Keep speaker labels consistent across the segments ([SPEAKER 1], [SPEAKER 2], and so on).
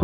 [SPEAKER 1] ค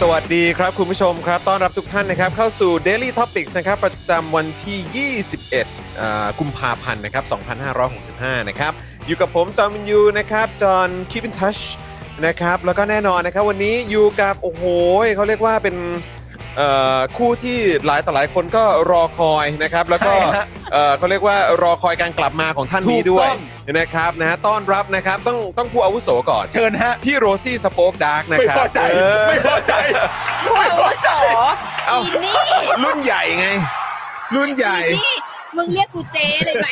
[SPEAKER 1] สวัสดีครับคุณผู้ชมครับต้อนรับทุกท่านนะครับเข้าสู่ Daily Topics นะครับประจำวันที่ 21อ่ากุมภาพันธ์นะครับ2565 นะครับอยู่กับผมจอห์นวินยูนะครับจอห์นคีปินทัชนะครับแล้วก็แน่นอนนะครับวันนี้อยู่กับโอ้โหเขาเรียกว่าเป็นเอ่อคู่ที่หลายต่อหลายคนก็รอคอยนะครับแล้วก็
[SPEAKER 2] ใช่ฮะ
[SPEAKER 1] เอ่อเขาเรียกว่ารอคอยการกลับมาของท่านนี้ด้วย
[SPEAKER 2] ถูกต้
[SPEAKER 1] นะครับนะฮะต้อนรับนะครับต้องต้องผู้อาวุโสก่อน
[SPEAKER 2] เชิญฮะ
[SPEAKER 1] พี่โรซี่สโป๊กดาร์กนะ
[SPEAKER 2] ไม่
[SPEAKER 1] ครับ
[SPEAKER 2] พอใจ
[SPEAKER 1] เ
[SPEAKER 2] ไม่พอใจ
[SPEAKER 3] ผู้อาวุโส
[SPEAKER 1] เอ้า
[SPEAKER 3] อีนี่
[SPEAKER 1] รุ่นใหญ่ไง รุ่นใหญ่
[SPEAKER 3] อีนี่มึงเรียกกูเจเลยไหม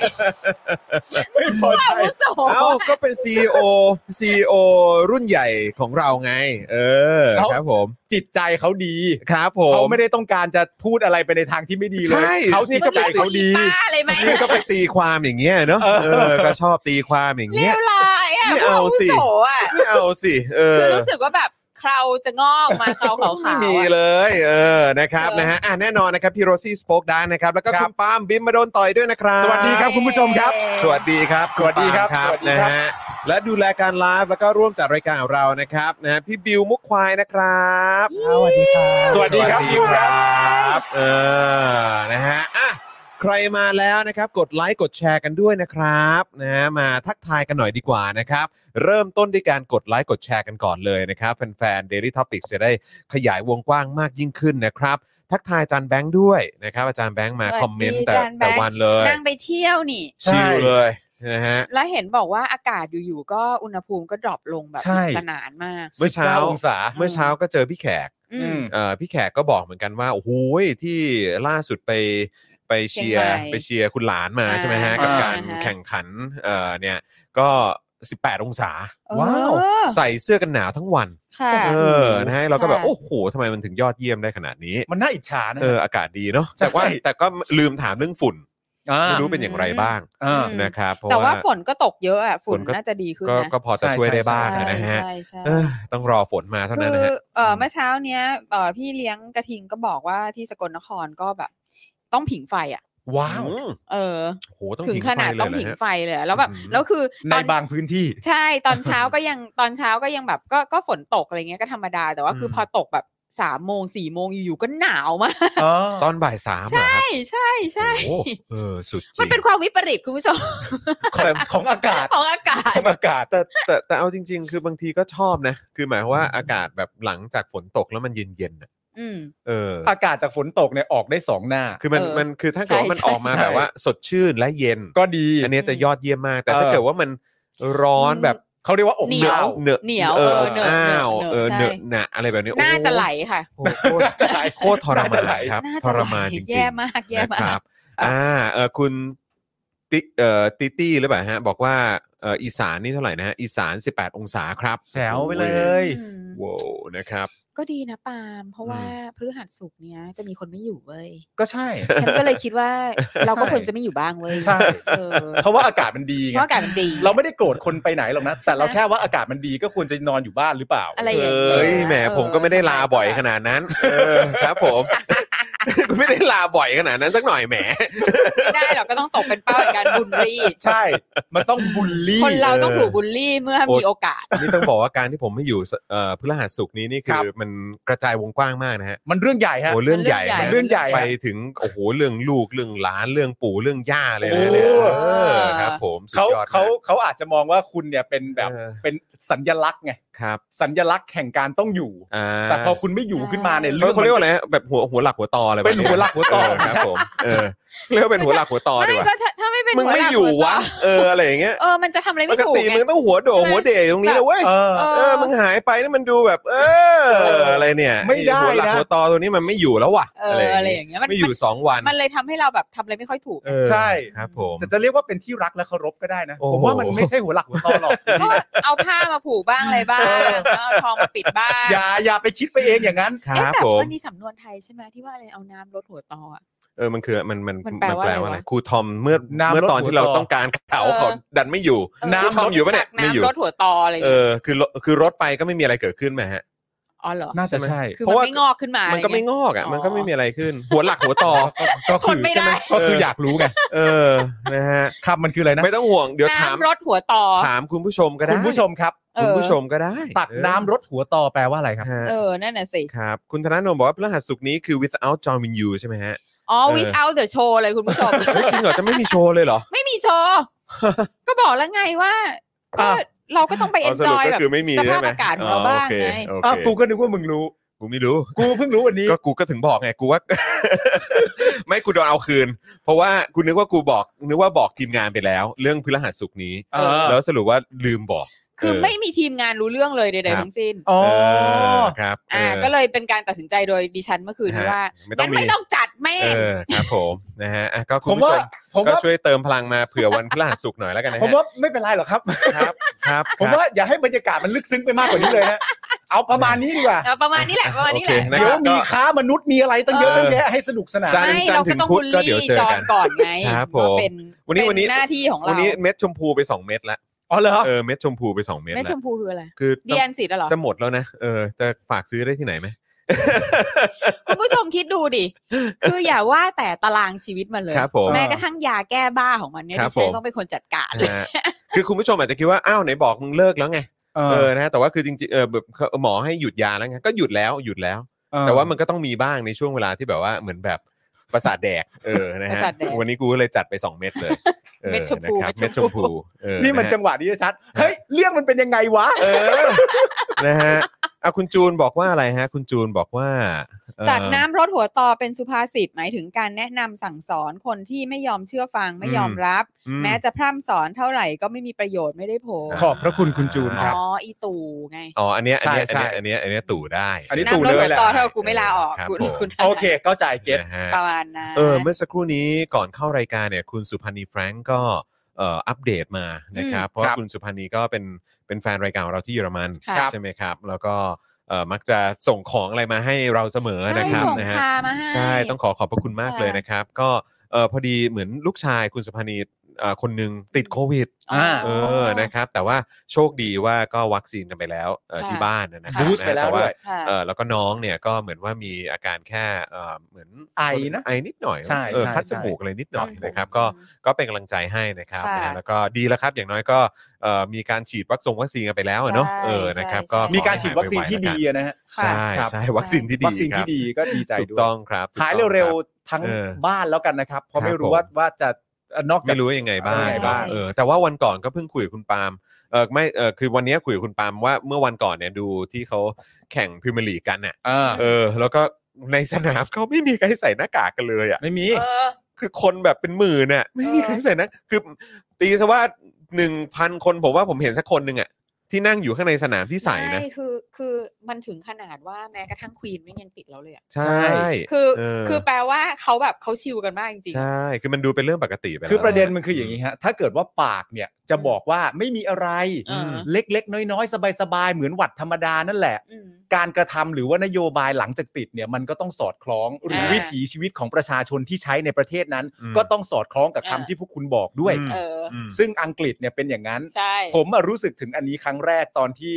[SPEAKER 2] ไม่พอ
[SPEAKER 3] ผู้
[SPEAKER 2] ใจ
[SPEAKER 3] อาวุโส
[SPEAKER 1] เอ้าก็เป็น CEO CEO รุ่นใหญ่ของเราไง เออ
[SPEAKER 2] เขา
[SPEAKER 1] ครับผม
[SPEAKER 2] จิตใจเขาดี
[SPEAKER 1] ครับผ
[SPEAKER 2] เขา
[SPEAKER 1] ม
[SPEAKER 2] ไม่ได้ต้องการจะพูดอะไรไปในทางที่ไม่ดีเล
[SPEAKER 1] ใช่
[SPEAKER 2] ยเขาจิตใจเขาดี
[SPEAKER 3] มึงรียกกูอีป้าเลยไหม
[SPEAKER 1] นี่ก็ไปตีความอย่างเงี้ยเนาะ
[SPEAKER 2] เออ
[SPEAKER 1] เออ ก็ชอบตีความอย่าง
[SPEAKER 3] เล
[SPEAKER 1] เงี้ย
[SPEAKER 3] วร้ายอ่ะ
[SPEAKER 1] ไม่
[SPEAKER 3] ผู้
[SPEAKER 1] เอา
[SPEAKER 3] อาวุ
[SPEAKER 1] สิ
[SPEAKER 3] โสอ่ะ
[SPEAKER 1] ไม่เอาสิเออ
[SPEAKER 3] คือรู้สึกว่าแบบเคราจะงอก มาเคราขาวๆ
[SPEAKER 1] ไม่มี
[SPEAKER 3] อะ
[SPEAKER 1] เลยเออนะครับ
[SPEAKER 3] เออ
[SPEAKER 1] นะฮะอ่ะแน่นอนนะครับพี่โรซี่สป็อกดานะครับ แล้วก็
[SPEAKER 2] ครั
[SPEAKER 1] คุ
[SPEAKER 2] บ
[SPEAKER 1] ณปาล์มบิมมาโดนต่อยด้วยนะครับ
[SPEAKER 2] สวัสดีครับคุณผู้ชมครับ
[SPEAKER 1] สวัสดีครับ
[SPEAKER 2] สวัสดีครับ
[SPEAKER 1] ณปาล์ม
[SPEAKER 2] สวัสดี
[SPEAKER 1] นะครับ ฮะและดูแลการไลฟ์แล้วก็ร่วมจัดรายการของเรานะครับนะฮะพี่บิวมุกควายนะครับ
[SPEAKER 4] สวัสดีครับ
[SPEAKER 2] สวัสดีครับ
[SPEAKER 1] สวัส
[SPEAKER 2] ยิวครับ
[SPEAKER 1] บเออนะฮะอ่ะใครมาแล้วนะครับกดไลค์กดแชร์กันด้วยนะครับนะฮะมาทักทายกันหน่อยดีกว่านะครับ เริ่มต้นด้วยการกดไลค์กดแชร์กันก่อนเลยนะครับแฟนๆ Daily Topics จะได้ขยายวงกว้างมากยิ่งขึ้นนะครับ ทักทายอาจารย์แบงค์ด้วยนะครับอาจารย์แบงค์มา
[SPEAKER 3] สวัสดี
[SPEAKER 1] คอมเมนต์แต่
[SPEAKER 3] อาจารย์แบ
[SPEAKER 1] แต่
[SPEAKER 3] งค์
[SPEAKER 1] วันเลย
[SPEAKER 3] นั่งไปเที่ยวนี่
[SPEAKER 2] ใช่
[SPEAKER 1] ชิลเลยนะฮะ
[SPEAKER 3] แล้วเห็นบอกว่าอากาศอยู่ๆก็อุณหภูมิก็ดรอปลงแบบ
[SPEAKER 2] ใช่
[SPEAKER 3] ปริศนานมาก
[SPEAKER 1] เมื่อเช้า
[SPEAKER 2] 19องศา
[SPEAKER 1] เมื่อเช้าก็เจอพี่แขก
[SPEAKER 3] อืม
[SPEAKER 1] เอ่อพี่แขกก็บอกเหมือนกันว่า โอ้โหยที่ล่าสุดไปไปเชียร์
[SPEAKER 3] เชียงใหม่
[SPEAKER 1] ไปเชียร์คุณหลานมา
[SPEAKER 3] อ่า
[SPEAKER 1] ใช่ไหมฮะ
[SPEAKER 2] อ่ากั
[SPEAKER 1] กับการแข่งขันเอ่อเนี่ยก็ 18 องศา
[SPEAKER 3] เออ
[SPEAKER 1] ว้าว ใส่เสื้อกันหนาวทั้งวัน
[SPEAKER 3] ค่ะ
[SPEAKER 1] เออนะฮะเราก็แบบ
[SPEAKER 3] ค่ะ
[SPEAKER 1] โอ้โหทำไมมันถึงยอดเยี่ยมได้ขนาดนี้
[SPEAKER 2] มันน่าอิจฉานะ
[SPEAKER 1] เออ อากาศดีเนาะแต่ว่า
[SPEAKER 2] ใช่
[SPEAKER 1] แต่ก็ลืมถามเรื่องฝุ่น
[SPEAKER 2] อ่า
[SPEAKER 1] ไม่รู้เป็นอย่างไรบ้าง
[SPEAKER 2] อ่า
[SPEAKER 3] อืม
[SPEAKER 1] นะครับเพระ
[SPEAKER 3] แต่ว่าฝนก็ตกเยอะอ่ะฝุ่น
[SPEAKER 1] ฝนก็
[SPEAKER 3] น่าจะดีขึ้น
[SPEAKER 1] ก็
[SPEAKER 3] นะ
[SPEAKER 1] ก็พอจะ
[SPEAKER 2] ใช่
[SPEAKER 1] ช่วยได้
[SPEAKER 2] ใช่
[SPEAKER 1] บ้าง
[SPEAKER 3] ใช่
[SPEAKER 1] นะฮะ
[SPEAKER 3] ใช่ใช่
[SPEAKER 1] เออต้องรอฝนมาเท่านั้น
[SPEAKER 3] คื
[SPEAKER 1] นะ
[SPEAKER 3] อ
[SPEAKER 1] ฮะ
[SPEAKER 3] เอ่ออ
[SPEAKER 1] ม
[SPEAKER 3] เมื่อเช้าเนี้ยเอ่อพี่เลี้ยงกระทิงก็บอกว่าที่สกลนครก็แบบ ต้องผิงไฟอ่ะ
[SPEAKER 2] ว้าว
[SPEAKER 1] อืม
[SPEAKER 3] เออ
[SPEAKER 1] โอ้โหต้อง
[SPEAKER 3] ถึง
[SPEAKER 1] ผิง
[SPEAKER 3] ข
[SPEAKER 1] ไฟ
[SPEAKER 3] นาด
[SPEAKER 1] เลย
[SPEAKER 3] ต้อง
[SPEAKER 1] เหรอ
[SPEAKER 3] ผิง
[SPEAKER 1] ฮะ
[SPEAKER 3] ไฟเลยอะแล้วแบบ
[SPEAKER 1] อือหือ
[SPEAKER 3] แล้วคือ
[SPEAKER 2] ใน
[SPEAKER 3] ตอน
[SPEAKER 2] บางพื้นที่
[SPEAKER 3] ใช่ ตอนเช้าก็ยังตอนเช้าก็ยังแบบก็ก็ฝนตกอะไรเงี้ยก็ธรรมดา แต่ว่าคืออ
[SPEAKER 2] ม
[SPEAKER 3] พอตกแบบสามโมงสี่โมงอยู่ๆก็หนาวมาก
[SPEAKER 1] ตอนบ่ายสามเหรอครับ
[SPEAKER 3] ใช่ใช่ใช่
[SPEAKER 1] โอ้โหเออ สุดจริง
[SPEAKER 3] มันเป็นความวิปริตคุณผู้ชม
[SPEAKER 2] ของของอากาศ
[SPEAKER 3] ของอากาศ
[SPEAKER 2] ของอากาศ
[SPEAKER 1] แต่แต่แต่เอาจริง ๆ คือบางทีก็ชอบนะ คือหมายความว่าอากาศแบบหลังจากฝนตกแล้วมันเย็นๆน่ะ
[SPEAKER 3] อืม
[SPEAKER 1] เออ
[SPEAKER 2] อากาศจากฝนตกเนี่ยออกได้สองหน้า
[SPEAKER 1] คือมัน
[SPEAKER 3] เออ
[SPEAKER 1] มันคือถ้าเกิดว่ามัน
[SPEAKER 3] ใช่
[SPEAKER 1] ออกมา
[SPEAKER 2] ใช่
[SPEAKER 1] แบบว่า สดชื่นและเย็น
[SPEAKER 2] ก็ดี
[SPEAKER 1] อันเนี้ยจะยอดเยี่ยมมาก แต่ถ้า
[SPEAKER 2] เออ
[SPEAKER 1] เกิดว่ามันร้อนแบบ
[SPEAKER 2] เขาเรียกว่าอบ
[SPEAKER 3] เหนี
[SPEAKER 2] ห
[SPEAKER 3] ย
[SPEAKER 2] นาว ว
[SPEAKER 1] เหนอะ
[SPEAKER 3] เหนียว
[SPEAKER 1] เออ
[SPEAKER 3] เออเหนอะ
[SPEAKER 1] อ้าว
[SPEAKER 3] เหนอะ
[SPEAKER 1] เออเหนอะ
[SPEAKER 3] ใช่
[SPEAKER 1] หนะอะไรแบบนี้
[SPEAKER 3] น่าจะ
[SPEAKER 1] โอ้โ
[SPEAKER 3] ไหลค่ะ
[SPEAKER 1] โอ้โหโคตรโคตรทรมาน
[SPEAKER 2] น่าจะไหล
[SPEAKER 1] ครับ
[SPEAKER 3] น่า
[SPEAKER 1] ท
[SPEAKER 3] จะ
[SPEAKER 1] ร
[SPEAKER 3] ไหล
[SPEAKER 1] มานจริงๆ
[SPEAKER 3] แย่มากแย่
[SPEAKER 1] นะ
[SPEAKER 3] มา
[SPEAKER 1] ครั
[SPEAKER 3] ก
[SPEAKER 1] บ อ่า เออคุณ ติเอ่อติตี้หรือเปล่าฮะ บอกว่าเอ่ออีสานนี่เท่าไหร่นะฮะอีสาน 18 องศาครับ
[SPEAKER 2] แจ๋วไปเลย
[SPEAKER 3] อืม
[SPEAKER 1] โว้วนะครับ
[SPEAKER 3] ก็ดีนะปาล์มเพราะว่าพฤหัสสุกร์เนี้ยจะมีคนไม่อยู่เว้ย
[SPEAKER 2] ก็ใช่
[SPEAKER 3] ฉันก็เลยคิดว่าเราก็
[SPEAKER 2] ใช่
[SPEAKER 3] ควรจะไม่อยู่บ้างเว้ย
[SPEAKER 2] ใช่
[SPEAKER 3] เออ
[SPEAKER 2] เพราะว่าอากาศมันดี
[SPEAKER 3] เพ
[SPEAKER 2] ไง
[SPEAKER 3] ราะอากาศมันดี
[SPEAKER 2] เราไม่ได้โกรธคนไปไหนหรอกนะ แต่เรา
[SPEAKER 3] ใช่ไหม
[SPEAKER 2] แค่ว่าอากาศมันดีก็ควรจะนอนอยู่บ้านหรือเปล่า
[SPEAKER 3] อะไรอย่าง
[SPEAKER 1] เอ้ยแหม
[SPEAKER 3] เออ
[SPEAKER 1] ผมก็ไม่ได้ลาบ่อยขนาดนั้นเออครับผม ไม่ได้ลาบ่อยขนาดนั้นสักหน่อยแหม
[SPEAKER 3] ไม่ได้หรอกก็ต้องตกเป็นเป้าในการบุลลี่
[SPEAKER 2] ใช่ มันต้องบูลลี่
[SPEAKER 3] คนเราต้องถูกบุลลี่เมื่อ
[SPEAKER 1] โอ๊ย
[SPEAKER 3] มีโอกาส
[SPEAKER 1] นี่ต้องบอกว่าการที่ผมไม่อยู่สเอ่อพฤหัสสุกร์นี้นี่คื
[SPEAKER 2] ครั
[SPEAKER 1] อบ มันกระจายวงกว้างมากนะฮะ
[SPEAKER 2] มันเรื่องใหญ่ฮะ
[SPEAKER 1] โอ้เรื่องใหญ่
[SPEAKER 3] มัน
[SPEAKER 1] ฮะ
[SPEAKER 3] เรื่องใหญ่
[SPEAKER 1] ไปถึงโอ้โหเรื่องลูกเรื่องหลานเรื่องปู่เรื่องย่าเลย
[SPEAKER 2] โอ้
[SPEAKER 1] นะเนี่ยเออครับ ผมสุด
[SPEAKER 2] เขา
[SPEAKER 1] ยอดมก
[SPEAKER 2] เขาเขาอาจจะมองว่าคุณเนี่ยเป็นแบบ
[SPEAKER 1] เออ
[SPEAKER 2] เป็นสัญลักษณ์ไง
[SPEAKER 1] ครับ
[SPEAKER 2] สัญลักษณ์แห่งการต้องอยู่
[SPEAKER 1] อ่า
[SPEAKER 2] แต่พอคุณไม่อยู่ขึ้นมาเนี่ย
[SPEAKER 1] เขา
[SPEAKER 2] เรื่อง
[SPEAKER 1] เขาเรียกว่า
[SPEAKER 2] มั
[SPEAKER 1] อะ
[SPEAKER 2] น
[SPEAKER 1] ไรฮะแบบหัวหัวหลักหัวตออะไรแบบ
[SPEAKER 2] เป็นหัวหลักหัวตอ
[SPEAKER 1] เครับผมเออเรียกว่าเป็นหัวหลักหัวตอดี
[SPEAKER 3] ไม่
[SPEAKER 1] กว่า
[SPEAKER 3] ก็ถ้าถ้าไม่เป็น
[SPEAKER 1] มึง
[SPEAKER 3] หัว
[SPEAKER 1] ไม่
[SPEAKER 3] หน้า
[SPEAKER 1] อยู่
[SPEAKER 3] คน
[SPEAKER 1] วะ
[SPEAKER 3] ต่
[SPEAKER 1] เอออะไรอย่างเงี้ย
[SPEAKER 3] เออมันจะทำอะไร
[SPEAKER 1] ป
[SPEAKER 3] ไม่
[SPEAKER 1] ก
[SPEAKER 3] ถูก
[SPEAKER 1] ติ
[SPEAKER 3] ไง
[SPEAKER 1] มึงต้องหัวโดดหัวเดอยู่ตรงนี้นะเว้ย
[SPEAKER 2] เออ
[SPEAKER 3] เออ
[SPEAKER 1] เออมึงหายไปนี่มันดูแบบเอออะไรเนี่ย
[SPEAKER 2] ไม่ได้
[SPEAKER 1] อ้หัวหลัก
[SPEAKER 2] นะ
[SPEAKER 1] หัวตอตัวนี้มันไม่อยู่แล้วว่ะ
[SPEAKER 3] เอออะไรอย่างเงี้ยมัน
[SPEAKER 1] ไม่อยู่สองวัน
[SPEAKER 3] มันเลยทำให้เราแบบทำอะไรไม่ค่อยถูก
[SPEAKER 1] เออ
[SPEAKER 2] ใช่
[SPEAKER 1] ครับผม
[SPEAKER 2] แต่จะเรียกว่าเป็นที่รักและเคารพก็ได้นะ
[SPEAKER 1] โอ้โห
[SPEAKER 2] ผมว่ามันไม่ใช่หัวหลักหัวตอ หรอก
[SPEAKER 3] ก็เอาผ้ามาผูกบ้างอะไรบ้างแล้วเอาทองมาปิดบ้าง
[SPEAKER 2] อย่าอย่าไปคิดไปเองอย่างนั้น
[SPEAKER 1] ค
[SPEAKER 3] เอ๊ะ
[SPEAKER 1] รับ
[SPEAKER 3] แต่
[SPEAKER 1] ผม
[SPEAKER 3] มันมีสำนวนไทยใช่ไหมที่ว่าอะไรเอาน้ำลดหัวตออะ
[SPEAKER 1] เออมันคือมันมัน
[SPEAKER 3] มันแปลว่าอะไรวะ
[SPEAKER 1] ครูทอมเมื่อ
[SPEAKER 2] น้ำ
[SPEAKER 1] เมื่อตอน
[SPEAKER 2] ลดหัว
[SPEAKER 1] ที่เรา
[SPEAKER 2] ตอ
[SPEAKER 1] ต้องการเขาเขาดันไม่อยู่
[SPEAKER 3] เออ
[SPEAKER 2] น้ำ
[SPEAKER 1] ทอมอยู่ปะเนี่ย
[SPEAKER 3] ตัก
[SPEAKER 1] ไม่อยู่
[SPEAKER 3] น้ำลดหัวตออะไรอย่าง
[SPEAKER 1] เอ
[SPEAKER 3] เงี้ย
[SPEAKER 1] อคือรถคือรถไปก็ไม่มีอะไรเกิดขึ้นไหมฮะ
[SPEAKER 3] อ๋อเหรอ
[SPEAKER 2] น่าจะใช่
[SPEAKER 3] คือ
[SPEAKER 1] เพ
[SPEAKER 3] มั
[SPEAKER 1] ราะ
[SPEAKER 3] น
[SPEAKER 1] ว่า
[SPEAKER 3] ไม่งอกขึ้นมา
[SPEAKER 1] มันก็ไม่
[SPEAKER 3] อะรเย
[SPEAKER 1] งอกอ่ะ
[SPEAKER 3] อ๋อ
[SPEAKER 1] มันก็ไม่มีอะไรขึ้น หัวหลักหัวตอ
[SPEAKER 2] ก็
[SPEAKER 3] ท
[SPEAKER 2] คื
[SPEAKER 3] น
[SPEAKER 2] อ
[SPEAKER 3] ไม่ได้
[SPEAKER 2] ใช่หก็คืออยากรู้ไง
[SPEAKER 1] เออนะฮะ
[SPEAKER 2] คำมันคืออะไรนะ
[SPEAKER 1] ไม่ต้องห่วงเดี๋ยวถาม
[SPEAKER 3] น้ำรดหัวต่อ
[SPEAKER 1] ถามคุณผู้ชมก็ได้
[SPEAKER 2] คุณผู้ชมครับ
[SPEAKER 3] เออ
[SPEAKER 1] คุณผู้ชมก็ได้
[SPEAKER 2] ตักน้ำรถหัวตอแปลว่าอะไรครับ
[SPEAKER 1] ฮะ
[SPEAKER 3] เออ นั่นน่ะสิ
[SPEAKER 1] ครับ คุณธนาโนมบอกว่าพฤหัสสุกร์นี้คือ without John Win You ใช่ไหมฮะ
[SPEAKER 3] อ๋อ
[SPEAKER 1] เออ
[SPEAKER 3] without the show เลยคุณผู้ ชม
[SPEAKER 1] เฮ้ยจริงเหรอ จะไม่มีโชว์เลยเหรอ
[SPEAKER 3] ไม่มีโชว์ ก็บอกแล้วไงว่า
[SPEAKER 2] อ่ะ
[SPEAKER 3] ก็เราก็ต้องไป
[SPEAKER 1] อ๋อสรุปก็
[SPEAKER 3] enjoy แบบ
[SPEAKER 1] คือไม่มี
[SPEAKER 3] ส
[SPEAKER 1] ใช่
[SPEAKER 3] ภาพ
[SPEAKER 1] ไหม
[SPEAKER 3] อากาศของเราบ้าง
[SPEAKER 1] โอเค
[SPEAKER 3] ไง
[SPEAKER 1] โอเค
[SPEAKER 2] อ้าวกูก็นึกว่ามึงรู้
[SPEAKER 1] กูไม่รู้
[SPEAKER 2] กูเพิ่งรู้วันนี้
[SPEAKER 1] ก็กูก็ถึงบอกไง กูว่า ไม่กูโดนเอาคืน เพราะว่ากูนึกว่ากูบอก นึกว่าบอกทีมงานไปแล้ว เรื่องพฤหัสสุกร์นี้
[SPEAKER 2] เออ
[SPEAKER 1] แล้วสรุปว่าลืมบอก
[SPEAKER 3] คือไม่มีทีมงานรู้เรื่องเลยใด
[SPEAKER 1] ครับ
[SPEAKER 3] ๆทั้งสิ้น
[SPEAKER 2] อ๋อ
[SPEAKER 1] เออครับ
[SPEAKER 3] อ่า
[SPEAKER 1] เออ
[SPEAKER 3] ก็เลยเป็นการตัดสินใจโดยดิฉันเมื่อคืน
[SPEAKER 1] ฮะ
[SPEAKER 3] ว่า
[SPEAKER 1] ไม่ต้อง
[SPEAKER 3] งั้น
[SPEAKER 1] มี
[SPEAKER 3] ไม่ต้องจัดแม่ง
[SPEAKER 1] เออครับผมนะฮะอ่ะก็คุ
[SPEAKER 2] ผ
[SPEAKER 1] ณ
[SPEAKER 2] ม
[SPEAKER 1] ผู้
[SPEAKER 2] ว่า
[SPEAKER 1] ชม
[SPEAKER 2] ผม
[SPEAKER 1] ก็
[SPEAKER 2] ว่า
[SPEAKER 1] ช่วยเติมพลังมาเผื่อวันพฤหัสสุกร์หน่อยแล้วกันนะ
[SPEAKER 2] ผ
[SPEAKER 1] ฮะ
[SPEAKER 2] มว่าไม่เป็นไรหรอกครับ
[SPEAKER 1] ครับครับ
[SPEAKER 2] ผมว่าอย่าให้บรรยากาศมันลึกซึ้งไปมากกว่านี้เลยนะ เอาประมาณนี้ดีกว่า
[SPEAKER 3] เอาประมาณนี้แหละประมาณนี้แหละ
[SPEAKER 1] โอเคนะค
[SPEAKER 2] เดี๋ยว
[SPEAKER 1] รับ
[SPEAKER 2] มี
[SPEAKER 1] ก็
[SPEAKER 2] ค้ามนุษย์มีอะไรตั้งเยอะ
[SPEAKER 1] เออ
[SPEAKER 2] ตั้งแยะให้สนุกสนาน
[SPEAKER 1] จันทร์
[SPEAKER 3] ไม่
[SPEAKER 1] จันท
[SPEAKER 3] เรา
[SPEAKER 1] ร์ถึ
[SPEAKER 3] ก็
[SPEAKER 1] ง
[SPEAKER 3] ต้อง
[SPEAKER 1] พุ
[SPEAKER 3] บู
[SPEAKER 1] ธ
[SPEAKER 3] ล
[SPEAKER 1] ก็
[SPEAKER 3] ลี่
[SPEAKER 1] เดี๋ยวเจอ
[SPEAKER 3] จอ
[SPEAKER 1] กัน น
[SPEAKER 3] ก่อนไง
[SPEAKER 1] ครับผม
[SPEAKER 3] ก็เป็น
[SPEAKER 1] วันนี้
[SPEAKER 3] เป็
[SPEAKER 1] วันนี้
[SPEAKER 3] หน้าที่ของ
[SPEAKER 1] วั
[SPEAKER 3] เรา
[SPEAKER 1] นนี้เม็ดชมพูไป 2 เม็ดละ
[SPEAKER 2] อ๋อเหรอ
[SPEAKER 1] เออ เม็ดชมพูไป 2 เม็ด
[SPEAKER 3] แม่
[SPEAKER 1] ละ
[SPEAKER 3] ชมพูคืออะไร
[SPEAKER 1] คือ
[SPEAKER 3] เดียนสีแล้วเหรอ
[SPEAKER 1] จะหมดแล้วนะ เออ จะฝากซื้อได้ที่ไหนไหม
[SPEAKER 3] คุณผู้ชมคิดดู ดิ คืออย่าว่าแต่ตารางชีวิตมันเลย
[SPEAKER 1] ครับผม
[SPEAKER 3] แม้กระทั่งยาแก้บ้าของมันเนี่ย
[SPEAKER 1] ครับ
[SPEAKER 3] ดิฉั
[SPEAKER 1] ผ
[SPEAKER 3] น
[SPEAKER 1] ม
[SPEAKER 3] ต้องเป็นคนจัดการเลย
[SPEAKER 1] นะฮะคือคุณผู้ชมอาจจะคิดว่า อ้าว ไหนบอกมึงเลิกแล้วไง
[SPEAKER 2] เอ
[SPEAKER 1] เออ นะฮะแต่ว่าคือจริงๆ เออแบบหมอให้หยุดยาแล้วไง ก็หยุดแล้ว หยุดแล้ว
[SPEAKER 2] เออ
[SPEAKER 1] แต่ว่ามันก็ต้องมีบ้างในช่วงเวลาที่แบบว่าเหมือนแบบประสาทแดก เอ อ นะ
[SPEAKER 3] ป
[SPEAKER 1] ฮะ
[SPEAKER 3] ระสาทแดก
[SPEAKER 1] วันนี้กูก็เลยจัดไป 2 เม็ดเลยออ
[SPEAKER 3] เม็ดชมพู
[SPEAKER 1] นะครับ
[SPEAKER 3] เม็
[SPEAKER 1] เม็ด
[SPEAKER 3] ด
[SPEAKER 1] ช
[SPEAKER 3] ช
[SPEAKER 1] ม
[SPEAKER 3] มพู
[SPEAKER 1] พูเออ
[SPEAKER 2] นี่มันะ
[SPEAKER 1] ฮะ
[SPEAKER 2] จังหวะนี้ชัด เฮ้ย เรื่องมันเป็นยังไงวะ
[SPEAKER 1] เออ นะฮะอ่ะคุณจูนบอกว่าอะไรฮะ คุณจูนบอกว่าเอ่อ
[SPEAKER 3] ตักน้ำรดหัวตอเป็นสุภาษิตหมายถึงการแนะนำสั่งสอนคนที่ไม่ยอมเชื่อฟังไม่ยอมรับ
[SPEAKER 1] อื
[SPEAKER 3] แม้จะพร่ำสอนเท่าไหร่ก็ไม่มีประโยชน์ไม่ได้ผล
[SPEAKER 2] ขอบพระคุณคุณจูนครับ
[SPEAKER 3] อ๋ออีตู่ไง
[SPEAKER 1] อ๋อ อันเนี้ย อันเนี้ย
[SPEAKER 2] ใช่
[SPEAKER 1] อันเนี้ย อันเนี้ย อันเนี้ยตู่ได้
[SPEAKER 2] อันนี้
[SPEAKER 3] น้ำรดหัวตอเท่ากับกูไม่ลาออก
[SPEAKER 1] ครับ
[SPEAKER 3] คุณ
[SPEAKER 1] ผม
[SPEAKER 3] คุณ
[SPEAKER 2] โอเค เข้าใจเก็ต
[SPEAKER 1] นะฮะ
[SPEAKER 3] ประมาณนั้น
[SPEAKER 1] เออ เมื่อสักครู่นี้ก่อนเข้ารายการเนี่ย คุณสุพันธ์นีแฟรงก์ก็เอ่ออัปเดตมานะครับ เพราะว่า
[SPEAKER 2] ครับ
[SPEAKER 1] คุณสุพันธ์นีก็เป็น เป็นแฟนรายการของเราที่เยอรมัน
[SPEAKER 3] ครับ
[SPEAKER 1] ใช่ไหมครับ แล้วก็เอ่อมักจะส่งของอะไรมาให้เราเสมอ
[SPEAKER 3] ใช่
[SPEAKER 1] นะครับ
[SPEAKER 3] ส่ง
[SPEAKER 1] นะฮะ
[SPEAKER 3] ชามาให้
[SPEAKER 1] ใช่ต้องขอขอบพระคุณมาก
[SPEAKER 3] ค่ะ
[SPEAKER 1] เลยนะครับ ก็เออพอดีเหมือนลูกชายคุณสุพานีเอ่อคนหนึ่งติดโควิด
[SPEAKER 3] อ๋อ
[SPEAKER 1] เออนะครับ แต่ว่าโชคดีว่าก็วัคซีนกันไปแล้วเอ่อ
[SPEAKER 3] ค่ะ
[SPEAKER 1] ที่บ้านนะนะครั
[SPEAKER 2] บูสต์ไปแล้ว
[SPEAKER 1] ต่า
[SPEAKER 2] ด้วย
[SPEAKER 3] ค่ะ
[SPEAKER 1] เออแล้วก็น้องเนี่ยก็เหมือนว่ามีอาการแค่เออเหมือน
[SPEAKER 2] ไอนะ
[SPEAKER 1] ไอนิดหน่อย
[SPEAKER 2] ใช่
[SPEAKER 1] เออ
[SPEAKER 2] ใช่
[SPEAKER 1] คัดจ
[SPEAKER 2] ใช่
[SPEAKER 1] มูกอะไรนิดหน่อย
[SPEAKER 3] ครับ
[SPEAKER 1] นะครับ
[SPEAKER 3] ผม
[SPEAKER 1] ก็ก็เป็นกำลังใจให้นะครับ
[SPEAKER 3] ค่ะ
[SPEAKER 1] นะฮะแล้วก็ดีแล้วครับอย่างน้อยก็เอ่อมีการฉีดวัคซีนวัคซีนกันไปแล้วอะเนาะ
[SPEAKER 3] ใช่
[SPEAKER 1] เออนะครับ
[SPEAKER 3] ใช่
[SPEAKER 1] ก็ข
[SPEAKER 3] ใช่
[SPEAKER 1] อ
[SPEAKER 2] มีการ
[SPEAKER 1] ให้
[SPEAKER 2] ฉีด
[SPEAKER 1] หย
[SPEAKER 2] วัคซีน
[SPEAKER 1] ไๆ
[SPEAKER 2] ที่ดี
[SPEAKER 1] แล้วกั
[SPEAKER 2] อะนะฮะ
[SPEAKER 1] นใช่
[SPEAKER 2] ครับ
[SPEAKER 1] ใช่วัคซีนที่ดี
[SPEAKER 2] วัคซีน
[SPEAKER 1] ครับ
[SPEAKER 2] ที่ดีก็ดีใจ
[SPEAKER 1] ถูก
[SPEAKER 2] ด้วย
[SPEAKER 1] ต้องครับถูก
[SPEAKER 2] หาย
[SPEAKER 1] ต้องค
[SPEAKER 2] เร็ว
[SPEAKER 1] บ
[SPEAKER 2] ๆ ทั้ง
[SPEAKER 1] เออ
[SPEAKER 2] บ้านแล้วกันนะครับ เพราะ
[SPEAKER 1] ครับ
[SPEAKER 2] ไม่รู้
[SPEAKER 1] ผม
[SPEAKER 2] ว่าว่าจะนอกจาก
[SPEAKER 1] ไม่รู้ยังไงบ้าง
[SPEAKER 2] ใช่
[SPEAKER 1] เนอะ
[SPEAKER 2] บ้าง
[SPEAKER 1] เออแต่ว่าวันก่อนก็เพิ่งคุยกับคุณปาล์มเออไม่เออคือวันเนี้ยคุยกับคุณปาล์มว่าเมื่อวันก่อนเนี่ยดูที่เขาแข่งพรีเมียร์ลีกกันเนี่ย
[SPEAKER 2] า
[SPEAKER 1] เออ แล้วก็ในสนามเขาไม่มีใครใส่หน้ากากกันเลยอ่ะ
[SPEAKER 2] ไม่มี
[SPEAKER 3] เออ
[SPEAKER 1] คือคนแบบเป็นหมื่นอ่ะไม่มีใครใส่หนะคือตีซะว่าหนึ่งพันคนผมว่าผมเห็นสักคนหนึ่งอ่ะ ที่นั่งอยู่ข้างในสนามที่ใส่นะ
[SPEAKER 3] ไม่คือคือมันถึงขนาดว่าแม้กระทั่งควีนไม่ยังติดเราเลยอะ
[SPEAKER 1] ใช่
[SPEAKER 3] คือ
[SPEAKER 1] เออ
[SPEAKER 3] คือแปลว่าเขาแบบเขาชิลกันมากจริงๆ
[SPEAKER 1] ใช่ คือมันดูเป็นเรื่องปกติไปแล้ว
[SPEAKER 2] คือประเด็นมันคืออย่างนี้ฮะ ถ้าเกิดว่าปากเนี่ยจะบอกว่าไม่มีอะไร
[SPEAKER 3] อืม
[SPEAKER 2] เล็กๆ น้อยๆ สบายๆ เหมือนหวัดธรรมดานั่นแหละ
[SPEAKER 3] อืม
[SPEAKER 2] การกระทำหรือว่านโยบายหลังจากติดเนี่ยมันก็ต้องสอดคล้องหรืออาวิถีชีวิตของประชาชนที่ใช้ในประเทศนั้น
[SPEAKER 1] อืม
[SPEAKER 2] ก็ต้องสอดคล้องกับคำ
[SPEAKER 3] อ่า
[SPEAKER 2] ที่พวกคุณบอกด้วย
[SPEAKER 1] อืม
[SPEAKER 3] เออ
[SPEAKER 1] อืม
[SPEAKER 2] ซึ่งอังกฤษเนี่ยเป็นอย่างนั้น
[SPEAKER 3] ใช่
[SPEAKER 2] ผมอะรู้สึกถึงอันนี้ครั้งแรกตอนที่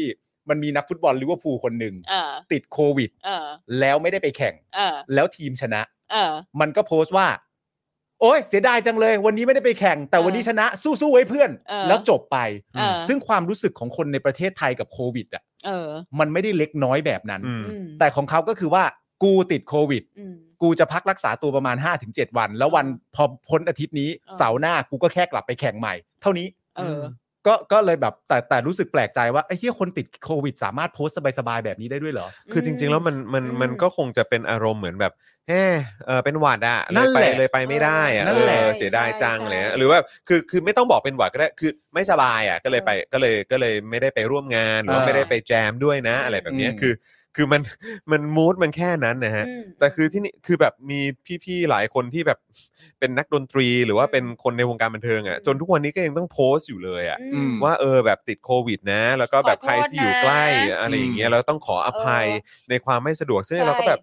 [SPEAKER 2] มันมีนักฟุตบอลลิเวอร์พูลคนหนึ่ง
[SPEAKER 3] เออ
[SPEAKER 2] ติดโควิด
[SPEAKER 3] เออ
[SPEAKER 2] แล้วไม่ได้ไปแข่ง
[SPEAKER 3] เออ
[SPEAKER 2] แล้วทีมชนะ
[SPEAKER 3] เออ
[SPEAKER 2] มันก็โพสต์ว่า โอ๊ยเสียดายจังเลย วันนี้ไม่ได้ไปแข่ง แต่
[SPEAKER 3] เออ
[SPEAKER 2] วันนี้ชนะสู้ๆไว้เพื่อน
[SPEAKER 3] เออ
[SPEAKER 2] แล้วจบไป
[SPEAKER 3] เออ
[SPEAKER 2] ซึ่งความรู้สึกของคนในประเทศไทยกับโควิดอ่ะ
[SPEAKER 3] เออ
[SPEAKER 2] มันไม่ได้เล็กน้อยแบบนั้น
[SPEAKER 1] อืม
[SPEAKER 3] อืม
[SPEAKER 2] แต่ของเขาก็คือว่ากูติดโควิด
[SPEAKER 3] อืม
[SPEAKER 2] กูจะพักรักษาตัวประมาณ 5-7 วัน แล้ววันพอพ้นอาทิตย์นี้
[SPEAKER 3] เออ
[SPEAKER 2] เสาร์หน้ากูก็แค่กลับไปแข่งใหม่ เท่านี้
[SPEAKER 3] เออ
[SPEAKER 2] ก็ก็เลยแบบแต่แต่รู้สึกแปลกใจว่าไอ้เหี้ยคนติดโควิด สามารถโพสต์สบายๆแบบนี้ได้ด้วยเหรอ
[SPEAKER 1] คือจริง ๆ แล้วมันมัน
[SPEAKER 3] อืม
[SPEAKER 1] มันก็คงจะเป็นอารมณ์เหมือนแบบแฮ่เออเป็นหวัดอะ
[SPEAKER 2] นั่
[SPEAKER 1] เลย
[SPEAKER 2] น
[SPEAKER 1] ไป
[SPEAKER 2] แหละ
[SPEAKER 1] เลยไปไม่ได้อะ
[SPEAKER 2] นั่นแหละ
[SPEAKER 1] เออเสียดายจัง
[SPEAKER 3] ใช่
[SPEAKER 1] อะไรเลย
[SPEAKER 3] ใช่
[SPEAKER 1] หรือว่าคือคือไม่ต้องบอกเป็นหวัดก็ได้คือไม่สบายอะก็เลย
[SPEAKER 3] เออ
[SPEAKER 1] ไปก็เลยก็เลยไม่ได้ไปร่วมงานหรือว่า
[SPEAKER 2] เออ
[SPEAKER 1] ไม่ได้ไปแจมด้วยนะ
[SPEAKER 3] อืม
[SPEAKER 1] อะไรแบบเนี้ย
[SPEAKER 2] อืม
[SPEAKER 1] คือคือมัน มันมูดมันแค่นั้นนะฮะ
[SPEAKER 3] อืม
[SPEAKER 1] แต่คือที่นี่คือแบบมีพี่ๆหลายคนที่แบบเป็นนักดนตรีหรือว่าเป็นคนในวงการบันเทิงอะ
[SPEAKER 3] อืม
[SPEAKER 1] จนทุกวันนี้ก็ยังต้องโพสต์อยู่เลยอะ
[SPEAKER 3] อืม
[SPEAKER 2] ม
[SPEAKER 1] ว่าเออแบบติดโควิดนะ แล้วก็แบบใครที่อยู่ใกล้
[SPEAKER 3] ขอโทษนะ
[SPEAKER 1] อะไรอย่างเงี้ยเราต้องขออภัย
[SPEAKER 3] เออ
[SPEAKER 1] ในความไม่สะดวกซึ่ง
[SPEAKER 3] ใช่
[SPEAKER 1] เราก็แบบ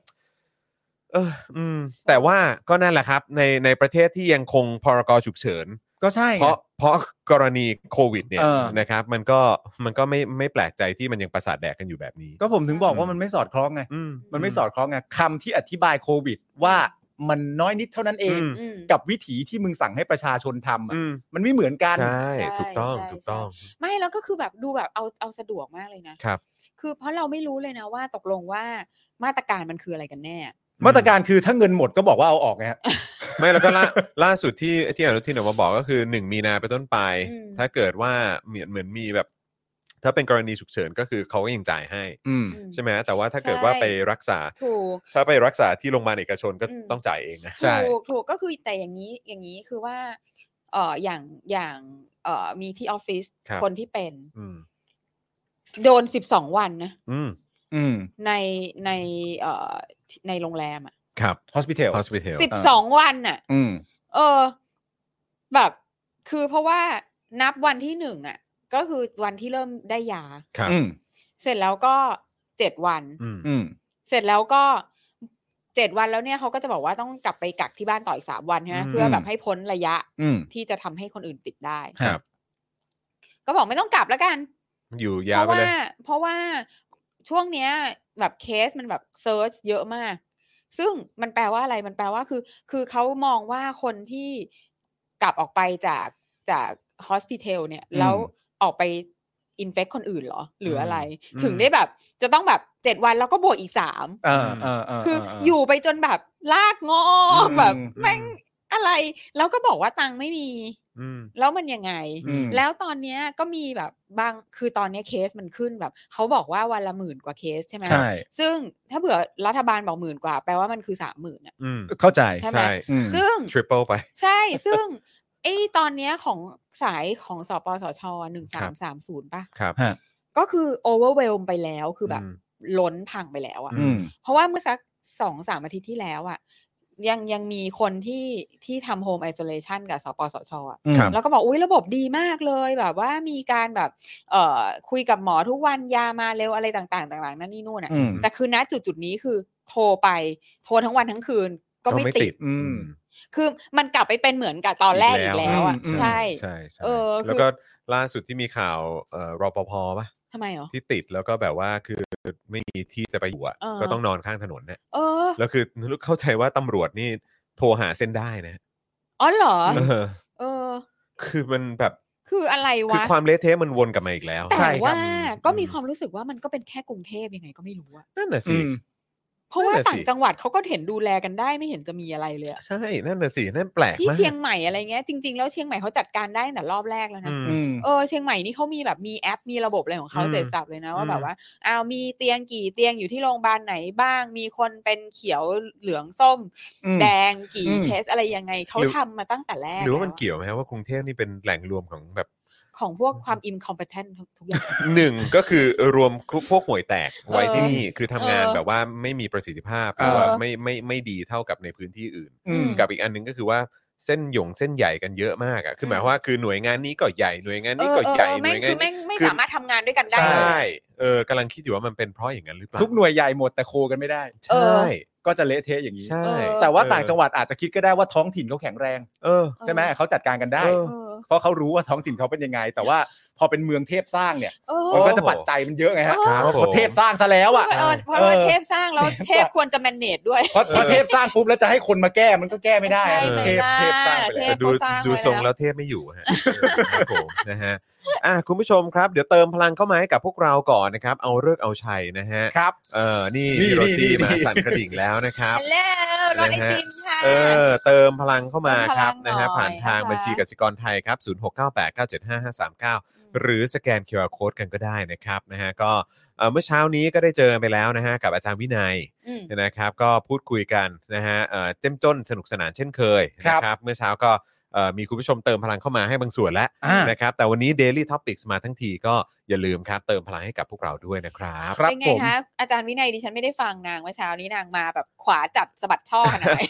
[SPEAKER 1] เอออืม แต่ว่าก็นั่นแหละครับ ในในประเทศที่ยังคงพรกฉุกเฉิน
[SPEAKER 2] ก็ใช่ไง
[SPEAKER 1] เพราะเพราะกรณีโควิด เนี่ย
[SPEAKER 2] เออ
[SPEAKER 1] นะครับ มันก็มันก็ไม่ไม่แปลกใจที่มันยังประสาทแดกกันอยู่แบบนี้
[SPEAKER 2] ก็ผมถึงบอกว่ามันไม่สอดคล้องไง
[SPEAKER 1] อืม
[SPEAKER 2] มันไม่สอดคล้องไงคำที่อธิบายโควิด ว่ามันน้อยนิดเท่านั้นเอง
[SPEAKER 3] อืม
[SPEAKER 2] กับวิถีที่มึงสั่งให้ประชาชนทำอะ
[SPEAKER 1] อืม
[SPEAKER 2] มันไม่เหมือนกัน
[SPEAKER 1] ใช่
[SPEAKER 3] ใช่
[SPEAKER 1] ถูกต้อง
[SPEAKER 3] ใช่
[SPEAKER 1] ถูกต้อง
[SPEAKER 3] ไม่แล้วก็คือแบบดูแบบเอาเอาสะดวกมากเลยนะครับ คือเพราะเราไม่รู้เลยนะว่าตกลงว่ามาตรการมันคืออะไรกันแน่
[SPEAKER 2] มาตรการคือถ้าเงินหมดก็บอกว่าเอาออกไงฮะ
[SPEAKER 1] ไม่แล้วก็ล่า ล่าสุดที่ที่อนุทินออกมาบอกก็คือ 1 มีนาไปนต้นไป
[SPEAKER 3] อืม
[SPEAKER 1] ถ้าเกิดว่าเหมือนเหมือนมีแบบ ถ้าเป็นกรณีฉุกเฉินก็คือเขาก็ยังจ่ายให้
[SPEAKER 2] อืม
[SPEAKER 3] อืม
[SPEAKER 1] ใช่ไหมแต่ว่าถ้าเกิดว่า
[SPEAKER 3] ใช่
[SPEAKER 1] ไปรักษา
[SPEAKER 3] ถูก
[SPEAKER 1] ถ้าไปรักษาที่โรงพยาบาลเอกชนก็
[SPEAKER 3] อืม
[SPEAKER 1] ต้องจ่ายเองนะ
[SPEAKER 2] ใช่
[SPEAKER 3] ถูกถูกก็คือแต่อย่างนี้อย่างนี้คือว่าเอออย่างอย่างเออมีที่ออฟฟิศ
[SPEAKER 1] ครับ
[SPEAKER 3] คนที่เป็น
[SPEAKER 1] อืม
[SPEAKER 3] โดนสิบสองวันนะ
[SPEAKER 1] อืม
[SPEAKER 2] อืม
[SPEAKER 3] ในในเออในโรงแรมอ่ะ
[SPEAKER 1] ครับ
[SPEAKER 2] hospital
[SPEAKER 1] hospital
[SPEAKER 3] สิบสองวันอ่ะ
[SPEAKER 2] อืม
[SPEAKER 3] เออ แบบ คือเพราะว่านับวันที่หนึ่งอ่ะ ก็คือวันที่เริ่มได้ยา
[SPEAKER 1] ครับ
[SPEAKER 2] อืม
[SPEAKER 3] เสร็จแล้วก็เจ็ดวัน
[SPEAKER 1] อืม
[SPEAKER 2] อืม
[SPEAKER 3] เสร็จแล้วก็เจ็ดวันแล้วเนี่ยเขาก็จะบอกว่าต้องกลับไปกักที่บ้านต่ออีกสามวันใช่ไหมเพื่อแบบให้พ้นระยะ
[SPEAKER 2] อืม
[SPEAKER 3] ที่จะทำให้คนอื่นติดได้
[SPEAKER 1] ครับ
[SPEAKER 3] ก็บอกไม่ต้องกลับแล้วกัน
[SPEAKER 1] อยู่
[SPEAKER 3] เพ
[SPEAKER 1] ยาว
[SPEAKER 3] ราะ
[SPEAKER 1] ไปเล
[SPEAKER 3] ว่า
[SPEAKER 1] ย
[SPEAKER 3] เพราะว่าช่วงเนี้ยแบบเคสมันแบบเซิร์ชเยอะมาก ซึ่งมันแปลว่าอะไรมันแปลว่าคือ คือเขามองว่าคนที่กลับออกไปจากจากฮอสพิทอลเนี่ย
[SPEAKER 2] อืม
[SPEAKER 3] แล้วออกไปอินเฟคคนอื่นเหรอ หรืออะไร
[SPEAKER 1] อืม
[SPEAKER 3] ถึงได้แบบ จะต้องแบบเจ็ดวันแล้วก็บวกอีกสาม
[SPEAKER 2] อ่าอ่าา
[SPEAKER 3] คืออา อยู่ไปจนแบบลากงอก
[SPEAKER 2] อืม
[SPEAKER 3] แบบ
[SPEAKER 1] อื
[SPEAKER 3] แม่งอะไร แล้วก็บอกว่าตังค์ไม่มี
[SPEAKER 1] อืม
[SPEAKER 3] แล้วมันยังไง
[SPEAKER 2] อืม
[SPEAKER 3] แล้วตอนเนี้ยก็มีแบบบางคือตอนเนี้ยเคสมันขึ้นแบบเขาบอกว่าวันละหมื่นกว่าเคสใช่ไหม
[SPEAKER 2] ใช่
[SPEAKER 3] ซึ่งถ้าเผื่อรัฐบาลบอกหมื่นกว่า แปลว่ามันคือสามหมื่นอ่ะ
[SPEAKER 1] อืม
[SPEAKER 2] เข้าใจ
[SPEAKER 3] ใช่ไหม
[SPEAKER 1] ใช่
[SPEAKER 2] อืม
[SPEAKER 3] ซึ่ง
[SPEAKER 1] triple ไป
[SPEAKER 3] ใช่ ซึ่งไอ้ตอนเนี้ยของสายของสปสชหนึ่งสามสามศูนย์ป่ะ
[SPEAKER 1] ครับ
[SPEAKER 2] ฮะ
[SPEAKER 3] ก็คือโอเวอร์เวลไปแล้วคือแบบ
[SPEAKER 1] อืม
[SPEAKER 3] ล้นพังไปแล้วอ่ะ
[SPEAKER 1] อื
[SPEAKER 2] อืม
[SPEAKER 3] เพราะว่าเมื่อสักสองสามอาทิตย์ที่แล้วอ่ะ ยังยังมีคนที่ที่ทำโฮมไอโซเลชันกับสปสชอ่ะ
[SPEAKER 1] ครับ
[SPEAKER 3] แล้วก็บอกอุ้ยระบบดีมากเลยแบบว่ามีการแบบ เอ่อคุยกับหมอทุกวันยามาเร็วอะไรต่างๆ ต่างๆ นั่นนี่นู่นอ่ะ
[SPEAKER 2] อืม
[SPEAKER 3] แต่คือณจุดจุดๆนี้คือโทรไป โทรทั้งวันทั้งคืนก็ไม่ติด
[SPEAKER 2] อืม
[SPEAKER 3] คือมันกลับไปเป็นเหมือนกับตอนแรกอีกแล้วอ่ะ
[SPEAKER 2] ม
[SPEAKER 3] ใช่
[SPEAKER 1] ใช่ใช่
[SPEAKER 3] เออคือ
[SPEAKER 1] แล้วก็ล่าสุดที่มีข่าวเอ่อรปภป่ะ
[SPEAKER 3] ทำไมเหรอ
[SPEAKER 1] ที่ติดแล้วก็แบบว่าคือไม่มีที่จะไปอยู่อะ
[SPEAKER 3] เออ
[SPEAKER 1] ก็ต้องนอนข้างถนนเนี่ย
[SPEAKER 3] เออ
[SPEAKER 1] แล้วคือ เข้าใจว่าตำรวจนี่โทรหาเส้นได้นะ
[SPEAKER 3] อ๋อเหรอ
[SPEAKER 1] เออ
[SPEAKER 3] เออ
[SPEAKER 1] คือมันแบบ
[SPEAKER 3] คืออะไร
[SPEAKER 1] คือ
[SPEAKER 3] วะ
[SPEAKER 1] ความเละเทะมันวนกลับมาอีกแล้ว
[SPEAKER 2] ใช่
[SPEAKER 3] แต่
[SPEAKER 2] ครับ
[SPEAKER 3] ว่าก็มี
[SPEAKER 1] อืม
[SPEAKER 3] ความรู้สึกว่ามันก็เป็นแค่กรุงเทพยังไงก็ไม่รู้อะ
[SPEAKER 1] นั่นน่ะ
[SPEAKER 2] อื
[SPEAKER 1] สิ
[SPEAKER 2] ม
[SPEAKER 3] เพราะว่า
[SPEAKER 1] นั่นน่ะสิ
[SPEAKER 3] ต่างจังหวัดเขาก็เห็นดูแลกันได้ไม่เห็นจะมีอะไรเลยอะ
[SPEAKER 1] ใช่ นั่นน่ะสิ นั่นแปลก
[SPEAKER 3] ที่
[SPEAKER 1] มาก
[SPEAKER 3] เชียงใหม่อะไรเงี้ยจริง ๆ แล้วเชียงใหม่เขาจัดการได้ตั้งแต่รอบแรกแล้วนะ
[SPEAKER 1] อืม
[SPEAKER 2] อืม
[SPEAKER 3] เออเชียงใหม่นี่เขามีแบบมีแอปมีระบบอะไรของเขา
[SPEAKER 1] อืม
[SPEAKER 3] เสร็จสับเลยนะว่าแบ
[SPEAKER 1] อื
[SPEAKER 3] บ
[SPEAKER 1] ม
[SPEAKER 3] ว่าอ้าวมีเตียงกี่เตียงอยู่ที่โรงพยาบาลไหนบ้าง มีคนเป็นเขียวเหลืองส้ม
[SPEAKER 2] อืม
[SPEAKER 3] แดงกี่
[SPEAKER 2] อืม
[SPEAKER 3] เคสอะไรยังไงเขาทำมาตั้งแต่แรก
[SPEAKER 1] หรือว่ามัน
[SPEAKER 3] แล้วอะ
[SPEAKER 1] เกี่ยวไหมฮะว่ากรุงเทพนี่เป็นแหล่งรวมของแบบ
[SPEAKER 3] ของพวกความ incompetent ทุกทุกอย่าง
[SPEAKER 1] หนึ่งก็คือรวมพวกห่วยแตกไว้ที่นี่คือทำงาน
[SPEAKER 3] เออ
[SPEAKER 1] แบบว่าไม่มีประสิทธิภาพห
[SPEAKER 2] เออ
[SPEAKER 1] รือว่าไม่ไม่ไม่ดีเท่ากับในพื้นที่อื่น
[SPEAKER 2] อืม
[SPEAKER 1] กับอีกอันหนึงก็คือว่าเส้นหยงเส้นใหญ่กันเยอะมากอ่ะคือหมายความว่าคือหน่วยงานนี้ก็ใหญ่หน่วยงานนี้ก็ใหญ่ห
[SPEAKER 3] ไม่
[SPEAKER 1] น่วยงา
[SPEAKER 3] คื
[SPEAKER 1] น
[SPEAKER 3] อไม่
[SPEAKER 1] นี้
[SPEAKER 3] ไม่
[SPEAKER 1] คือ
[SPEAKER 3] สามารถทำงานด้วยกันได้
[SPEAKER 1] ใช่เออกำลังคิดอยู่ว่ามันเป็นเพราะอย่างนั้นหรือเปล่า
[SPEAKER 2] ทุกหน่วยใหญ่หมดแต่โคกันไม่ได้
[SPEAKER 3] เอ
[SPEAKER 1] ใช่
[SPEAKER 3] อ
[SPEAKER 2] ก็จะเละเทะอย่างนี้
[SPEAKER 1] ใช่
[SPEAKER 3] เออ
[SPEAKER 2] แต่ว่าต่างจังหวัดอาจจะคิดก็ได้ว่าท้องถิ่นเขาแข็งแรง
[SPEAKER 1] เออ
[SPEAKER 2] ใช่ไหมเขาจัดการกันได้
[SPEAKER 1] เอ
[SPEAKER 3] เอ
[SPEAKER 1] อ
[SPEAKER 3] อ
[SPEAKER 2] เพราะเขารู้ว่าท้องถิ่นเขาเป็นยังไง แต่ว่าพอเป็นเมืองเทพสร้างเนี่ย
[SPEAKER 3] เอ
[SPEAKER 2] มัน
[SPEAKER 3] อ
[SPEAKER 2] ก็จะปัจจัยมันเยอะไงฮะ
[SPEAKER 1] ครับผม
[SPEAKER 2] เพราะเทพสร้างซะแล้วอ่ะ
[SPEAKER 3] เออเพราะว่า
[SPEAKER 2] เออ
[SPEAKER 3] เทพสร้างแล้วเทพควรจะ manage ด้วย
[SPEAKER 2] เพราะเพราะเทพสร้างปุ๊บแล้วจะให้คนมาแก้มันก็แก้ไม่ได้
[SPEAKER 3] ใช่
[SPEAKER 2] เออ
[SPEAKER 3] ไม่
[SPEAKER 2] เทพ
[SPEAKER 3] ได้
[SPEAKER 2] เทพสร้างไป
[SPEAKER 3] เท
[SPEAKER 2] แล้ว
[SPEAKER 1] แต่
[SPEAKER 3] พ
[SPEAKER 1] ดู
[SPEAKER 3] เขาสร้าง
[SPEAKER 1] ดู
[SPEAKER 3] ไว้
[SPEAKER 1] ทรง
[SPEAKER 3] แล้ว
[SPEAKER 1] แล้วเทพไม่อยู่ฮะเออครับผมนะฮะอ่ะคุณผู้ชมครับ เดี๋ยวเติมพลังเข้ามาให้กับพวกเราก่อนนะครับ เอาเลิกษ์เอาชัยนะฮะ
[SPEAKER 2] ครับ
[SPEAKER 1] เออนี่
[SPEAKER 2] นี่
[SPEAKER 1] ฮิโร
[SPEAKER 2] นี่
[SPEAKER 1] ซี่มา
[SPEAKER 2] นี่
[SPEAKER 1] สั่นกระดิ่งแล้วนะครับ
[SPEAKER 3] แล้วรถไอติมค่ะ
[SPEAKER 1] เออเติมพลังเข้ามาครับ
[SPEAKER 3] เติ
[SPEAKER 1] นะ
[SPEAKER 3] มพลัง
[SPEAKER 1] ฮะผ่า
[SPEAKER 3] หน่อย
[SPEAKER 1] นทาง
[SPEAKER 3] นะคะ
[SPEAKER 1] บัญชีกสิกรไทยครับ 0698975539 หรือสแกน QR Code กันก็ได้นะครับนะฮะก็เอ่อเมื่อเช้านี้ก็ได้เจอไปแล้วนะฮะกับอาจารย์วินัย
[SPEAKER 3] อืม
[SPEAKER 1] นะครับก็พูดคุยกันนะฮะเอ่อเจ้มจนสนุกสนานเช่นเคย
[SPEAKER 2] ครั
[SPEAKER 1] นะ
[SPEAKER 2] บ
[SPEAKER 1] ครับเมื่อเช้าก็เอ่อมีคุณผู้ชมเติมพลังเข้ามาให้บางส่วนแล้ว
[SPEAKER 2] อ่า
[SPEAKER 1] นะครับแต่วันนี้ Daily Topics มาทั้งทีก็อย่าลืมครับเติมพลังให้กับพวกเราด้วยนะครับ
[SPEAKER 2] ครับ
[SPEAKER 3] เป็นไง
[SPEAKER 2] ผม
[SPEAKER 3] คะอาจารย์วินัยดิฉันไม่ได้ฟังนางเมื่อเช้านี้นางมาแบบขวาจัดสะบัดช่อขนาดไหน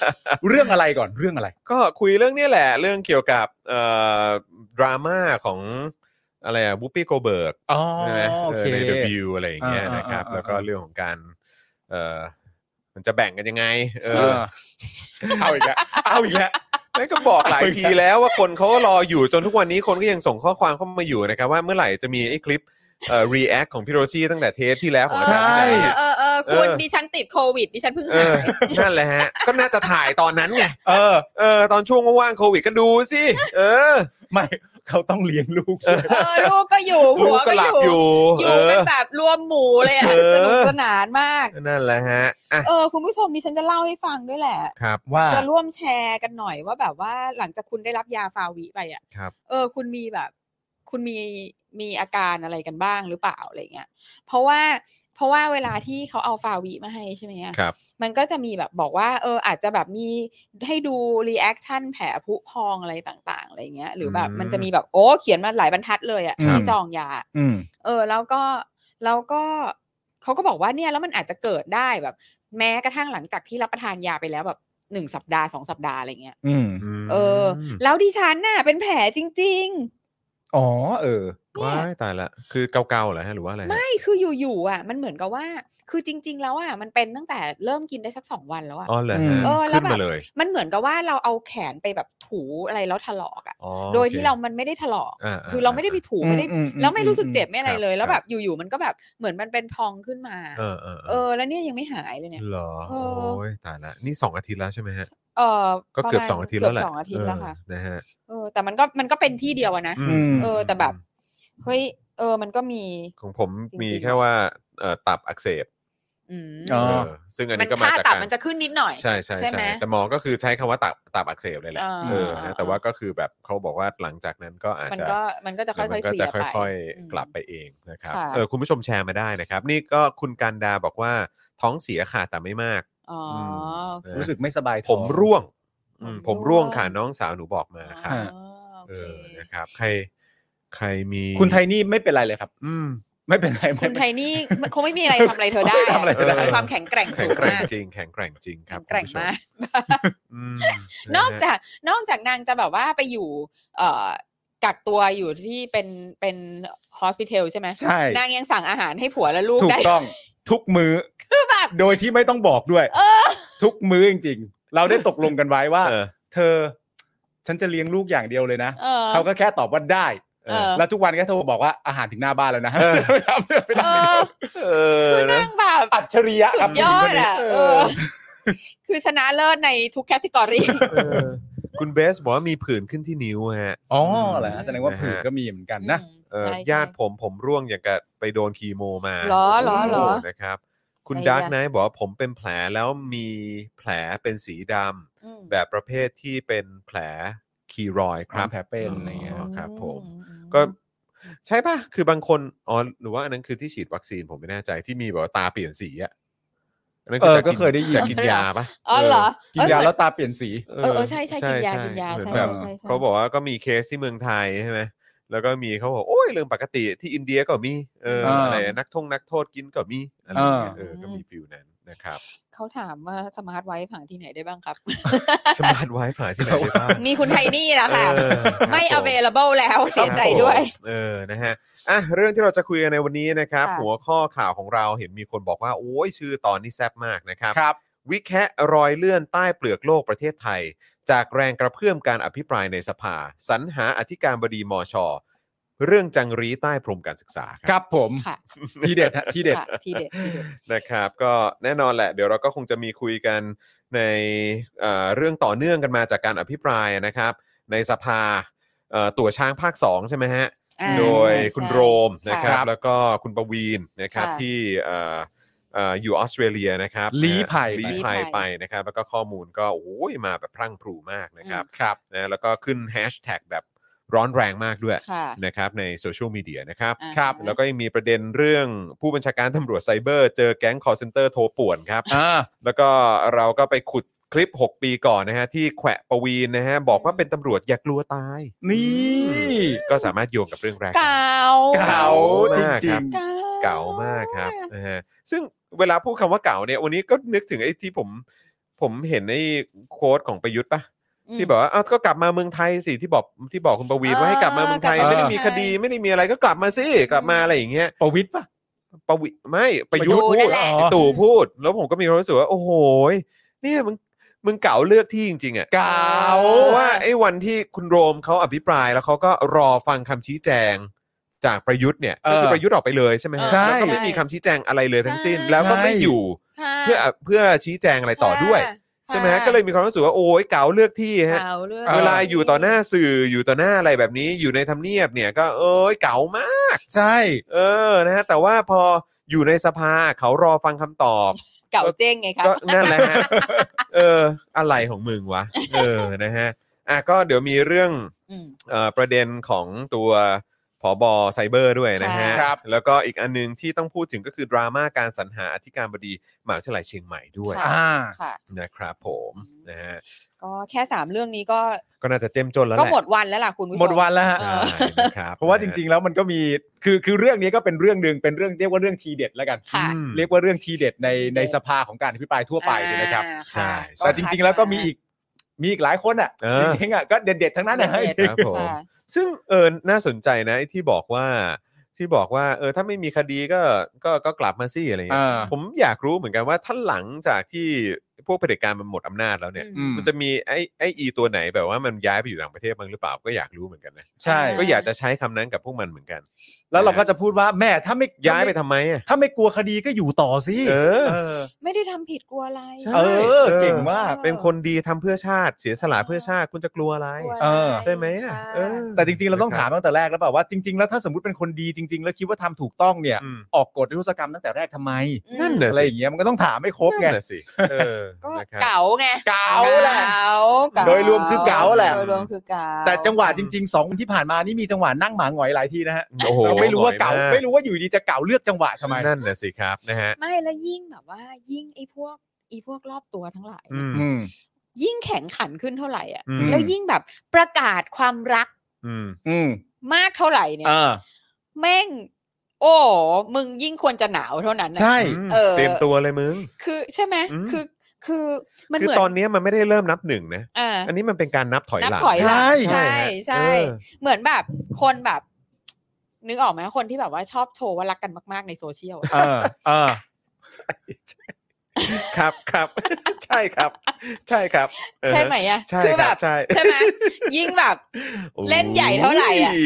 [SPEAKER 2] เรื่องอะไรก่อนเรื่องอะไร
[SPEAKER 1] ก็คุยเรื่องเนี้ยแหละเรื่องเกี่ยวกับเอ่อดราม่าของอะไรอะบูปี้โกเบิร์ก
[SPEAKER 2] อ๋อ
[SPEAKER 1] ใช่ไหม
[SPEAKER 2] โอ
[SPEAKER 1] เออ
[SPEAKER 2] เค
[SPEAKER 1] ในเดอะวิวอะไรอย่างเงี้ย
[SPEAKER 2] อ่าอ่า
[SPEAKER 1] นะครับ
[SPEAKER 2] อ่า
[SPEAKER 1] แล้วก็เรื่องของการเอ่อมันจะแบ่งกันยังไงเอ
[SPEAKER 2] เอ
[SPEAKER 1] อ
[SPEAKER 2] อเอาอีกแล้วเอาอีกแล้ว
[SPEAKER 1] นั่นก็บอกหลายทีแล้วว่าคนเขารออยู่จนทุกวันนี้คนก็ยังส่งข้อความเข้ามาอยู่นะครับ ว่าเมื่อไหร่จะมีไอ้คลิปเอ่อรีแอคของพี่โรซี่ตั้งแต่เทปที่แล้วของอาจารย์
[SPEAKER 2] ใช่
[SPEAKER 1] ที่ไหน
[SPEAKER 3] เออเออคุณ
[SPEAKER 1] เออ
[SPEAKER 3] ดิฉันติดโควิดดิฉันเพิ่ง
[SPEAKER 1] เออ
[SPEAKER 3] หา
[SPEAKER 1] ย นั่นแหละฮะก็น่าจะถ่ายตอนนั้นไง
[SPEAKER 2] เออ
[SPEAKER 1] เออตอนช่วงว่างๆโควิดก็ดูสิเออ
[SPEAKER 2] ไม่เขาต้องเลี้ยงลูก
[SPEAKER 3] เออลูกก็อยู่
[SPEAKER 1] ลูก
[SPEAKER 3] หัว
[SPEAKER 1] ก็
[SPEAKER 3] ก็
[SPEAKER 1] ห
[SPEAKER 3] อ
[SPEAKER 1] ลับ
[SPEAKER 3] ยู่
[SPEAKER 1] อยู่
[SPEAKER 3] อยู่
[SPEAKER 1] เออ
[SPEAKER 3] เป็นแบบรวมหมู่เลยอะ
[SPEAKER 1] เออ
[SPEAKER 3] สนุกสนานมาก
[SPEAKER 1] นั่นแหละฮะ อ่ะ
[SPEAKER 3] เออคุณผู้ชมดิฉันจะเล่าให้ฟังด้วยแหละ
[SPEAKER 1] ครับ
[SPEAKER 2] ว่า
[SPEAKER 3] จะร่วมแชร์กันหน่อยว่าแบบว่าหลังจากคุณได้รับยาฟาวิไปอ่ะ
[SPEAKER 1] ครับ
[SPEAKER 3] เออ คุณมีแบบ คุณมีมีอาการอะไรกันบ้างหรือเปล่าอะไรเงี้ย เพราะว่าเพราะว่าเวลาที่เขาเอาฟาวิมาให้ใช่ไหมอะ
[SPEAKER 1] ครับ
[SPEAKER 3] มันก็จะมีแบบบอกว่า เออ อาจจะแบบมีให้ดูรีแอคชั่นแผลผุพองอะไรต่าง ๆอะไรเงี้ย หรือแบบ
[SPEAKER 1] อืม
[SPEAKER 3] มันจะมีแบบโอ้เขียนมาหลายบรรทัดเลยอะ
[SPEAKER 2] ครับ
[SPEAKER 3] ที่ซองยา
[SPEAKER 2] อืม
[SPEAKER 3] เออแล้วก็แล้วก็เขาก็บอกว่าเนี่ยแล้วมันอาจจะเกิดได้แบบ แม้กระทั่งหลังจากที่รับประทานยาไปแล้วแบบหนึ่งสัปดาห์สองสัปดาห์อะไรเงี้ย
[SPEAKER 2] อืม
[SPEAKER 3] เอออแล้วดิฉันน่ะเป็นแผลจริง
[SPEAKER 2] อ๋อ เออ
[SPEAKER 3] เนี่ย
[SPEAKER 1] ว้ายตายละ คือเกาๆเหรอฮะ หรือว่าอะไร
[SPEAKER 3] ๆ
[SPEAKER 1] ฮะ
[SPEAKER 3] ไม่คืออยู่ๆอ่ะ มันเหมือนกับว่า คือจริง ๆ แล้วอ่ะมันเป็นตั้งแต่เริ่มกินได้สักสองวันแล้วอ่ะ
[SPEAKER 1] อ๋อเหรอฮะ
[SPEAKER 2] อืม
[SPEAKER 3] เออแล้ว
[SPEAKER 1] ขึ้น
[SPEAKER 3] แบบ
[SPEAKER 1] มาเลย
[SPEAKER 3] มันเหมือนกับว่าเราเอาแขนไปแบบถูอะไรแล้วถลอกอ่ะ
[SPEAKER 1] อ๋อ
[SPEAKER 3] โดยที่เรา
[SPEAKER 1] อค
[SPEAKER 3] มันไม่ได้ถลอก
[SPEAKER 1] อ่า
[SPEAKER 3] คือเราไม่ได้ไปถูไม่ได้
[SPEAKER 2] อืมอืมอืม
[SPEAKER 3] แล้วไม่รู้สึกเจ็บไม่อะไรเลย แล้วแบบอยู่ๆมันก็แบบเหมือนมันเป็นพองขึ้นมา
[SPEAKER 1] เออเออ
[SPEAKER 3] เออ แล้วเนี่ยยังไม่หายเลยเนี่ย
[SPEAKER 1] เหรอ
[SPEAKER 3] เอ
[SPEAKER 1] โอ้
[SPEAKER 3] อ
[SPEAKER 1] ยตายละ นี่สองอาทิตย์แล้วใช่ไหมฮะ
[SPEAKER 3] เออ
[SPEAKER 1] ก็
[SPEAKER 3] ประ
[SPEAKER 1] เกือบ
[SPEAKER 3] มาณ
[SPEAKER 1] สองอาทิตย์แล้วแหละ
[SPEAKER 3] เกือบสองอาทิตย์แล้วค่ะ
[SPEAKER 1] เออนะฮะ
[SPEAKER 3] เออ แต่มันก็มันก็เป็นที่เดียวอะนะ
[SPEAKER 1] อื
[SPEAKER 2] ม
[SPEAKER 3] เออแต่แบบ เฮ้ย เออ มันก็มี
[SPEAKER 1] ของผมมี
[SPEAKER 3] จริงๆ
[SPEAKER 1] แค่ว่าเอ่อตับอักเสบ
[SPEAKER 3] อืม
[SPEAKER 2] อ๋อ
[SPEAKER 1] เออซึ่งอัน
[SPEAKER 3] มั
[SPEAKER 1] นี้
[SPEAKER 3] น
[SPEAKER 1] ก็มา
[SPEAKER 3] ค่า
[SPEAKER 1] จาก
[SPEAKER 3] ตับ
[SPEAKER 1] การ
[SPEAKER 3] มันจะขึ้นนิดหน่อย
[SPEAKER 1] ใช่ใช่
[SPEAKER 3] ใช่
[SPEAKER 1] ใช่
[SPEAKER 3] ไหม
[SPEAKER 1] แต่หมอก็คือใช้คำว่าตับตับอักเสบเลยแหละ
[SPEAKER 3] อ่า
[SPEAKER 1] เออนะแต่ว่าก็คือแบบเขาบอกว่าหลังจากนั้นก็อาจ
[SPEAKER 3] มัน
[SPEAKER 1] จะ
[SPEAKER 3] ก็มันก็จะค่อยๆ
[SPEAKER 1] มัก็จะ
[SPEAKER 3] เคลียร์ไป
[SPEAKER 1] ค่อย
[SPEAKER 3] อืม
[SPEAKER 1] ๆ กลับไปเองนะครับ
[SPEAKER 3] ค่ะ
[SPEAKER 1] เออคุณผู้ชมแชร์มาได้นะครับ นี่ก็คุณกันดาบอกว่าท้องเสียค่ะแต่ไม่มาก
[SPEAKER 3] อ๋ออ
[SPEAKER 1] ม
[SPEAKER 2] รู้สึกไม่สบายท้
[SPEAKER 1] ผ
[SPEAKER 2] อง
[SPEAKER 1] มร่วงอืมผมร่วงค่ะน้องสาวหนูบอกมาค่ะ
[SPEAKER 2] อ่า
[SPEAKER 3] อ๋อ
[SPEAKER 1] เอ
[SPEAKER 3] โอเค
[SPEAKER 1] อนะครับ ใครใครมี
[SPEAKER 2] คุณไทนี่ไม่เป็นไรเลยครับ
[SPEAKER 1] อืม
[SPEAKER 2] ไม่เป็นไรไม่
[SPEAKER 3] คุณ
[SPEAKER 2] เป็น
[SPEAKER 3] ไทยนี่คงไม่มีอะไรทำอะไรเธอได้
[SPEAKER 2] ไม่ทำอะไรเธอได้
[SPEAKER 3] มีความแข็งแกร่ง
[SPEAKER 1] แข็
[SPEAKER 3] สู
[SPEAKER 1] ง
[SPEAKER 3] ง
[SPEAKER 1] แกร่ง
[SPEAKER 3] มาก
[SPEAKER 1] จริง แข็งแกร่งจริงครับ
[SPEAKER 3] แข็งแกร่ง
[SPEAKER 1] คุณผู้ช
[SPEAKER 3] มาก
[SPEAKER 1] อืม
[SPEAKER 3] น
[SPEAKER 1] นะ
[SPEAKER 3] อก
[SPEAKER 1] ฮะ
[SPEAKER 3] จากนอกจากนางจะแบบว่าไปอยู่ เอ่อกักตัวอยู่ที่เป็นเป็นฮอสพิทอลใช่ไหม
[SPEAKER 2] ใช่
[SPEAKER 3] นางยังสั่งอาหารให้ผัวและลูก
[SPEAKER 2] ถูก
[SPEAKER 3] ได้
[SPEAKER 2] ต้องทุกมือ
[SPEAKER 3] คือ แบบ
[SPEAKER 2] โดยที่ไม่ต้องบอกด้วย
[SPEAKER 3] เออ
[SPEAKER 2] ทุกมื้อจริง ๆ เราได้ตกลงกันไว้ว่า
[SPEAKER 1] เออ
[SPEAKER 2] เธอ ฉันจะเลี้ยงลูกอย่างเดียวเลยนะ
[SPEAKER 3] เออ
[SPEAKER 2] เขาก็แค่ตอบว่าได้
[SPEAKER 3] เออ
[SPEAKER 2] แล้วทุกวันก็โทรบอกว่าอาหารถึงหน้าบ้านแล้วนะ
[SPEAKER 1] เออ
[SPEAKER 2] ไม่ทำไม่ทำไม่
[SPEAKER 3] เอ
[SPEAKER 2] ท
[SPEAKER 3] อ
[SPEAKER 1] เออ
[SPEAKER 3] คือ
[SPEAKER 1] นะ
[SPEAKER 3] นางแบบ
[SPEAKER 2] ำอัจฉริยะ
[SPEAKER 3] สุ
[SPEAKER 2] ครับ
[SPEAKER 3] ดยอดอ่ะ
[SPEAKER 1] ผู้หญิงคนนี้
[SPEAKER 3] เอ
[SPEAKER 1] เอ
[SPEAKER 3] อ
[SPEAKER 1] อ
[SPEAKER 3] คือชนะเลิศในทุกแคตตากรี
[SPEAKER 1] เออคุณเบสบอกว่ามีผื่นขึ้นที่นิ้วฮะ
[SPEAKER 2] อ๋อ
[SPEAKER 1] ม
[SPEAKER 2] เหรอฮะแสดงว่าผื่นก็
[SPEAKER 1] ะฮะ
[SPEAKER 2] มีเหมือนกันนะ
[SPEAKER 1] เอ่อ
[SPEAKER 3] ใช่ใช่
[SPEAKER 1] ญาติผมผมร่วงอย่างกับไปโดนคีโมมา
[SPEAKER 3] หรอหรอ
[SPEAKER 1] โโ
[SPEAKER 3] หรอ
[SPEAKER 1] นะครับ คุณ
[SPEAKER 3] ไอ้
[SPEAKER 1] ดาร์ก
[SPEAKER 3] ยะ
[SPEAKER 1] ไนท์บอกว่าผมเป็นแผลแล้วมีแผลเป็นสีดำ
[SPEAKER 3] อืม
[SPEAKER 1] แบบประเภทที่เป็นแผลคีรอยด์ครับ
[SPEAKER 2] แผลเป็นอะไรเงี้ย
[SPEAKER 1] อครับผม
[SPEAKER 3] อื
[SPEAKER 1] ก็ใช่ป่ะ คือบางคนอ๋อหรือว่าอันนั้นคือที่ฉีดวัคซีนผมไม่แน่ใจที่มีแบบว่าตาเปลี่ยนสีอะอันนั้น
[SPEAKER 2] เออ
[SPEAKER 1] จาก
[SPEAKER 2] ก็เคยได้ยิน
[SPEAKER 1] จากกินยาป่ะ
[SPEAKER 3] อ๋อเหรอ
[SPEAKER 2] กินยา
[SPEAKER 3] เอ้เหมือ
[SPEAKER 2] แล้วตาเปลี่ยนสี
[SPEAKER 3] เออเออใช่ใช่กินยากินยา
[SPEAKER 1] เหมือ
[SPEAKER 3] ใช่
[SPEAKER 1] แบบ
[SPEAKER 3] ใช่ใช่ใช่
[SPEAKER 1] เขาบอกว่าก็มีเคสที่เมืองไทยใช่ไหม แล้วก็มีเขาบอกโอ้ยเรื่องปกติที่อินเดียก็มีเออ
[SPEAKER 2] อ่า
[SPEAKER 1] อะไรนักท่องนักโทษกินก็มีอะไรอย่างเงี้ย
[SPEAKER 3] อ่า
[SPEAKER 1] เออก็มีฟิลนั้นนะครับ
[SPEAKER 3] เขาถามว่าสมาร์ทไวฟ์หาที่ไหนได้บ้าง ครับ
[SPEAKER 1] สมาร์ทไวฟ์หาที่ไหนได้บ้าง
[SPEAKER 3] มีคุณไทนี่แล้วค่ะ
[SPEAKER 1] เออ
[SPEAKER 3] ไม่
[SPEAKER 1] ครับ
[SPEAKER 3] available แล้วเสียใจด้วย
[SPEAKER 1] ครับผมเออ นะฮะ อ่ะ เรื่องที่เราจะคุยกันในวันนี้นะครับ
[SPEAKER 3] ค่ะ
[SPEAKER 1] หัวข้อข่าวของเราเห็นมีคนบอกว่า โอ้ยชื่อตอนนี้แซ่บมากนะครับ
[SPEAKER 2] ครับ
[SPEAKER 1] วิแคะรอยเลื่อนใต้เปลือกโลกประเทศไทย จากแรงกระเพื่อมการอภิปรายในสภา สรรหาอธิการบดีมช เรื่องจังรีใต้พรมการศึกษาค
[SPEAKER 2] ค
[SPEAKER 1] รั
[SPEAKER 2] รับผม
[SPEAKER 3] ค่ะ
[SPEAKER 2] ทีเด็ดฮะทีเด็ด
[SPEAKER 3] ค่ะทีเด็ดทีเด็ด
[SPEAKER 1] นะครับ ก็แน่นอนแหละ เดี๋ยวเราก็คงจะมีคุยกันในเอ่อเรื่องต่อเนื่องกันมาจากการอภิปรายนะครับ ในสภาเอ่อตัวช้างภาคสองใช่ไหมฮะ
[SPEAKER 3] อ่า
[SPEAKER 1] โดย
[SPEAKER 3] ใช่
[SPEAKER 1] คุณ
[SPEAKER 3] ใช่
[SPEAKER 1] โรมนะครับ
[SPEAKER 2] ค่ะ
[SPEAKER 1] แล้วก็คุณประวีนนะครับ
[SPEAKER 3] ค่ะ
[SPEAKER 1] ที่เอ่อเอ่ออยู่ออสเตรเลียนะครับ
[SPEAKER 2] ลี้ภัย
[SPEAKER 1] ลีภัยไปนะครับ แล้วก็ข้อมูลก็โอ้ยมาแบบพรั่งพรูมากนะครับ
[SPEAKER 2] ครับ
[SPEAKER 1] นะแล้วก็ขึ้นแฮชแท็กแบบร้อนแรงมากด้วย
[SPEAKER 3] ค่ะ
[SPEAKER 1] นะครับในโซเชียลมีเดียนะครับ
[SPEAKER 3] อ่า
[SPEAKER 2] ครับ
[SPEAKER 1] แล้วก็ยังมีประเด็นเรื่องผู้บัญชาการตำรวจไซเบอร์ เจอแก๊งคอร์เซนเตอร์โทรป่วนครับ
[SPEAKER 2] อ่า
[SPEAKER 1] แล้วก็เราก็ไปขุดคลิป 6 ปีก่อนนะฮะที่แขวะประวีนนะฮะบอกว่าเป็นตำรวจอย่ากลัวตาย
[SPEAKER 2] นี่
[SPEAKER 1] ก็สามารถโยงกับเรื่องแรกได้
[SPEAKER 3] เก่า
[SPEAKER 2] เก่าจริง
[SPEAKER 1] เก่ามากครับนะฮะซึ่งเวลาพูดคำว่าเก่าเนี่ยวันนี้ก็นึกถึงไอ้ที่ผม ผมเห็นไอ้โค้ดของประยุทธ์ปะ
[SPEAKER 3] อืม
[SPEAKER 1] ที่บอกว่าอ้าวก็กลับมาเมืองไทยสิที่บอกที่บอกคุณประวีนว่าให้กลับมาเมืองไทย
[SPEAKER 2] เออ
[SPEAKER 1] ไม่ได้มีคดีไม่ได้มีอะไรก็กลับมาสิกลับมาอะไรอย่างเงี้ย
[SPEAKER 2] ๆประวิทย์ปะ
[SPEAKER 1] ประวิไม่ประยุทธ์
[SPEAKER 3] ประยุ
[SPEAKER 1] พูด
[SPEAKER 3] ทธ์นั่นแหละ
[SPEAKER 1] ไอ้ตู่พูด แล้วผมก็มีความรู้สึกว่าโอ้โหยเนี่ยมึงมึงเก่าเลือกที่จริงๆอ่ะ
[SPEAKER 2] เก่า
[SPEAKER 1] เพราะว่าไอ้วันที่คุณโรมเขาอภิปรายแล้วเขาก็รอฟังคำชี้แจงจากประยุทธ์เนี่ยก็คือ
[SPEAKER 2] เออ
[SPEAKER 1] ประยุทธ์ออกไปเลยใช่ไหมฮะ
[SPEAKER 3] ใช่
[SPEAKER 1] แล้วก็ไม่มีคำชี้แจงอะไรเลยทั้งสิ้น แล้วก็ไม่อยู่
[SPEAKER 3] ค่ะ
[SPEAKER 1] เพื่อเพื่อชี้แจงอะไรต่อด้วย ใช่ไหมฮะก็เลยมีความรู้สึกว่าโอ้ยเก่าเลือกที่ฮะ
[SPEAKER 3] เก่าเรื่อง
[SPEAKER 2] ออ
[SPEAKER 1] เวลาอยู่ต่อหน้าสื่ออยู่ต่อหน้าอะไรแบบนี้อยู่ในทำเนียบเนี่ยก็เอ้ยเก่ามาก
[SPEAKER 2] ใช่
[SPEAKER 1] เออนะฮะแต่ว่าพออยู่ในสภาเขารอฟังคำตอบ
[SPEAKER 3] เก่าเจ๊งไงครับ
[SPEAKER 1] ก็นั่นแหละฮะ เออ อะไรของมึงวะ เออนะฮะอ่ะก็เดี๋ยวมีเรื่อง
[SPEAKER 3] อืม
[SPEAKER 1] เอ่อประเด็นของตัวผอบอไซเบอร์ด้วยนะฮะ
[SPEAKER 2] ค่ะครับ
[SPEAKER 1] แล้วก็อีกอันนึงที่ต้องพูดถึงก็คือ ดราม่าการสรรหาอธิการบดีหมหาวิทยาลัยเชียงใหม่ด้วย
[SPEAKER 3] ค่ะ
[SPEAKER 2] ่า
[SPEAKER 3] ค่ะ
[SPEAKER 1] นะครับผมนะฮะ
[SPEAKER 3] ก็แค่สามเรื่องนี้ก็
[SPEAKER 1] ก็น่าจะเจ้มจนแล้วแห
[SPEAKER 3] ก็
[SPEAKER 1] ละ
[SPEAKER 3] หมดวันแล้วล่ะคุณผู้ชม
[SPEAKER 2] หมดวันแล้วฮะ
[SPEAKER 1] ใช่นะครับ
[SPEAKER 2] เพราะว่าจริงๆแล้วมันก็มีคือคือเรื่องนี้ก็เป็นเรื่องหนึ่งเป็นเรื่องเรียกว่าเรื่องทีเด็ดแล้วกัน
[SPEAKER 3] ค่ะ
[SPEAKER 1] อืม
[SPEAKER 2] เรียกว่าเรื่องทีเด็ดในในสภาของการอภิปรายทั่วไปเนี่ยนะครับ
[SPEAKER 3] อ่า
[SPEAKER 1] ใช่อ่า
[SPEAKER 3] ค่ะ
[SPEAKER 2] แต่จริง ๆ แล้วก็มีอีกมีอีกหลายคนอ่ะ
[SPEAKER 1] เออ
[SPEAKER 2] จริงๆอ่ะก็เด็ดๆทั้งนั้นนะ
[SPEAKER 3] เด็ดๆ
[SPEAKER 1] เฮ้ยครับผม
[SPEAKER 3] ะ
[SPEAKER 1] ซึ่งเออน่าสนใจนะไอ้ที่บอกว่าที่บอกว่าเออถ้าไม่มีคดีก็ก็ก็กลับมาสิอะไร
[SPEAKER 2] เอ
[SPEAKER 1] เงี้ย
[SPEAKER 2] อ
[SPEAKER 1] ผมอยากรู้เหมือนกันว่าถ้าหลังจากที่พวกเผด็จการมันหมดอำนาจแล้วเนี่ย
[SPEAKER 2] อืม
[SPEAKER 1] มันจะมีไอ้ไอ้อีตัวไหนแบบว่ามันย้ายไปอยู่ต่างประเทศบ้างหรือเปล่าก็อยากรู้เหมือนกันนะ
[SPEAKER 2] ใช่
[SPEAKER 1] ก็อยากจะใช้คำนั้นกับพวกมันเหมือนกัน
[SPEAKER 2] แล้วเราก็จะพูดว่าแม่ถ้าไม่
[SPEAKER 1] ย้ายไปทำไมอ่ะ
[SPEAKER 2] ถ้าไม่กลัวคดีก็อยู่ต่อสิ
[SPEAKER 1] เออ
[SPEAKER 2] เออ
[SPEAKER 3] ไม่ได้ทำผิดกลัวอะไร
[SPEAKER 1] ใช่
[SPEAKER 2] เออ
[SPEAKER 1] เออ
[SPEAKER 2] เก่งมาก
[SPEAKER 1] เป็นคนดีทำเพื่อชาติเสียสละเพื่อชาติคุณจะกลัวอะไร
[SPEAKER 3] กลัว
[SPEAKER 2] เออ
[SPEAKER 3] ด้
[SPEAKER 1] ใช่ไหมอ่ะ
[SPEAKER 3] ค่ะ
[SPEAKER 1] เออ
[SPEAKER 2] แต่จริงๆ เราต้อง
[SPEAKER 1] นะครับ
[SPEAKER 2] ถามตั้งแต่แรกแล้วเปล่าว่าจริง ๆ แล้วถ้าสมมติเป็นคนดีจริง ๆ แล้วคิดว่าทำถูกต้องเนี่ย
[SPEAKER 1] อืม
[SPEAKER 2] ออกกฎนิรโทษกรรมตั้งแต่แรกทำไม
[SPEAKER 1] นั่นน่ะ
[SPEAKER 2] อะไรอ
[SPEAKER 1] สิ
[SPEAKER 2] ย่างเงี้ยมันก็ต้องถามให้ครบไง
[SPEAKER 1] นั่นน่ะสิเออ
[SPEAKER 3] ก็
[SPEAKER 1] นะครับ
[SPEAKER 3] เก๋าไง
[SPEAKER 2] เก๋าแหละ
[SPEAKER 3] เก๋าเก๋า
[SPEAKER 2] โดยรวมคือเก๋าแหละ
[SPEAKER 3] โดยรวมคือเก๋า
[SPEAKER 2] แต่จังหวะจริงๆสองวันที่ผ่านมานี่มีจังหวะนั่งหมาหงอยหลายที่นะฮะ
[SPEAKER 1] โอ้โห
[SPEAKER 2] เราไม่รู้ว่าเก่า
[SPEAKER 1] หงอยมาก
[SPEAKER 2] ไม่รู้ว่าอยู่ดีจะเก่าเลือกจังหวะทำไม
[SPEAKER 1] นั่นน่ะสิครับนะฮะ
[SPEAKER 3] ไม่แล้วยิ่งแบบว่า ยิ่งไอ้พวกไอ้พวกรอบตัวทั้งหลาย
[SPEAKER 1] อื
[SPEAKER 3] เนี่ย
[SPEAKER 1] ม
[SPEAKER 2] อืม
[SPEAKER 3] ยิ่งแข็งขันขึ้นเท่าไหร่อ่ะ
[SPEAKER 1] อืม
[SPEAKER 3] แล้วยิ่งแบบประกาศความรัก
[SPEAKER 1] อืม
[SPEAKER 2] อืม
[SPEAKER 3] มากเท่าไหร่เนี่ย
[SPEAKER 2] อ่า
[SPEAKER 3] แม่ง โอ้มึงยิ่งควรจะหนาวเท่านั้นน่ะ
[SPEAKER 2] ใช่
[SPEAKER 3] เออ
[SPEAKER 1] เตรียมตัวเลยมึง
[SPEAKER 3] คือใช่ไหม
[SPEAKER 1] อืม
[SPEAKER 3] คือคือมัน
[SPEAKER 1] คื
[SPEAKER 3] เหมือน
[SPEAKER 1] ตอนเนี้ยมันไม่ได้เริ่มนับหนึ่งนะ
[SPEAKER 3] อ่า
[SPEAKER 1] อันนี้มันเป็นการนับถอย
[SPEAKER 3] นับ
[SPEAKER 1] หลัง
[SPEAKER 3] ถอยหลัง
[SPEAKER 2] ใช่
[SPEAKER 3] ใช่ใช่
[SPEAKER 1] เออ
[SPEAKER 3] เหมือนแบบคนแบบ นึกออกไหมคนที่แบบว่าชอบโชว์ว่ารักกันมาก ๆ ในโซเชียลอะ
[SPEAKER 2] เออเออ
[SPEAKER 1] ครับครับ ใช่ครับ ใช่ครับเออ
[SPEAKER 3] ใช่ไหมอ่ะ
[SPEAKER 1] ใช่
[SPEAKER 3] คือ
[SPEAKER 1] ค
[SPEAKER 3] แบ
[SPEAKER 1] รับบ ใช่
[SPEAKER 3] ใช่ไหมยิ่งแบบ เล่นใหญ่เท่าไหร่อะ
[SPEAKER 1] โ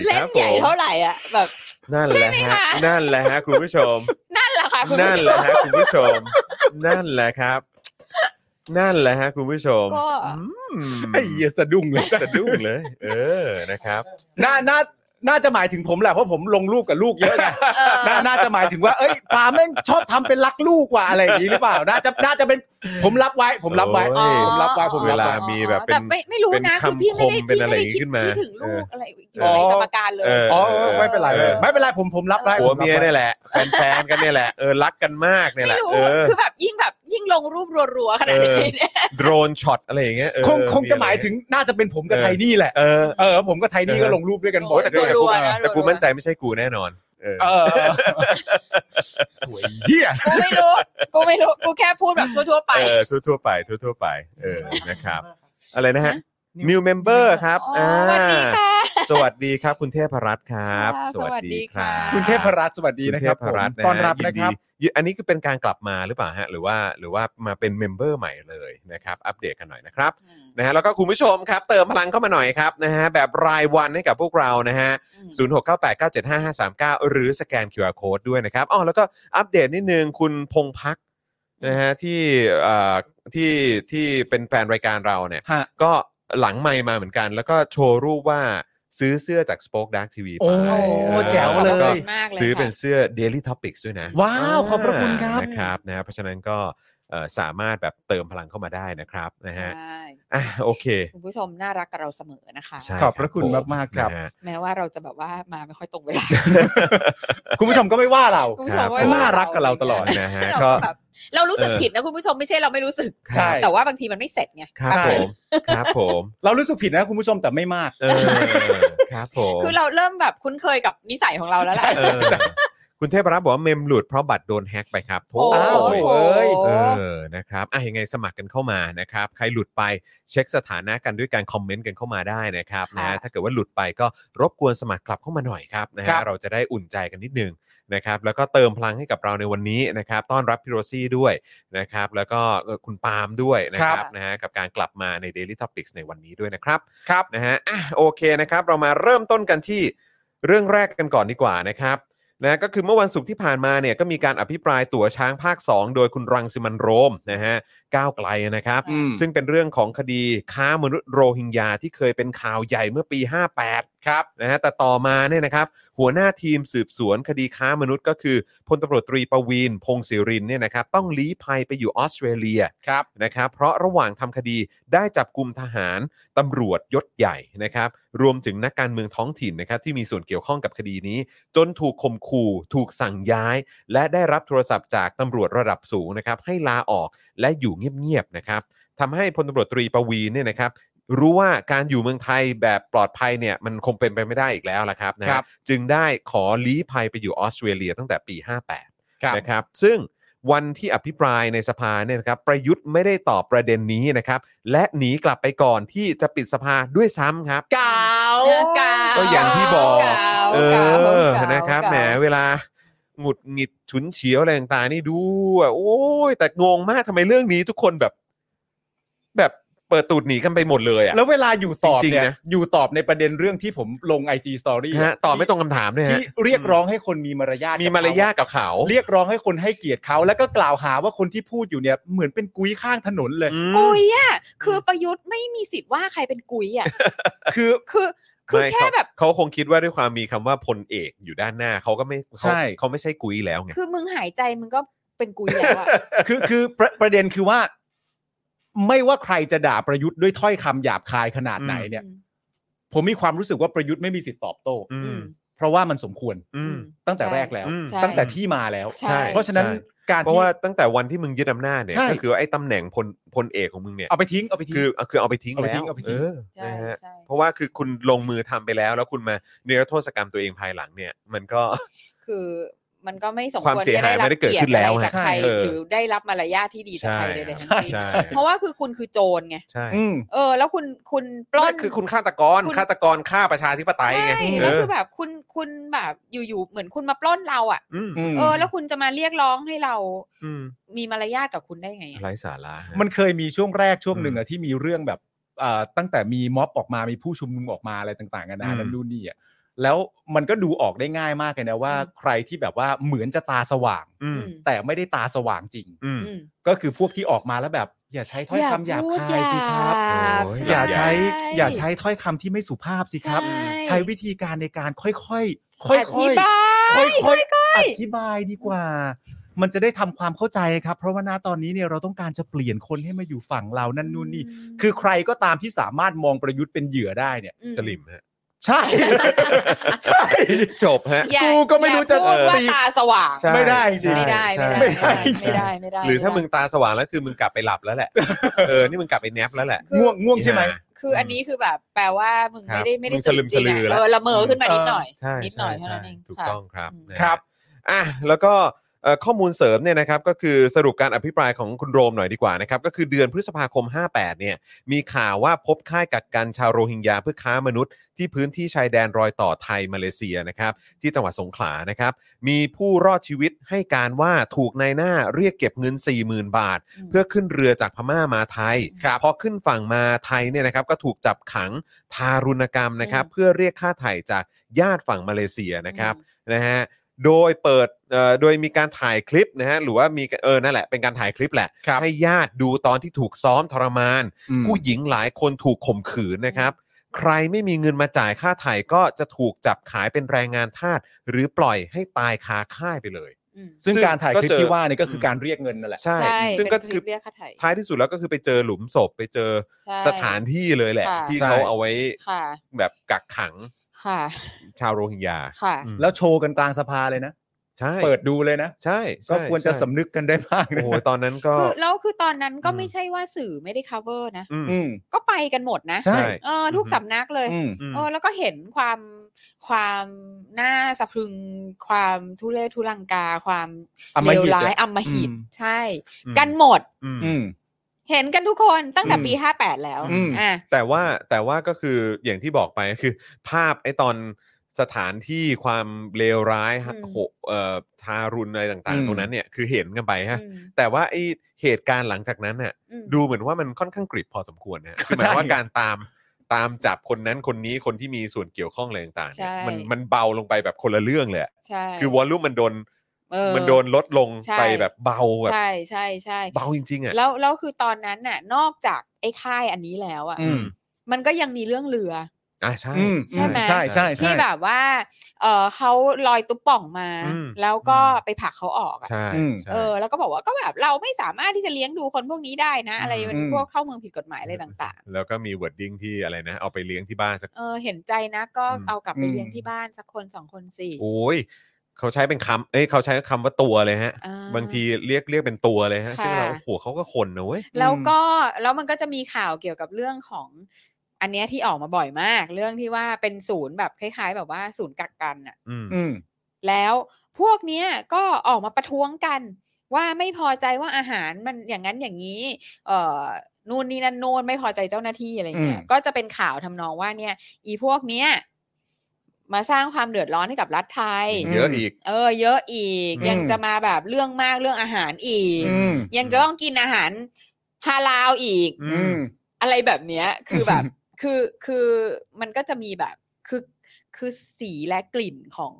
[SPEAKER 1] ย
[SPEAKER 3] เล่
[SPEAKER 1] คน รับ
[SPEAKER 3] ใหญ่
[SPEAKER 1] ผม
[SPEAKER 3] เท่าไหร่อ่ะแบบ
[SPEAKER 1] นั่นแหละ
[SPEAKER 3] ใช่ไหม
[SPEAKER 1] ฮะ
[SPEAKER 3] คะ
[SPEAKER 1] นั่นแหละฮะคุณผู้ชม
[SPEAKER 3] นั่นแหละค่ะคุณ
[SPEAKER 1] นั่
[SPEAKER 3] ผู้
[SPEAKER 1] น
[SPEAKER 3] ช
[SPEAKER 1] แหละ
[SPEAKER 3] ม
[SPEAKER 1] ฮะคุณผู้ชม นั่นแหละครับ นั่นแหละฮะคุณผู้ชม
[SPEAKER 3] ก็
[SPEAKER 1] อืม
[SPEAKER 2] ไอ้เหี้ยสะดุ้งเลย
[SPEAKER 1] สะดุ้งเลย เออนะครับ
[SPEAKER 2] น่าน่าน่าจะหมายถึงผมแหละเพราะผมลงรูปกับลูกเยอะ ไง
[SPEAKER 3] เออ
[SPEAKER 2] น่าน่าจะหมายถึงว่า เอ้ยปาแม่งชอบทำเป็นรักลูกว่ะอะไรอย่างนี้หรือเปล่า น่าจะน่าจะเป็นผมรับไว้ ผมรับไว้
[SPEAKER 1] โอ้ย
[SPEAKER 2] ผมรับไว้ผม
[SPEAKER 1] เว
[SPEAKER 2] รับ
[SPEAKER 1] ลา
[SPEAKER 2] ไว้
[SPEAKER 1] มีแบบเป็น
[SPEAKER 3] ต่ไม่ไม่รู้
[SPEAKER 1] เป็น
[SPEAKER 3] นะคือพี่ไม่ได้
[SPEAKER 1] คำคมเป็น
[SPEAKER 3] พี่
[SPEAKER 1] อะ
[SPEAKER 3] ไม่
[SPEAKER 1] ไรอ
[SPEAKER 3] ได้
[SPEAKER 1] ย่างงี้
[SPEAKER 3] คิด
[SPEAKER 1] ขึ้นมา
[SPEAKER 3] คิดถึงลูก
[SPEAKER 1] เอออ
[SPEAKER 3] อะไรอยู่
[SPEAKER 2] อ๋อ
[SPEAKER 3] ในสมการเลย
[SPEAKER 1] เออ
[SPEAKER 2] อ๋อไม่เป็นไร
[SPEAKER 1] เออ
[SPEAKER 2] ไม่เป็นไรผมผมรับไว้
[SPEAKER 1] ผัวเมีย
[SPEAKER 2] ผรับไ
[SPEAKER 1] เนี่ยแหละแฟนๆกันเนี่ยแหละเออรักกันมากเนี่ยแห
[SPEAKER 3] ไม่
[SPEAKER 1] ละ
[SPEAKER 3] รู้
[SPEAKER 1] เออ
[SPEAKER 3] คือแบบยิ่งแบบยิ่ง ลงรูปรัวๆขนาดนี้เนี่ย
[SPEAKER 1] โดรนช็อตอะไรอย่างเงี้ยเออ
[SPEAKER 2] คงคงจะหมาย
[SPEAKER 1] อไร
[SPEAKER 2] ถึงน่าจะเป็นผมกับไทนี่แหละ
[SPEAKER 1] เออ
[SPEAKER 2] เออ ผมกับไทนี่ก็ลงรูปด้วยกัน
[SPEAKER 1] โอ้
[SPEAKER 2] บ่อย
[SPEAKER 1] แต่ก็
[SPEAKER 3] รัวๆนะ
[SPEAKER 1] แต่กู
[SPEAKER 3] รัวๆ
[SPEAKER 1] มั่นใจไม่ใช่กูแน่นอนเออ
[SPEAKER 2] เออสวยเหี้ย
[SPEAKER 3] กูไม่รู้กูไม่รู้กูแค่พูดแบบทั่วๆไป
[SPEAKER 1] เออทั่วๆไปทั่วๆไปเออนะครับ อะไรนะฮะ new member ครับ
[SPEAKER 3] อ๋อสวัสดีค่ะ
[SPEAKER 1] สวัสดีครับคุณเทพรัตน์ครับ
[SPEAKER 3] ค่ะสวัสดีะ
[SPEAKER 2] คุณเทพรัตน์สวัสดี
[SPEAKER 1] คุณ
[SPEAKER 2] นะ
[SPEAKER 1] เท
[SPEAKER 2] ครับ
[SPEAKER 1] พ
[SPEAKER 2] ผม
[SPEAKER 1] รัตน์นะ
[SPEAKER 2] ต้อน
[SPEAKER 1] ฮะ
[SPEAKER 2] รับ
[SPEAKER 1] ยิ
[SPEAKER 2] นะ
[SPEAKER 1] นดี
[SPEAKER 2] ครับ
[SPEAKER 1] ยิอันนี้คือเป็นการกลับมาหรือเปล่าฮะหรือว่าหรือว่ามาเป็นเมมเบอร์ใหม่เลยนะครับ อัปเดตกันหน่อยนะครับนะฮะแล้วก็คุณผู้ชมครับ เติมพลังเข้ามาหน่อยครับนะฮะแบบรายวันให้กับพวกเรานะฮะ 0698975539 หรือสแกน QR Code ด้วยนะครับอ๋อแล้วก็อัปเดตนิดนึงคุณพงพักนะฮะที่เอ่อที่ที่เป็นแฟนรายการเราเนี่ย
[SPEAKER 2] ฮะ
[SPEAKER 1] ก็หลังไมค์มาเหมือนกัน แล้วก็โชว์รูปว่าซื้อเสื้อจาก Spoke Dark TV ไป
[SPEAKER 2] โอ้แจ๋วเลย
[SPEAKER 1] แก็
[SPEAKER 3] ขอบคุณมากเลย
[SPEAKER 1] ซื้อ
[SPEAKER 3] ค่ะ
[SPEAKER 1] เป็นเสื้อ Daily Topics ด้วยนะ
[SPEAKER 2] ว้าวขอบพระคุณครับ
[SPEAKER 1] นะครับนะฮะเพราะฉะนั้นก็เอ่อสามารถแบบเติมพลังเข้ามาได้นะครับนะฮะ
[SPEAKER 3] ใช่
[SPEAKER 1] อ่ะโอเค
[SPEAKER 3] คุณผู้ชมน่ารักกับเราเสมอนะคะ
[SPEAKER 1] ใช่
[SPEAKER 2] ขอบพระคุณ
[SPEAKER 1] ผม
[SPEAKER 2] ากๆครับ
[SPEAKER 1] นะฮะ
[SPEAKER 3] แม้ว่าเราจะแบบว่ามาไม่ค่อยตรงเวลา
[SPEAKER 2] คุณผู้ชมก็ไม่ว่าเรา
[SPEAKER 3] คุณผู้ชม
[SPEAKER 1] ครับ
[SPEAKER 3] ว่
[SPEAKER 2] น่ารักกับเราตลอด
[SPEAKER 1] นะฮะ
[SPEAKER 3] เรา
[SPEAKER 1] ก็
[SPEAKER 3] แบบเรารู้สึก
[SPEAKER 1] เออ
[SPEAKER 3] ผิดนะคุณผู้ชมไม่ใช่เราไม่รู้สึก
[SPEAKER 2] ใช่
[SPEAKER 3] แต่ว่าบางทีมันไม่เสร็จไง
[SPEAKER 1] ครับ
[SPEAKER 2] ใช่
[SPEAKER 1] ผมครับผม
[SPEAKER 2] เรารู้สึกผิดนะคุณผู้ชมแต่ไม่มาก
[SPEAKER 1] เออครับผม
[SPEAKER 3] คือเราเริ่มแบบคุ้นเคยกับนิสัยของเราแล้วแหละ
[SPEAKER 1] เออคุณเทพรัตน์บอกว่าเมมหลุดเพราะบัตรโดนแฮ็กไปครับโถ่
[SPEAKER 3] โอ้
[SPEAKER 2] อ้าว
[SPEAKER 3] โห
[SPEAKER 2] โถ่เอ้ย
[SPEAKER 1] เออ นะครับ อ่ะ ยังไงสมัครกันเข้ามานะครับ ใครหลุดไปเช็คสถานะกันด้วยการคอมเมนต์กันเข้ามาได้นะครับนะฮะ
[SPEAKER 3] ค่ะ
[SPEAKER 1] ถ้าเกิดว่าหลุดไปก็รบกวนสมัครกลับเข้ามาหน่อยครับนะ
[SPEAKER 2] ครั
[SPEAKER 1] ฮะ
[SPEAKER 2] บ
[SPEAKER 1] เราจะได้อุ่นใจกันนิดนึงนะครับ แล้วก็เติมพลังให้กับเราในวันนี้นะครับ ต้อนรับพี่โรซี่ด้วยนะครับ แล้วก็เอ่อคุณปาล์มด้วยนะครับนะฮะ กับการกลับมาใน Daily Topics ในวันนี้ด้วยนะครับ
[SPEAKER 2] ครับ
[SPEAKER 1] นะฮะอ่ะโอเคนะครับ เรามาเริ่มต้นกันที่เรื่องแรกกันก่อนดีกว่านะครับนะก็คือเมื่อวันศุกร์ที่ผ่านมาเนี่ยก็มีการอภิปรายตั๋วช้างภาค 2 โดยคุณรังสิมันต์โรมนะฮะก้าวไกลนะครับ
[SPEAKER 2] อืม
[SPEAKER 1] ซึ่งเป็นเรื่องของคดีค้ามนุษย์โรฮิงญาที่เคยเป็นข่าวใหญ่เมื่อปี 58 ครับนะฮะแต่ต่อมาเนี่ยนะครับ หัวหน้าทีมสืบสวนคดีค้ามนุษย์ก็คือพลตำรวจตรีประวีนพงศิรินเนี่ยนะครับต้องลี้ภัยไปอยู่ออสเตรเลีย
[SPEAKER 2] ครับ
[SPEAKER 1] นะครับเพราะระหว่างทำคดีได้จับกลุ่มทหารตำรวจยศใหญ่นะครับ รวมถึงนักการเมืองท้องถิ่นนะครับที่มีส่วนเกี่ยวข้องกับคดีนี้ จนถูกข่มขู่ถูกสั่งย้าย และได้รับโทรศัพท์จากตำรวจระดับสูงนะครับ ให้ลาออกและอยู่เงียบๆนะครับทำให้พลตำรวจตรีประวีณเนี่ยนะครับ รู้ว่าการอยู่เมืองไทยแบบปลอดภัยเนี่ยมันคงเป็นไปไม่ได้อีกแล้วละครับนะฮะ
[SPEAKER 2] ครับ
[SPEAKER 1] จึงได้ขอลี้ภัยไปอยู่ออสเตรเลียตั้งแต่ปี 58
[SPEAKER 2] ครับ
[SPEAKER 1] นะครับซึ่งวันที่อภิปรายในสภาเนี่ยนะครับประยุทธ์ไม่ได้ตอบประเด็นนี้นะครับ และหนีกลับไปก่อนที่จะปิดสภาด้วยซ้ำครับ
[SPEAKER 2] กาว
[SPEAKER 3] เออกาว
[SPEAKER 1] ก็อย่างที่บอก
[SPEAKER 3] เอา
[SPEAKER 1] เอ
[SPEAKER 3] เก่า
[SPEAKER 1] อ
[SPEAKER 3] เก่า
[SPEAKER 1] นะครับ
[SPEAKER 3] เก่า
[SPEAKER 1] แหมเวลาหงุดหงิดฉุนเฉียวอะไรต่างๆนี่ดูอ่ะโอ้ยแต่งงมากทำไมเรื่องนี้ทุกคนแบบ แบบเปิดตูดหนีกันไปหมดเลยอ่ะ
[SPEAKER 2] แล้วเวลาอยู่ตอบ
[SPEAKER 1] จริงๆ
[SPEAKER 2] เนี่ย
[SPEAKER 1] นะ
[SPEAKER 2] อยู่ตอบในประเด็นเรื่องที่ผมลง IG Story
[SPEAKER 1] ฮะตอบไม่ตรงคำถามเนี่ย
[SPEAKER 2] ที่
[SPEAKER 1] ฮะ
[SPEAKER 2] เรียกร้องให้คนมีมารยาท
[SPEAKER 1] มีมารยาทกับเขา
[SPEAKER 2] เรียกร้องให้คนให้เกียรติเขาแล้วก็กล่าวหาว่าคนที่พูดอยู่เนี่ยเหมือนเป็นกุ้ยข้างถนนเลย
[SPEAKER 1] อืม
[SPEAKER 3] กุยอ่ะคือประยุทธ์ไม่มีสิทธิ์ว่าใครเป็นกุยอ่ะ
[SPEAKER 2] คือ
[SPEAKER 3] คือคือ
[SPEAKER 1] ไม่
[SPEAKER 3] แค่
[SPEAKER 1] เขา
[SPEAKER 3] แบบ
[SPEAKER 1] เขาคงคิดว่าด้วยความมีคำว่าพลเอกอยู่ด้านหน้าเขาก็ไม่เขา
[SPEAKER 2] ใช่
[SPEAKER 1] เขาไม่ใช่กุยแล้วไง
[SPEAKER 3] คือมึงหายใจมึงก็เป็นกุยแล้วอ่ะ
[SPEAKER 2] คือคือประประเด็นคือว่า ไม่ว่าใครจะด่าประยุทธ์ด้วยถ้อยคำหยาบคายขนาดไหนเนี่ย ผมมีความรู้สึกว่าประยุทธ์ไม่มีสิทธิ์ตอบโต้
[SPEAKER 1] อืม
[SPEAKER 2] เพราะว่ามันสมควร
[SPEAKER 1] อืม
[SPEAKER 2] ตั้งแต่แรกแล้ว
[SPEAKER 1] อืม
[SPEAKER 3] ใช่
[SPEAKER 2] ตั้งแต่ที่มาแล้ว
[SPEAKER 3] ใช่
[SPEAKER 2] เพราะฉะนั้น
[SPEAKER 1] ใช่
[SPEAKER 2] การ
[SPEAKER 1] เพราะ
[SPEAKER 2] ที่
[SPEAKER 1] ว่าตั้งแต่วันที่มึงยึดอำนาจเนี่ย
[SPEAKER 2] ใช่
[SPEAKER 1] ก็คือไอ้ตำแหน่งพลพลเอกของมึงเนี่ย
[SPEAKER 2] เอาไปทิ้งเอาไปทิ้ง
[SPEAKER 1] คือคือเอาไปทิ้ง
[SPEAKER 2] เอาไป
[SPEAKER 1] แล้
[SPEAKER 2] ทิ้
[SPEAKER 1] ว
[SPEAKER 2] งเอาไปทิ้
[SPEAKER 1] เอง อ
[SPEAKER 3] ใช่
[SPEAKER 1] นะฮะ
[SPEAKER 3] ใช่
[SPEAKER 1] เพราะว่าคือคุณลงมือทำไปแล้ว แล้วคุณมาเนรโทษกรรมตัวเองภายหลังเนี่ย มันก็
[SPEAKER 3] คือมันก็ไม่สม
[SPEAKER 1] ความ
[SPEAKER 3] ควร
[SPEAKER 1] เสียหายไม่ได้เกิดขึ้นแล้ว
[SPEAKER 3] จะได้รับเกียร
[SPEAKER 1] ฮะ
[SPEAKER 3] ติอะไรจากใคร
[SPEAKER 1] เออ
[SPEAKER 3] หรือได้รับมารยาทที่ดีจาก
[SPEAKER 1] ใช่
[SPEAKER 3] ใครใดๆทั้ง
[SPEAKER 1] ใช่
[SPEAKER 3] สิ้น
[SPEAKER 1] ใช่
[SPEAKER 3] เพราะว่าคือคุณคือโจรไง
[SPEAKER 1] ใช่
[SPEAKER 2] อืม
[SPEAKER 3] เออ แล้วคุณคุณปล้
[SPEAKER 1] นั่
[SPEAKER 3] น
[SPEAKER 1] นคือคุณฆาตกร
[SPEAKER 3] คุณ
[SPEAKER 1] ฆาตกรฆ่าประชาธิปไตยไง
[SPEAKER 3] ใช่
[SPEAKER 1] เอ
[SPEAKER 3] แล้ว
[SPEAKER 1] อ
[SPEAKER 3] คือแบบคุณคุณแบบอยู่ๆเหมือนคุณมาปล้นเราอ่ะ
[SPEAKER 1] อืม
[SPEAKER 3] เออ แล้วคุณจะมาเรียกร้องให้เรา
[SPEAKER 1] อืม
[SPEAKER 3] มีมารยาทกับคุณได้ไงอะ
[SPEAKER 1] ไร้สาระฮะ
[SPEAKER 2] มันเคยมีช่วงแรกช่วงหนึ่ง
[SPEAKER 1] อืม
[SPEAKER 2] อะที่มีเรื่องแบบเอ่อตั้งแต่มีม็อบออกมามีผู้ชุมนุมออกมาอะไรต่างๆกันา
[SPEAKER 1] อื
[SPEAKER 2] นาม นั่นนู่นนี่อะแล้วมันก็ดูออกได้ง่ายมากเลยนะว่า ใครที่แบบว่าเหมือนจะตาสว่าง
[SPEAKER 1] อืม
[SPEAKER 3] ม
[SPEAKER 2] แต่ไม่ได้ตาสว่างจริง
[SPEAKER 1] อืม
[SPEAKER 3] อืม
[SPEAKER 2] ก็คือพวกที่ออกมาแล้วแบบ อย่าใช้ถ้อยคำหยาบ
[SPEAKER 3] พูด
[SPEAKER 2] คายสิครับ
[SPEAKER 1] โอ้ย
[SPEAKER 3] ห
[SPEAKER 2] อ
[SPEAKER 3] ยาบ
[SPEAKER 2] ย่าใช้
[SPEAKER 3] ช่
[SPEAKER 2] อย่าใช้ถ้อยคำที่ไม่สุภาพสิครับ
[SPEAKER 3] ใช่
[SPEAKER 2] ใช้วิธีการในการค่อยๆค่อย
[SPEAKER 3] อ
[SPEAKER 2] ๆ
[SPEAKER 3] ธิบาย
[SPEAKER 2] ค่อยๆอธิบายดีกว่า มันจะได้ทำความเข้าใจครับ เพราะว่าณตอนนี้เนี่ยเราต้องการจะเปลี่ยนคนให้มาอยู่ฝั่งเรานั่นนู่นนี่ คือใครก็ตามที่สามารถมองประยุทธ์เป็นเหยื่อได้เนี่ย
[SPEAKER 1] สลิมฮะ
[SPEAKER 2] ใช่ ใช่
[SPEAKER 1] จบฮะ
[SPEAKER 3] อย่า
[SPEAKER 2] กูก็ไม่รู้จะ
[SPEAKER 3] อย่าพูดว่า
[SPEAKER 2] ตี
[SPEAKER 3] ตาสว่าง
[SPEAKER 1] ใช่
[SPEAKER 2] ไม่ได้จริง
[SPEAKER 3] ไม่ได้
[SPEAKER 1] ใช่
[SPEAKER 3] ไม่ได้
[SPEAKER 2] ไม่
[SPEAKER 3] ไม่
[SPEAKER 2] ได้
[SPEAKER 3] ได้ไม่ได้ไม่ได้
[SPEAKER 1] หรือถ้ามึงตาสว่างแล้วคือมึงกลับไปหลับแล้วแหละ เออ นี่มึงกลับไปแนบแล้วแหละ
[SPEAKER 3] คือ
[SPEAKER 2] ง่วงง่วงใช่ไหม
[SPEAKER 3] คืออันนี้คือแบบแปลว่ามึง
[SPEAKER 1] ครับ
[SPEAKER 3] ไม่ได้ไม่ได้
[SPEAKER 1] มึงสลึมสลือ
[SPEAKER 3] จริงๆะ
[SPEAKER 1] แล้ว
[SPEAKER 3] เออละเมอขึ้นมานิดหน่อย
[SPEAKER 1] ใช่
[SPEAKER 3] นิดหน่อย
[SPEAKER 1] ใช่
[SPEAKER 3] เท่านั้นเอง
[SPEAKER 1] ใช่ถูก
[SPEAKER 3] ค่ะ
[SPEAKER 1] ต้องครับ
[SPEAKER 3] อืม
[SPEAKER 1] นะฮะ
[SPEAKER 2] ครับ
[SPEAKER 1] อ่ะแล้วก็เอ่อข้อมูลเสริมเนี่ยนะครับก็คือสรุปการอภิปรายของคุณโรมหน่อยดีกว่านะครับ ก็คือเดือนพฤษภาคม 58 เนี่ย มีข่าวว่าพบค่ายกักกันชาวโรฮิงญาเพื่อค้ามนุษย์ ที่พื้นที่ชายแดนรอยต่อไทยมาเลเซียนะครับ ที่จังหวัดสงขลานะครับ มีผู้รอดชีวิตให้การว่าถูกนายหน้าเรียกเก็บเงิน 40,000 บาท เพื่อขึ้นเรือจากพม่ามาไทย
[SPEAKER 2] ครับ
[SPEAKER 1] พอขึ้นฝั่งมาไทยเนี่ยนะครับก็ถูกจับขังทารุณกรรมนะครับ
[SPEAKER 3] อืม
[SPEAKER 1] เพื่อเรียกค่าไถ่จากญาติฝั่งมาเลเซียนะครับนะฮะโดยเปิดเอ่อโดยมีการถ่ายคลิปนะฮะหรือว่ามีเออนั่นแหละเป็นการถ่ายคลิปแหละ
[SPEAKER 2] ครับ
[SPEAKER 1] ให้ญาติดูตอนที่ถูกซ้อมทรมาน
[SPEAKER 2] อืม
[SPEAKER 1] ผู้หญิงหลายคนถูกข่มขืนนะครับ ใครไม่มีเงินมาจ่ายค่าไถ่ก็จะถูกจับขายเป็นแรงงานทาสหรือปล่อยให้ตายคาค่ายไปเลย
[SPEAKER 3] อืม
[SPEAKER 2] ซึ่ง
[SPEAKER 1] ซึ่ง
[SPEAKER 2] การถ่ายคลิป
[SPEAKER 1] ก็เจอ
[SPEAKER 2] ที่ว่าเนี่ยก็คือการเรียกเงินนั่นแหละ
[SPEAKER 1] ใช่
[SPEAKER 3] ใช่
[SPEAKER 1] ซึ่งก็
[SPEAKER 3] เป็น
[SPEAKER 1] คือ
[SPEAKER 3] ลิปเรียกค่าไถ่
[SPEAKER 1] ท้ายที่สุดแล้วก็คือไปเจอหลุมศพไปเจอ
[SPEAKER 3] ใช่
[SPEAKER 1] สถานที่เลยแหละ
[SPEAKER 3] ค่ะ
[SPEAKER 1] ที่
[SPEAKER 2] ใช่
[SPEAKER 1] เขาเอาไว้
[SPEAKER 3] ค่ะ
[SPEAKER 1] แบบกักขัง
[SPEAKER 3] ค่ะ
[SPEAKER 1] ชาวโรฮิงญา
[SPEAKER 3] ค่ะ
[SPEAKER 1] อืม
[SPEAKER 2] แล้วโชว์กันกลางสภาเลยนะ
[SPEAKER 1] ใช่
[SPEAKER 2] เปิดดูเลยนะ
[SPEAKER 1] ใช่ใช่
[SPEAKER 2] ก็ควรจะ
[SPEAKER 1] ใช่
[SPEAKER 2] สำนึกกันได้บ้างนะ
[SPEAKER 1] โอ้โหตอนนั้นก็
[SPEAKER 3] คือแล้วคือตอนนั้นก็
[SPEAKER 1] อืม
[SPEAKER 3] ไม่ใช่ว่าสื่อไม่ได้ cover นะ
[SPEAKER 1] อืม
[SPEAKER 2] อืม
[SPEAKER 3] ก็ไปกันหมดนะ
[SPEAKER 2] ใช่
[SPEAKER 3] เออทุก
[SPEAKER 1] อือฮึ
[SPEAKER 3] สำนักเลย
[SPEAKER 2] อืม
[SPEAKER 1] อืม
[SPEAKER 3] เออแล้วก็เห็นความความน่าสะพรึง ความทุเรศทุรังกา ความ
[SPEAKER 2] อำม
[SPEAKER 3] เล
[SPEAKER 2] หิต
[SPEAKER 3] วร้าย
[SPEAKER 2] อะ
[SPEAKER 3] อัมหิต
[SPEAKER 2] อืม
[SPEAKER 3] ใช่
[SPEAKER 1] อืม
[SPEAKER 3] กันหมด
[SPEAKER 1] อืม
[SPEAKER 2] อืม
[SPEAKER 3] เห็นกันทุกคนตั้งแต่
[SPEAKER 2] อืม
[SPEAKER 3] ปี 58 แล้ว
[SPEAKER 2] อืม
[SPEAKER 3] อ่ะ
[SPEAKER 1] แต่ว่าแต่ว่าก็คืออย่างที่บอกไปก็คือ ภาพไอ้ตอนสถานที่ความเลวร้าย
[SPEAKER 3] อืม
[SPEAKER 1] โหเอ่อทารุณอะไรต่าง
[SPEAKER 2] อื
[SPEAKER 1] ๆ
[SPEAKER 2] ม
[SPEAKER 1] ตรงนั้นเนี่ยคือเห็นกันไปฮะ
[SPEAKER 3] อืม
[SPEAKER 1] แต่ว่าไอ้เหตุการณ์หลังจากนั้นน่ะ
[SPEAKER 3] อืม
[SPEAKER 1] ดูเหมือนว่ามันค่อนข้างกริบพอสมควรนะฮะคือหมาย
[SPEAKER 2] ใช่
[SPEAKER 1] ว่าการตามตามจับคนนั้นคนนี้คนที่มีส่วนเกี่ยวข้องอะไรต่างๆเนี่ย
[SPEAKER 3] ใช่
[SPEAKER 1] มันมันเบาลงไปแบบคนละเรื่องเลยอะ
[SPEAKER 3] ใช่
[SPEAKER 1] คือวอลลุ่มมันโดน
[SPEAKER 3] เออ
[SPEAKER 1] มันโดนลดลง
[SPEAKER 3] ใช่
[SPEAKER 1] ไปแบบเบาแบบ
[SPEAKER 3] ใช่ใช่ใช่
[SPEAKER 1] เบาจริงๆอ่ะ
[SPEAKER 3] แล้วแล้วคือตอนนั้นน่ะ นอกจากไอ้ค่ายอันนี้แล้วอ่ะ
[SPEAKER 2] อืม
[SPEAKER 3] มันก็ยังมีเรื่องเรือ
[SPEAKER 1] อ่าใช่
[SPEAKER 2] อืม
[SPEAKER 3] ใช่ไหม
[SPEAKER 2] ใช่ใช่ใช่
[SPEAKER 3] ที่แบบว่า เออเขาลอยตุ๊บป่องมา
[SPEAKER 1] อืม
[SPEAKER 3] แล้วก็ไปผลักเขาออกอะ
[SPEAKER 1] ใช่
[SPEAKER 2] อืม
[SPEAKER 1] ใช่
[SPEAKER 3] เออแล้วก็บอกว่าก็แบบเราไม่สามารถที่จะเลี้ยงดูคนพวกนี้ได้นะ อะไร
[SPEAKER 1] อืม
[SPEAKER 3] มันพวกเข้าเมืองผิดกฎหมายอะไรต่าง
[SPEAKER 1] แล้วก็มีวอร์ดดิ้งที่อะไรนะ เอาไปเลี้ยงที่บ้านสัก
[SPEAKER 3] ๆ เออเห็นใจนะก็
[SPEAKER 1] อืม
[SPEAKER 3] เอากลับไป
[SPEAKER 2] อืม
[SPEAKER 3] เลี้ยงที่บ้านสักคนสองคนสี่
[SPEAKER 1] โอ้ยเขาใช้เป็นคำเอ้ยเขาใช้คำว่าตัวเลยฮะ
[SPEAKER 3] อ่
[SPEAKER 1] บางทีเรียกเรียกเป็นตัวเลยฮะ
[SPEAKER 3] ค่ะ
[SPEAKER 1] ซึ่งเราโอ้โหเขาก็คนนะเว้ย
[SPEAKER 3] แล้วก็แล้วมันก็จะมีข่าวเกี่ยวกับเรื่องของ อันเนี้ยที่ออกมาบ่อยมาก เรื่องที่ว่าเป็นศูนย์แบบคล้าย ๆ แบบว่าศูนย์กักกันอะ
[SPEAKER 1] อืม
[SPEAKER 2] อืม
[SPEAKER 3] แล้วพวกเนี้ยก็ออกมาประท้วงกัน ว่าไม่พอใจว่าอาหารมันอย่างนั้นอย่างนี้ เอ่อนู่นนี่นั่นโน่นไม่พอใจเจ้าหน้าที่อะไรเงี้ย
[SPEAKER 2] อืม
[SPEAKER 3] ก็จะเป็นข่าวทำนองว่าเนี่ย อีพวกเนี้ยมาสร้างความเดือดร้อนให้กับรัฐไทย
[SPEAKER 1] อีกเยอะอีก
[SPEAKER 3] เออ เยอะอีก
[SPEAKER 1] อืม
[SPEAKER 3] ยังจะมาแบบเรื่องมากเรื่องอาหารอีก
[SPEAKER 2] อืม
[SPEAKER 3] ยังจะต้องกินอาหารฮาลาลอีก
[SPEAKER 1] อื
[SPEAKER 2] อื
[SPEAKER 1] ม
[SPEAKER 2] ม
[SPEAKER 3] อะไรแบบเนี้ย คือแบ บ
[SPEAKER 2] อืม
[SPEAKER 3] คือคือมันก็จะมีแบบคือคือสีและกลิ่นของ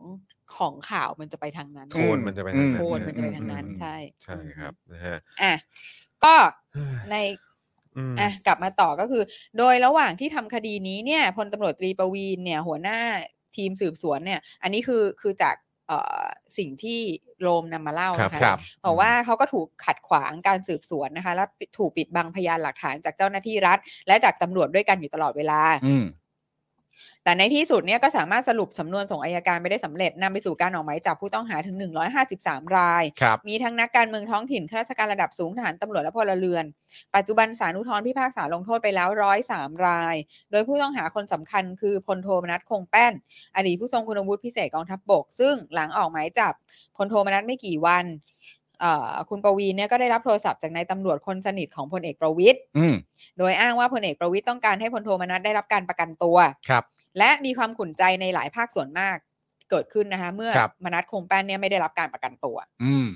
[SPEAKER 3] ของข่าวมันจะไปทางนั้น
[SPEAKER 1] โทนมันจะไปทาง
[SPEAKER 2] อืม
[SPEAKER 3] โทนมันจะไป
[SPEAKER 1] อื
[SPEAKER 3] ทางนั้น
[SPEAKER 1] อืม
[SPEAKER 3] ใช่
[SPEAKER 1] ใช่ครับนะฮะ
[SPEAKER 3] อ่ะก็
[SPEAKER 1] เฮ้ย
[SPEAKER 3] ใน
[SPEAKER 1] อืม
[SPEAKER 3] อ่ะกลับมาต่อก็คือ โดยระหว่างที่ทำคดีนี้เนี่ยพลตำรวจตรีประวีนเนี่ย หัวหน้าทีมสืบสวนเนี่ย อันนี้คือคือจากเอ่อสิ่งที่โรมนำมาเล่า
[SPEAKER 1] ครับ
[SPEAKER 3] นะ
[SPEAKER 1] ครั
[SPEAKER 3] คะ
[SPEAKER 1] บ
[SPEAKER 3] บอกว่าเขาก็ถูกขัดขวางการสืบสวนนะคะ และถูกปิดบังพยานหลักฐานจากเจ้าหน้าที่รัฐ และจากตำรวจด้วยกันอยู่ตลอดเวลา
[SPEAKER 2] อืม
[SPEAKER 3] แต่ในที่สุดเนี่ยก็สามารถสรุปสำนวนส่งอายการไปได้สำเร็จนำไปสู่การออกหมายจับผู้ต้องหาถึง 153 ราย
[SPEAKER 2] ครับ
[SPEAKER 3] มีทั้งนักการเมืองท้องถิ่นข้าราชการระดับสูงทหารตำรวจและพลเรือน ปัจจุบันสารอุทธรพิพากษาลงโทษไปแล้วร้อยสามราย โดยผู้ต้องหาคนสำคัญคือพลโทมนัสคงแป้น อดีตผู้ทรงคุณวุฒิพิเศษกองทัพบบก ซึ่งหลังออกหมายจับพลโทมนัสไม่กี่วันเอ่อคุณประวีนเนี่ยก็ได้รับโทรศัพท์จากนายตำรวจคนสนิทของพลเอกประวิทย์
[SPEAKER 2] อืม
[SPEAKER 3] โดยอ้างว่าพลเอกประวิทย์ต้องการให้พลโทมนัสได้รับการประกันตัว
[SPEAKER 2] ครับ
[SPEAKER 3] และมีความขุ่นใจในหลายภาคส่วนมากเกิดขึ้นนะคะเมื่อ
[SPEAKER 2] ครับ
[SPEAKER 3] มนัสคงแป้นเนี่ยไม่ได้รับการประกันตัว
[SPEAKER 2] อืม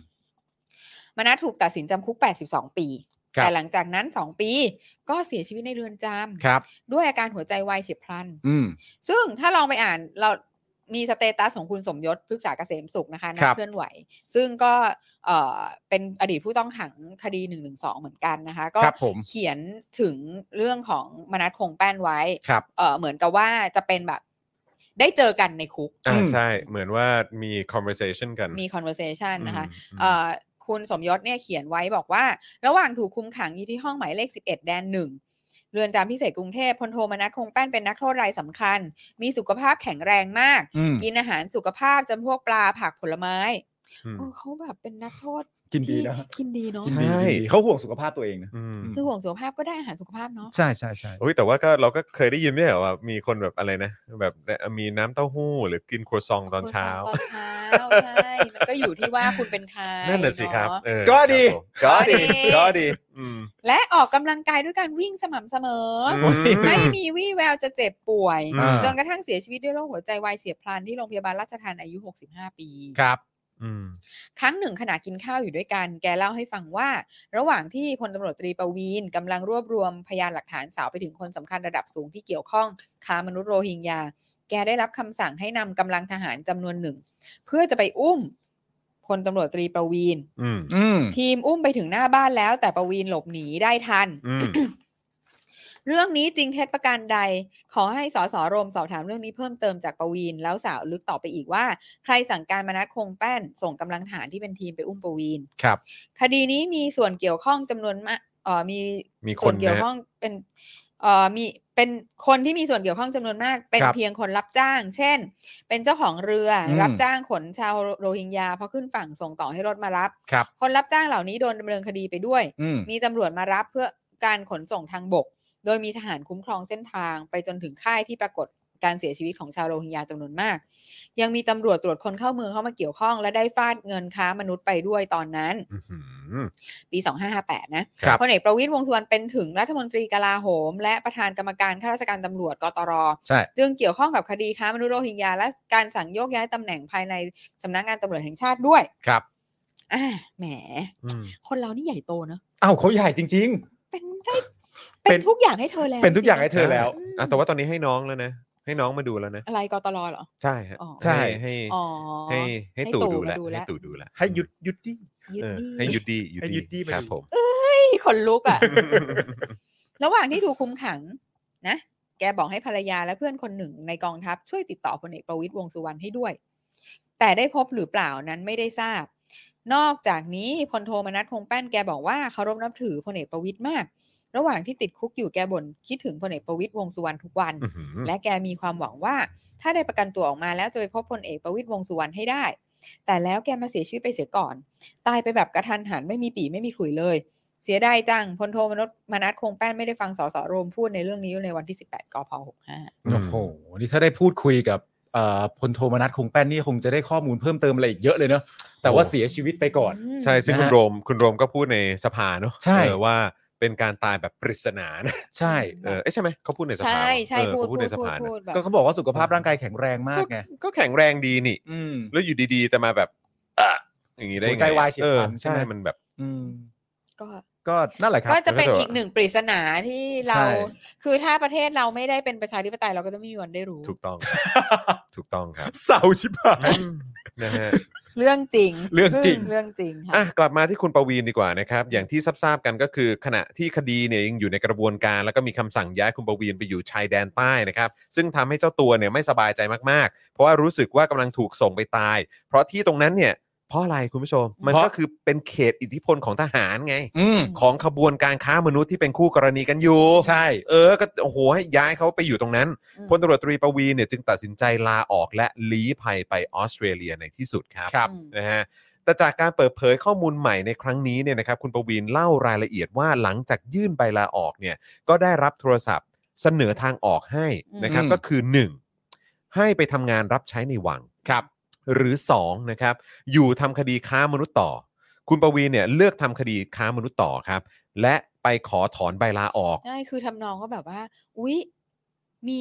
[SPEAKER 3] มนัสถูกตัดสินจำคุก 82 ปี
[SPEAKER 2] ครับ
[SPEAKER 3] แต่หลังจากนั้น 2 ปี ก็เสียชีวิตในเรือนจำ
[SPEAKER 2] ครับ
[SPEAKER 3] ด้วยอาการหัวใจวายเฉียบพลัน
[SPEAKER 2] อืม
[SPEAKER 3] ซึ่งถ้าลองไปอ่านเรามีสเตตัสของคุณสมยศพฤกษาเกษมสุขนะคะนั
[SPEAKER 2] ค
[SPEAKER 3] ก
[SPEAKER 2] รับ
[SPEAKER 3] เคลื่อนไหว ซึ่งก็เอ่อเป็นอดีตผู้ต้องขังคดี 1 1 2 เหมือนกันนะคะ ก็
[SPEAKER 2] ครับผม
[SPEAKER 3] เขียนถึงเรื่องของมนัสคงแป้นไว้
[SPEAKER 2] ครับ
[SPEAKER 3] เอ่อเหมือนกับว่าจะเป็นแบบได้เจอกันในคุก
[SPEAKER 1] อ่า
[SPEAKER 2] อืม
[SPEAKER 1] ใช่ เหมือนว่ามี conversation กัน
[SPEAKER 3] มี conversation นะคะ
[SPEAKER 1] อืม
[SPEAKER 3] เอ่อคุณสมยศเนี่ยเขียนไว้บอกว่า ระหว่างถูกคุมขังอยู่ที่ห้องหมายเลข 11 แดนหนึ่ง เรือนจำพิเศษกรุงเทพพลโทมนัสคงแป้นเป็นนักโทษรายสำคัญ มีสุขภาพแข็งแรงมาก
[SPEAKER 2] อืม
[SPEAKER 3] กินอาหารสุขภาพจำพวกปลาผักผลไม้
[SPEAKER 1] อืม
[SPEAKER 3] โอ้เขาแบบเป็นนักโทษ
[SPEAKER 2] กินดี
[SPEAKER 3] ที่
[SPEAKER 2] นะ
[SPEAKER 3] กินดีเนาะ
[SPEAKER 2] กินดี
[SPEAKER 1] ใช่
[SPEAKER 2] กินดีเขาห่วงสุขภาพตัวเองนะ
[SPEAKER 1] อืม
[SPEAKER 3] คือห่วงสุขภาพก็ได้อาหารสุขภาพเนาะ
[SPEAKER 2] ใช่ใช่ใช่
[SPEAKER 1] โอ้ยแต่ว่าก็เราก็เคยได้ยินไม่ใช่เหรอว่ามีคนแบบอะไรนะแบบมีน้ำเต้าหู้หรือกินครัวซองตอนเช้า
[SPEAKER 3] ตอนเช้าใช่มันก็อยู่ที่ว่าคุณเป็นใคร
[SPEAKER 1] นั่นน่ะสิครับ
[SPEAKER 3] เนาะ
[SPEAKER 1] เออ
[SPEAKER 2] ก็ดี
[SPEAKER 1] ครับผมก็ดีก็
[SPEAKER 3] ก็ดี
[SPEAKER 1] ดี อืม
[SPEAKER 3] และออกกำลังกายด้วยการวิ่งสม่ำเสมออ
[SPEAKER 1] ม
[SPEAKER 3] ไม่มีวี่แววจะเจ็บป่วย
[SPEAKER 2] อ่า
[SPEAKER 3] จนกระทั่งเสียชีวิตด้วยโรคหัวใจวายเฉียบพลันที่โรงพยาบาลราชทานอายุ 65 ปี
[SPEAKER 2] ครับ
[SPEAKER 1] อืม
[SPEAKER 3] ครั้งหนึ่งขณะกินข้าวอยู่ด้วยกัน แกเล่าให้ฟังว่า ระหว่างที่พลตำรวจตรีประวีนกำลังรวบรวมพยานหลักฐานสาวไปถึงคนสำคัญระดับสูงที่เกี่ยวข้องค้ามนุษย์โรฮิงญา แกได้รับคำสั่งให้นำกำลังทหารจำนวนหนึ่ง เพื่อจะไปอุ้มพลตำรวจตรีประวีน
[SPEAKER 1] อืม
[SPEAKER 2] อืม
[SPEAKER 3] ทีมอุ้มไปถึงหน้าบ้านแล้ว แต่ประวีนหลบหนีได้ทัน
[SPEAKER 1] อืม
[SPEAKER 3] เรื่องนี้จริงเท็จประการใด ขอให้สสโรมสอบถามเรื่องนี้เพิ่มเติมจากประวีนแล้วสาวลึกต่อไปอีกว่า ใครสั่งการมานัดคงแป้น ส่งกำลังทหารที่เป็นทีมไปอุ้มประวีน
[SPEAKER 2] ครับ
[SPEAKER 3] คดีนี้มีส่วนเกี่ยวข้องจำนวนมากเอ่อมี
[SPEAKER 1] มีค
[SPEAKER 3] ส่วน นเกี่ยวข้องเป็นเอ่อมีเป็นคนที่มีส่วนเกี่ยวข้องจำนวนมาก เป็น
[SPEAKER 2] ครับ
[SPEAKER 3] เพียงคนรับจ้าง เช่น เป็นเจ้าของเรืออ
[SPEAKER 2] ม
[SPEAKER 3] รับจ้างขนชาวโรฮิงญาพอขึ้นฝั่งส่งต่อให้รถมารับ
[SPEAKER 2] ครับ
[SPEAKER 3] คนรับจ้างเหล่านี้โดนดำเนินคดีไปด้วย
[SPEAKER 2] อืม
[SPEAKER 3] มีตำรวจมารับเพื่อการขนส่งทางบก โดยมีทหารคุ้มครองเส้นทางไปจนถึงค่ายที่ปรากฏการเสียชีวิตของชาวโรฮิงญาจำนวนมาก ยังมีตำรวจตรวจคนเข้าเมืองเข้ามาเกี่ยวข้อง และได้ฟาดเงินค้ามนุษย์ไปด้วยตอนนั้น
[SPEAKER 1] อื้อหือ
[SPEAKER 3] ปี 2558 นะครับ พลเอกประวิตยวงษ์สุวรรณเป็นถึงรัฐมนตรีกลาโหม และประธานกรรมการข้าราชการตำรวจกตร
[SPEAKER 2] ใช่
[SPEAKER 3] จึงเกี่ยวข้องกับคดีค้ามนุษย์โรฮิงญาและการสั่งโยกย้ายตำแหน่งภายในสำนักงานตำรวจแห่งชาติด้วย
[SPEAKER 2] ครับ
[SPEAKER 3] อ่าแหม
[SPEAKER 1] อืม
[SPEAKER 3] คนเรานี่ใหญ่โตเนอะ
[SPEAKER 2] อ้าวเขาใหญ่จริง
[SPEAKER 3] เป็นได้
[SPEAKER 2] เป็
[SPEAKER 3] เป็น นทุกอย่างให้เธอแล้
[SPEAKER 2] ๆ
[SPEAKER 3] ว
[SPEAKER 2] เป็นทุกอย่าง
[SPEAKER 3] จริ
[SPEAKER 2] ให้เธอแล้ว
[SPEAKER 3] ๆ
[SPEAKER 1] อ่ะแต่ว่าตอนนี้ให้น้องแล้วนะ ให้น้องมาดูแล้วนะ
[SPEAKER 3] อะไรกตลอเหรอ
[SPEAKER 1] ใช่ฮะ
[SPEAKER 3] อ๋อ
[SPEAKER 1] ใช่ให้
[SPEAKER 3] อ๋อ
[SPEAKER 1] ให้ให้
[SPEAKER 3] ให้
[SPEAKER 1] ตู่
[SPEAKER 3] ตู่
[SPEAKER 1] ดูแล
[SPEAKER 3] มาดูแล
[SPEAKER 1] ให้ตู่ดูแล
[SPEAKER 2] ให้หยุดหยุดดิ
[SPEAKER 3] ยืด
[SPEAKER 1] เออ
[SPEAKER 3] ดี
[SPEAKER 1] ให้หยุดดี
[SPEAKER 2] ให้หยุดดีมา
[SPEAKER 1] ครับ
[SPEAKER 2] ดิ
[SPEAKER 1] ผม
[SPEAKER 3] นี่ขนลุก อ่ะ ระหว่างที่ถูกคุมขังนะ แกบอกให้ภรรยาและเพื่อนคนหนึ่งในกองทัพช่วยติดต่อพลเอกประวิตยวงษ์สุวรรณให้ด้วย แต่ได้พบหรือเปล่านั้นไม่ได้ทราบ นอกจากนี้พลโทมนัสคงแป้นแกบอกว่าเคารพนับถือพลเอกประวิตยมาก ระหว่างที่ติดคุกอยู่แกบ่นคิดถึงพลเอกประวิตยวงษ์สุวรรณทุกวัน
[SPEAKER 1] อื้อหือ
[SPEAKER 3] และแกมีความหวังว่า ถ้าได้ประกันตัวออกมาแล้วจะไปพบพลเอกประวิตยวงษ์สุวรรณให้ได้ แต่แล้วแกมาเสียชีวิตไปเสียก่อน ตายไปแบบกระทันหันไม่มีปีไม่มีขลุยเลย เสียดายจังพลโทมนัสมนัสคงแป้นไม่ได้ฟังสสโรมพูดในเรื่องนี้ในวันที่ 18กพ65
[SPEAKER 2] โอ้โห นี่ถ้าได้พูดคุยกับเอ่อพลโทมนัสคงแป้นนี่คงจะได้ข้อมูลเพิ่มเติมอะไรอีกเยอะเลยเนอะแต่ว่าเสียชีวิตไปก่อน
[SPEAKER 3] ม
[SPEAKER 1] ใช่ซึ่ง
[SPEAKER 2] นะฮะ
[SPEAKER 1] คุณโรมคุณโรมก็พูดในสภาเนอะ
[SPEAKER 2] ใช่
[SPEAKER 1] เออว่าเป็นการตายแบบปริศนานะ
[SPEAKER 2] ใช่
[SPEAKER 1] เออเอ้ยใช่ไหมเขาพูดในสภา
[SPEAKER 3] ใช่ใช่
[SPEAKER 1] เออ
[SPEAKER 3] พูด
[SPEAKER 1] เขาพู
[SPEAKER 3] พู
[SPEAKER 1] ด
[SPEAKER 3] ด
[SPEAKER 1] ในส
[SPEAKER 3] พูด
[SPEAKER 1] ภานะ
[SPEAKER 3] พูดแบบ
[SPEAKER 2] ก็เขาบอกว่าสุขภาพร่างกายแข็งแรงมากไง
[SPEAKER 1] ก็แข็งแรงดีนี่
[SPEAKER 2] อืม
[SPEAKER 1] แล้วอยู่ดีๆ แต่มาแบบเอะอย่างนี้ได้ไง
[SPEAKER 2] หัวใจวายเฉียบพลัน
[SPEAKER 1] ออ
[SPEAKER 2] ใช่ไหม
[SPEAKER 1] ใช่มันแบบ
[SPEAKER 2] อืม
[SPEAKER 3] ก็
[SPEAKER 2] ก็นั่นแหละครับ
[SPEAKER 3] ก็จะเป็น
[SPEAKER 1] แล้วก็
[SPEAKER 3] อีกหนึ่งปริศนาที่เรา
[SPEAKER 2] ใช่
[SPEAKER 3] คือถ้าประเทศเราไม่ได้เป็นประชาธิปไตยเราก็จะไม่มีวันได้รู้
[SPEAKER 1] ถูกต้อง ถูกต้องครับ
[SPEAKER 2] เศร้าชิบหาย
[SPEAKER 1] นะฮะ
[SPEAKER 3] เรื่องจริง
[SPEAKER 2] เรื่องจริง
[SPEAKER 3] เรื่องจริงค่ะ
[SPEAKER 1] อ่ะกลับมาที่คุณประวีนดีกว่านะครับ อย่างที่ทราบๆกันก็คือขณะที่คดีเนี่ยยังอยู่ในกระบวนการ แล้วก็มีคำสั่งย้ายคุณประวีนไปอยู่ชายแดนใต้นะครับ ซึ่งทำให้เจ้าตัวเนี่ยไม่สบายใจมากๆ เพราะว่ารู้สึกว่ากำลังถูกส่งไปตาย เพราะที่ตรงนั้นเนี่ยเพราะอะไรคุณผู้ชม มัน
[SPEAKER 2] เพราะ
[SPEAKER 1] ก็คือเป็นเขตอิทธิพลของทหารไง
[SPEAKER 2] อืม
[SPEAKER 1] ของขบวนการค้ามนุษย์ที่เป็นคู่กรณีกันอยู่
[SPEAKER 2] ใช่
[SPEAKER 1] เออก็โอ้โหให้ย้ายเขาไปอยู่ตรงนั้น
[SPEAKER 3] อืม
[SPEAKER 1] พลตำรวจตรีประวีนเนี่ยจึงตัดสินใจลาออกและลี้ภัยไปออสเตรเลียในที่สุดครับ
[SPEAKER 2] ครับ
[SPEAKER 3] อืม
[SPEAKER 1] นะฮะแต่จากการเปิดเผยข้อมูลใหม่ในครั้งนี้เนี่ยนะครับคุณประวินเล่ารายละเอียดว่าหลังจากยื่นใบลาออกเนี่ยก็ได้รับโทรศัพท์เสนอทางออกให้นะครับ
[SPEAKER 2] อืม
[SPEAKER 1] ก็คือ 1. ให้ไปทำงานรับใช้ในวัง
[SPEAKER 2] ครับ
[SPEAKER 1] หรือ2นะครับอยู่ทำคดีค้ามนุษย์ต่อ คุณประวีนเนี่ยเลือกทำคดีค้ามนุษย์ต่อครับ และไปขอถอนใบลาออก
[SPEAKER 3] ใช่คือทำนองก็แบบว่า อุ๊ย มี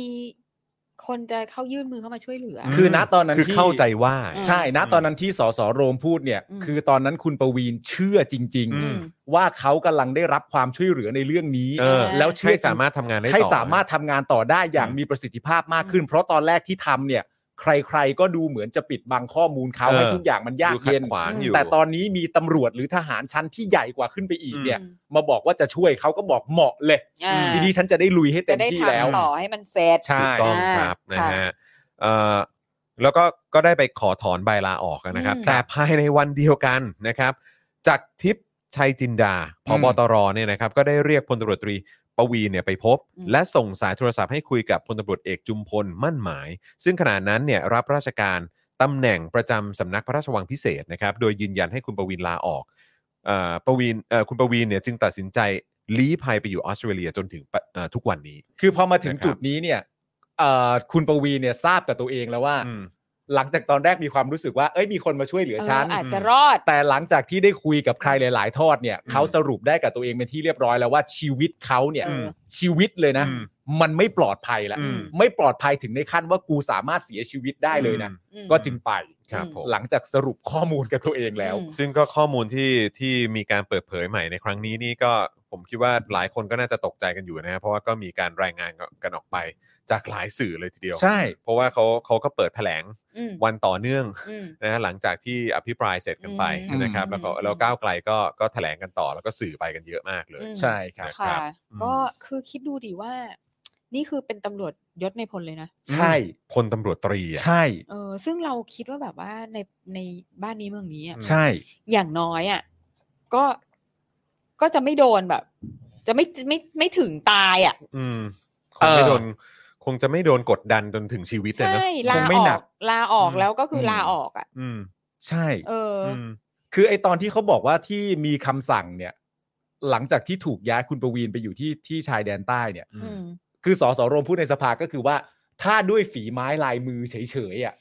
[SPEAKER 3] คนจะเข้ายื่นมือเข้ามาช่วยเหลืออ
[SPEAKER 1] ม
[SPEAKER 2] คือณตอนนั้น
[SPEAKER 1] คือ
[SPEAKER 2] ที่
[SPEAKER 1] เข้าใจว่า
[SPEAKER 2] ใช่ ณ ตอนนั้นที่สสโรมพูดเนี่ย
[SPEAKER 3] อืม
[SPEAKER 2] คือตอนนั้นคุณประวีนเชื่อจริง
[SPEAKER 1] อืม
[SPEAKER 2] ๆ ว่าเขากำลังได้รับความช่วยเหลือในเรื่องนี้
[SPEAKER 1] เออ
[SPEAKER 2] แล้วเชื่อ
[SPEAKER 1] ให้สามารถทำงานได้ต่อ
[SPEAKER 2] ให้สามารถทำงานต่อได้อย่าง
[SPEAKER 1] อืม
[SPEAKER 2] มีประสิทธิภาพมากขึ้น เพราะตอนแรกที่ทำเนี่ย ใครๆก็ดูเหมือนจะปิดบังข้อมูลเขา
[SPEAKER 1] เออ
[SPEAKER 2] ให้ทุกอย่างมันยาก
[SPEAKER 1] ดูขัด
[SPEAKER 2] เย็น
[SPEAKER 1] ขวางอยู่
[SPEAKER 2] แต่ตอนนี้มีตำรวจหรือทหารชั้นที่ใหญ่กว่าขึ้นไปอีก
[SPEAKER 1] อืม
[SPEAKER 2] เนี่ย มาบอกว่าจะช่วยเขาก็บอกเหมาะเลย
[SPEAKER 3] อ่า
[SPEAKER 2] ทีนี้ฉันจะได้ลุยให้เต็
[SPEAKER 3] จะ
[SPEAKER 2] ม
[SPEAKER 3] ได้
[SPEAKER 2] ที่
[SPEAKER 3] ท
[SPEAKER 2] แล้ว
[SPEAKER 3] ำต่อให้มันเสร็จ
[SPEAKER 2] ใช่
[SPEAKER 1] ถูกต้อง
[SPEAKER 3] อ่า
[SPEAKER 1] ครับนะ
[SPEAKER 3] ค่ะ
[SPEAKER 1] ฮะเอ่อแล้วก็ก็ได้ไปขอถอนใบลาออกนะครับ
[SPEAKER 3] อืม
[SPEAKER 1] แต่ภายในวันเดียวกันนะครับจากทิพย์ชัยจินดาพบตรเนี่ยนะครับ ก็ได้เรียกพลตำรวจตรี ปวีณเนี่ยไปพบ
[SPEAKER 3] อืม
[SPEAKER 1] และส่งสายโทรศัพท์ให้คุยกับพลตำรวจเอกจุมพลมั่นหมาย ซึ่งขณะนั้นเนี่ยรับราชการตำแหน่งประจำสำนักพระราชวังพิเศษนะครับโดยยืนยันให้คุณปวีณลาออกเอ่อปวีณเอ่อคุณปวีณเนี่ยจึงตัดสินใจลี้ภัยไปอยู่ออสเตรเลียจนถึงปะเอ่อทุกวันนี้
[SPEAKER 2] คือพอมาถึงจุดนี้เนี่ยเอ่อคุณปวีเนี่ยทราบแต่ตัวเองแล้วว่า
[SPEAKER 1] อืม
[SPEAKER 2] หลังจากตอนแรกมีความรู้สึกว่าเอ้ยมีคนมาช่วยเหลือฉัน
[SPEAKER 3] เอออาจจะรอด
[SPEAKER 2] แต่หลังจากที่ได้คุยกับใครหลาย ๆ ทอดเนี่ย
[SPEAKER 1] อืม
[SPEAKER 2] เขาสรุปได้กับตัวเองเป็นที่เรียบร้อยแล้วว่าชีวิตเขาเนี่ย
[SPEAKER 3] อืม
[SPEAKER 2] ชีวิตเลยนะ
[SPEAKER 1] อืม
[SPEAKER 2] มันไม่ปลอดภัยแล้ว
[SPEAKER 1] อืม
[SPEAKER 2] ไม่ปลอดภัยถึงในขั้นว่ากูสามารถเสียชีวิตได้เลยนะ
[SPEAKER 3] อืม
[SPEAKER 2] ก็จึงไป
[SPEAKER 1] ครับผม
[SPEAKER 2] หลังจากสรุปข้อมูลกับตัวเองแล้ว
[SPEAKER 3] อืม
[SPEAKER 1] ซึ่งก็ข้อมูลที่ที่มีการเปิดเผยใหม่ในครั้งนี้นี่ก็ผมคิดว่าหลายคนก็น่าจะตกใจกันอยู่นะฮะเพราะว่าก็มีการรายงานกันออกไปจากหลายสื่อเลยทีเดียว
[SPEAKER 2] ใช่
[SPEAKER 1] เพราะว่าเขาเขาก็เปิดแถลง
[SPEAKER 3] อืม
[SPEAKER 1] วันต่อเนื่อง
[SPEAKER 3] อืม
[SPEAKER 1] นะฮะหลังจากที่อภิปรายเสร็จกันไป
[SPEAKER 2] อืม
[SPEAKER 1] นะครับ แล้วก็
[SPEAKER 3] อืม
[SPEAKER 1] แล้วก้าวไกลก็ก็แถลงกันต่อแล้วก็สื่อไปกันเยอะมากเลย
[SPEAKER 3] อืม
[SPEAKER 2] ใช่ครับ
[SPEAKER 1] ครั
[SPEAKER 3] ค่ะ
[SPEAKER 1] บอืม
[SPEAKER 3] ก็คือคิดดูดิว่า นี่คือเป็นตำรวจยศในพลเลยนะ
[SPEAKER 2] ใช่
[SPEAKER 1] พลตำรวจตรีอะ
[SPEAKER 2] ใช่
[SPEAKER 3] เออ ซึ่งเราคิดว่าแบบว่าในในบ้านนี้เมืองนี้อะ
[SPEAKER 1] อืม
[SPEAKER 2] ใช่
[SPEAKER 3] อย่างน้อยอ่ะก็ก็จะไม่โดนแบบ จะไม่ไม่ไม่ถึงตายอ่ะ
[SPEAKER 1] อืมคงไม่โดนคงจะไม่โดนกดดันจนถึงชีวิตเลย
[SPEAKER 3] ใช่
[SPEAKER 1] นะ
[SPEAKER 3] ลา
[SPEAKER 2] คง
[SPEAKER 3] อ
[SPEAKER 2] ไม่หนั
[SPEAKER 3] อก กลาออก
[SPEAKER 1] อืม
[SPEAKER 3] แล้วก็คืออ
[SPEAKER 1] ม
[SPEAKER 3] ลาออกอ่ะ
[SPEAKER 1] อืม
[SPEAKER 2] ใช่
[SPEAKER 3] เอออ
[SPEAKER 1] ม
[SPEAKER 2] คือไอตอนที่เขาบอกว่าที่มีคำสั่งเนี่ย หลังจากที่ถูกย้ายคุณประวีนไปอยู่ที่ที่ชายแดนใต้เนี่ย
[SPEAKER 3] อืม
[SPEAKER 2] คือสสรวมพูดในสภาก็คือว่า ถ้าด้วยฝีไม้ลายมือเฉยๆอ่ะ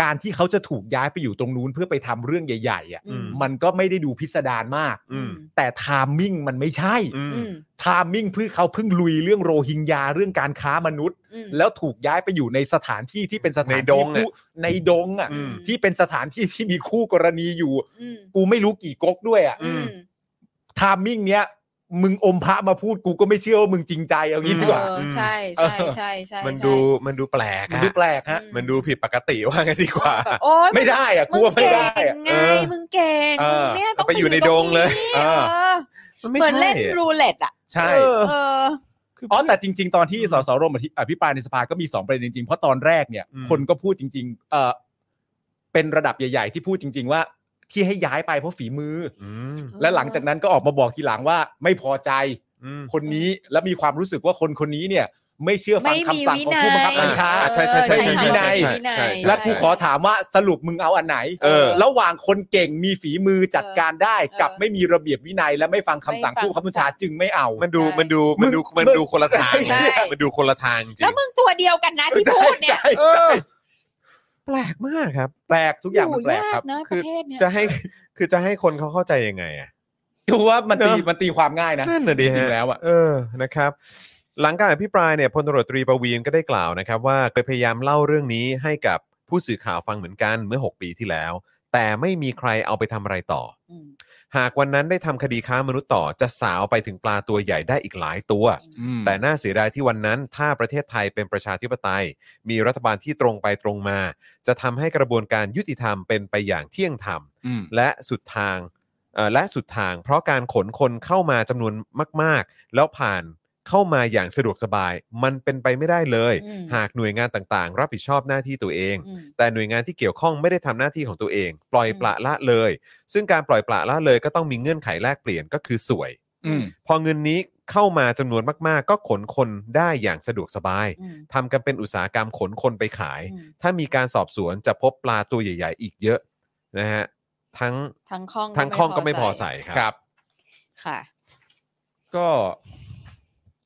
[SPEAKER 2] การที่เขาจะถูกย้ายไปอยู่ตรงนู้นเพื่อไปทำเรื่องใหญ่ๆอ่ะ
[SPEAKER 1] อืม
[SPEAKER 2] มันก็ไม่ได้ดูพิสดารมาก
[SPEAKER 1] อืม
[SPEAKER 2] แต่ไทามมิ่งมันไม่ใช่
[SPEAKER 1] อืม
[SPEAKER 3] อืม
[SPEAKER 2] ไทามมิ่งเพื่อเขาเพิ่งลุยเรื่องโรฮิงญาเรื่องการค้ามนุษย์
[SPEAKER 3] อืม
[SPEAKER 2] แล้วถูกย้ายไปอยู่ในสถานที่ที่เป็นสถาน
[SPEAKER 1] ในดงอะ
[SPEAKER 2] ที่ผู้ในดงอ่ะ
[SPEAKER 1] อืม
[SPEAKER 2] ที่เป็นสถานที่ที่มีคู่กรณีอยู่
[SPEAKER 3] อืม
[SPEAKER 2] กูไม่รู้กี่ก๊กด้วยอ่ะ
[SPEAKER 1] อืม
[SPEAKER 2] ไทามมิ่งเนี้ยมึงอมพระมาพูดกูก็ไม่เชื่อว่ามึงจริงใจเอางี้ดีกว่า
[SPEAKER 3] เออใช่ใช่ใช่ใช่
[SPEAKER 1] มัน
[SPEAKER 3] ใช่
[SPEAKER 1] ดูมันดูแปลก
[SPEAKER 2] มัน
[SPEAKER 1] อะ
[SPEAKER 2] ดูแปลกฮะ
[SPEAKER 3] อื
[SPEAKER 1] มันดูผิดปกติว่างั้นดีกว่า
[SPEAKER 3] แบบโอ๊ย
[SPEAKER 2] ไม่ได้อ่ะกู
[SPEAKER 3] มึง
[SPEAKER 2] ว่าไม่
[SPEAKER 3] เก่
[SPEAKER 2] ได้
[SPEAKER 3] ง
[SPEAKER 2] อ่ะ
[SPEAKER 3] ไง
[SPEAKER 2] เออ
[SPEAKER 3] มึงเก่ง
[SPEAKER 2] เออ
[SPEAKER 3] มึงเนี่ยต้อง
[SPEAKER 1] ไปอยู่ในดงเลย
[SPEAKER 3] เอ
[SPEAKER 2] เออ
[SPEAKER 3] อ
[SPEAKER 1] มันไม่
[SPEAKER 3] เหมือน
[SPEAKER 1] ใช่
[SPEAKER 3] เล่นรูเล็ตอ่ะ
[SPEAKER 2] ใช่
[SPEAKER 1] เออ
[SPEAKER 3] เออ
[SPEAKER 2] อ๋อแต่จริง ๆ ตอนที่สสรมอภิปรายในสภาก็มีสองประเด็นจริงๆ เพราะตอนแรกเนี่ย
[SPEAKER 1] อืม
[SPEAKER 2] คนก็พูดจริง ๆ เออเป็นระดับใหญ่ ๆ ที่พูดจริง ๆ ว่าที่ให้ย้ายไปเพราะฝีมืออ
[SPEAKER 1] อืม
[SPEAKER 2] และหลังจากนั้นก็ออกมาบอกทีหลังว่าไม่พอใจ
[SPEAKER 1] อืม
[SPEAKER 2] คนนี้และมีความรู้สึกว่าคนคนนี้เนี่ย ไม่เชื่อฟังคำสั่งของผู้บังคับบัญชา
[SPEAKER 1] อ่ะใช่ใช่ใช่
[SPEAKER 2] ใช่ใช่
[SPEAKER 1] ใช่
[SPEAKER 2] และกูขอถามว่าสรุปมึงเอาอันไหน
[SPEAKER 1] เออ
[SPEAKER 2] ระหว่างคนเก่งมีฝีมือจัดการได้กับ
[SPEAKER 3] เออ
[SPEAKER 2] ไม่มีระเบียบวินัย และไม่ฟังคำสั่งผู้บังคับบัญชาจึงไม่เอา
[SPEAKER 1] มันดู
[SPEAKER 3] ใช่
[SPEAKER 1] มันดูมันดู
[SPEAKER 2] มึง
[SPEAKER 1] มันดู
[SPEAKER 2] มึง
[SPEAKER 1] คนละทาง
[SPEAKER 3] ใช่
[SPEAKER 1] มันดูคนละทางจริ
[SPEAKER 3] แล้ว
[SPEAKER 1] ง
[SPEAKER 3] มึงตัวเดียวกันนะที่พูดเนี่ย
[SPEAKER 2] ใช่
[SPEAKER 1] เอ
[SPEAKER 2] ใช่
[SPEAKER 1] อแปลกมากครับ
[SPEAKER 2] แปลกทุกอย่างมันแปลก
[SPEAKER 3] ยา
[SPEAKER 2] ครับ
[SPEAKER 3] นะป
[SPEAKER 1] คือ
[SPEAKER 3] ระเทศเนี่ย
[SPEAKER 1] จะให้คือจะให้คนเขาเข้าใจยังไงอ่ะ
[SPEAKER 2] ดูว่ามันตี
[SPEAKER 1] เนอะ
[SPEAKER 2] มันตีความง่ายนะ
[SPEAKER 1] นั่นน่ะดิ
[SPEAKER 2] จริง
[SPEAKER 1] ฮะ
[SPEAKER 2] ๆแล้วอ่ะ
[SPEAKER 1] เออนะครับ หลังการอภิปรายเนี่ยพลตำรวจตรีประวีนก็ได้กล่าวนะครับ ว่าเคยพยายามเล่าเรื่องนี้ให้กับผู้สื่อข่าวฟังเหมือนกันเมื่อ 6 ปีที่แล้ว แต่ไม่มีใครเอาไปทำอะไรต่อ
[SPEAKER 3] อืม
[SPEAKER 1] หากวันนั้นได้ทำคดีค้ามนุษย์ต่อจะสาวไปถึงปลาตัวใหญ่ได้อีกหลายตัว แต่น่าเสียดายที่วันนั้น ถ้าประเทศไทยเป็นประชาธิปไตย มีรัฐบาลที่ตรงไปตรงมา จะทำให้กระบวนการยุติธรรมเป็นไปอย่างเที่ยงธรรม และสุดทางเอ่อและสุดทาง เพราะการขนคนเข้ามาจำนวนมาก ๆ แล้วผ่านเข้ามาอย่างสะดวกสบาย มันเป็นไปไม่ได้เลย
[SPEAKER 3] อืม
[SPEAKER 1] หากหน่วยงานต่างๆ รับผิดชอบหน้าที่ตัวเอง
[SPEAKER 3] อืม
[SPEAKER 1] แต่หน่วยงานที่เกี่ยวข้องไม่ได้ทำหน้าที่ของตัวเอง ปล่อย
[SPEAKER 3] อืม
[SPEAKER 1] ปละละเลย ซึ่งการปล่อยปละละเลยก็ต้องมีเงื่อนไขแลกเปลี่ยนก็คือสวย พอเงินนี้เข้ามาจำนวนมาก ๆ ก็ขนคนได้อย่างสะดวกสบาย
[SPEAKER 3] อืม
[SPEAKER 1] ทำกันเป็นอุตสาหกรรมขนคนไปขาย
[SPEAKER 3] อืม
[SPEAKER 1] ถ้ามีการสอบสวนจะพบปลาตัวใหญ่ ๆ อีกเยอะนะฮะทั้ง
[SPEAKER 3] ทั้งข้อง
[SPEAKER 1] ทั้งข้องก็ไม่พอใส่ค
[SPEAKER 2] ครับ รับ
[SPEAKER 3] ค่ะ
[SPEAKER 2] ก็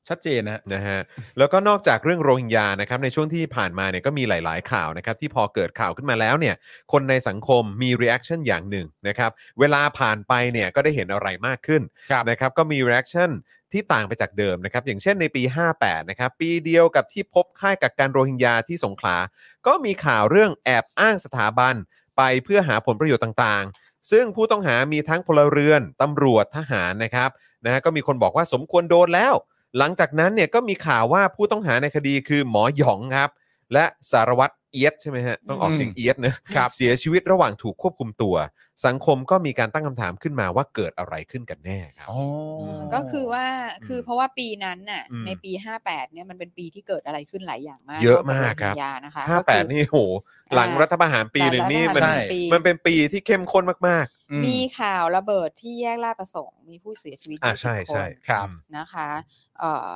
[SPEAKER 2] ชัดเจนนะฮะ
[SPEAKER 1] นะฮะแล้วก็นอกจากเรื่องโรฮิงญานะครับในช่วงที่ผ่านมาเนี่ยก็มีหลาย ๆ ข่าวนะครับที่พอเกิดข่าวขึ้นมาแล้วเนี่ยคนในสังคมมีรีแอคชั่นอย่างหนึ่งนะครับเวลาผ่านไปเนี่ยก็ได้เห็นอะไรมากขึ้น
[SPEAKER 2] ครับ
[SPEAKER 1] นะครับก็มี reaction ที่ต่างไปจากเดิมนะครับ อย่างเช่นในปี 58 นะครับ ปีเดียวกับที่พบค่ายกักกันโรฮิงญาที่สงขลา ก็มีข่าวเรื่องแอบอ้างสถาบันไปเพื่อหาผลประโยชน์ต่างๆ ซึ่งผู้ต้องหามีทั้งพลเรือน ตำรวจทหารนะครับนะฮะก็มีคนบอกว่าสมควรโดนแล้ว หลังจากนั้นเนี่ยก็มีข่าวว่าผู้ต้องหาในคดีคือหมอหยองครับ และสารวัตรเอียดใช่ไหมฮะต้องออกเสียงเอียดนะครับ เสียชีวิตระหว่างถูกควบคุมตัว สังคมก็มีการตั้งคำถามขึ้นมาว่าเกิดอะไรขึ้นกันแน่ครับ
[SPEAKER 2] อ๋อ
[SPEAKER 3] ก็คือว่าคืออ
[SPEAKER 1] ม
[SPEAKER 3] เพราะว่าปีนั้นน่ะ
[SPEAKER 1] อืม
[SPEAKER 3] ในปีห้าแปดเนี่ยมันเป็นปีที่เกิดอะไรขึ้นหลายอย่างมาก
[SPEAKER 1] เยอะมากครับ
[SPEAKER 3] นอจโฮิงญานะคะ
[SPEAKER 1] ห้าแปด
[SPEAKER 3] ก็คือ
[SPEAKER 1] นี่โห หลัง
[SPEAKER 3] อ่ารั
[SPEAKER 1] รัฐประหารปีหนึ่งนี่มัน
[SPEAKER 3] หลังรัฐประหารปี
[SPEAKER 1] มันเป็นปีที่เข้มข้นมาก
[SPEAKER 2] อื
[SPEAKER 3] มีข่าวระเบิดที่แยกลาดประสงค์มีผู้เสียชีวิต
[SPEAKER 1] อ่า
[SPEAKER 3] ยี่สิบ
[SPEAKER 1] ใช่ใช่
[SPEAKER 3] คน
[SPEAKER 2] ครับ
[SPEAKER 1] อืม
[SPEAKER 3] นะคะเอ่อ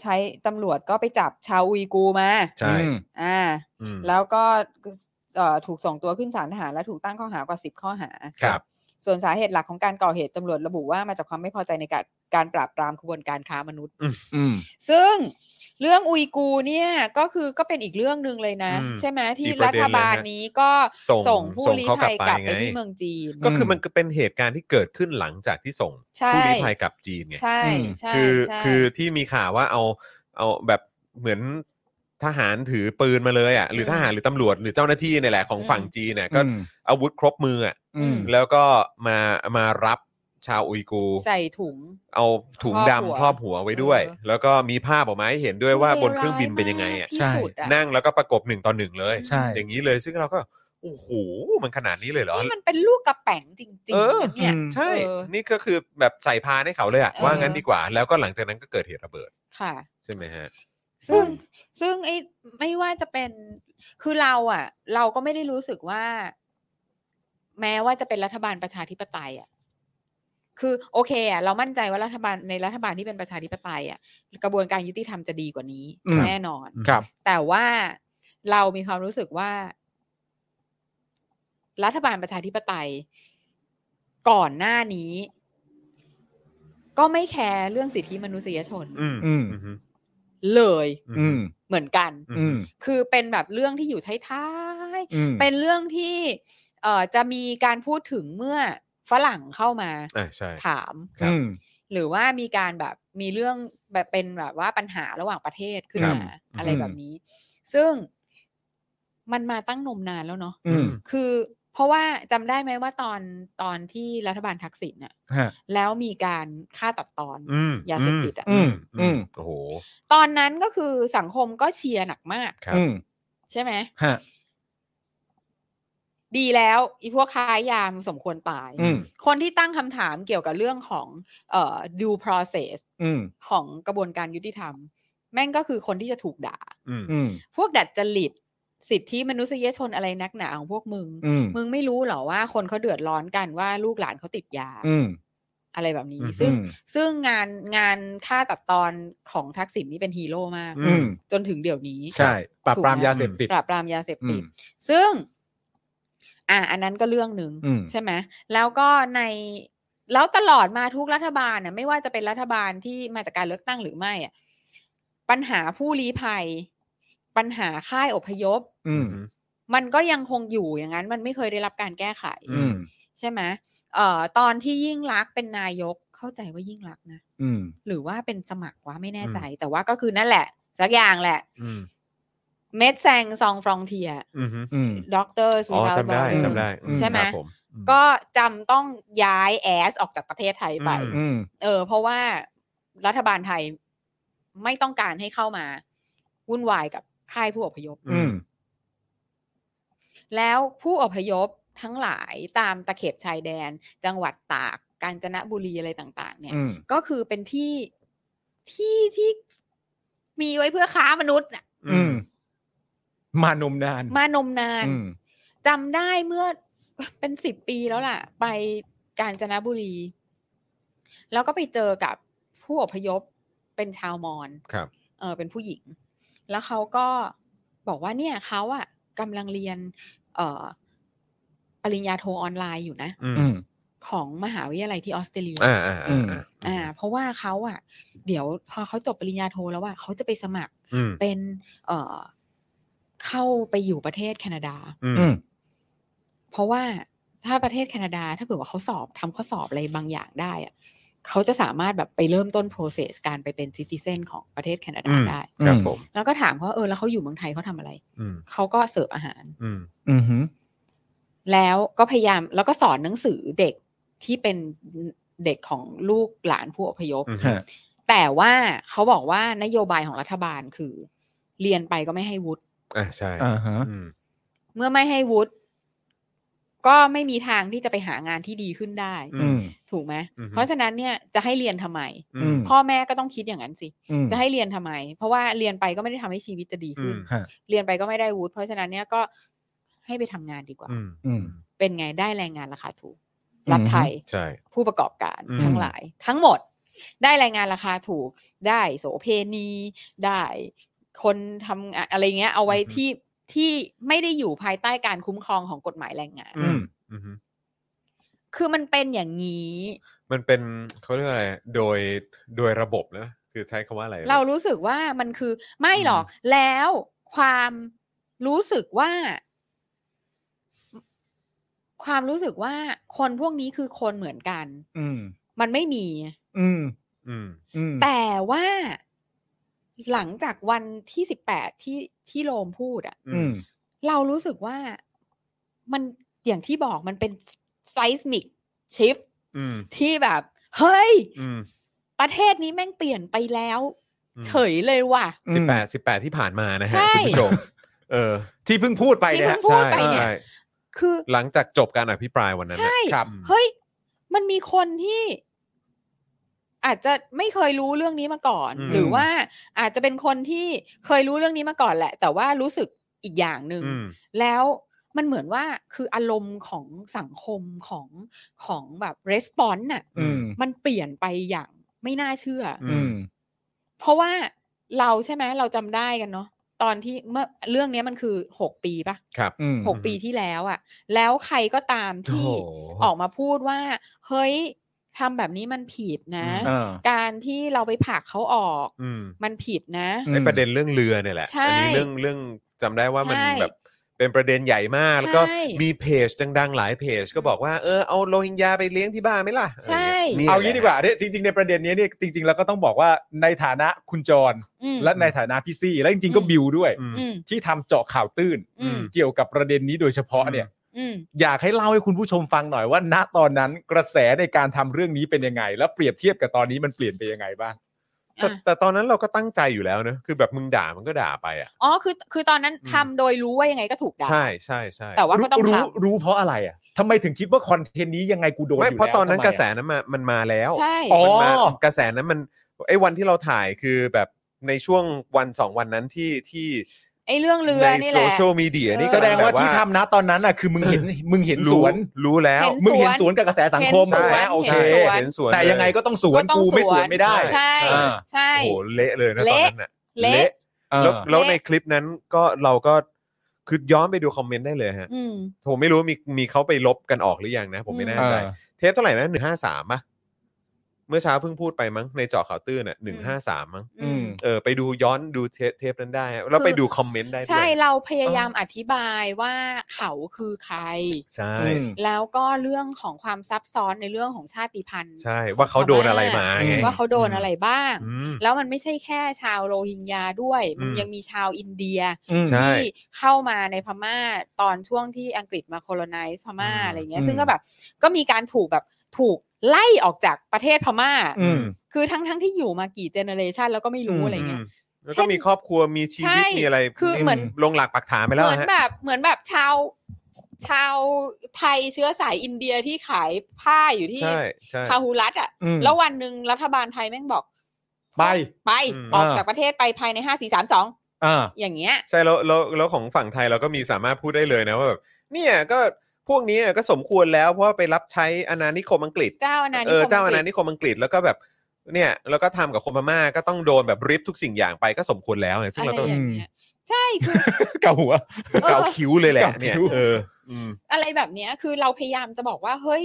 [SPEAKER 3] ใช้ตำรวจก็ไปจับชาวอุยกูร์มา
[SPEAKER 1] ใช่
[SPEAKER 2] อืม
[SPEAKER 3] อ่า
[SPEAKER 1] อืม
[SPEAKER 3] แล้วก็เอ่อถูกส่งตัวขึ้นศาลทหารและถูกตั้งข้อหากว่าสิบข้อหา
[SPEAKER 2] ครับ
[SPEAKER 3] ส่วนสาเหตุหลักของการก่อเหตุตำรวจระบุว่ามาจากความไม่พอใจในการการปราบปรามขบวนการค้ามนุษย์
[SPEAKER 2] อืม
[SPEAKER 3] ซึ่งเรื่องอุยกูร์เนี่ยก็คือก็เป็นอีกเรื่องหนึ่งเลยนะ
[SPEAKER 1] อืม
[SPEAKER 3] ใช่ไหมที่
[SPEAKER 1] อีกประ
[SPEAKER 3] รั
[SPEAKER 1] เด็นเล
[SPEAKER 3] ฐ
[SPEAKER 1] ยฮะ
[SPEAKER 3] บาลนี้ก็
[SPEAKER 1] ส่ง
[SPEAKER 3] ส่งผู้
[SPEAKER 1] ส่ง
[SPEAKER 3] ลี้
[SPEAKER 1] เขากลับ
[SPEAKER 3] ภัยกลับ
[SPEAKER 1] ไป
[SPEAKER 3] ไป
[SPEAKER 1] ไง
[SPEAKER 3] ที่เมืองจีน
[SPEAKER 1] ก็คือมันก็เป็นเหตุการณ์ที่เกิดขึ้นหลังจากที่ส่ง
[SPEAKER 3] ใช่
[SPEAKER 1] ผู้ลี้ภัยกลับจีนไง
[SPEAKER 3] ใช่
[SPEAKER 2] อืม
[SPEAKER 3] ใช่
[SPEAKER 1] คือ
[SPEAKER 3] ใช่
[SPEAKER 1] คือที่มีข่าวว่าเอาเอาแบบเหมือนทหารถือปืนมาเลยอ่ะหรืออ
[SPEAKER 3] ม
[SPEAKER 1] ทหารหรือตำรวจหรือเจ้าหน้าที่เนี่ยแหละของฝั่ง
[SPEAKER 3] อืม
[SPEAKER 1] จีนเนี่ยก็อาวุธครบมืออ่ะ
[SPEAKER 2] อืม
[SPEAKER 1] แล้วก็มามารับชาวอุยกูร์
[SPEAKER 3] ใส่ถุง
[SPEAKER 1] เอาถุงดำค
[SPEAKER 3] ค
[SPEAKER 1] ร
[SPEAKER 3] ร
[SPEAKER 1] อ
[SPEAKER 3] อ
[SPEAKER 1] บบ
[SPEAKER 3] หั
[SPEAKER 1] หัว
[SPEAKER 3] ว
[SPEAKER 1] ไว้ด้วย
[SPEAKER 3] เออ
[SPEAKER 1] แล้วก็มีภาพออกมาให้เห็นด้วยว่าบนเครื่องบินเป็นยังไงอ่ะ
[SPEAKER 3] เลวร้ายมา
[SPEAKER 2] ใช่
[SPEAKER 3] กที่สุดอะ
[SPEAKER 1] นั่งแล้วก็ประกบหนึ่งต่อหนึ่งเลย
[SPEAKER 2] ใช่
[SPEAKER 1] อย่างนี้เลยซึ่งเราก็โอ้โหมันขนาดนี้เลยเหรอ
[SPEAKER 3] นี่มันเป็นลูกกระแป๋งจริง
[SPEAKER 1] เออ
[SPEAKER 3] ๆนะเนี่ย
[SPEAKER 2] อืม
[SPEAKER 1] ใช่
[SPEAKER 3] เออ
[SPEAKER 1] นี่ก็คือแบบใส่พานให้เขาเลยอะ
[SPEAKER 3] เออ
[SPEAKER 1] ว่างั้นดีกว่า แล้วก็หลังจากนั้นก็เกิดเหตุระเบิด
[SPEAKER 3] ค่ะ
[SPEAKER 1] ใช่ไหมฮะ
[SPEAKER 3] ซึ่ง
[SPEAKER 1] อืม
[SPEAKER 3] ซึ่งไอ้ไม่ว่าจะเป็นคือเราอ่ะ เราก็ไม่ได้รู้สึกว่า แม้ว่าจะเป็นรัฐบาลประชาธิปไตยอ่ะคือโอเคอ่ะเรามั่นใจว่ารัฐบาลในรัฐบาลที่เป็นประชาธิปไตยอ่ะกระบวนการยุติธรรมจะดีกว่านี้
[SPEAKER 2] อืม
[SPEAKER 3] แน่นอน
[SPEAKER 2] ครับ
[SPEAKER 3] แต่ว่าเรามีความรู้สึกว่า รัฐบาลประชาธิปไตย ก่อนหน้านี้ ก็ไม่แคร์เรื่องสิทธิมนุษยชน
[SPEAKER 1] อืม
[SPEAKER 2] อืม
[SPEAKER 1] อืม
[SPEAKER 3] เลย
[SPEAKER 2] อืม
[SPEAKER 3] เหมือนกัน
[SPEAKER 2] อืม
[SPEAKER 3] คือเป็นแบบเรื่องที่อยู่ท้าย
[SPEAKER 2] อืม
[SPEAKER 3] ๆเป็นเรื่องที่ เอ่อจะมีการพูดถึงเมื่อฝรั่งเข้ามา
[SPEAKER 1] อ่าใช่
[SPEAKER 3] ถาม
[SPEAKER 1] ครับ
[SPEAKER 2] อืม
[SPEAKER 3] หรือว่ามีการแบบมีเรื่องแบบเป็นแบบว่าปัญหาระหว่างประเทศขึ้น
[SPEAKER 1] ครับ
[SPEAKER 3] มาอะไร
[SPEAKER 2] อืม
[SPEAKER 3] แบบนี้ ซึ่งมันมาตั้งนมนานแล้วเนาะ
[SPEAKER 2] อืม
[SPEAKER 3] คือเพราะว่าจำได้ไหมว่าตอนตอนที่รัฐบาลทักษิณน่ะ
[SPEAKER 2] ฮะ
[SPEAKER 3] แล้วมีการฆ่าตัดตอน
[SPEAKER 1] อืม
[SPEAKER 3] ยาเสพติดอะ
[SPEAKER 1] อืม
[SPEAKER 2] อืม
[SPEAKER 1] อืมโอ้โห
[SPEAKER 3] ตอนนั้นก็คือสังคมก็เชียร์หนักมาก
[SPEAKER 1] ครับ
[SPEAKER 2] อืม
[SPEAKER 3] ใช่ไหม
[SPEAKER 2] ฮะ
[SPEAKER 3] ดีแล้วอีพวกค้ายามนสมควรตาย
[SPEAKER 2] อืม
[SPEAKER 3] คนที่ตั้งคำถามเกี่ยวกับเรื่องของเอ่อ due process
[SPEAKER 2] อืม
[SPEAKER 3] ของกระบวนการยุติธรรม แม่งก็คือคนที่จะถูกด่า
[SPEAKER 1] อืม
[SPEAKER 2] อืม
[SPEAKER 3] พวกดัดจริตสิทธิมนุษยชนอะไรนักหนาของพวกมึง
[SPEAKER 2] อืม
[SPEAKER 3] มึงไม่รู้เหรอว่าคนเขาเดือดร้อนกันว่าลูกหลานเขาติดยา
[SPEAKER 2] อืม
[SPEAKER 3] อะไรแบบนี้ ซึ่งซึ่งงานงานค่าตัดตอนของทักษิณนี่เป็นฮีโร่มาก
[SPEAKER 2] อืม
[SPEAKER 3] จนถึงเดี๋ยวนี้
[SPEAKER 2] ใช่ ปราบปราม
[SPEAKER 3] ถูกไห
[SPEAKER 2] ยาเสพติด
[SPEAKER 3] ปราบปรามยาเสพติด
[SPEAKER 2] อืม
[SPEAKER 3] ซึ่ง อ่ะอันนั้นก็เรื่องหนึ่ง
[SPEAKER 2] อืม
[SPEAKER 3] ใช่ไหมแล้วก็ในแล้วตลอดมาทุกรัฐบาลน่ะ ไม่ว่าจะเป็นรัฐบาลที่มาจากการเลือกตั้งหรือไม่อ่ะปัญหาผู้ลี้ภัย ปัญหาค่ายอพยพ
[SPEAKER 2] อืม
[SPEAKER 3] มันก็ยังคงอยู่อย่างนั้น มันไม่เคยได้รับการแก้ไข
[SPEAKER 2] อืม
[SPEAKER 3] ใช่ไหมเอ่อตอนที่ยิ่งรักษณ์เป็นนายกเข้าใจว่ายิ่งรักษณ์นะ
[SPEAKER 2] อืม
[SPEAKER 3] หรือว่าเป็นสมัครวะไม่แน่ใจ แต่ว่าก็คือนั่นแหละสักอย่างแหละ
[SPEAKER 1] อืม
[SPEAKER 3] เมดแซงซองฟรองเทีย
[SPEAKER 1] อืมอืม
[SPEAKER 2] อืม
[SPEAKER 3] ด็อกเตอร์
[SPEAKER 1] อ๋อจำได้
[SPEAKER 2] อืม
[SPEAKER 1] จำได้อื
[SPEAKER 3] ใช่ไหม
[SPEAKER 1] ครับผมอืม
[SPEAKER 3] ก็จำต้องย้ายแอสออกจากประเทศไทยไป
[SPEAKER 1] อื
[SPEAKER 2] อืม
[SPEAKER 3] เออ เพราะว่ารัฐบาลไทยไม่ต้องการให้เข้ามา วุ่นวายกับค่ายผู้อพยพ
[SPEAKER 2] อืม
[SPEAKER 3] แล้วผู้อพยพทั้งหลายตามตะเข็บชายแดน จังหวัดตาก กาญจนบุรีอะไรต่าง ๆ เนี่ย
[SPEAKER 2] อืม
[SPEAKER 3] ก็คือเป็นที่ที่ที่มีไว้เพื่อค้ามนุษย์น่ะ
[SPEAKER 2] อืม มานมนาน
[SPEAKER 3] มานมนาน
[SPEAKER 2] อืม
[SPEAKER 3] จำได้เมื่อ เป็นสิบปีแล้วล่ะ ไปกาญจนบุรี แล้วก็ไปเจอกับผู้อพยพเป็นชาวมอญ
[SPEAKER 1] ครับ
[SPEAKER 3] เออเป็นผู้หญิง แล้วเขาก็บอกว่าเนี่ยเขาอะกำลังเรียน เออปริญญาโทออนไลน์อยู่นะ
[SPEAKER 1] อืม
[SPEAKER 2] อืม
[SPEAKER 3] ของมหาวิทยาลัยที่ออสเตรเลีย
[SPEAKER 1] อ่าอ่าอ่าอ่า
[SPEAKER 3] อ่า เพราะว่าเขาอะเดี๋ยวพอเขาจบปริญญาโทแล้วว่าเขาจะไปสมัคร
[SPEAKER 1] อืม
[SPEAKER 3] เป็น เออเข้าไปอยู่ประเทศแคนาดา
[SPEAKER 1] อื
[SPEAKER 2] อื
[SPEAKER 1] ม
[SPEAKER 2] ม
[SPEAKER 3] เพราะว่าถ้าประเทศแคนาดาถ้าเกิดว่าเขาสอบทำข้อสอบอะไรบางอย่างได้อะเขาจะสามารถแบบไปเริ่มต้น process การไปเป็น citizen ของประเทศแคนาดาได้
[SPEAKER 2] อืม
[SPEAKER 1] ครับผม
[SPEAKER 3] แล้วก็ถามเขาว่าเออแล้วเขาอยู่เมืองไทยเขาทำอะไร
[SPEAKER 1] อืม
[SPEAKER 3] เขาก็เสิร์ฟอาหาร
[SPEAKER 1] อืม
[SPEAKER 2] อืม
[SPEAKER 3] แล้วก็พยายามแล้วก็สอนหนังสือเด็กที่เป็นเด็กของลูกหลานผู้อพยพ
[SPEAKER 1] อืม
[SPEAKER 2] ฮะ
[SPEAKER 3] แต่ว่าเขาบอกว่านโยบายของรัฐบาลคือ เรียนไปก็ไม่ให้วุฒิ
[SPEAKER 1] อ่าใช่
[SPEAKER 2] อ่าฮะ
[SPEAKER 1] อืม
[SPEAKER 3] เมื่อไม่ให้วุฒิก็ไม่มีทางที่จะไปหางานที่ดีขึ้นได้
[SPEAKER 1] อื
[SPEAKER 2] อื
[SPEAKER 1] ม
[SPEAKER 2] ม
[SPEAKER 3] ถูกไหม
[SPEAKER 1] อือฮึ
[SPEAKER 3] เพราะฉะนั้นเนี่ยจะให้เรียนทำไม
[SPEAKER 1] อืม
[SPEAKER 2] ม
[SPEAKER 3] พ่อแม่ก็ต้องคิดอย่างนั้นสิ
[SPEAKER 2] อืม
[SPEAKER 3] จะให้เรียนทำไม เพราะว่าเรียนไปก็ไม่ได้ทำให้ชีวิตจะดีขึ้น
[SPEAKER 1] อืม
[SPEAKER 2] ฮะ
[SPEAKER 3] เรียนไปก็ไม่ได้วุฒิเพราะฉะนั้นเนี่ยก็ให้ไปทำงานดีกว่า
[SPEAKER 1] อืม
[SPEAKER 2] อืม
[SPEAKER 3] เป็นไงได้แรงงานราคาถูก รัฐไทย
[SPEAKER 1] ใช่
[SPEAKER 3] ผู้ประกอบการ
[SPEAKER 1] อืม
[SPEAKER 3] ทั้งหลาย ทั้งหมดได้แรงงานราคาถูก ได้โสเพณีได้คนทำงานอะไรเงี้ย เอาไว้
[SPEAKER 1] อือฮึ
[SPEAKER 3] ที่ที่ไม่ได้อยู่ภายใต้การคุ้มครองของกฎหมายแรงงาน
[SPEAKER 2] อืม
[SPEAKER 1] อือฮึ
[SPEAKER 3] คือมันเป็นอย่างนี้
[SPEAKER 1] มันเป็นเขาเรียกว่าอะไร โดยโดยระบบนะคือใช้คำว่าอะไร
[SPEAKER 3] เรารู้สึกว่ามันคือไม่หรอก แล้วความรู้สึกว่า ความรู้สึกว่าคนพวกนี้คือคนเหมือนกัน
[SPEAKER 2] อืม
[SPEAKER 3] มันไม่มี
[SPEAKER 2] อืม
[SPEAKER 1] อืม
[SPEAKER 2] อืม
[SPEAKER 3] แต่ว่าหลังจากวันที่สิบแปดที่ที่โรมพูดอะ
[SPEAKER 1] อื
[SPEAKER 2] อื
[SPEAKER 1] ม
[SPEAKER 2] ม
[SPEAKER 3] เรารู้สึกว่ามันอย่างที่บอกมันเป็นไซสมิกชิฟ
[SPEAKER 1] อืม
[SPEAKER 3] ที่แบบ เฮ้ย
[SPEAKER 1] อืม
[SPEAKER 3] ประเทศนี้แม่งเปลี่ยนไปแล้ว
[SPEAKER 1] อืม
[SPEAKER 3] เฉยเลยว่ะ
[SPEAKER 1] สิบแปดสิบแปดที่ผ่านมานะฮะ
[SPEAKER 3] ใช่
[SPEAKER 1] คุณผู้ชม เออ
[SPEAKER 2] ที่เพิ่งพูดไป
[SPEAKER 3] ที่
[SPEAKER 2] เนี่ยฮะ
[SPEAKER 3] เพิ่งพูดไป
[SPEAKER 1] ใช่
[SPEAKER 3] เนี่ย
[SPEAKER 1] ใช่
[SPEAKER 3] คือ
[SPEAKER 1] หลังจากจบการอภิปรายวันนั้น
[SPEAKER 3] ใช่
[SPEAKER 1] น่ะ
[SPEAKER 2] ครับ
[SPEAKER 3] เฮ้ย มันมีคนที่ อาจจะไม่เคยรู้เรื่องนี้มาก่อน
[SPEAKER 1] อืม
[SPEAKER 3] หรือว่าอาจจะเป็นคนที่เคยรู้เรื่องนี้มาก่อนแหละ แต่ว่ารู้สึกอีกอย่างหนึ่ง
[SPEAKER 1] อืม
[SPEAKER 3] แล้วมันเหมือนว่าคืออารมณ์ของสังคมของของแบบรีสปอนส์น่ะ
[SPEAKER 1] อื
[SPEAKER 2] อื
[SPEAKER 1] ม
[SPEAKER 2] ม
[SPEAKER 3] มันเปลี่ยนไปอย่างไม่น่าเชื่ออ
[SPEAKER 1] ม
[SPEAKER 2] อืม
[SPEAKER 3] เพราะว่าเราใช่ไหมเราจำได้กันเนาะตอนที่เมื่อเรื่องเนี้ยมันคือหกปีปะ
[SPEAKER 1] ครับ
[SPEAKER 2] อืม
[SPEAKER 3] หกปีที่แล้วอะ่ะ แล้วใครก็ตามที่
[SPEAKER 1] โอ้โห
[SPEAKER 3] ออกมาพูดว่า เฮ้ยทำแบบนี้มันผิดนะ
[SPEAKER 1] อืม
[SPEAKER 2] อ่า
[SPEAKER 3] การที่เราไปผลักเขาออก
[SPEAKER 1] อืม
[SPEAKER 3] มันผิดนะ
[SPEAKER 2] อืม
[SPEAKER 1] ไอประเด็นเรื่องเรือเนี่ยแหละ
[SPEAKER 3] ใช่
[SPEAKER 1] อันี้เรื่องเรื่องจำได้ว่ามัน
[SPEAKER 3] ใช่
[SPEAKER 1] แบบเป็นประเด็นใหญ่มาก แล้วก็
[SPEAKER 3] ใช่
[SPEAKER 1] มีเพจดังๆ หลายเพจก็บอกว่าเออเอาโรฮิงญาไปเลี้ยงที่บ้านไหมล่ะ
[SPEAKER 3] ใช่
[SPEAKER 1] ะไร
[SPEAKER 2] เอา
[SPEAKER 1] ย่ง
[SPEAKER 2] งี้
[SPEAKER 1] งี้ยนี่แหละ
[SPEAKER 2] ดีกว่าเนี่ยจริง ๆ ในประเด็นเนี้ยเนี่ยจริง ๆ แล้วก็ต้องบอกว่าในฐานะคุณจร
[SPEAKER 3] อืม
[SPEAKER 2] และในฐานะพี่ซี่ และจริง ๆ ก็
[SPEAKER 3] อืม
[SPEAKER 2] บิวด้วย
[SPEAKER 1] อืม
[SPEAKER 3] อืม
[SPEAKER 2] ที่ทำเจาะข่าวตื้น
[SPEAKER 3] อืม
[SPEAKER 2] เกี่ยวกับประเด็นนี้โดยเฉพาะเนี่ย
[SPEAKER 3] อืม
[SPEAKER 2] อยากให้เล่าให้คุณผู้ชมฟังหน่อยว่า ณตอนนั้นกระแสในการทำเรื่องนี้เป็นยังไง แล้วเปรียบเทียบกับตอนนี้มันเปลี่ยนไปยังไงบ้าง
[SPEAKER 1] แต่
[SPEAKER 3] อ่ะ
[SPEAKER 1] แต่ตอนนั้นเราก็ตั้งใจอยู่แล้วเนอะคือแบบมึงด่ามันก็ด่าไปอ่ะ
[SPEAKER 3] อ๋อคือคือตอนนั้น
[SPEAKER 1] อืม
[SPEAKER 3] ทำโดยรู้ว่ายังไงก็ถูกด่า
[SPEAKER 1] ใช่ใช่ใช่
[SPEAKER 3] แต่ว่าก็ต้อง
[SPEAKER 2] รู้
[SPEAKER 3] ทำ
[SPEAKER 2] รู้รู้เพราะอะไรอ่ะทำไมถึงคิดว่าคอนเทนต์นี้ยังไงกูโดน
[SPEAKER 1] ไม่
[SPEAKER 2] อยู่
[SPEAKER 1] เพราะ
[SPEAKER 2] แล้ว
[SPEAKER 1] ตอนนั้น
[SPEAKER 2] ทำไม
[SPEAKER 1] ก
[SPEAKER 2] อ่
[SPEAKER 1] ระแสนั้นมามันมาแล้ว
[SPEAKER 3] ใช่
[SPEAKER 2] อ๋อ
[SPEAKER 1] มันมากระแสนั้นมันไอ้วันที่เราถ่ายคือแบบในช่วงวันสองวันนั้นที่ที่
[SPEAKER 3] ไอ้เรื่องเรือ
[SPEAKER 1] ใน
[SPEAKER 3] นี่แห
[SPEAKER 1] โซ
[SPEAKER 3] ละ
[SPEAKER 1] เชียลมีเดียนี่
[SPEAKER 3] เออ
[SPEAKER 2] แส
[SPEAKER 1] ก็
[SPEAKER 2] ดงว่าที่
[SPEAKER 1] แบบ
[SPEAKER 2] ทำนะตอนนั้นอ่ะคือมึงเห็นมึงเห็นสวน
[SPEAKER 1] รู้แล้ว
[SPEAKER 3] เห็น
[SPEAKER 2] มึงเห็นสวนกับกระแสสังคม
[SPEAKER 3] เห็นส
[SPEAKER 2] ถู
[SPEAKER 3] วน
[SPEAKER 2] กไหมโอเค
[SPEAKER 3] เห็นสวน
[SPEAKER 1] เห็นสวน
[SPEAKER 2] แต่ยังไงก็ต้องสวน
[SPEAKER 3] ก็ต้อง
[SPEAKER 2] กูไม่สวนไม่ได้
[SPEAKER 3] ใช่
[SPEAKER 2] อ่า
[SPEAKER 3] ใช่
[SPEAKER 1] โอ้โหเละเลยนะตอนนั้นน่ะ
[SPEAKER 3] เละ
[SPEAKER 2] เออ
[SPEAKER 1] แล้วแล้วในคลิปนั้นก็เราก็คือย้อนไปดูคอมเมนต์ได้เลยฮะ
[SPEAKER 3] อืม
[SPEAKER 1] ผมไม่รู้มีมีเขาไปลบกันออกหรือยังนะ ผมไม่แน่
[SPEAKER 2] เอ
[SPEAKER 1] ใจ
[SPEAKER 2] อ
[SPEAKER 1] เทปเท่าไหร่นะหนึ่งห้าสามป่ะ เมื่อเช้าเพิ่งพูดไปมั้งในเจาะข่าวตื้นอ่ะหนึ่งห้าสามมั้ง
[SPEAKER 2] อืม
[SPEAKER 1] เออไปดูย้อนดูเทปเทปนั้นได้ฮะแล้วไป
[SPEAKER 3] คือ
[SPEAKER 1] ดูคอมเมนต์ได้ด้วย
[SPEAKER 3] ใช่เราพยายามอธิบายว่าเขาคือใคร
[SPEAKER 1] ใช่
[SPEAKER 2] อืม
[SPEAKER 3] แล้วก็เรื่องของความซับซ้อนในเรื่องของชาติพันธุ์
[SPEAKER 1] ใช่
[SPEAKER 3] ขง
[SPEAKER 1] ว่าเขาโดนอะไรมา
[SPEAKER 2] ไง
[SPEAKER 3] ว่าเขาโดน
[SPEAKER 1] อืม
[SPEAKER 3] อะไรบ้าง
[SPEAKER 1] อืม
[SPEAKER 3] แล้วมันไม่ใช่แค่ชาวโรฮิงญาด้วย มัน
[SPEAKER 1] อืม
[SPEAKER 3] ยังมีชาวอินเดีย
[SPEAKER 2] อืม
[SPEAKER 1] ใช่
[SPEAKER 3] ที่เข้ามาในพม่าตอนช่วงที่อังกฤษมา colonize พม่า
[SPEAKER 1] อืม
[SPEAKER 3] อะไรเงี้
[SPEAKER 2] อื
[SPEAKER 3] ย
[SPEAKER 2] ม
[SPEAKER 3] ซึ่งก็แบบก็มีการถูกแบบถูกไล่ออกจากประเทศพม่า
[SPEAKER 2] อืม
[SPEAKER 3] คือทั้งทั้งที่อยู่มากี่เจเนอเรชันแล้วก็ไม่รู้
[SPEAKER 2] อืม
[SPEAKER 3] อะไรเงี้ย
[SPEAKER 1] แล้วก็มีครอบครัวมีชีวิต
[SPEAKER 3] ใช่
[SPEAKER 1] มีอะไร
[SPEAKER 3] คือเหมือน
[SPEAKER 1] ลงหลักปักฐานไปแล้ว
[SPEAKER 3] เหมือน
[SPEAKER 1] ฮะ
[SPEAKER 3] แบบเหมือนแบบชาวชาวไทยเชื้อสายอินเดียที่ขายผ้าอยู่ที่
[SPEAKER 1] ใช่ใช่
[SPEAKER 3] พาหูรัตอ่ะ
[SPEAKER 2] อืม
[SPEAKER 3] แล้ววันหนึ่งรัฐบาลไทยแม่งบอก
[SPEAKER 2] ไป
[SPEAKER 3] ไป
[SPEAKER 1] อืม
[SPEAKER 3] ออกจากประเทศไปภายในห้าสี่สามสอง
[SPEAKER 2] อ่า
[SPEAKER 3] อย่างเงี้ย
[SPEAKER 1] ใช่แล้วแล้วแล้วของฝั่งไทยเราก็มีสามารถพูดได้เลยนะว่าแบบเนี่ยก็พวกนี้ก็สมควรแล้วเพราะว่าไปรับใช้อาณานิคมอังกฤษ
[SPEAKER 3] เจ้าอาณานิคม
[SPEAKER 1] เออเจ้าอาณา
[SPEAKER 3] อังกฤษ
[SPEAKER 1] นิคมอังกฤษแล้วก็แบบเนี่ยแล้วก็ทำกับคนพม่าก็ต้องโดนแบบริบทุกสิ่งอย่างไปก็สมควรแล้วไงซึ่ง
[SPEAKER 3] อะไร
[SPEAKER 1] เราต้อง
[SPEAKER 3] อย่างเงี้ยใช่คือ
[SPEAKER 2] เก่าหัว
[SPEAKER 1] เกาคิ้วเลยแหละ
[SPEAKER 2] เกาคิ้ว
[SPEAKER 1] เนี่ยเอออืม
[SPEAKER 3] อะไรแบบเนี้ยคือเราพยายามจะบอกว่าเฮ้ย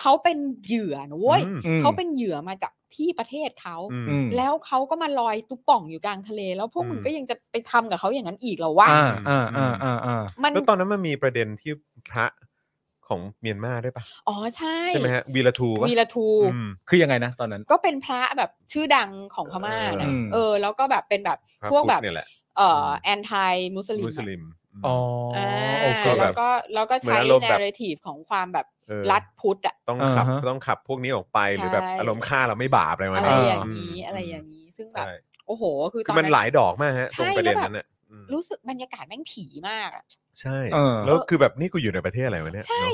[SPEAKER 3] เขาเป็นเหยื่อนะเว้ย
[SPEAKER 1] อืม
[SPEAKER 3] เขาเป็นเหยื่อมาจากที่ประเทศเขา
[SPEAKER 1] อืม
[SPEAKER 2] อืม
[SPEAKER 3] แล้วเขาก็มาลอยตุ๊บป่องอยู่กลางทะเล แล้วพวกมึง
[SPEAKER 1] อืม
[SPEAKER 3] ก็ยังจะไปทำกับเขาอย่างนั้นอีกเหรอวะ
[SPEAKER 2] อ่าอ่าอ่าอ่าอ่า
[SPEAKER 3] มัน
[SPEAKER 1] แล้วตอนนั้นมันมีประเด็นที่พระของเมียนมาด้วยปะ
[SPEAKER 3] อ๋อใช่
[SPEAKER 1] ใช่ไหมฮะวีรทูปะ
[SPEAKER 3] วีรทู
[SPEAKER 1] อืม
[SPEAKER 2] คือยังไงนะตอนนั้น
[SPEAKER 3] ก็เป็นพระแบบชื่อดังของพม่านะ
[SPEAKER 2] อืม
[SPEAKER 3] เออ แล้วก็แบบเป็นแบบ
[SPEAKER 1] พระ
[SPEAKER 3] พวกแบบ
[SPEAKER 1] พุทธเนี่ยแหละ
[SPEAKER 3] เอ่อ
[SPEAKER 1] ม
[SPEAKER 3] อแอนตี้มุสลิม
[SPEAKER 1] มุสลิมม
[SPEAKER 2] อ๋ออ่
[SPEAKER 3] อ่า
[SPEAKER 2] โอเค
[SPEAKER 1] ก็แบ
[SPEAKER 3] แล้
[SPEAKER 1] บ
[SPEAKER 3] วก็แล้วก็
[SPEAKER 1] เหมือน
[SPEAKER 3] ใช้
[SPEAKER 1] อารมณ์แบบ
[SPEAKER 3] เนเรทีฟของความแบบ
[SPEAKER 1] เออ
[SPEAKER 3] รัฐพุทธอะ
[SPEAKER 1] ต้องขับ
[SPEAKER 2] อ่าฮะ
[SPEAKER 1] ต้องขับพวกนี้ออกไปหรือแบบ
[SPEAKER 3] ใช่
[SPEAKER 1] อารมณ์ฆ่าเราไม่บาปอะไรประมาณ
[SPEAKER 3] อะ
[SPEAKER 1] นั้
[SPEAKER 3] ไร
[SPEAKER 1] น
[SPEAKER 3] อย่าง
[SPEAKER 1] ม
[SPEAKER 3] นี้อะไรอย่างนี้ ซึ่งแบบ
[SPEAKER 1] ใช่
[SPEAKER 3] โอ้โห คือต
[SPEAKER 1] คือ อน มันห
[SPEAKER 3] นั้
[SPEAKER 1] ลาน ยดอกมากฮะต
[SPEAKER 3] ใช่
[SPEAKER 1] รงประเด็นนั้นน่ะอืม
[SPEAKER 3] รู้สึกบรรยากาศแม่งผีมากอะ
[SPEAKER 1] ใช่
[SPEAKER 2] เออ
[SPEAKER 1] แล้วคือแบบนี่กูอยู่ในประเทศอะไรวะเนี่ย
[SPEAKER 3] ใช่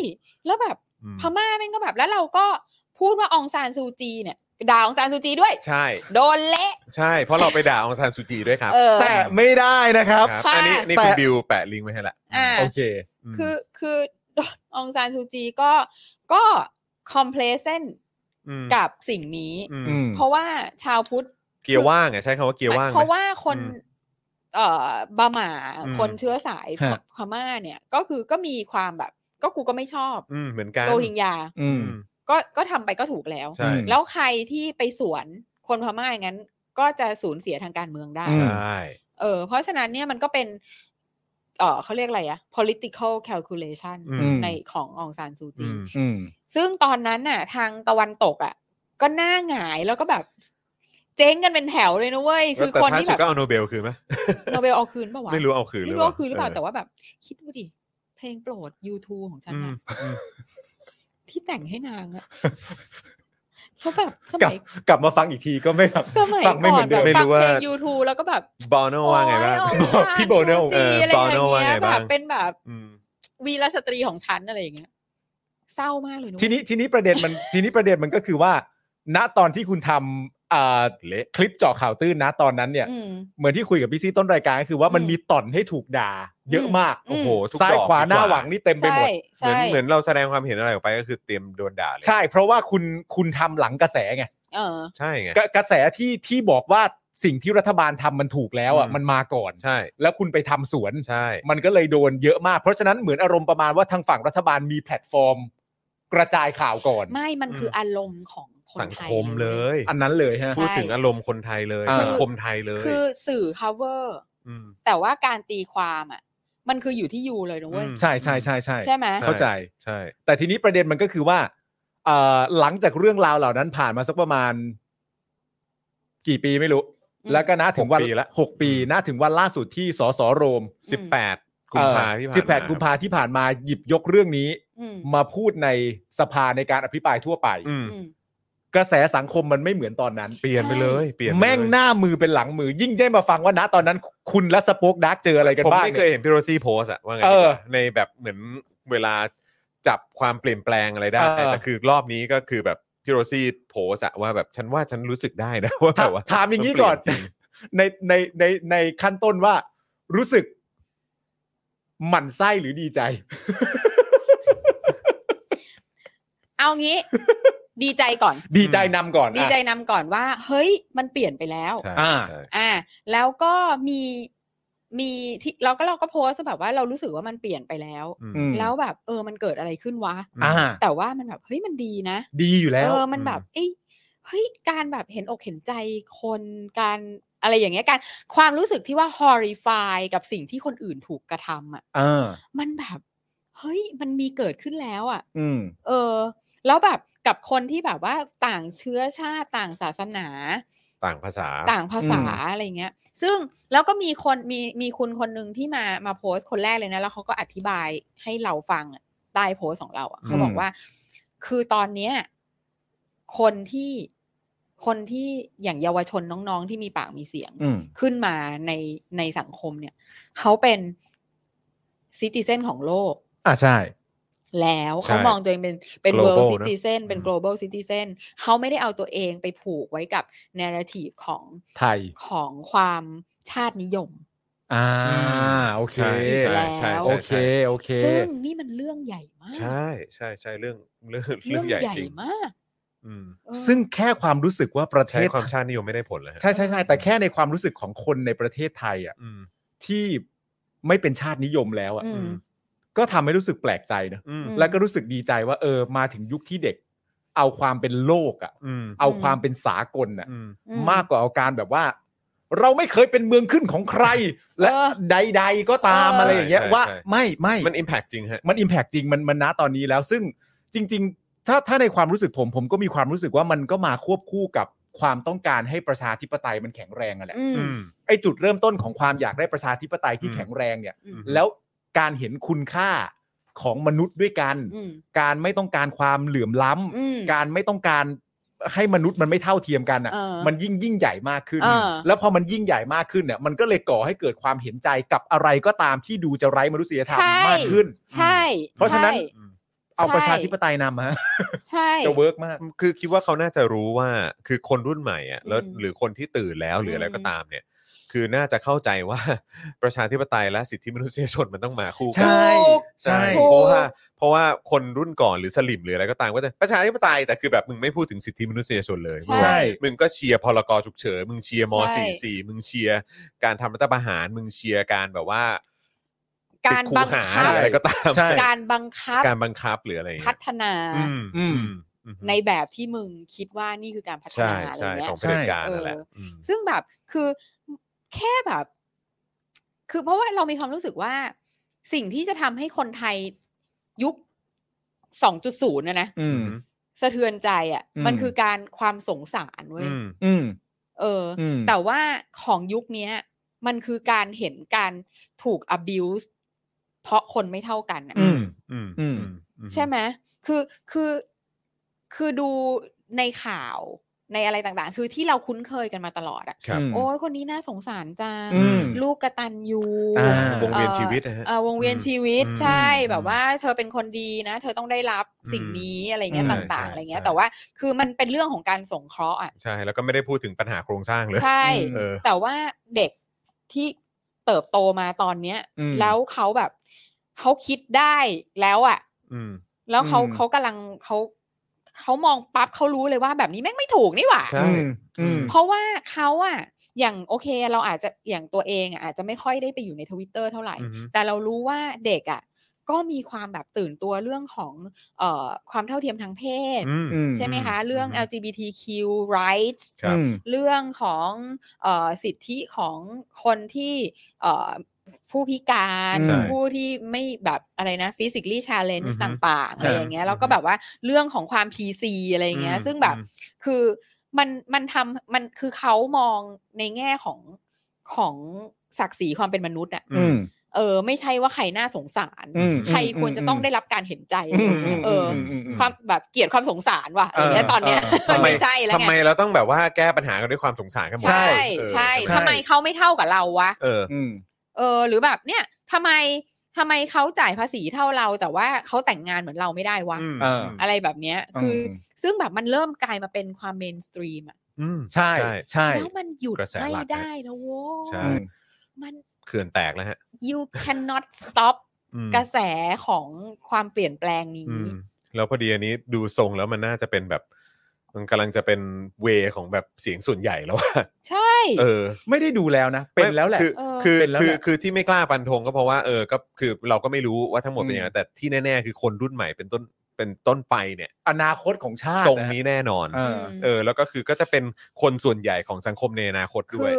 [SPEAKER 1] เนอะ
[SPEAKER 3] แล้วแบบ
[SPEAKER 1] อืม
[SPEAKER 3] พม่าแม่งก็แบบแล้วเราก็พูดว่าองซานซูจีเนี่ยด่าองซานซูจีด้วย
[SPEAKER 1] ใช่
[SPEAKER 3] โดนเละ
[SPEAKER 1] ใช่ เพราะเราไปด่าองซานสุจีด้วยครับ
[SPEAKER 3] เออ
[SPEAKER 2] แต่ไม่ได้นะครับ
[SPEAKER 1] ครับ
[SPEAKER 3] ค่ะ
[SPEAKER 1] อันนี้นี่คุณ
[SPEAKER 2] แต่
[SPEAKER 1] บิวแปะลิงก์ไว้ให้ละ
[SPEAKER 3] อ่า
[SPEAKER 2] โอเค
[SPEAKER 1] อืม
[SPEAKER 3] คือคือ โดนองซานซูจีก็ก็คอมเพลเซน
[SPEAKER 1] อืม
[SPEAKER 3] กับสิ่งนี้
[SPEAKER 1] อืม
[SPEAKER 2] อืม
[SPEAKER 3] เพราะว่าชาวพุทธ
[SPEAKER 1] เกียร์ว่างอ่ะใช้คำว่าเกียร์ว่าง
[SPEAKER 3] เพราะ
[SPEAKER 1] ไหม
[SPEAKER 3] ว่าคน
[SPEAKER 1] อืม
[SPEAKER 3] เอ่อบาหมา
[SPEAKER 1] อืม
[SPEAKER 3] คนเชื้อสาย
[SPEAKER 2] ฮะ
[SPEAKER 3] พม่าเนี่ยก็คือก็มีความแบบ ก็กูก็ไม่ชอบ
[SPEAKER 1] อืมเหมือนกัน
[SPEAKER 3] โรฮิงญา
[SPEAKER 2] อื
[SPEAKER 1] อื
[SPEAKER 2] ม
[SPEAKER 1] ม
[SPEAKER 3] ก็ก็ทำไปก็ถูกแล้ว
[SPEAKER 1] ใช่
[SPEAKER 2] ม
[SPEAKER 3] แล้วใครที่ไปสวนคนพม่าอย่างนั้น ก็จะสูญเสียทางการเมืองได้
[SPEAKER 2] อืม
[SPEAKER 1] ใช่
[SPEAKER 3] เออเพราะฉะนั้นเนี่ยมันก็เป็น เออเขาเรียกอะไรอะ political calculation
[SPEAKER 1] อื
[SPEAKER 2] อื
[SPEAKER 1] ม
[SPEAKER 2] ม
[SPEAKER 3] ในขององซานซู
[SPEAKER 1] อื
[SPEAKER 3] จี
[SPEAKER 1] ม
[SPEAKER 2] อืม
[SPEAKER 3] ซึ่งตอนนั้นน่ะ ทางตะวันตกอ่ะ ก็หน้าหงายแล้วก็แบบ เจ๊งกันเป็นแถวเลยนะเว้ย คือ
[SPEAKER 1] แต่
[SPEAKER 3] คน
[SPEAKER 1] ท้าย
[SPEAKER 3] ที่
[SPEAKER 1] สุ
[SPEAKER 3] แบ
[SPEAKER 1] ด
[SPEAKER 3] บ
[SPEAKER 1] ก็เอาโนเบลคืนไหม
[SPEAKER 3] โนเบลเอาคืนปะวะ
[SPEAKER 1] ไม่รู้เอาคืนห
[SPEAKER 3] ไม่
[SPEAKER 1] รือ
[SPEAKER 3] รู้
[SPEAKER 1] เปล่า
[SPEAKER 3] ว่าคือหรือเปล่าแต่ว่าแบบ คิดดูดิ เพลงโปรด YouTube ของฉัน
[SPEAKER 1] อืม
[SPEAKER 3] อะ
[SPEAKER 1] อืม
[SPEAKER 3] ที่แต่งให้นาง อะเขาแบบส
[SPEAKER 2] กลับ
[SPEAKER 3] มัย
[SPEAKER 2] กลับมาฟังอีกทีก็ไม่แบบ
[SPEAKER 3] สมัย
[SPEAKER 2] ฟังไม่
[SPEAKER 3] ก่
[SPEAKER 2] เห
[SPEAKER 3] อ
[SPEAKER 2] มื
[SPEAKER 3] น
[SPEAKER 2] อนเดิ
[SPEAKER 3] แบบ
[SPEAKER 2] ม
[SPEAKER 1] ไม่
[SPEAKER 3] ฟั
[SPEAKER 1] รู้
[SPEAKER 3] ง
[SPEAKER 1] ว่า
[SPEAKER 3] เพลง YouTube แล้วก็แบบ
[SPEAKER 1] บอโน่ว่าไงบ้าง
[SPEAKER 3] โอ๊ยออก
[SPEAKER 2] พี่โบโน่
[SPEAKER 3] ทางซูจี
[SPEAKER 1] เออ
[SPEAKER 3] อะไรอย่าง
[SPEAKER 1] บอโน่ว่า
[SPEAKER 3] เงี้ยแบบ
[SPEAKER 1] ไง้าง
[SPEAKER 3] บเป็นแบบ
[SPEAKER 1] อืม
[SPEAKER 3] วีรสตรีของฉันอะไรอย่างเงี้ยเศร้ามากเลยนุ๊ก
[SPEAKER 2] ทีนี้ทีนี้ประเด็นมัน ทีนี้ประเด็นมันก็คือว่า ณตอนที่คุณทำอ่า
[SPEAKER 1] เละ
[SPEAKER 2] คลิปเจาะข่าวตื้นนะตอนนั้นเนี่ย
[SPEAKER 3] อืม
[SPEAKER 2] เหมือนที่คุยกับพี่ซีต้นรายการก็คือว่ามัน
[SPEAKER 3] อืม
[SPEAKER 2] มีต่อนให้ถูกด่า เยอะ
[SPEAKER 3] อืม
[SPEAKER 2] มาก
[SPEAKER 3] อืม
[SPEAKER 1] โอ้โหทุก
[SPEAKER 2] ซ้าย
[SPEAKER 1] ดอก
[SPEAKER 2] ขวาหน้า
[SPEAKER 1] ทุก
[SPEAKER 2] หวังนี่เต็มไปห
[SPEAKER 3] ใช่
[SPEAKER 2] ม
[SPEAKER 1] เหมือ
[SPEAKER 2] ด
[SPEAKER 3] ใช่
[SPEAKER 1] นเหมือนเราแสดงความเห็นอะไรออกไปก็คือเตรียมโดนด่าเลย
[SPEAKER 2] ใช่ เพราะว่าคุณคุณทำหลังกระแสไง
[SPEAKER 3] เออ
[SPEAKER 1] ใช่ไง
[SPEAKER 2] กระกระแสที่ที่บอกว่าสิ่งที่รัฐบาลทำมันถูกแล้วอ่ะ
[SPEAKER 1] อืม
[SPEAKER 2] มันมาก่อน
[SPEAKER 1] ใช่
[SPEAKER 2] แล้วคุณไปทำสวน
[SPEAKER 1] ใช่
[SPEAKER 2] มันก็เลยโดนเยอะมาก เพราะฉะนั้นเหมือนอารมณ์ประมาณว่าทางฝั่งรัฐบาลมีแพลตฟอร์ม กระจายข่าวก่อน
[SPEAKER 3] ไม่มันคืออารมณ์ของคน
[SPEAKER 1] สัง
[SPEAKER 3] ไทย
[SPEAKER 1] คม
[SPEAKER 3] เล
[SPEAKER 1] เลย ย
[SPEAKER 2] อันนั้นเลยฮะ
[SPEAKER 1] พูดถึงอารมณ์คนไทยเลย
[SPEAKER 2] อ่า
[SPEAKER 1] สังคมไทยเลย
[SPEAKER 3] คือสื่อ cover
[SPEAKER 1] ม
[SPEAKER 3] แต่ว่าการตีความอ่ะ มันคืออยู่ที่ยูเลยนะเว้ย
[SPEAKER 1] อืม
[SPEAKER 2] ใช่ใช่ใช่ใช่
[SPEAKER 3] ใช่ไหม
[SPEAKER 2] เข้าใจ
[SPEAKER 1] ใช่
[SPEAKER 2] แต่ทีนี้ประเด็นมันก็คือว่าเอ่อหลังจากเรื่องราวเหล่านั้นผ่านมาสักประมาณ กี่ปีไม่รู้
[SPEAKER 3] อืม
[SPEAKER 2] แล้วก็นะถึงวัน
[SPEAKER 1] ปีละ
[SPEAKER 2] หกปีนะถึงวันล่าสุดที่สสโรม
[SPEAKER 1] สิบแปดกุมภาที่ผ่านมา
[SPEAKER 2] สิบแปดกุมภาที่ผ่านมาหยิบยกเรื่องนี้
[SPEAKER 3] อืม
[SPEAKER 2] มาพูดในสภาในการอภิปรายทั่วไป
[SPEAKER 1] อืม
[SPEAKER 3] อืม
[SPEAKER 2] กระแสสังคมมันไม่เหมือนตอนนั้น
[SPEAKER 1] เปลี่ยนไปเลยเปลี่ยนไปเลย
[SPEAKER 2] แม่งหน้ามือเป็นหลังมือ ยิ่งได้มาฟังว่านะตอนนั้น คุณและสป็อกดักเจออะไรกัน
[SPEAKER 1] ผม
[SPEAKER 2] บ้าง
[SPEAKER 1] ไม่
[SPEAKER 2] นี่
[SPEAKER 1] เคยเห็นพี่โรซี่โพสอะว่าไง
[SPEAKER 2] เออ
[SPEAKER 1] ในแบบเหมือนเวลาจับความเปลี่ยนแปลงอะไรได้
[SPEAKER 2] เออ
[SPEAKER 1] แต่คือรอบนี้ก็คือแบบพี่โรซี่โพสอะว่าแบบฉันว่าฉันรู้สึกได้นะ ว่า
[SPEAKER 2] ถา
[SPEAKER 1] แบ
[SPEAKER 2] ม
[SPEAKER 1] บว่า
[SPEAKER 2] ถามอย่างนี้ก่อน
[SPEAKER 1] เปลี่ยนจริง
[SPEAKER 2] ในในในในขั้นต้นว่ารู้สึกหมั่นไส้หรือดีใจ
[SPEAKER 3] เอางี้ ดีใจก่อน
[SPEAKER 2] ดีใจนำก่อน
[SPEAKER 3] ดีใจ
[SPEAKER 2] อ่ะ
[SPEAKER 3] นำก่อนว่า เฮ้ย มันเปลี่ยนไปแล้ว
[SPEAKER 1] ใช่
[SPEAKER 2] อ่า
[SPEAKER 1] ใช่
[SPEAKER 3] อ่า แล้วก็มีมีที่เราก็เราก็โพสต์แบบว่าเรารู้สึกว่ามันเปลี่ยนไปแล้ว
[SPEAKER 1] อืม
[SPEAKER 2] อืม
[SPEAKER 3] แล้วแบบ เออมันเกิดอะไรขึ้นวะ
[SPEAKER 2] อ่า
[SPEAKER 3] แต่ว่ามันแบบเฮ้ยมันดีนะ
[SPEAKER 2] ดีอยู่แล้ว
[SPEAKER 3] เออ มันแบบเอ้ยเฮ้ย การแบบเห็นอกเห็นใจคน การอะไรอย่างเงี้ย การความรู้สึกที่ว่า horrify กับสิ่งที่คนอื่นถูกกระทำอ่ะ
[SPEAKER 2] เออ
[SPEAKER 3] มันแบบ เฮ้ย มันมีเกิดขึ้นแล้วอ่ะ
[SPEAKER 2] อืม
[SPEAKER 3] เออ แล้วแบบกับคนที่แบบว่าต่างเชื้อชาติต่างศาสนา
[SPEAKER 1] ต่างภาษา
[SPEAKER 3] ต่างภาษาอะไรเงี้ย ซึ่งแล้วก็มีคนมีมีคุณคนหนึ่งที่มามาโพสต์คนแรกเลยนะ แล้วเขาก็อธิบายให้เราฟังอะใต้โพสต์ของเราอะเขาบอก
[SPEAKER 2] อืม
[SPEAKER 3] ว่า คือตอนเนี้ยคนที่คนที่อย่างเยาวชนน้องๆ ที่มีปากมีเสียง
[SPEAKER 2] อืม
[SPEAKER 3] ขึ้นมาในในสังคมเนี่ย เขาเป็นซิติเซนของโลก
[SPEAKER 2] อ่าใช่
[SPEAKER 3] แล้วเขา
[SPEAKER 1] ใช่
[SPEAKER 3] มองตัวเองเป็นเป็น
[SPEAKER 1] Global
[SPEAKER 3] world
[SPEAKER 1] นะ
[SPEAKER 3] citizen เป็น
[SPEAKER 1] อืม
[SPEAKER 3] global citizen เขาไม่ได้เอาตัวเองไปผูกไว้กับ narrative ของ
[SPEAKER 2] ไทย
[SPEAKER 3] ของความชาตินิยม
[SPEAKER 2] อ่า
[SPEAKER 1] อืม
[SPEAKER 2] โอเค
[SPEAKER 1] ใช่ใช่ใช่
[SPEAKER 3] แล้ว
[SPEAKER 2] โอ
[SPEAKER 1] ใช่
[SPEAKER 2] เค
[SPEAKER 1] ใช่
[SPEAKER 2] โอเค
[SPEAKER 3] ซึ่งนี่มันเรื่องใหญ่มาก
[SPEAKER 1] ใช่ใช่ใช่เรื่องเรื่องเรื่องใหญ่จริง
[SPEAKER 3] มาก
[SPEAKER 1] อืม
[SPEAKER 3] เออ
[SPEAKER 2] ซึ่งแค่ความรู้สึกว่าประเท
[SPEAKER 1] ใช้
[SPEAKER 2] ศ
[SPEAKER 1] ความชาตินิยมไม่ได้ผลเลยฮะ
[SPEAKER 2] ใช่ใช่ใช่แต่แค่ในความรู้สึกของคนในประเทศไทยอ่ะ
[SPEAKER 1] อืม
[SPEAKER 2] ที่ไม่เป็นชาตินิยมแล้วอ่ะ
[SPEAKER 3] อืม
[SPEAKER 2] ก็ทำให้รู้สึกแปลกใจนะ
[SPEAKER 1] อืม
[SPEAKER 3] ม
[SPEAKER 2] แล้วก็รู้สึกดีใจว่า เออ มาถึงยุคที่เด็ก เอาความเป็นโลกอ่ะ
[SPEAKER 1] อืม
[SPEAKER 2] เอาความเป็นสากลน่ะ
[SPEAKER 1] อืม
[SPEAKER 3] อื
[SPEAKER 2] มากกว่าเอาการแบบว่า เราไม่เคยเป็นเมืองขึ้นของใคร และ
[SPEAKER 3] เออ
[SPEAKER 2] ใด ๆ ก็ตาม
[SPEAKER 3] เอออ
[SPEAKER 2] อะไรอย่างเงี้ย
[SPEAKER 1] ใช่
[SPEAKER 2] ว่า
[SPEAKER 1] ใช่
[SPEAKER 2] ไม่ไม่
[SPEAKER 1] มันอิมแพกจริงฮะ
[SPEAKER 2] มันอิมแพกจริงมันมันนะตอนนี้แล้ว ซึ่งจริง ๆ ถ้าถ้าในความรู้สึกผม ผมก็มีความรู้สึกว่ามันก็มาควบคู่กับความต้องการให้ประชาธิปไตยมันแข็งแรงอะแหละ
[SPEAKER 3] อืม
[SPEAKER 1] อืม
[SPEAKER 2] ไอ้จุดเริ่มต้นของความอยากได้ประชาธิปไตยที่
[SPEAKER 1] อืม
[SPEAKER 2] แข็งแรงเนี่ย
[SPEAKER 3] อืม
[SPEAKER 2] แล้วการเห็นคุณค่าของมนุษย์ด้วยกัน
[SPEAKER 3] อืม
[SPEAKER 2] การไม่ต้องการความเหลื่อมล้ำ
[SPEAKER 3] อืม
[SPEAKER 2] การไม่ต้องการให้มนุษย์มันไม่เท่าเทียมกัน
[SPEAKER 3] เออ
[SPEAKER 2] อะ่ะ มันยิ่งยิ่งใหญ่มากขึ้น
[SPEAKER 3] เออ
[SPEAKER 2] แล้วพอมันยิ่งใหญ่มากขึ้นเนี่ย มันก็เลยก่อให้เกิดความเห็นใจกับอะไรก็ตามที่ดูจะไร้มนุษยธรรม
[SPEAKER 3] ใช่
[SPEAKER 2] มากขึ้น
[SPEAKER 3] ใช่
[SPEAKER 2] เพราะฉะนั้น
[SPEAKER 3] ใช่
[SPEAKER 2] เอา
[SPEAKER 3] ใช่
[SPEAKER 2] ประชาธิปไตยนำมา
[SPEAKER 3] ใช่
[SPEAKER 2] จะเวิร์กมาก
[SPEAKER 1] คือคิดว่าเขาน่าจะรู้ว่าคือคนรุ่นใหม่อ่ะแล้ว
[SPEAKER 3] อืม
[SPEAKER 1] หรือคนที่ตื่นแล้วหรืออะไรก็ตามเนี่ย คือน่าจะเข้าใจว่า ประชาธิปไตยและสิทธิมนุษยชนมันต้องมาคู่กั
[SPEAKER 2] ใช่
[SPEAKER 3] ถูก
[SPEAKER 1] ใช่
[SPEAKER 3] ถูก
[SPEAKER 1] เพราะว่าเพราะว่าคนรุ่นก่อนหรือสลิมหรืออะไรก็ตามก็จะประชาธิปไตยแต่คือแบบมึงไม่พูดถึงสิทธิมนุษยชนเลย
[SPEAKER 3] ใช่
[SPEAKER 1] มึง มึงก็เชียร์พลกรฉุกเฉินมึงเชียร์ม
[SPEAKER 3] ใช่
[SPEAKER 1] สี่สี่มึงเชียร์การทำรัฐประหาร มึงเชียร์การแบบว่า
[SPEAKER 3] การ
[SPEAKER 1] ติดคู
[SPEAKER 3] บัง
[SPEAKER 1] หา
[SPEAKER 3] คับ
[SPEAKER 1] หรืออะไรก็ตาม
[SPEAKER 2] ใช่
[SPEAKER 3] การบังคับ
[SPEAKER 1] การบังคับหรืออะไรอย่าง
[SPEAKER 3] พั
[SPEAKER 1] เงี้ย
[SPEAKER 3] ฒนา
[SPEAKER 1] อืมอืมอืม
[SPEAKER 3] ในแบบที่มึงคิดว่านี่คือการพัฒ
[SPEAKER 1] ใช่
[SPEAKER 3] นาอะไร
[SPEAKER 1] ใช่
[SPEAKER 3] เงี้
[SPEAKER 1] ข
[SPEAKER 3] ย
[SPEAKER 1] องเผด็จการนั่นแหละ
[SPEAKER 3] เอออื
[SPEAKER 1] ม
[SPEAKER 3] ซึ่งแบบคือแค่แบบ คือเพราะว่าเรามีความรู้สึกว่า สิ่งที่จะทำให้คนไทยยุค 2.0นะนะ
[SPEAKER 2] อืม
[SPEAKER 3] สะเทือนใจอะ่ะ
[SPEAKER 2] อืม
[SPEAKER 3] มันคือการความสงสารเว้ย
[SPEAKER 1] อืม
[SPEAKER 2] อืม
[SPEAKER 3] เอออ
[SPEAKER 2] อืม
[SPEAKER 3] แต่ว่าของยุคเนี้ย มันคือการเห็นการถูก abuse เพราะคนไม่เท่ากันน่ะ
[SPEAKER 2] อืม
[SPEAKER 1] อืม
[SPEAKER 2] อื
[SPEAKER 1] อื
[SPEAKER 2] ม
[SPEAKER 1] ม
[SPEAKER 3] ใช่ไหมคือคือคือดูในข่าวในอะไรต่างๆ คือที่เราคุ้นเคยกันมาตลอดอะ
[SPEAKER 1] ครับ
[SPEAKER 3] โอ้ยคนนี้น่าสงสารจัง
[SPEAKER 2] อืม
[SPEAKER 3] ลูกกระตันยู
[SPEAKER 2] อ่า
[SPEAKER 1] วงเวียนชีวิตนะฮะ
[SPEAKER 3] เอ่อวงเวียนชีวิต
[SPEAKER 1] อืม
[SPEAKER 3] ใช่
[SPEAKER 1] อืม
[SPEAKER 3] แบบว่า เธอเป็นคนดีนะ เธอต้องได้รับสิ่ง
[SPEAKER 1] อืม
[SPEAKER 3] นี้อะไรเงี้ย
[SPEAKER 2] ใช่
[SPEAKER 3] ต่าง ๆ
[SPEAKER 1] ใช่
[SPEAKER 3] อะไรเงี้ย
[SPEAKER 1] ใช่
[SPEAKER 3] แต่ว่าคือมันเป็นเรื่องของการสงเคราะห์อ่ะ
[SPEAKER 1] ใช่แล้วก็ไม่ได้พูดถึงปัญหาโครงสร้างเลย
[SPEAKER 3] ใช่
[SPEAKER 1] เออ
[SPEAKER 3] แต่ว่าเด็กที่เติบโตมาตอนเนี้ย
[SPEAKER 2] อืม
[SPEAKER 3] แล้วเขาแบบเขาคิดได้แล้วอ่ะ
[SPEAKER 1] อืม
[SPEAKER 3] แล้วเขา
[SPEAKER 2] อืม
[SPEAKER 3] เขากำลังเขาเขามองปั๊บเขารู้เลยว่าแบบนี้แม่งไม่ถูกนี่หว่า
[SPEAKER 1] ใช่
[SPEAKER 2] อืมอืม
[SPEAKER 3] เพราะว่าเขาอะอย่างโอเคเราอาจจะอย่างตัวเองอะอาจจะไม่ค่อยได้ไปอยู่ในทวิตเตอร์เท่าไหร่
[SPEAKER 1] อือฮึ
[SPEAKER 3] แต่เรารู้ว่าเด็กอะก็มีความแบบตื่นตัวเรื่องของเอ่อความเท่าเทียมทางเพศ
[SPEAKER 1] อืม
[SPEAKER 3] ใช่ไหมคะ
[SPEAKER 1] อืม
[SPEAKER 3] เรื่อง
[SPEAKER 1] อืม
[SPEAKER 3] LGBTQ rights
[SPEAKER 1] ครับ
[SPEAKER 3] เรื่องของเออสิทธิของคนที่เอ่อผู้พิการ
[SPEAKER 2] ใช่
[SPEAKER 3] ผู้ที่ไม่แบบอะไรนะ physically challenge
[SPEAKER 1] อือฮึ
[SPEAKER 3] ต่างๆ อะไรอย่างเงี้ยแล้วก็
[SPEAKER 1] อือฮึ
[SPEAKER 3] แบบว่าเรื่องของความ PC อะไรอย่างเงี้ย
[SPEAKER 1] อืม
[SPEAKER 3] ซึ่งแบบ
[SPEAKER 1] อืม
[SPEAKER 3] คือมันมันทำมันคือเขามองในแง่ของของศักดิ์ศรีความเป็นมนุษย์อะ
[SPEAKER 1] อืม
[SPEAKER 3] เออไม่ใช่ว่าใครน่าสงสาร
[SPEAKER 2] อืม
[SPEAKER 3] ใคร
[SPEAKER 2] อืม
[SPEAKER 3] ควรจะต้อง
[SPEAKER 2] อืม
[SPEAKER 3] ได้รับการเห็นใจ
[SPEAKER 2] อืม
[SPEAKER 3] อะไรอย่างเงี้ยเอออ
[SPEAKER 2] มม
[SPEAKER 3] ความแบบเกลียดความสงสารว่ะอะไรอย่างเงี้ย
[SPEAKER 2] เออ
[SPEAKER 3] ตอนเนี้ย
[SPEAKER 2] เออเออ
[SPEAKER 3] มันไม่ใช่แล้ว
[SPEAKER 1] ทำ
[SPEAKER 3] ไง
[SPEAKER 1] ไมเราต้องแบบว่าแก้ปัญหากันด้วยความสงสารกันหมด
[SPEAKER 3] ใช่
[SPEAKER 1] เออ
[SPEAKER 3] ใช่
[SPEAKER 1] ไหม
[SPEAKER 3] ทำไมเขาไม่เท่ากับเราวะ
[SPEAKER 1] เออ
[SPEAKER 2] อืม
[SPEAKER 3] เออ หรือแบบเนี่ยทำไมทำไมเขาจ่ายภาษีเท่าเรา แต่ว่าเขาแต่งงานเหมือนเราไม่ได้วะ
[SPEAKER 1] อืม
[SPEAKER 2] เออ
[SPEAKER 3] อะไรแบบเนี้ยคืออ
[SPEAKER 2] ม
[SPEAKER 3] ซึ่งแบบมันเริ่มกลายมาเป็นความเมนสตรีมอะ
[SPEAKER 1] อืม
[SPEAKER 2] ใช่
[SPEAKER 1] ใช่
[SPEAKER 2] ใช่
[SPEAKER 3] แล้วมันหยุด
[SPEAKER 1] กระแส
[SPEAKER 3] ไม่
[SPEAKER 1] หลักนะ
[SPEAKER 3] ได้แล้วโว้ย
[SPEAKER 1] ใช่
[SPEAKER 2] อืม
[SPEAKER 3] มัน
[SPEAKER 1] เขื่อนแตกแล้วฮะ
[SPEAKER 3] you cannot stop
[SPEAKER 1] อืม
[SPEAKER 3] กระแสของความเปลี่ยนแปลงนี้
[SPEAKER 1] อืมแล้วพอดีอันนี้ดูทรงแล้วมันน่าจะเป็นแบบ มันกำลังจะเป็นเวของแบบเสียงส่วนใหญ่แล้วว่า
[SPEAKER 3] ใช่
[SPEAKER 1] เออ
[SPEAKER 2] ไม่ได้ดูแล้วนะ เป็นแล้วแหละ
[SPEAKER 1] คือคือ
[SPEAKER 2] เป็นแล้ว
[SPEAKER 1] คือ
[SPEAKER 2] แห
[SPEAKER 1] คือคื
[SPEAKER 2] ละ
[SPEAKER 1] อที่ไม่กล้าฟันธงก็เพราะว่าเออก็คือเราก็ไม่รู้ว่าทั้งหมดเป็นยังไง
[SPEAKER 2] อืม
[SPEAKER 1] แต่ที่แน่ ๆ คือคนรุ่นใหม่เป็นต้นเป็นต้นไปเนี่ย
[SPEAKER 2] อนาคตของชาติ
[SPEAKER 1] ทรง
[SPEAKER 2] ะ
[SPEAKER 1] นี้แน่นอน
[SPEAKER 2] เออ
[SPEAKER 1] เออ แล้วก็คือก็จะเป็นคนส่วนใหญ่ของสังคมในอนาคต
[SPEAKER 3] คื
[SPEAKER 1] ด้วย
[SPEAKER 3] อ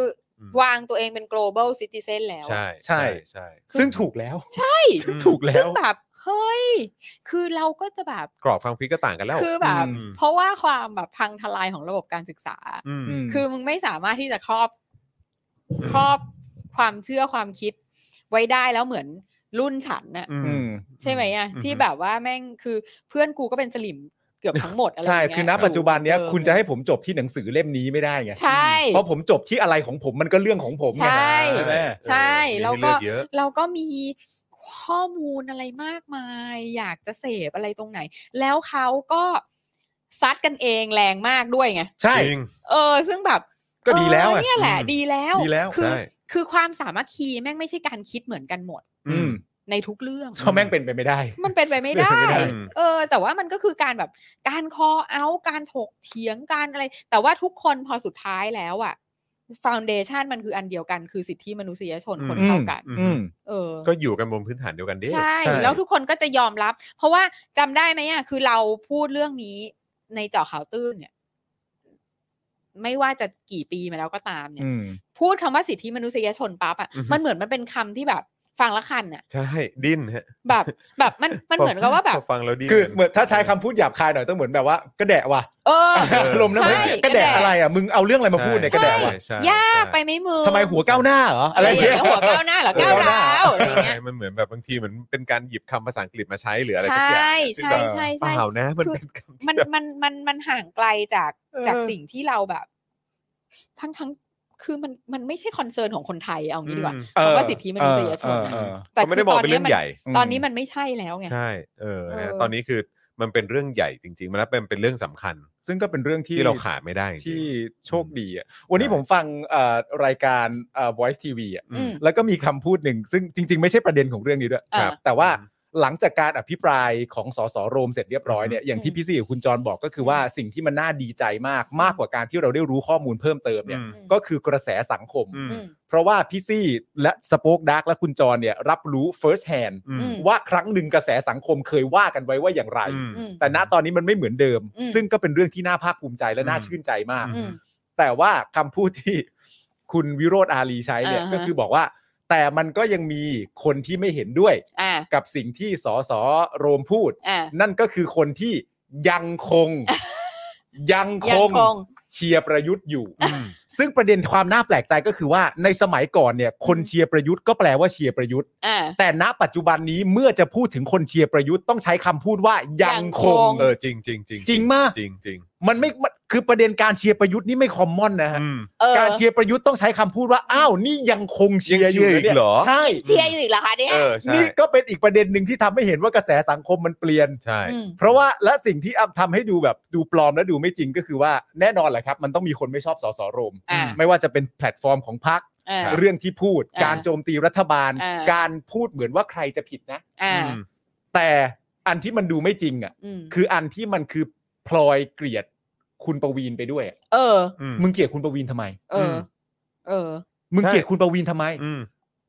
[SPEAKER 1] ม
[SPEAKER 3] วางตัวเองเป็น global citizen แล้วอะ
[SPEAKER 1] ใช่
[SPEAKER 2] ใช่
[SPEAKER 1] ใช่ใช่
[SPEAKER 2] ซึ่งถูกแล้ว ใช่
[SPEAKER 1] อืม
[SPEAKER 2] ถูกแล้
[SPEAKER 3] ซึ่ง
[SPEAKER 2] ว
[SPEAKER 3] แบบ เฮ้ย คือเราก็จะแบบ
[SPEAKER 1] กรอบความคิดก็ต่างกันแล้ว
[SPEAKER 3] คือแบบ
[SPEAKER 1] อืม
[SPEAKER 3] เพราะว่าความแบบพังทลายของระบบการศึกษา
[SPEAKER 1] อืม
[SPEAKER 2] ม
[SPEAKER 3] คือมึงไม่สามารถที่จะครอบครอบความเชื่อความคิด ไว้ได้แล้วเหมือนรุ่นฉันน่ะ
[SPEAKER 2] อืม
[SPEAKER 3] ใช่ไหมอ่ะ
[SPEAKER 1] อืม
[SPEAKER 3] ที่แบบว่าแม่งคือเพื่อนกูก็เป็นสลิมเกือบทั้งหมดอะไร
[SPEAKER 2] ใช่
[SPEAKER 3] ย่างเงี้ย
[SPEAKER 2] คือณปัจจุบันเนี้ย
[SPEAKER 3] ออ
[SPEAKER 2] คุณจะให้ผมจบที่หนังสือเล่มนี้ไม่ได้ไง
[SPEAKER 3] ใช่
[SPEAKER 2] เพราะผมจบที่อะไรของผมมันก็เรื่องของผมไง
[SPEAKER 3] ใช่
[SPEAKER 2] ใช่ไหม
[SPEAKER 3] ใช่
[SPEAKER 1] เออ
[SPEAKER 3] แล้ว
[SPEAKER 1] มี
[SPEAKER 3] ก็
[SPEAKER 1] ให้เลือเยอะ
[SPEAKER 3] เราก็มีข้อมูลอะไรมากมาย อยากจะเสพอะไรตรงไหน แล้วเขาก็ซัดกันเองแรงมากด้วยไง
[SPEAKER 2] ใช่
[SPEAKER 1] จริง
[SPEAKER 3] เออ ซึ่งแบบ
[SPEAKER 2] ก็ดีแล้ว
[SPEAKER 3] เออ
[SPEAKER 2] อะ
[SPEAKER 3] เนี่ยแหละ
[SPEAKER 1] อืม
[SPEAKER 3] ดีแล้ว
[SPEAKER 2] ดีแล้ว
[SPEAKER 3] คือ
[SPEAKER 1] ใช่
[SPEAKER 3] คือความสามัคคีแม่งไม่ใช่การคิดเหมือนกันหมด
[SPEAKER 2] อืม
[SPEAKER 3] ในทุกเรื่อง
[SPEAKER 2] ก็แม่งเป็นไปไม่ได้
[SPEAKER 3] มันเป็นไปไม่ได้
[SPEAKER 2] เป็นไปไม่ได้
[SPEAKER 3] เออ แต่ว่ามันก็คือการแบบการคอเอาการถกเถียงการอะไร แต่ว่าทุกคนพอสุดท้ายแล้วอะฟ u n เดชันมันคืออันเดียวกันคือสิทธิมนุษยชนคนเท่ากัน
[SPEAKER 1] อืม
[SPEAKER 2] อืม
[SPEAKER 3] เออ
[SPEAKER 1] ก็อยู่กันบนพื้นฐานเดียวกันดิ
[SPEAKER 3] ใช่
[SPEAKER 2] ใช่
[SPEAKER 3] แล้วทุกคนก็จะยอมรับ เพราะว่าจำได้ไหมอ่ะคือเราพูดเรื่องนี้ในเจาะข่าวตื้นเนี่ย ไม่ว่าจะกี่ปีมาแล้วก็ตามเนี่ย
[SPEAKER 2] อืม
[SPEAKER 3] พูดคำว่าสิทธิมนุษยชนปั๊บอ่ะมันเหมือนมันเป็นคำที่แบบ ฟังละคันอ่ะ
[SPEAKER 1] ใช่ ดิ้นฮะ
[SPEAKER 3] แบบแบบมันมันเหมือนกับว่าแบบ
[SPEAKER 1] พอฟังแล้วดิ้น
[SPEAKER 2] คือเหมือนถ้าใช้คำพูดหยาบคายหน่อยต้องเหมือนแบบว่ากระแดะว่ะ
[SPEAKER 3] เอ อ
[SPEAKER 1] เออ
[SPEAKER 2] อารมณ์นั้น
[SPEAKER 3] ใช่
[SPEAKER 2] กระแดะ
[SPEAKER 3] กระแดะ
[SPEAKER 2] อะไรอ่ะมึงเอาเรื่องอะไรมาพูดเนี่ยกระ
[SPEAKER 3] ใช่
[SPEAKER 2] แดะว่ะ
[SPEAKER 1] ใช่
[SPEAKER 3] ยาก
[SPEAKER 1] ใช่
[SPEAKER 3] ไปไหมมือ
[SPEAKER 2] ทำไมหัวก้าวหน้าเหรอ
[SPEAKER 3] อะ
[SPEAKER 2] อะไร ไร
[SPEAKER 3] อย่าง
[SPEAKER 2] เงี้
[SPEAKER 3] เงี้
[SPEAKER 2] ย
[SPEAKER 3] ยหัวก้าวหน้าเหรอ
[SPEAKER 1] เออ
[SPEAKER 3] ก้าวร้าวอะไรเงี้
[SPEAKER 1] ใช่
[SPEAKER 3] ย
[SPEAKER 1] มันเหมือนแบบบางทีเหมือนเป็นการหยิบคำภาษาอังกฤษมาใช้หรืออะไร
[SPEAKER 3] ใช
[SPEAKER 1] สักอย่า
[SPEAKER 3] ่
[SPEAKER 1] งซึ่ง
[SPEAKER 3] ใช่
[SPEAKER 1] แบบ
[SPEAKER 3] ใช่
[SPEAKER 1] เป
[SPEAKER 3] ใช่
[SPEAKER 1] ล่านะมัน
[SPEAKER 3] คือ
[SPEAKER 1] เป็นคำที่
[SPEAKER 3] มัน
[SPEAKER 1] แบบ
[SPEAKER 3] มันมันมันห่างไกลจาก
[SPEAKER 1] เออ
[SPEAKER 3] จากสิ่งที่เราแบบ ทั้งทั้งคือมันมันไม่ใช่คอนเซิร์นของคนไทยเอางี้ดีกว่า
[SPEAKER 1] อืม
[SPEAKER 2] เออ
[SPEAKER 3] คำว่าสิทธิมนุษยชนนะ
[SPEAKER 2] เออเออ
[SPEAKER 3] แต่
[SPEAKER 1] เขาไม่ได้มองเป็นเรื่องใหญ่
[SPEAKER 3] ตอนนี้มันไม่ใช่แล้วไง
[SPEAKER 1] ใช่ เออนะ
[SPEAKER 3] เออ
[SPEAKER 1] ตอนนี้คือ มันเป็นเรื่องใหญ่จริงๆ มันเป็นเป็นเรื่องสำคัญ
[SPEAKER 2] ซึ่งก็เป็นเรื่องที่
[SPEAKER 1] ที่เราขาดไม่ได้จริ
[SPEAKER 2] ที่
[SPEAKER 1] ง
[SPEAKER 2] โชคดีอ่ะวันนี้ผมฟังเอ่อรายการเอ่อ Voice TV อ่ะ
[SPEAKER 1] อื
[SPEAKER 3] อื
[SPEAKER 1] ม
[SPEAKER 3] ม
[SPEAKER 2] แล้วก็มีคำพูดหนึ่ง ซึ่งจริง ๆ ไม่ใช่ประเด็นของเรื่องนี้ด้วย
[SPEAKER 3] อ่าครับ
[SPEAKER 2] แต่ว่า
[SPEAKER 1] อืม
[SPEAKER 2] หลังจากการอภิปรายของสสโรมเสร็จเรียบร้อยเนี่ยอย่างที่พี่ซี่กับคุณจรบอกก็คือว่าสิ่งที่มันน่าดีใจมากมากกว่าการที่เราได้รู้ข้อมูลเพิ่มเติมเนี่ย
[SPEAKER 1] อืม
[SPEAKER 2] ก็คือกระแสสังคม
[SPEAKER 1] อืม
[SPEAKER 3] อืม
[SPEAKER 2] เพราะว่าพี่ซี่และสป o อกดาร์กและคุณจรเนี่ยรับรู้ first hand
[SPEAKER 1] อืม
[SPEAKER 3] อืม
[SPEAKER 2] ว่าครั้งหนึ่งกระแสสังคมเคยว่ากันไว้ว่าอย่างไร
[SPEAKER 1] อืม
[SPEAKER 3] อืม
[SPEAKER 2] แต่ณตอนนี้มันไม่เหมือนเดิม
[SPEAKER 3] อืม
[SPEAKER 2] ซึ่งก็เป็นเรื่องที่น่าภาคภูมิใจและน่า
[SPEAKER 1] อืม
[SPEAKER 2] ชื่นใจมาก
[SPEAKER 3] อืม
[SPEAKER 2] แต่ว่าคำพูดที่คุณวิโรธอาลีใช้เนี่ย
[SPEAKER 3] อ่าฮะ
[SPEAKER 2] ก็คือบอกว่า แต่มันก็ยังมีคนที่ไม่เห็นด้วย
[SPEAKER 3] อ่า
[SPEAKER 2] กับสิ่งที่สสโรมพูด
[SPEAKER 3] อ่า
[SPEAKER 2] นั่นก็คือคนที่ยังค ง ยังค
[SPEAKER 3] ยัง
[SPEAKER 2] ง
[SPEAKER 3] คง
[SPEAKER 2] เชียร์ประยุทธ์อยู่
[SPEAKER 1] อืม
[SPEAKER 2] ซึ่งประเด็นความน่าแปลกใจก็คือว่าในสมัยก่อนเนี่ยคนเชียร์ประยุทธ์ก็แปลว่าเชียร์ประยุทธ์
[SPEAKER 3] อ่า
[SPEAKER 2] แต่ณปัจจุบันนี้เมื่อจะพูดถึงคนเชียร์ประยุทธ์ต้องใช้คำพูดว่ายัง
[SPEAKER 3] ยัง
[SPEAKER 2] ค
[SPEAKER 3] ค
[SPEAKER 2] ง
[SPEAKER 3] ง
[SPEAKER 1] เออจริงจริงจริง
[SPEAKER 2] จริงมาก
[SPEAKER 1] จริงจริง
[SPEAKER 2] มันไม่มันคือประเด็นการเชียร์ประยุทธ์นี่ไม่คอมมอนนะฮะ
[SPEAKER 1] อืม
[SPEAKER 3] เออ
[SPEAKER 2] การเชียร์ประยุทธ์ต้องใช้คำพูดว่าอ้าวนี่ยังคงเชียร์อยู่
[SPEAKER 1] ยังเชียร์อีก
[SPEAKER 2] นะเนี่ย
[SPEAKER 1] เหรอ
[SPEAKER 2] ใช่
[SPEAKER 3] เชียร์อยู่อีกเหรอคะเนี่ย
[SPEAKER 1] เออใช่
[SPEAKER 2] นี่ก็เป็นอีกประเด็นหนึ่งที่ทำให้เห็นว่ากระแสสังคมมันเปลี่ยน
[SPEAKER 1] ใช่
[SPEAKER 3] อืม
[SPEAKER 2] เพราะว่าและสิ่งที่อัพทำให้ดูแบบดูปลอมและดูไม่จริงก็คือว่าแน่นอนแหละครับ มันต้องมีคนไม่ชอบสสโรม
[SPEAKER 3] อ่า
[SPEAKER 2] ไม่ว่าจะเป็นแพลตฟอร์มของพรรค
[SPEAKER 3] อ่า
[SPEAKER 2] เรื่องที่พูด
[SPEAKER 3] อ่า
[SPEAKER 2] การโจมตีรัฐบาล
[SPEAKER 3] อ่า
[SPEAKER 2] การพูดเหมือนว่าใครจะผิดนะ
[SPEAKER 3] อ่า
[SPEAKER 1] อืม
[SPEAKER 2] แต่อันที่มันดูไม่จริงอ่ะ
[SPEAKER 3] อืม
[SPEAKER 2] คืออันที่มันคือพลอยเกลียดคุณประวีนไปด้วยอะ
[SPEAKER 3] เออ
[SPEAKER 1] อืม
[SPEAKER 2] มึงเกลียดคุณประวีนทำไม
[SPEAKER 3] เออ เออ
[SPEAKER 2] มึง
[SPEAKER 1] ใช่
[SPEAKER 2] เกลียดคุณประวีนทำไม
[SPEAKER 1] อืม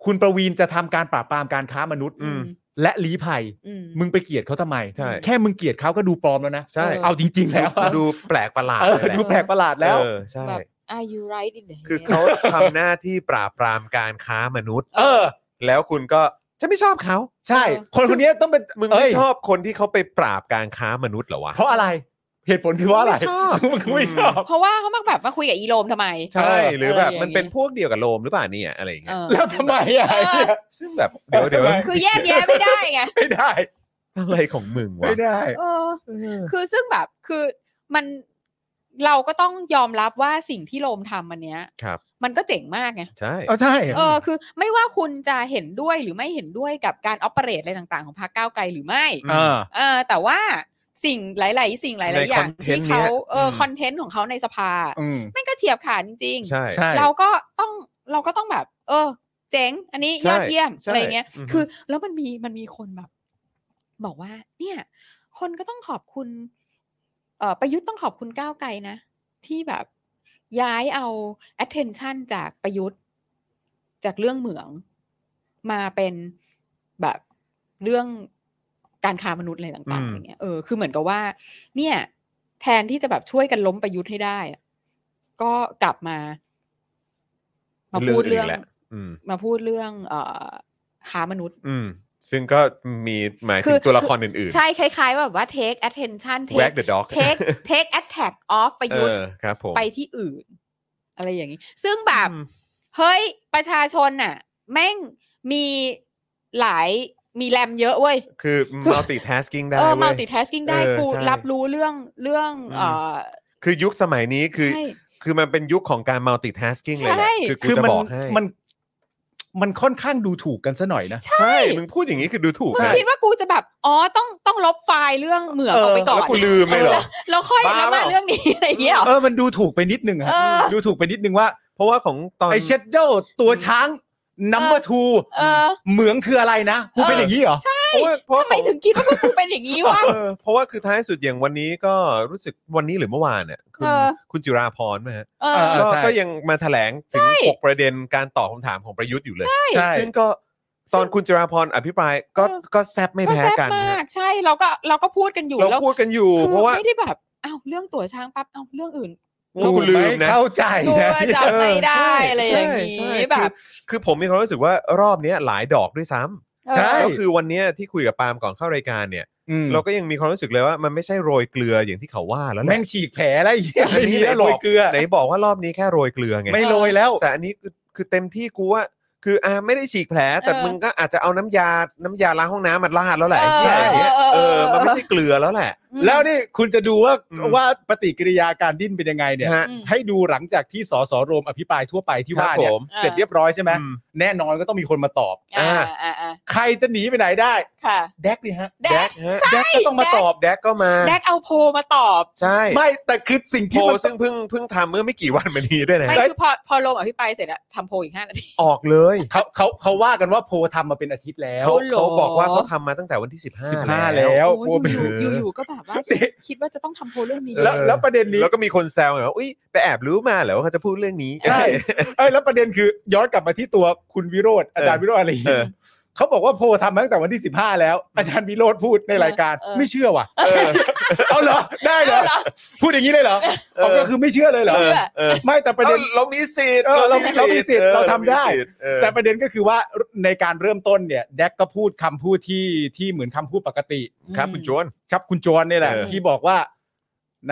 [SPEAKER 2] คุณประวีนจะทำการปราบปรามการค้ามนุษย์
[SPEAKER 1] อืม
[SPEAKER 2] และลี้ภัย
[SPEAKER 3] อืม
[SPEAKER 2] มึงไปเกลียดเขาทำไม
[SPEAKER 1] ใช่
[SPEAKER 2] แค่มึงเกลียดเขาก็ดูปลอมแล้วนะ
[SPEAKER 1] ใช่
[SPEAKER 3] อ
[SPEAKER 2] เอาจริง ๆ แล้วอะ
[SPEAKER 1] ดูแปลกประหลาด
[SPEAKER 2] เออ
[SPEAKER 1] เลยแหละ
[SPEAKER 2] ดูแปลกประหลาดแล้ว
[SPEAKER 1] เออใช่
[SPEAKER 3] แบบ are you right in the head
[SPEAKER 1] คือเขาทำหน้าที่ปราบปรามการค้ามนุษย์
[SPEAKER 2] เออ
[SPEAKER 1] แล้วคุณก็จะไม่ชอบเขา
[SPEAKER 2] ใช่
[SPEAKER 3] เออ
[SPEAKER 2] คนคนนี้ต้องเป็น
[SPEAKER 1] มึง
[SPEAKER 2] เย
[SPEAKER 1] ไม่ชอบคนที่เขาไปปราบการค้ามนุษย์เหรอวะ
[SPEAKER 2] เพราะอะไร เหตุผลคือว่าอะไร
[SPEAKER 1] ไม่ชอบ
[SPEAKER 2] มึงไม่ชอบ
[SPEAKER 3] เพราะว่าเขามักแบบมาคุยกับอีโรมทำไม
[SPEAKER 1] ใช่หรือแบบ
[SPEAKER 3] เอออย่างเงี้ย
[SPEAKER 1] มันเป็นพวกเดียวกับโลมหรือเปล่าเนี่ยอะไรอย่างเงี้
[SPEAKER 3] เอย อ
[SPEAKER 2] แล้วทำไมอะ
[SPEAKER 3] เออ
[SPEAKER 2] เนี่ย
[SPEAKER 1] ซึ่งแบบเดี๋ยวเดี๋ยว
[SPEAKER 2] ไม่
[SPEAKER 3] คือแยกแยะไม่ได้ไง
[SPEAKER 2] ไม่ได้
[SPEAKER 1] อะไรของมึงวะ
[SPEAKER 2] ไม่ได้
[SPEAKER 3] เออ
[SPEAKER 2] เออ
[SPEAKER 3] คือซึ่งแบบคือมันเราก็ต้องยอมรับว่าสิ่งที่โรมทำมันเนี้ย
[SPEAKER 1] ครับ
[SPEAKER 3] มันก็เจ๋งมากไง
[SPEAKER 1] ใช่
[SPEAKER 2] เอาใช่
[SPEAKER 3] เออคือไม่ว่าคุณจะเห็นด้วยหรือไม่เห็นด้วยกับการออปเปเรตอะไรต่างๆ ของพรรคก้าวไกลหรือไม่
[SPEAKER 1] เออ
[SPEAKER 3] เออแต่ว่าสิ่งหลาย ๆ สิ่งหลาย ๆ อย่าง
[SPEAKER 1] ในคอนเทนต์
[SPEAKER 3] ที่เขา
[SPEAKER 1] เนี้ย
[SPEAKER 3] เออ
[SPEAKER 1] ม
[SPEAKER 3] อคอนเทนต์ของเขาในสภา
[SPEAKER 2] อืม
[SPEAKER 3] ไม่งก็เฉียบขาดจริง
[SPEAKER 1] ใช่
[SPEAKER 2] ใช่
[SPEAKER 3] เราก็ต้องเราก็ต้องแบบ เออ เจ๋ง อันนี้
[SPEAKER 1] ใช่
[SPEAKER 3] ยอดเยี่ยม
[SPEAKER 1] ใช่
[SPEAKER 3] อะไรเงี้ย
[SPEAKER 1] อือฮึ
[SPEAKER 3] คือแล้วมันมีมันมีคนแบบ บอกว่า เนี่ย คนก็ต้องขอบคุณ เอ่อประยุทธ์ต้องขอบคุณก้าวไกลนะ ที่แบบย้ายเอา attention จากประยุทธ์ จากเรื่องเหมือง มาเป็นแบบเรื่องการค้ามนุษย์อะไรต่าง
[SPEAKER 1] อื
[SPEAKER 3] ๆ
[SPEAKER 1] ม
[SPEAKER 3] อย่างเงี้ยเออคือเหมือนกับว่า เนี่ย แทนที่จะแบบช่วยกันล้มประยุทธ์ให้ได้อะก็กลับมา มาพูดเรื่อง
[SPEAKER 1] แหละอืม
[SPEAKER 3] มาพูดเรื่อง เอ่อค้ามนุษย์
[SPEAKER 1] อืม ซึ่งก็มีหมายถึงตัวละครอื่น
[SPEAKER 3] ใช่คล้าย ๆ แบบว่า take attention
[SPEAKER 1] ๆ wag
[SPEAKER 3] take
[SPEAKER 1] the dog
[SPEAKER 3] take take attack off ประ
[SPEAKER 1] เอ
[SPEAKER 3] ยุทธ์
[SPEAKER 1] อครับผม
[SPEAKER 3] ไปที่อื่น อะไรอย่างนี้ ซึ่งแบบ
[SPEAKER 1] อืม
[SPEAKER 3] เฮ้ยประชาชนน่ะ แม่งมีหลายมีแรมเยอะเว้ย
[SPEAKER 1] คือ multitasking ได้
[SPEAKER 3] เออ
[SPEAKER 1] เว้ย
[SPEAKER 3] multitasking ได้
[SPEAKER 1] เออ
[SPEAKER 3] กู
[SPEAKER 1] ใช่
[SPEAKER 3] รับรู้เรื่องเรื่อง
[SPEAKER 1] อืม
[SPEAKER 3] เอ่อ
[SPEAKER 1] คือยุคสมัยนี้คือ
[SPEAKER 3] ใช่
[SPEAKER 1] คือมันเป็นยุคของการ multitasking เลยแห
[SPEAKER 3] ใช่
[SPEAKER 1] ละคือกู
[SPEAKER 2] คือ
[SPEAKER 1] จะ
[SPEAKER 2] มัน
[SPEAKER 1] บอกให้
[SPEAKER 2] มันมันค่อนข้างดูถูกกันซะหน่อยนะ
[SPEAKER 1] ใช่มึงพูดอย่างนี้คือดูถูก
[SPEAKER 3] มึง
[SPEAKER 1] ใช่
[SPEAKER 3] คิดว่ากูจะแบบ อ๋อต้องต้องลบไฟล์เรื่องเหมือง
[SPEAKER 2] เออ
[SPEAKER 3] ออกไปก่อ
[SPEAKER 1] แล้ว
[SPEAKER 3] น
[SPEAKER 1] กูลืมเลยเหรอ
[SPEAKER 3] แล้วค่อย
[SPEAKER 1] บ้า
[SPEAKER 3] แล้ว
[SPEAKER 1] เป
[SPEAKER 3] มา
[SPEAKER 1] ล่า
[SPEAKER 3] เรื่องนี้ อะไรอย่างเงี้ยเหรอ
[SPEAKER 2] เออมันดูถูกไปนิดนึงอะ
[SPEAKER 3] เออ
[SPEAKER 2] ดูถูกไปนิดนึงว่า
[SPEAKER 1] เพราะว่าของตอน
[SPEAKER 2] ไอเชดโดตัวช้างนัมเบอร์ทู
[SPEAKER 3] เออ
[SPEAKER 2] เหมืองคืออะไรนะกูเป็นอย่างนี้เหรอ
[SPEAKER 1] เพราะว่าเพราะว่า
[SPEAKER 3] ทำไม
[SPEAKER 1] ของ
[SPEAKER 3] ถึงคิดว่าพวกกูเป็นอย่างนี้วะ
[SPEAKER 1] เออเพราะว่าคือท้ายสุดอย่างวันนี้ก็รู้สึกวันนี้หรือเมื่อวานเนี่ยคุณ
[SPEAKER 3] เออ
[SPEAKER 1] คุณจิราพรไหมฮะ
[SPEAKER 3] เอ
[SPEAKER 2] เอ
[SPEAKER 3] อ
[SPEAKER 2] อ
[SPEAKER 1] ก็
[SPEAKER 2] ใช่
[SPEAKER 1] ก็ยังมาแถลงถึง
[SPEAKER 3] ใช่
[SPEAKER 1] หกประเด็นการตอบคำถามของประยุทธ์อยู่เลย
[SPEAKER 2] ใช่
[SPEAKER 1] ซึ่งก็ตอนคุณจิราพรอภิปรายก็
[SPEAKER 3] เออ
[SPEAKER 1] ก็แซบไม่
[SPEAKER 3] ก็
[SPEAKER 1] แพ้
[SPEAKER 3] แซ่บ
[SPEAKER 1] กัน
[SPEAKER 3] มา
[SPEAKER 1] ฮะ
[SPEAKER 3] ก ใช่เราก็เราก็พูดกันอยู่
[SPEAKER 1] เรา
[SPEAKER 3] แล้ว
[SPEAKER 1] พูดกันอยู่
[SPEAKER 3] คือ
[SPEAKER 1] เพราะว่า
[SPEAKER 3] ไม่ได้แบบอ้าวเรื่องตั๋วช้างปั๊บเอ้าเรื่องอื่น
[SPEAKER 1] กูลืมนะ
[SPEAKER 2] เข้าใจ
[SPEAKER 3] กลั
[SPEAKER 2] นะ
[SPEAKER 3] วจำไม่ได้
[SPEAKER 1] เออใช่
[SPEAKER 3] อะไรอย่าง
[SPEAKER 1] ใช่
[SPEAKER 3] นี้
[SPEAKER 1] ใช่
[SPEAKER 3] แบบ
[SPEAKER 1] คือผมมีความรู้สึกว่ารอบเนี้ยหลายดอกด้วยซ้
[SPEAKER 3] เออ
[SPEAKER 2] ใช่
[SPEAKER 1] ำก็คือวันเนี้ยที่คุยกับปาล์มก่อนเข้ารายการเนี่ย
[SPEAKER 2] อืม
[SPEAKER 1] เราก็ยังมีความรู้สึกเลยว่ามันไม่ใช่โรยเกลืออย่างที่เขาว่าแล้วแห
[SPEAKER 2] แม่
[SPEAKER 1] ละ
[SPEAKER 2] งฉีกแผลแล้วไอ้เหี้ยไม่มีแล้วโรยเกลือ
[SPEAKER 1] ไหนบอกว่ารอบนี้แค่โรยเกลือไง
[SPEAKER 2] ไม่โรยแล้ว
[SPEAKER 1] แต่อันนี้คือคือเต็มที่กูว่า คืออ่าไม่ได้ฉีกแผล แต่
[SPEAKER 3] เออ
[SPEAKER 1] มึงก็อาจจะเอาน้ำยาน้ำยาล้างห้องน้ำมาลาดแล้วแหละ
[SPEAKER 3] เอ
[SPEAKER 1] ไอ้
[SPEAKER 3] อ
[SPEAKER 1] เหี้ยอย่างเงี้ย
[SPEAKER 3] เออ
[SPEAKER 1] เอ
[SPEAKER 3] เอ
[SPEAKER 1] อ
[SPEAKER 3] อเออ
[SPEAKER 1] มันไม่ใช่เกลือแล้วแหละ
[SPEAKER 3] อืม
[SPEAKER 2] แล้วนี่คุณจะดูว่า
[SPEAKER 1] อืม
[SPEAKER 2] ว่าปฏิกิริยาการดิ้นเป็นยังไงเนี่ย
[SPEAKER 1] ฮะ
[SPEAKER 3] อืม
[SPEAKER 2] ให้ดูหลังจากที่สสรวมอภิปรายทั่วไปที่ว่า
[SPEAKER 1] ครั
[SPEAKER 2] เนี่ย
[SPEAKER 1] บผม
[SPEAKER 2] เสร็จเรียบร้อยใช่ไหม
[SPEAKER 1] อืม
[SPEAKER 2] แน่นอนก็ต้องมีคนมาตอบ
[SPEAKER 3] อ่า
[SPEAKER 1] อ่า
[SPEAKER 3] อ่าอ่า
[SPEAKER 2] ใครจะหนีไปไหนได้
[SPEAKER 3] ค่ะ
[SPEAKER 2] แดกดิฮะ
[SPEAKER 3] แด
[SPEAKER 1] แด
[SPEAKER 3] ก
[SPEAKER 1] กฮะ
[SPEAKER 2] แดกก็ต้องมา
[SPEAKER 3] แดก
[SPEAKER 2] ตอบ
[SPEAKER 1] แดกก็มา
[SPEAKER 3] แดกเอาโพลมาตอบ
[SPEAKER 1] ใช่
[SPEAKER 2] ไม่แต่คือสิ่ง
[SPEAKER 1] โพ
[SPEAKER 2] ที่
[SPEAKER 1] ล
[SPEAKER 2] มัน
[SPEAKER 1] ซึ่งเพิ่งเพิ่งทำเมื่อไม่กี่วันมานี้ด้วยนะ
[SPEAKER 3] ไม่
[SPEAKER 1] ฮะ
[SPEAKER 3] คือพอพอลงอภิปรายเสร็จอะทำโพลอีกห้านาที
[SPEAKER 1] ออกเลย
[SPEAKER 2] เขาเขาเขาว่ากันว่าโพลทำมาเป็นอาทิตย์แล้ว
[SPEAKER 1] เขา
[SPEAKER 3] เหรอ
[SPEAKER 1] เขาบอกว่าเขาทำมาตั้งแต่วันที่ 15
[SPEAKER 2] สิบห้าแล้ว
[SPEAKER 3] โอ้
[SPEAKER 2] โพลเป็น
[SPEAKER 3] ยอยู่อยู่อยู่ก็แบบว่า
[SPEAKER 2] นี่
[SPEAKER 3] คิดว่าจะต้องทำโพลเรื่องนี้
[SPEAKER 2] แล้ว
[SPEAKER 1] เออ
[SPEAKER 2] แล้วประเด็นนี้
[SPEAKER 1] แล้วก็มีคนแซวไงว่าอุ้ยไปแอบรู้มาเหรอว่าเขาจะพูดเรื่องนี้
[SPEAKER 2] ใช่ เอ้ยแล้วประเด็นคือย้อนกลับมาที่ตัวคุณวิโรธอาจารย์วิโรธอะไรอย่าง
[SPEAKER 1] เอ
[SPEAKER 2] เงี้
[SPEAKER 1] อ
[SPEAKER 2] ยเขาบอกว่าโพลทำมาตั้งแต่วันที่สิบห้าแล้ว อาจารย์วิโรธพูดในรายการ ไม่เชื่อว่ะ
[SPEAKER 1] เออ
[SPEAKER 2] เอาเหรอได้เหรอ
[SPEAKER 3] เออเหรอ
[SPEAKER 2] พูดอย่างนี้เลยเหรอ
[SPEAKER 1] เอ
[SPEAKER 2] เอา
[SPEAKER 1] อ
[SPEAKER 2] ก็คือไม่เชื่อเลยเหรอ
[SPEAKER 3] ไม่เชื่อ
[SPEAKER 1] เออ
[SPEAKER 2] ไม่แต่ประเด็น
[SPEAKER 1] อาเรามีสิทธิ์
[SPEAKER 2] เออเรามีสิทธิ์
[SPEAKER 1] ออ
[SPEAKER 2] เราทำได้
[SPEAKER 1] มีสิทธิ์เออ
[SPEAKER 2] แต่ประเด็นก็คือว่าในการเริ่มต้นเนี่ยแดกก็พูดคำพูดที่ที่เหมือนคำพูดปกติ
[SPEAKER 1] ครับคุณจวน
[SPEAKER 2] ครับคุณโจรเนี่ยแหละ
[SPEAKER 1] เออ
[SPEAKER 2] ที่บอกว่า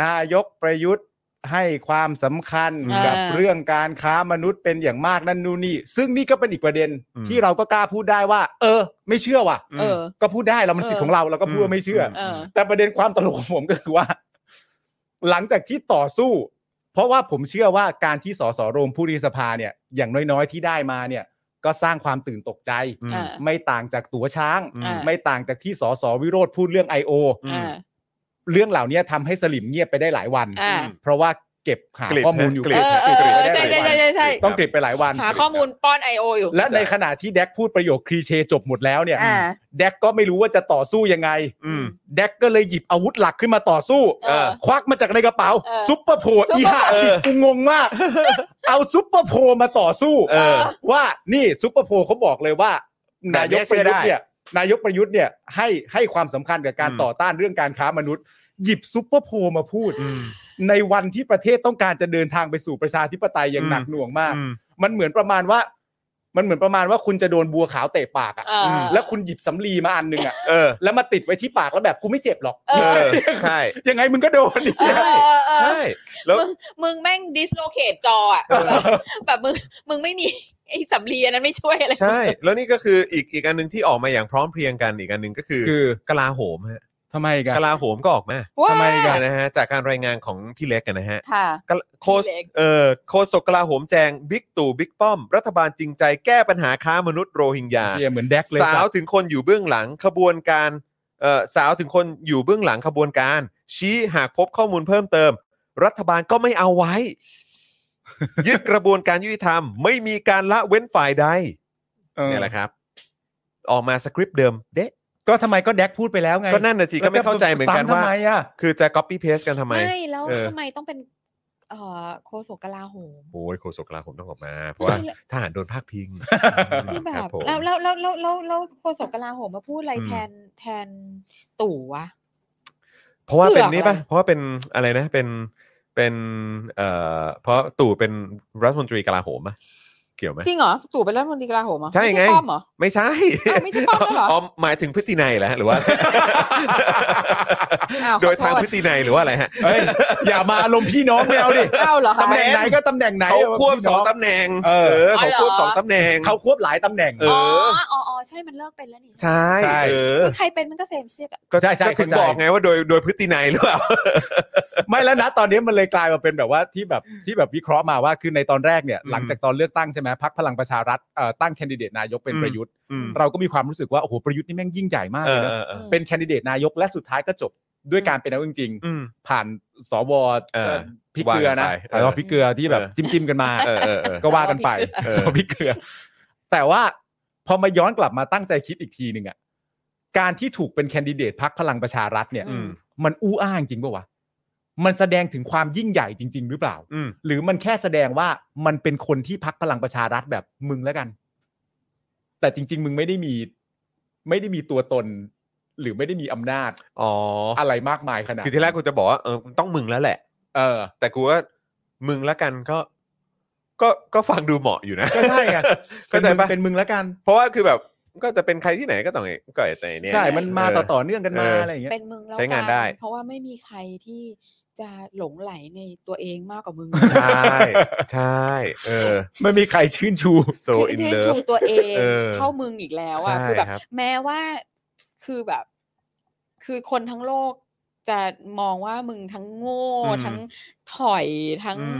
[SPEAKER 2] นายกประยุทธ์ให้ความสำคัญ
[SPEAKER 3] อ่ากั
[SPEAKER 2] กับเรื่องการค้ามนุษย์เป็นอย่างมากนั่นนู่นนี่ ซึ่งนี่ก็เป็นอีกประเด็น
[SPEAKER 1] อืม
[SPEAKER 2] ที่เราก็กล้าพูดได้ว่า เออ ไม่เชื่อว่ะ
[SPEAKER 3] เออ
[SPEAKER 2] ก็พูดได้เรามันสิทธิ์ของเราเราก็พูดว่าไม่เชื่ออ
[SPEAKER 3] เออ
[SPEAKER 2] แต่ประเด็นความตลกของผมก็คือว่า หลังจากที่ต่อสู้ เพราะว่าผมเชื่อว่าการที่สสโรมผู้รีสภาเนี่ย อย่างน้อยๆที่ได้มาเนี่ย ก็สร้างความตื่นตกใจ
[SPEAKER 1] อืม
[SPEAKER 3] อ่า
[SPEAKER 2] ไม่ต่างจากตั๋วช้าง
[SPEAKER 1] อืม
[SPEAKER 2] ไม่ต่างจากที่สสวิโรธพูดเรื่อง I.O.
[SPEAKER 1] อืม
[SPEAKER 3] อ่า
[SPEAKER 2] เรื่องเหล่านี้ทำให้สลิมเงียบไปได้หลายวัน
[SPEAKER 3] อ่า
[SPEAKER 2] เพราะว่าเก็บหาก
[SPEAKER 1] ลิบ
[SPEAKER 2] ข้อมูลอยู่
[SPEAKER 1] กลิ
[SPEAKER 3] เอบ อเอ
[SPEAKER 2] เก็
[SPEAKER 3] อบเอ
[SPEAKER 2] หา
[SPEAKER 3] อ
[SPEAKER 2] ข้อมูลอยู่
[SPEAKER 3] ใช่ใช่ใช่ใช่ใช่
[SPEAKER 2] ต้องกลิบไปหลายวัน
[SPEAKER 3] หาข้อมูลป้อนไอโออยู่
[SPEAKER 2] และในขณะที่แดกพูดประโยคคลีเชจบหมดแล้วเนี่ย
[SPEAKER 3] อ่า
[SPEAKER 2] แดกก็ไม่รู้ว่าจะต่อสู้ยังไง
[SPEAKER 1] อืม
[SPEAKER 2] แดกก็เลยหยิบอาวุธหลักขึ้นมาต่อสู้
[SPEAKER 3] เออ
[SPEAKER 2] ควักมาจากในกระเป๋า
[SPEAKER 3] เออ
[SPEAKER 2] ซุปเปอร์โพ
[SPEAKER 3] ซุป
[SPEAKER 2] อี
[SPEAKER 3] เปอร์
[SPEAKER 2] ห่าสิกูงงมาก เอาซุปเปอร์โพมาต่อสู้
[SPEAKER 1] เออ
[SPEAKER 2] ว่านี่ซุปเปอร์โพลเขาบอกเลยว่า
[SPEAKER 1] แบบ
[SPEAKER 2] นาย
[SPEAKER 1] เนี้
[SPEAKER 2] ก
[SPEAKER 1] ย
[SPEAKER 2] ประยุทธ์
[SPEAKER 1] เชื่อได้
[SPEAKER 2] เนี่ยนายกประยุทธ์เนี่ยให้ให้ความสำคัญกับการ
[SPEAKER 1] อืม
[SPEAKER 2] ต่อต้านเรื่องการค้ามนุษย์ หยิบซุปเปอร์โพลมาพูด
[SPEAKER 1] อืม
[SPEAKER 2] ในวันที่ประเทศต้องการจะเดินทางไปสู่ประชาธิปไตยอย่าง
[SPEAKER 1] อืม
[SPEAKER 2] หนักหน่วงมาก
[SPEAKER 1] อืม
[SPEAKER 2] มันเหมือนประมาณว่า มันเหมือนประมาณว่าคุณจะโดนบัวขาวเตะปาก
[SPEAKER 3] เอ
[SPEAKER 2] อะ่ะ
[SPEAKER 3] อ
[SPEAKER 2] แล้วคุณหยิบสำลีมาอันหนึงอะ่ะ
[SPEAKER 1] เออ
[SPEAKER 2] แล้วมาติดไว้ที่ปากแล้วแบบกูไม่เจ็บหรอก
[SPEAKER 3] เอ
[SPEAKER 1] เออ ใช่
[SPEAKER 2] ยังไงมึงก็โดนอีก
[SPEAKER 3] เออเออเออ
[SPEAKER 1] ใช่ แล้ว
[SPEAKER 3] มึงมึงแม่งดิสโลเคตจออ่ะแบบแบบมึงมึงไม่มีไอ้สำลีอันนั้นไม่ช่วยอะไร
[SPEAKER 1] ใช่ แล้วนี่ก็คืออีกอีกอันหนึ่งที่ออกมาอย่างพร้อมเพรียงกันอีกอันหนึ่งก็คือ
[SPEAKER 2] คือก
[SPEAKER 1] ลาโหมฮะ
[SPEAKER 2] ทำไมกัน
[SPEAKER 1] กลาโหมก็ออกมา
[SPEAKER 3] ว้า
[SPEAKER 2] ทำไมอีกอะ
[SPEAKER 1] นะฮะจากการรายงานของพี่เล็กอะนะฮะ
[SPEAKER 3] ค่ะ
[SPEAKER 1] กลาโคส
[SPEAKER 3] พี่เล็ก
[SPEAKER 1] เอ่อโคสกกลาโหมแจงบิ๊กตู่บิ๊กป้อม รัฐบาลจริงใจแก้ปัญหาค้ามนุษย์โรฮิงญา
[SPEAKER 2] เหี้ยเหมือนแดกเลย
[SPEAKER 1] สาวถึงคนอยู่เบื้องหลังขบวนการเอ่อสาวถึงคนอยู่เบื้องหลังขบวนการ ชี้หากพบข้อมูลเพิ่มเติม รัฐบาลก็ไม่เอาไว้ ยึดกระบวนการยุติธรรม ไม่มีการละเว้นฝ่ายใด
[SPEAKER 2] เออ
[SPEAKER 1] เนี่ยแหละครับ ออกมาสคริปต์เดิมเดะ
[SPEAKER 2] ก็ทำไมก็แดกพูดไปแล้วไง
[SPEAKER 1] ก็นั่นน่ะสิก็ไม่เข้าใจเหมือนกันว่า
[SPEAKER 2] ซ้ำทำไมอ่ะ
[SPEAKER 1] คือจะ copy paste กันทำไม
[SPEAKER 3] ไม่แล้ว
[SPEAKER 1] เออ
[SPEAKER 3] ทำไมต้องเป็น เอ่อโคโสกกลาโหม
[SPEAKER 1] โอ้ยโฆษกกลาผมต้องออกมา เพราะว่า
[SPEAKER 3] ไม่ละ
[SPEAKER 1] ทหารโดนพาคพิง
[SPEAKER 3] คือแบ
[SPEAKER 1] ครับ บผม
[SPEAKER 3] แล้วแล้วแล้วแล้วแล้วแล้วโฆษกกลาโหมมาพูดอะไรแทนแทนตู่วะ
[SPEAKER 1] เพราะว่าเป็นนี่ปะ
[SPEAKER 3] เสือกอะไร
[SPEAKER 1] เพราะว่าเป็นอะไรนะเป็นเป็นเอ่อเพราะตู่เป็นรัฐมนตรีกลาโหมปะเกี่ยวไหม
[SPEAKER 3] จริงเหรอ ตู่เป็นรัฐมนตรีกลาโหมเหรอ
[SPEAKER 1] ใช่ไง
[SPEAKER 3] ม่ป้อมเหรอ
[SPEAKER 1] ไม่ใช่
[SPEAKER 3] อ้าวไม่ใช่ป้อมแล้วเหรอ
[SPEAKER 1] หมายถึงพฤตินัยแหละห รือว่า
[SPEAKER 3] อ้าวขอโทษ
[SPEAKER 1] โดยทางพฤตินัยหรือว่าอะไรฮะ
[SPEAKER 2] เฮ้ยอย่ามาอารมณ์พี่น้องแมวดิ
[SPEAKER 3] เอาเหรอคะ
[SPEAKER 2] ตำแหน่งไหนก็ตำแหน่งไหน
[SPEAKER 1] เขาควบ
[SPEAKER 2] พี่
[SPEAKER 1] ส
[SPEAKER 2] น้
[SPEAKER 1] องตำแหน่ง
[SPEAKER 2] เออ
[SPEAKER 1] เขา
[SPEAKER 3] อ๋อเหรอ
[SPEAKER 1] ควบสองตำแหน่ง
[SPEAKER 2] เขาควบหลายตำแหน่ง
[SPEAKER 1] เอ
[SPEAKER 3] ออ๋ออ๋อใช่มันเลิกเป็นแล้วนี่
[SPEAKER 1] ใช่
[SPEAKER 2] ใช่
[SPEAKER 1] เออ
[SPEAKER 3] คือใครเป็นมันก็เซมเชียอะ
[SPEAKER 1] ก็
[SPEAKER 2] ใช่ใช่
[SPEAKER 1] ก็ถึง
[SPEAKER 2] เข้าใจ
[SPEAKER 1] บอกไงว่าโดยโดยพฤตินัยหรือเปล่า
[SPEAKER 2] ไม่แล้วนะตอนนี้มันเลยกลายมาเป็นแบบว่าที่แบบที่แบบวิเคราะห์มาว่าคือในตอนแรกเนี่ย
[SPEAKER 1] อืม
[SPEAKER 2] หลังจากตอนเลือกตั้งใช่ไหมพักพลังประชารัฐเอ่อตั้งแคนดิเดตนายกเป็น
[SPEAKER 1] อืม
[SPEAKER 2] ประยุทธ์
[SPEAKER 1] อืม
[SPEAKER 2] เราก็มีความรู้สึกว่าโอ้โหประยุทธ์นี่แม่งยิ่งใหญ่มาก
[SPEAKER 1] เออย
[SPEAKER 2] เลนะ
[SPEAKER 1] เออเออ
[SPEAKER 2] เป็นแคนดิเดตนายกและสุดท้ายก็จบด้วยการเป็นนายกจริง
[SPEAKER 1] อืม
[SPEAKER 2] ๆผ่านสวเอ่อ
[SPEAKER 1] เออ
[SPEAKER 2] พริกเกลือนะ
[SPEAKER 1] ว่ากันไป
[SPEAKER 2] เออพริกเกลือที่แบบ
[SPEAKER 1] เออ
[SPEAKER 2] จิ้มๆกันมา
[SPEAKER 1] เออเออเออ
[SPEAKER 2] ก็ว่ากันไป
[SPEAKER 1] เออ
[SPEAKER 2] สอพริกเกลือ แต่ว่าพอมาย้อนกลับมาตั้งใจคิดอีกทีหนึ่งอะการที่ถูกเป็นแคนดิเดตพักพลังประชารัฐเนี่ย
[SPEAKER 3] อืม
[SPEAKER 2] มันอู้อ้างจริงปะวะ มันแสดงถึงความยิ่งใหญ่จริง ๆ หรือเปล่า
[SPEAKER 1] อืม
[SPEAKER 2] หรือมันแค่แสดงว่ามันเป็นคนที่พักพลังประชารัฐแบบมึงแล้วกัน แต่จริง ๆ มึงไม่ได้มี ไม่ได้มีตัวตน หรือไม่ได้มีอำนาจ
[SPEAKER 1] อ๋ออ
[SPEAKER 2] อะไรมากมายขนาด
[SPEAKER 1] คือที่แรกกูจะบอกว่าเออต้องมึงแล้วแหละ
[SPEAKER 2] เออ
[SPEAKER 1] แต่กูว่ามึงแล้วกันก็ก็ก็ฟังดูเหมาะอยู่นะ
[SPEAKER 2] ก็ใช่ไง
[SPEAKER 1] เข้าใจปะ
[SPEAKER 2] เป็นมึงแล้วกัน
[SPEAKER 1] เพราะว่าคือแบบก็จะเป็นใครที่ไหนก็ต้องไอ้ก็ไอ้แต่เนี่ย
[SPEAKER 2] ใช่ มันมาต่อต่อเนื่องกันมา
[SPEAKER 1] เอออ
[SPEAKER 2] อะไรอย่างเงี้ย
[SPEAKER 3] เป็นมึงแล้ว
[SPEAKER 1] ใช้งาน
[SPEAKER 3] กั
[SPEAKER 1] ได้
[SPEAKER 3] เพราะว่าไม่มีใครที่จะหลงไหลในตัวเองมากกว่ามึง
[SPEAKER 1] ใช่ ใช่เออ
[SPEAKER 2] ไม่มีใครชื่นชู
[SPEAKER 1] so
[SPEAKER 3] ที่
[SPEAKER 1] in
[SPEAKER 3] ที่ชู
[SPEAKER 1] love
[SPEAKER 3] ตัวเอง
[SPEAKER 1] เออ
[SPEAKER 3] เท่ามึงอีกแล้วอ่ะ
[SPEAKER 1] ใช่
[SPEAKER 3] คือแบบ
[SPEAKER 1] ครับ
[SPEAKER 3] แม้ว่าคือแบบ คือคนทั้งโลก จะมองว่ามึงทั้งโง่
[SPEAKER 2] อืม
[SPEAKER 3] ทั้งถอยทั้ง
[SPEAKER 2] อืม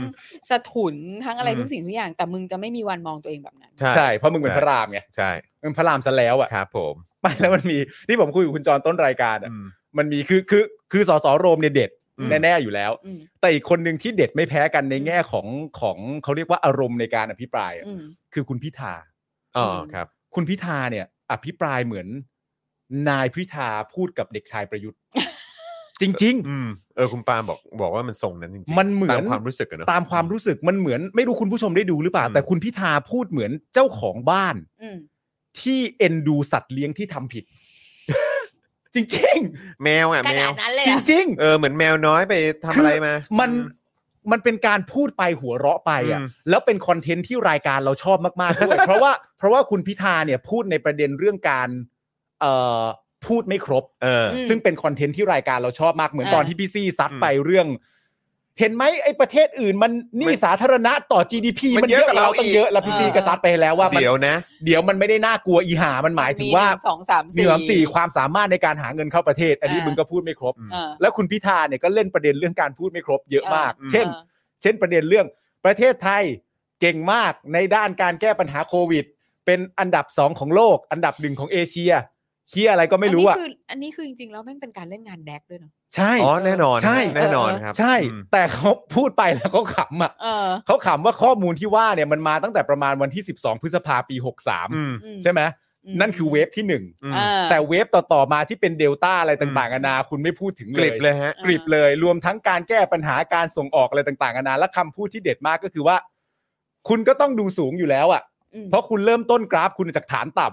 [SPEAKER 3] สะทุนทั้งอะไร
[SPEAKER 2] อืม
[SPEAKER 3] ทุกสิ่งทุกอย่าง แต่มึงจะไม่มีวันมองตัวเองแบบนั้น
[SPEAKER 1] ใช่
[SPEAKER 2] ใช่เพราะมึงเป็นพระรามไง
[SPEAKER 1] ใช่
[SPEAKER 2] มึงพระรามซะแล้วอ่ะ
[SPEAKER 1] ครับผม
[SPEAKER 2] ไม่แล้วมันมีที่ผมคุยกับคุณจรต้นรายการอะ
[SPEAKER 1] อืม
[SPEAKER 2] มันมีคือคือคือสสโรมเนี่ยเด็ด
[SPEAKER 1] อืม
[SPEAKER 2] แน่ๆอยู่แล้ว
[SPEAKER 3] อืม
[SPEAKER 2] แต่อีกคนหนึ่งที่เด็ดไม่แพ้กันในแง่ของของเขาเรียกว่าอารมณ์ในการอภิปรายอะ
[SPEAKER 3] อืม
[SPEAKER 2] คือคุณพิธา
[SPEAKER 1] อ๋อครับ
[SPEAKER 2] คุณพิธาเนี่ย อภิปรายเหมือน นายพิธาพูดกับเด็กชายประ ยุทธ์ จริง
[SPEAKER 1] อืมเออคุณปาล์มบอกบอกว่ามันส่งนั้นจริง
[SPEAKER 2] มันเหมือน
[SPEAKER 1] ตามความรู้สึกอะเนอะ
[SPEAKER 2] ๆ ตามความรู้สึกมันเหมือนไม่รู้คุณผู้ชมได้ดูหรือเปล่า
[SPEAKER 1] อืม
[SPEAKER 2] แต่คุณพิธาพูดเหมือนเจ้าของบ้าน
[SPEAKER 3] อืม
[SPEAKER 2] ที่เอ็นดูสัตว์เลี้ยงที่ทำ ผิด จริง
[SPEAKER 1] แมวอ่ะ
[SPEAKER 3] ข
[SPEAKER 1] แม
[SPEAKER 3] นาว ดนั้นเลย
[SPEAKER 2] ๆ
[SPEAKER 3] อะ
[SPEAKER 2] จริง
[SPEAKER 1] เออเหมือนแมวน้อยไปทำ
[SPEAKER 2] คือ
[SPEAKER 1] อะ
[SPEAKER 2] อ
[SPEAKER 1] ไรมา
[SPEAKER 2] ๆ มันมันเป็นการพูดไปหัวเราะไปอ่ะ
[SPEAKER 1] อืม
[SPEAKER 2] แล้วเป็นคอนเทนต์ที่รายการเราชอบมากๆด้วย เพราะว่าเพราะว่าคุณพิธาเนี่ยพูดในประเด็นเรื่องการเอ่อพูดไม่ครบ
[SPEAKER 1] เออ
[SPEAKER 3] ม
[SPEAKER 2] ซึ่งเป็นคอนเทนต์ที่รายการเราชอบมากเหมือน
[SPEAKER 3] อ่า
[SPEAKER 2] ตอนที่พี่ซี่ซัด
[SPEAKER 1] อืม
[SPEAKER 2] ไปเรื่อง เห็นไหมไอ้ประเทศอื่นมันหนี่
[SPEAKER 1] ไม่
[SPEAKER 2] สาธารณะต่อ GDP
[SPEAKER 1] มัน
[SPEAKER 2] มันเยอะกว่า
[SPEAKER 1] เย
[SPEAKER 2] เรา
[SPEAKER 1] อะกว่าเรา
[SPEAKER 2] ตั้งเยอะ
[SPEAKER 1] อีก
[SPEAKER 2] แล้วพี่ซี่
[SPEAKER 3] อ่า
[SPEAKER 2] ก็ซัดไปแล้วว่ามัน
[SPEAKER 1] เดี๋ยวนะ
[SPEAKER 2] เดี๋ยวมันไม่ได้น่ากลัวอีหามันหมายถึงว่า
[SPEAKER 3] สองสาม
[SPEAKER 2] มี
[SPEAKER 3] สี่
[SPEAKER 2] สามสี่ความสามารถในการหาเงินเข้าประเทศ อันนี้
[SPEAKER 3] อ่ามึ
[SPEAKER 2] มึงก็พูดไม่ครบ
[SPEAKER 1] อืม
[SPEAKER 3] เออ
[SPEAKER 2] แล้วคุณพิธาเนี่ยก็เล่นประเด็นเรื่องการพูดไม่ครบเยอะมาก
[SPEAKER 1] อ่า
[SPEAKER 2] เช่น
[SPEAKER 3] ออ
[SPEAKER 2] เช่นประเด็นเรื่องประเทศไทยเก่งมากในด้านการแก้ปัญหาโควิด เป็นอันดับสองของโลก อันดับหนึ่งของเอเชียเฮียอะไรก็ไม่รู้อ่ะ
[SPEAKER 3] นนี้คือันนี้คือจริงๆ แล้วแม่งเป็นการเล่นงานแดกด้วยเนาะ
[SPEAKER 2] ใช่
[SPEAKER 1] อ๋อแน่นอน
[SPEAKER 2] ใช่
[SPEAKER 1] แน่นอนครับ
[SPEAKER 2] ใช่
[SPEAKER 1] อืม
[SPEAKER 2] แต่เขาพูดไปแล้วเขาขำอ่ะ
[SPEAKER 3] เออ
[SPEAKER 2] เขาขำว่าข้อมูลที่ว่าเนี่ยมันมาตั้งแต่ประมาณวันที่ 12 พฤษภาปี
[SPEAKER 1] อืม
[SPEAKER 3] อื
[SPEAKER 2] 63 ใช่ไหม
[SPEAKER 3] ม
[SPEAKER 2] นั่นคือเวฟที่
[SPEAKER 1] อืม
[SPEAKER 3] อ่า
[SPEAKER 2] 1 แต่เวฟต่อ ๆ มาที่เป็นเดลต้าอะไรต่างๆนานาคุณไม่พูดถึง
[SPEAKER 1] ก
[SPEAKER 2] เล
[SPEAKER 1] ลิ
[SPEAKER 2] ย
[SPEAKER 1] บเลยฮะ
[SPEAKER 3] อ่า
[SPEAKER 2] กริบเลย รวมทั้งการแก้ปัญหาการส่งออกอะไรต่างๆนานาและคำพูดที่เด็ดมากก็คือว่า คุณก็ต้องดูสูงอยู่แล้วอ่ะ
[SPEAKER 3] อืม
[SPEAKER 2] เพราะคุณเริ่มต้นกราฟคุณจากฐานต่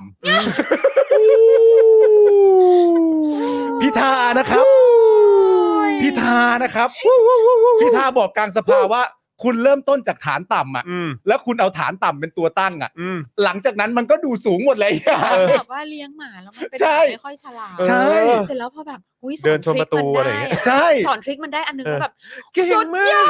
[SPEAKER 2] ำพิธานะครับ พิธานะครับ พิธาบอกกลางสภาว่า คุณเริ่มต้นจากฐานต่ำอ่ะ
[SPEAKER 1] อืม
[SPEAKER 2] แล้วคุณเอาฐานต่ำเป็นตัวตั้งอ่ะ
[SPEAKER 1] อืม
[SPEAKER 2] หลังจากนั้นมันก็ดูสูงหมดเลยอะ
[SPEAKER 3] แบบว่าเลี้ยงหมาแล้วมันเป็น
[SPEAKER 2] ใช่
[SPEAKER 3] แบบไม่ค่อยฉลาด
[SPEAKER 2] ใช่
[SPEAKER 3] เสร็จแล้วพอแบบอุ้ยสอ
[SPEAKER 1] เดิ
[SPEAKER 3] น
[SPEAKER 1] น
[SPEAKER 3] ท
[SPEAKER 1] ชนป
[SPEAKER 3] ริค
[SPEAKER 1] ระตู
[SPEAKER 3] มัน
[SPEAKER 1] อะไรอ
[SPEAKER 3] ได้
[SPEAKER 1] ย่างเงี้ย
[SPEAKER 3] อะ
[SPEAKER 2] ใช่
[SPEAKER 3] สอนทริคมันได้อันนึง
[SPEAKER 1] เออ
[SPEAKER 3] แบบ
[SPEAKER 1] เก่ง
[SPEAKER 3] สุด
[SPEAKER 1] มาย
[SPEAKER 3] อ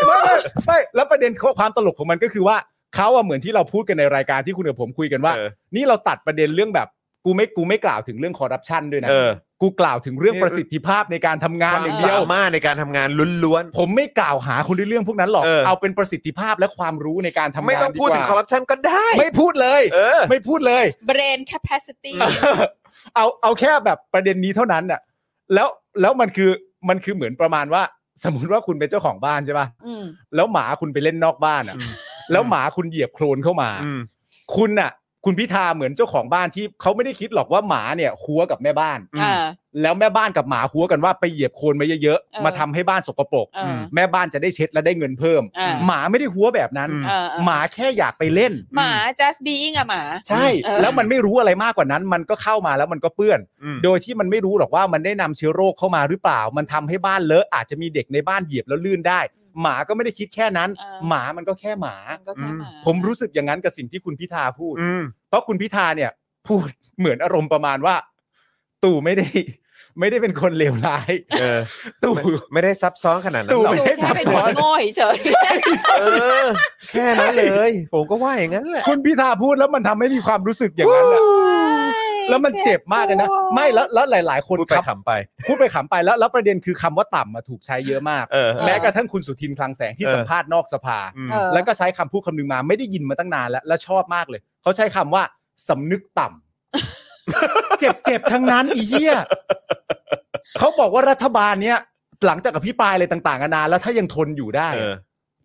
[SPEAKER 3] ด
[SPEAKER 1] ก
[SPEAKER 2] ไม่ไม่ไม่แล้วประเด็นความตลกของมันก็คือว่าเขาอะเหมือนที่เราพูดกันในรายการที่คุณกับผมคุยกันว่า
[SPEAKER 1] เออ
[SPEAKER 2] นี่เราตัดประเด็นเรื่องแบบกูไม่กูไม่กล่าวถึงเรื่องคอร์รัปชันด้วยนะ
[SPEAKER 1] เออ
[SPEAKER 2] กูกล่าวถึงเรื่องประสิทธิภาพในการทำงานอย่างเดียว
[SPEAKER 1] สามารถในการทำงานล้วน
[SPEAKER 2] ผมไม่กล่าวหาคนในเรื่องพวกนั้นหรอก
[SPEAKER 1] เออ
[SPEAKER 2] เอาเป็นประสิทธิภาพและความรู้ในการทำงา
[SPEAKER 1] ๆ
[SPEAKER 2] น
[SPEAKER 1] ไม่ต้องพูดถึงคอร์รัปชันก็ได้
[SPEAKER 2] ไม่พูดเลย
[SPEAKER 1] เออ
[SPEAKER 2] ไม่พูดเลย
[SPEAKER 3] brain capacity
[SPEAKER 2] เอาเอาแค่แบบประเด็นนี้เท่านั้นน่ะแล้วแล้วมันคือมันคือเหมือนประมาณว่า สมมติว่าคุณเป็นเจ้าของบ้านใช่ป่ะ
[SPEAKER 3] อืม
[SPEAKER 2] แล้วหมาคุณไปเล่นนอกบ้านอ่ะ
[SPEAKER 1] อืม
[SPEAKER 2] แล้วหมาคุณเหยียบโคลนเข้ามา
[SPEAKER 1] อืม
[SPEAKER 2] คุณน่ะ คุณพิธาเหมือนเจ้าของบ้านที่เขาไม่ได้คิดหรอกว่าหมาเนี่ยคัวกับแม่บ้าน
[SPEAKER 1] อืม
[SPEAKER 3] อ่า
[SPEAKER 2] แล้วแม่บ้านกับหมาคัวกันว่าไปเหยียบโคลนมาเยอะ
[SPEAKER 3] เออ
[SPEAKER 2] ๆมาทำให้บ้านสกปรก
[SPEAKER 3] เออ
[SPEAKER 2] แม่บ้านจะได้เช็ดและได้เงินเพิ่ม
[SPEAKER 3] อ่า
[SPEAKER 2] หมาไม่ได้คัวแบบนั้น
[SPEAKER 1] อืม
[SPEAKER 3] เออเออ
[SPEAKER 2] หมาแค่อยากไปเล่น
[SPEAKER 3] หมา just being อะหมา
[SPEAKER 2] ใช่
[SPEAKER 3] เออ
[SPEAKER 2] แล้วมันไม่รู้อะไรมากกว่านั้น มันก็เข้ามาแล้วมันก็เปื้อน
[SPEAKER 1] อืม
[SPEAKER 2] โดยที่มันไม่รู้หรอกว่ามันได้นำเชื้อโรคเข้ามาหรือเปล่า มันทำให้บ้านเลอะอาจจะมีเด็กในบ้านเหยียบแล้วลื่นได้ หมาก็ไม่ได้คิดแค่นั้น
[SPEAKER 3] เออ
[SPEAKER 2] หมามันก็แค่หมา
[SPEAKER 3] มันก็แค่หมา
[SPEAKER 2] ผมรู้สึกอย่างนั้นกับสิ่งที่คุณพิธาพูด
[SPEAKER 1] อืม
[SPEAKER 2] เพราะคุณพิธาเนี่ย พูดเหมือนอารมณ์ประมาณว่า ตู่ไม่ได้ ไม่ได้เป็นคนเลวร้าย
[SPEAKER 1] เออ
[SPEAKER 2] ตู่
[SPEAKER 1] ไม่ได้ซับซ้อนขนาดนั้นหรอก
[SPEAKER 2] ไม่
[SPEAKER 3] ดู
[SPEAKER 2] ได้
[SPEAKER 3] แค่เป็น
[SPEAKER 2] ซับซ้
[SPEAKER 3] ค
[SPEAKER 2] อน น
[SPEAKER 3] โง่เฉย
[SPEAKER 1] เออ แค่นั้นเลย ผมก็ว่าอย่างนั้น แหละ
[SPEAKER 2] คุณพิธาพูดแล้วมันทำให้มีความรู้สึกอย่างนั้นอะ
[SPEAKER 3] ๆ
[SPEAKER 2] แล้วมันเจ็บมากเลยนะ ไม่แล้วแล้วหลาย ๆ คน
[SPEAKER 1] พูดไป
[SPEAKER 2] ครับ
[SPEAKER 1] ขำไป
[SPEAKER 2] พูดไปขำไปแล้วแล้วประเด็นคือคำว่าต่ำมาถูกใช้เยอะมาก
[SPEAKER 1] เออ
[SPEAKER 2] แม้กระทั่งคุณสุทินคลังแสงที่
[SPEAKER 1] เออ
[SPEAKER 2] สัมภาษณ์นอกสภา
[SPEAKER 1] อืม
[SPEAKER 3] เออ
[SPEAKER 2] แล้วก็ใช้คำพูดคำนึงมาไม่ได้ยินมาตั้งนานแล้ว และชอบมากเลย เขาใช้คำว่าสำนึกต่ำ เจ็บเจ็บทั้งนั้นอีเหี้ยเขาบอกว่ารัฐบาลเนี้ยหลังจากอภิปรายอะไรต่างๆนานาแล้วถ้ายังทนอยู่ได้
[SPEAKER 1] เออ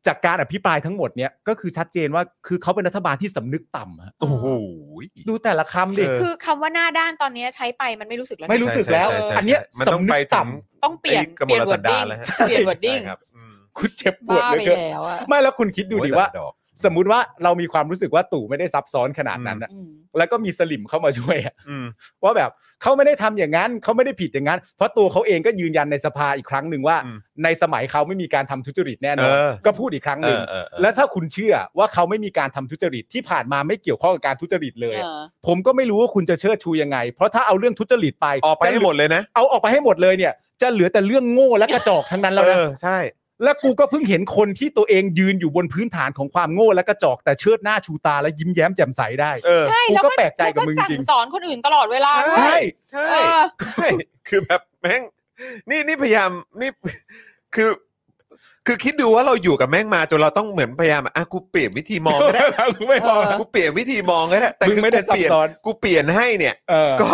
[SPEAKER 2] จากการอภิปรายทั้งหมดเนี้ยก็คือชัดเจนว่าคือเขาเป็นรัฐบาลที่สำนึกต่ำฮะ
[SPEAKER 1] โอ้โห
[SPEAKER 2] ดูแต่ละคำดิ
[SPEAKER 1] เออ
[SPEAKER 3] คือคำว่าหน้าด้านตอนเนี้ยใช้ไปมันไม่รู้สึกแล้วนะ
[SPEAKER 2] ไม่รู้สึกแล้ว
[SPEAKER 1] ใช่ใช่ใช่
[SPEAKER 2] อันเนี้ย
[SPEAKER 1] มันต้อง
[SPEAKER 2] สำนึ
[SPEAKER 1] ไป
[SPEAKER 2] ก
[SPEAKER 1] ถึง
[SPEAKER 2] ต่ำ
[SPEAKER 3] ต้องเปลี่ยน
[SPEAKER 1] ไอ้กระบ
[SPEAKER 3] เปลี่
[SPEAKER 1] วน
[SPEAKER 3] ยนวอร์ดดิ้ง
[SPEAKER 1] สันดานแล้วฮะ
[SPEAKER 3] เปลี่ยนวอร์ดดิ้ง
[SPEAKER 1] ใช่ครับอืม
[SPEAKER 2] คุณเจ็บปวด
[SPEAKER 3] บ้า
[SPEAKER 2] เหลย
[SPEAKER 3] ไป
[SPEAKER 2] เกิน
[SPEAKER 3] แล้วอะ
[SPEAKER 2] ไม่แล้วคุณคิดดูดิว่า
[SPEAKER 1] โอ้ยแต่ละอก
[SPEAKER 2] สมมุติว่าเรามีความรู้สึกว่าตู่ไม่ได้ซับซ้อนขนาดนั้นอะ
[SPEAKER 3] อืม
[SPEAKER 2] แล้วก็มีสลิมเข้ามาช่วยอะ
[SPEAKER 1] อืม
[SPEAKER 2] ว่าแบบเขาไม่ได้ทำอย่างนั้นเขาไม่ได้ผิดอย่างนั้น เพราะตัวเขาเองก็ยืนยันในสภาอีกครั้งหนึ่งว่า
[SPEAKER 1] อืม
[SPEAKER 2] ในสมัยเขาไม่มีการทำทุจริตแน่นอน
[SPEAKER 1] เออ
[SPEAKER 2] ก็พูดอีกครั้งห
[SPEAKER 1] เอ
[SPEAKER 2] นึ่ง
[SPEAKER 1] อเออเออ
[SPEAKER 2] และถ้าคุณเชื่อว่าเขาไม่มีการทำทุจริตที่ผ่านมาไม่เกี่ยวข้องกับการทุจริตเลย
[SPEAKER 3] เอ
[SPEAKER 2] อะ
[SPEAKER 3] อ
[SPEAKER 2] ผมก็ไม่รู้ว่าคุณจะเชิดชูยังไง เพราะถ้าเอาเรื่องทุจริตไป
[SPEAKER 1] ออกไปให้หมดเลยนะ
[SPEAKER 2] เอาออกไปให้หมดเลยเนี่ย จะเหลือแต่เรื่องโง่และกระจอกทั้งนั้นแล้ว
[SPEAKER 1] เอ
[SPEAKER 2] นะ
[SPEAKER 1] อ ใช่
[SPEAKER 2] และกูก็เพิ่งเห็นคนที่ตัวเองยืนอยู่บนพื้นฐานของความโง่และกระจอกแต่เชิดหน้าชูตาและยิ้มแย้มแจ่มใสได้
[SPEAKER 1] เออ
[SPEAKER 3] ใช่
[SPEAKER 2] กู
[SPEAKER 3] แล้ว
[SPEAKER 2] ก็
[SPEAKER 3] ก็
[SPEAKER 2] แปลกใจกับมึง
[SPEAKER 3] แล้วสั่
[SPEAKER 2] จริง
[SPEAKER 3] สอนคนอื่นตลอดเวลา
[SPEAKER 1] ใช่
[SPEAKER 3] ด้วย
[SPEAKER 1] ใช่
[SPEAKER 3] เออ
[SPEAKER 1] ใช่ คือแบบแม่ง นี่นี่พยายามนี่ คือ คือคิดดูว่าเราอยู่กับแม่งมาจนเราต้องเหมือนพยายามอ่ะกูเปลี่ยนวิธีมอง ก็ได้
[SPEAKER 2] กูไม่มอง
[SPEAKER 3] เออ
[SPEAKER 1] กูเปลี่ยนวิธีมองก็ได้แต่
[SPEAKER 2] มึงไม่ได้
[SPEAKER 1] กูเปลี่ยน
[SPEAKER 2] ซับซ้อน
[SPEAKER 1] กูเปลี่ยนให้เนี่ย
[SPEAKER 2] เออ
[SPEAKER 1] ก็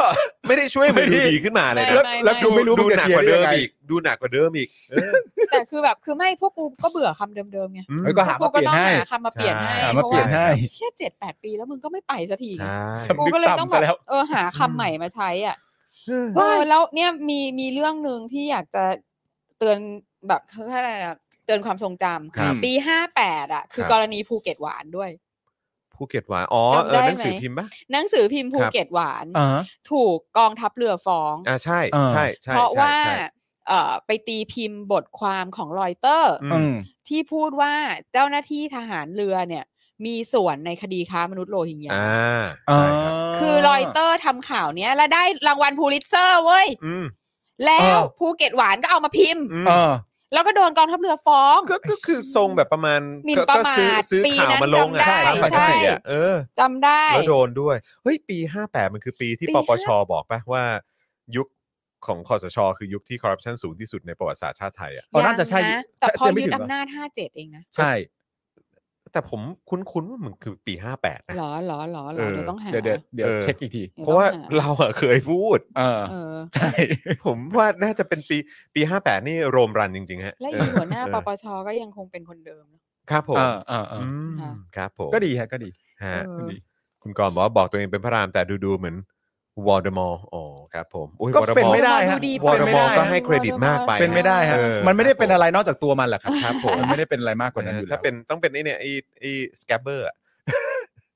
[SPEAKER 1] ไม่ได้ช่วยมัน
[SPEAKER 2] ไม่
[SPEAKER 1] ดู
[SPEAKER 2] ดี
[SPEAKER 1] ดีขึ้นมาเลย
[SPEAKER 3] แล้
[SPEAKER 1] นะ
[SPEAKER 3] ว
[SPEAKER 2] แล้ว
[SPEAKER 1] ดู
[SPEAKER 2] กูไม่รู้
[SPEAKER 1] ดู
[SPEAKER 2] มึง
[SPEAKER 1] หนัก
[SPEAKER 2] จะเชีย
[SPEAKER 1] ก
[SPEAKER 2] ร์
[SPEAKER 1] ว่า
[SPEAKER 2] ได้
[SPEAKER 1] เดิม
[SPEAKER 2] ยังไง
[SPEAKER 1] อีกดูหนักกว่าเดิมอีกเออ
[SPEAKER 3] แต่คือแบบคือไม่พวกกูก็เบื่อคำเดิมๆไง
[SPEAKER 1] อืม
[SPEAKER 2] เฮ้ยก็หา
[SPEAKER 3] พว
[SPEAKER 2] มาเป
[SPEAKER 3] ก็
[SPEAKER 2] ลี่ยน
[SPEAKER 3] ต้อง
[SPEAKER 2] ให้
[SPEAKER 3] หาคำมาเปลี่ยนให้
[SPEAKER 1] ใช่
[SPEAKER 2] หามาเปลี่ยนให้
[SPEAKER 3] แค่เจ็ดแปดปีแล้วมึงก็ไม่ไปสักทีไง
[SPEAKER 1] ใช่
[SPEAKER 2] สำ
[SPEAKER 3] กู
[SPEAKER 2] นึก
[SPEAKER 3] ก็เลยต้อง
[SPEAKER 2] ต่ำ
[SPEAKER 3] แบ
[SPEAKER 2] ซะแล้ว
[SPEAKER 3] บเออหาคำใหม่มาใช้อ่ะ
[SPEAKER 2] เฮ้
[SPEAKER 3] เอย อแล้วเนี่ยมีมีเรื่องหนึ่งที่อยากจะเตือนแบบเขาเรียกอะไรนะเตือนความทรงจำ
[SPEAKER 1] ครับ
[SPEAKER 3] ปีห้าแปดอ่ะ คื
[SPEAKER 1] ค
[SPEAKER 3] อ
[SPEAKER 1] รับ
[SPEAKER 3] กรณีภูเก็ตหวานด้วย
[SPEAKER 1] ภูเก็ตหวานอ๋อเอ
[SPEAKER 3] จำได้
[SPEAKER 1] อ
[SPEAKER 3] ไหม
[SPEAKER 1] หนังสือพิมพ์ปะ
[SPEAKER 3] หนังสือพิมพ์ภู
[SPEAKER 1] ครับ
[SPEAKER 3] เก็ตหวาน
[SPEAKER 2] อ่า
[SPEAKER 3] ถูกกองทัพเรือฟ้อง
[SPEAKER 1] อ่าใช่
[SPEAKER 2] อ่า
[SPEAKER 1] ใช่ใช่
[SPEAKER 3] เพราะ
[SPEAKER 1] ใช่
[SPEAKER 3] ว่า
[SPEAKER 1] ใช่
[SPEAKER 3] เอ่อไปตีพิมพ์บทความของรอยเตอร์
[SPEAKER 1] อื
[SPEAKER 2] อื
[SPEAKER 1] ม
[SPEAKER 2] ม
[SPEAKER 3] ที่พูดว่าเจ้าหน้าที่ทหารเรือเนี่ย มีส่วนในคดีค้ามนุษย์โรฮิงญา
[SPEAKER 1] อ่า
[SPEAKER 2] อ่า
[SPEAKER 1] ใช่ครับ
[SPEAKER 3] คือรอยเตอร์ทำข่าวเนี้ย แล้วได้รางวัลพูลิตเซอร์เว้ย
[SPEAKER 1] อืม
[SPEAKER 3] แล้วภูเก็ตหวานก็เอามาพิมพ์
[SPEAKER 1] อืม
[SPEAKER 2] เออ
[SPEAKER 3] แล้วก็โดนกองทัพเรือฟ้อง
[SPEAKER 1] ก็ก็คือทรงแบบประมาณ
[SPEAKER 3] หมิ่น
[SPEAKER 1] ก็
[SPEAKER 3] ประ
[SPEAKER 1] ก็
[SPEAKER 3] มาท
[SPEAKER 1] ซื้อซื้อ
[SPEAKER 3] ปี
[SPEAKER 1] ข่าว
[SPEAKER 3] นั้น
[SPEAKER 1] มาลงอ่ะ
[SPEAKER 3] จำได้
[SPEAKER 1] ตามปก
[SPEAKER 3] ใช่
[SPEAKER 1] ติอ่ะเออ
[SPEAKER 3] จำได้
[SPEAKER 1] แล้วโดนด้วย เฮ้ย ปี 58 มันคือปีที่
[SPEAKER 3] ปี
[SPEAKER 1] ป
[SPEAKER 3] ห้า
[SPEAKER 1] ปช บอกปะว่า ยุคของคอสช คือยุคที่คอร์รัปชันสูงที่สุดในประวัติศาสตร์ชาติไทยอ่ะ
[SPEAKER 2] อ๋อน่าจะใช่
[SPEAKER 3] ยังนะแต่พอ
[SPEAKER 2] ยังไม่
[SPEAKER 3] ยึ
[SPEAKER 2] ถึงเห
[SPEAKER 3] ด
[SPEAKER 2] รอ
[SPEAKER 3] อำนาจ 57 เองนะ
[SPEAKER 2] ใช่
[SPEAKER 1] แต่ผมคุ้นๆว่ามันคือปี 58 นะ
[SPEAKER 3] หรอหรอหรอหร
[SPEAKER 1] เอ
[SPEAKER 3] อ
[SPEAKER 1] อ
[SPEAKER 3] เดี๋ยวต้องหา
[SPEAKER 2] เดี๋ยวเดี๋ยวเดี๋ยว
[SPEAKER 1] เออ
[SPEAKER 2] เช็คอีกที
[SPEAKER 1] เพราะว่าเราอะเคยพูด
[SPEAKER 2] เออ
[SPEAKER 3] เออ
[SPEAKER 2] ใช่
[SPEAKER 1] ผมว่าน่าจะเป็นปีปี 58 นี่โรมรันจริง ๆ ฮะ
[SPEAKER 3] และอีกหัวหน้า
[SPEAKER 1] เออ
[SPEAKER 3] ปปชก็ยังคงเป็นคนเดิมเนอะ
[SPEAKER 1] ครับผม
[SPEAKER 2] เออเออเอออ
[SPEAKER 1] ม
[SPEAKER 3] ค่ะ
[SPEAKER 1] ครับผม
[SPEAKER 2] ก็ดีฮะก็ดี
[SPEAKER 1] ฮะ
[SPEAKER 3] เออ
[SPEAKER 2] ก็ดี
[SPEAKER 1] คุณกรณ์บอกว่าบอกตัวเองเป็นพระรามแต่ดูๆเหมือนวอลเดมอร์อ๋อครับผมอุ๊ย
[SPEAKER 2] ก็
[SPEAKER 1] Voldemort
[SPEAKER 2] เป็นไม่ได้ ฮะ
[SPEAKER 3] ดู
[SPEAKER 1] วอล
[SPEAKER 2] เป็น
[SPEAKER 1] เด
[SPEAKER 2] ไม่
[SPEAKER 1] ม
[SPEAKER 2] ได้
[SPEAKER 1] อร์ก็ให้เครดิตมากไป
[SPEAKER 2] เป็นไม่ได้ฮะ
[SPEAKER 1] เออ
[SPEAKER 2] มันไม่ได้เป็นอะไรนอกจากตัวมันแหละครับ
[SPEAKER 1] ครับผม
[SPEAKER 2] มันไม่ได้เป็นอะไรมากกว่านั้นอยู่แล้
[SPEAKER 1] ถ้าว เป็นต้องเป็นไอเนี่ยไอไอสแคบเบอร์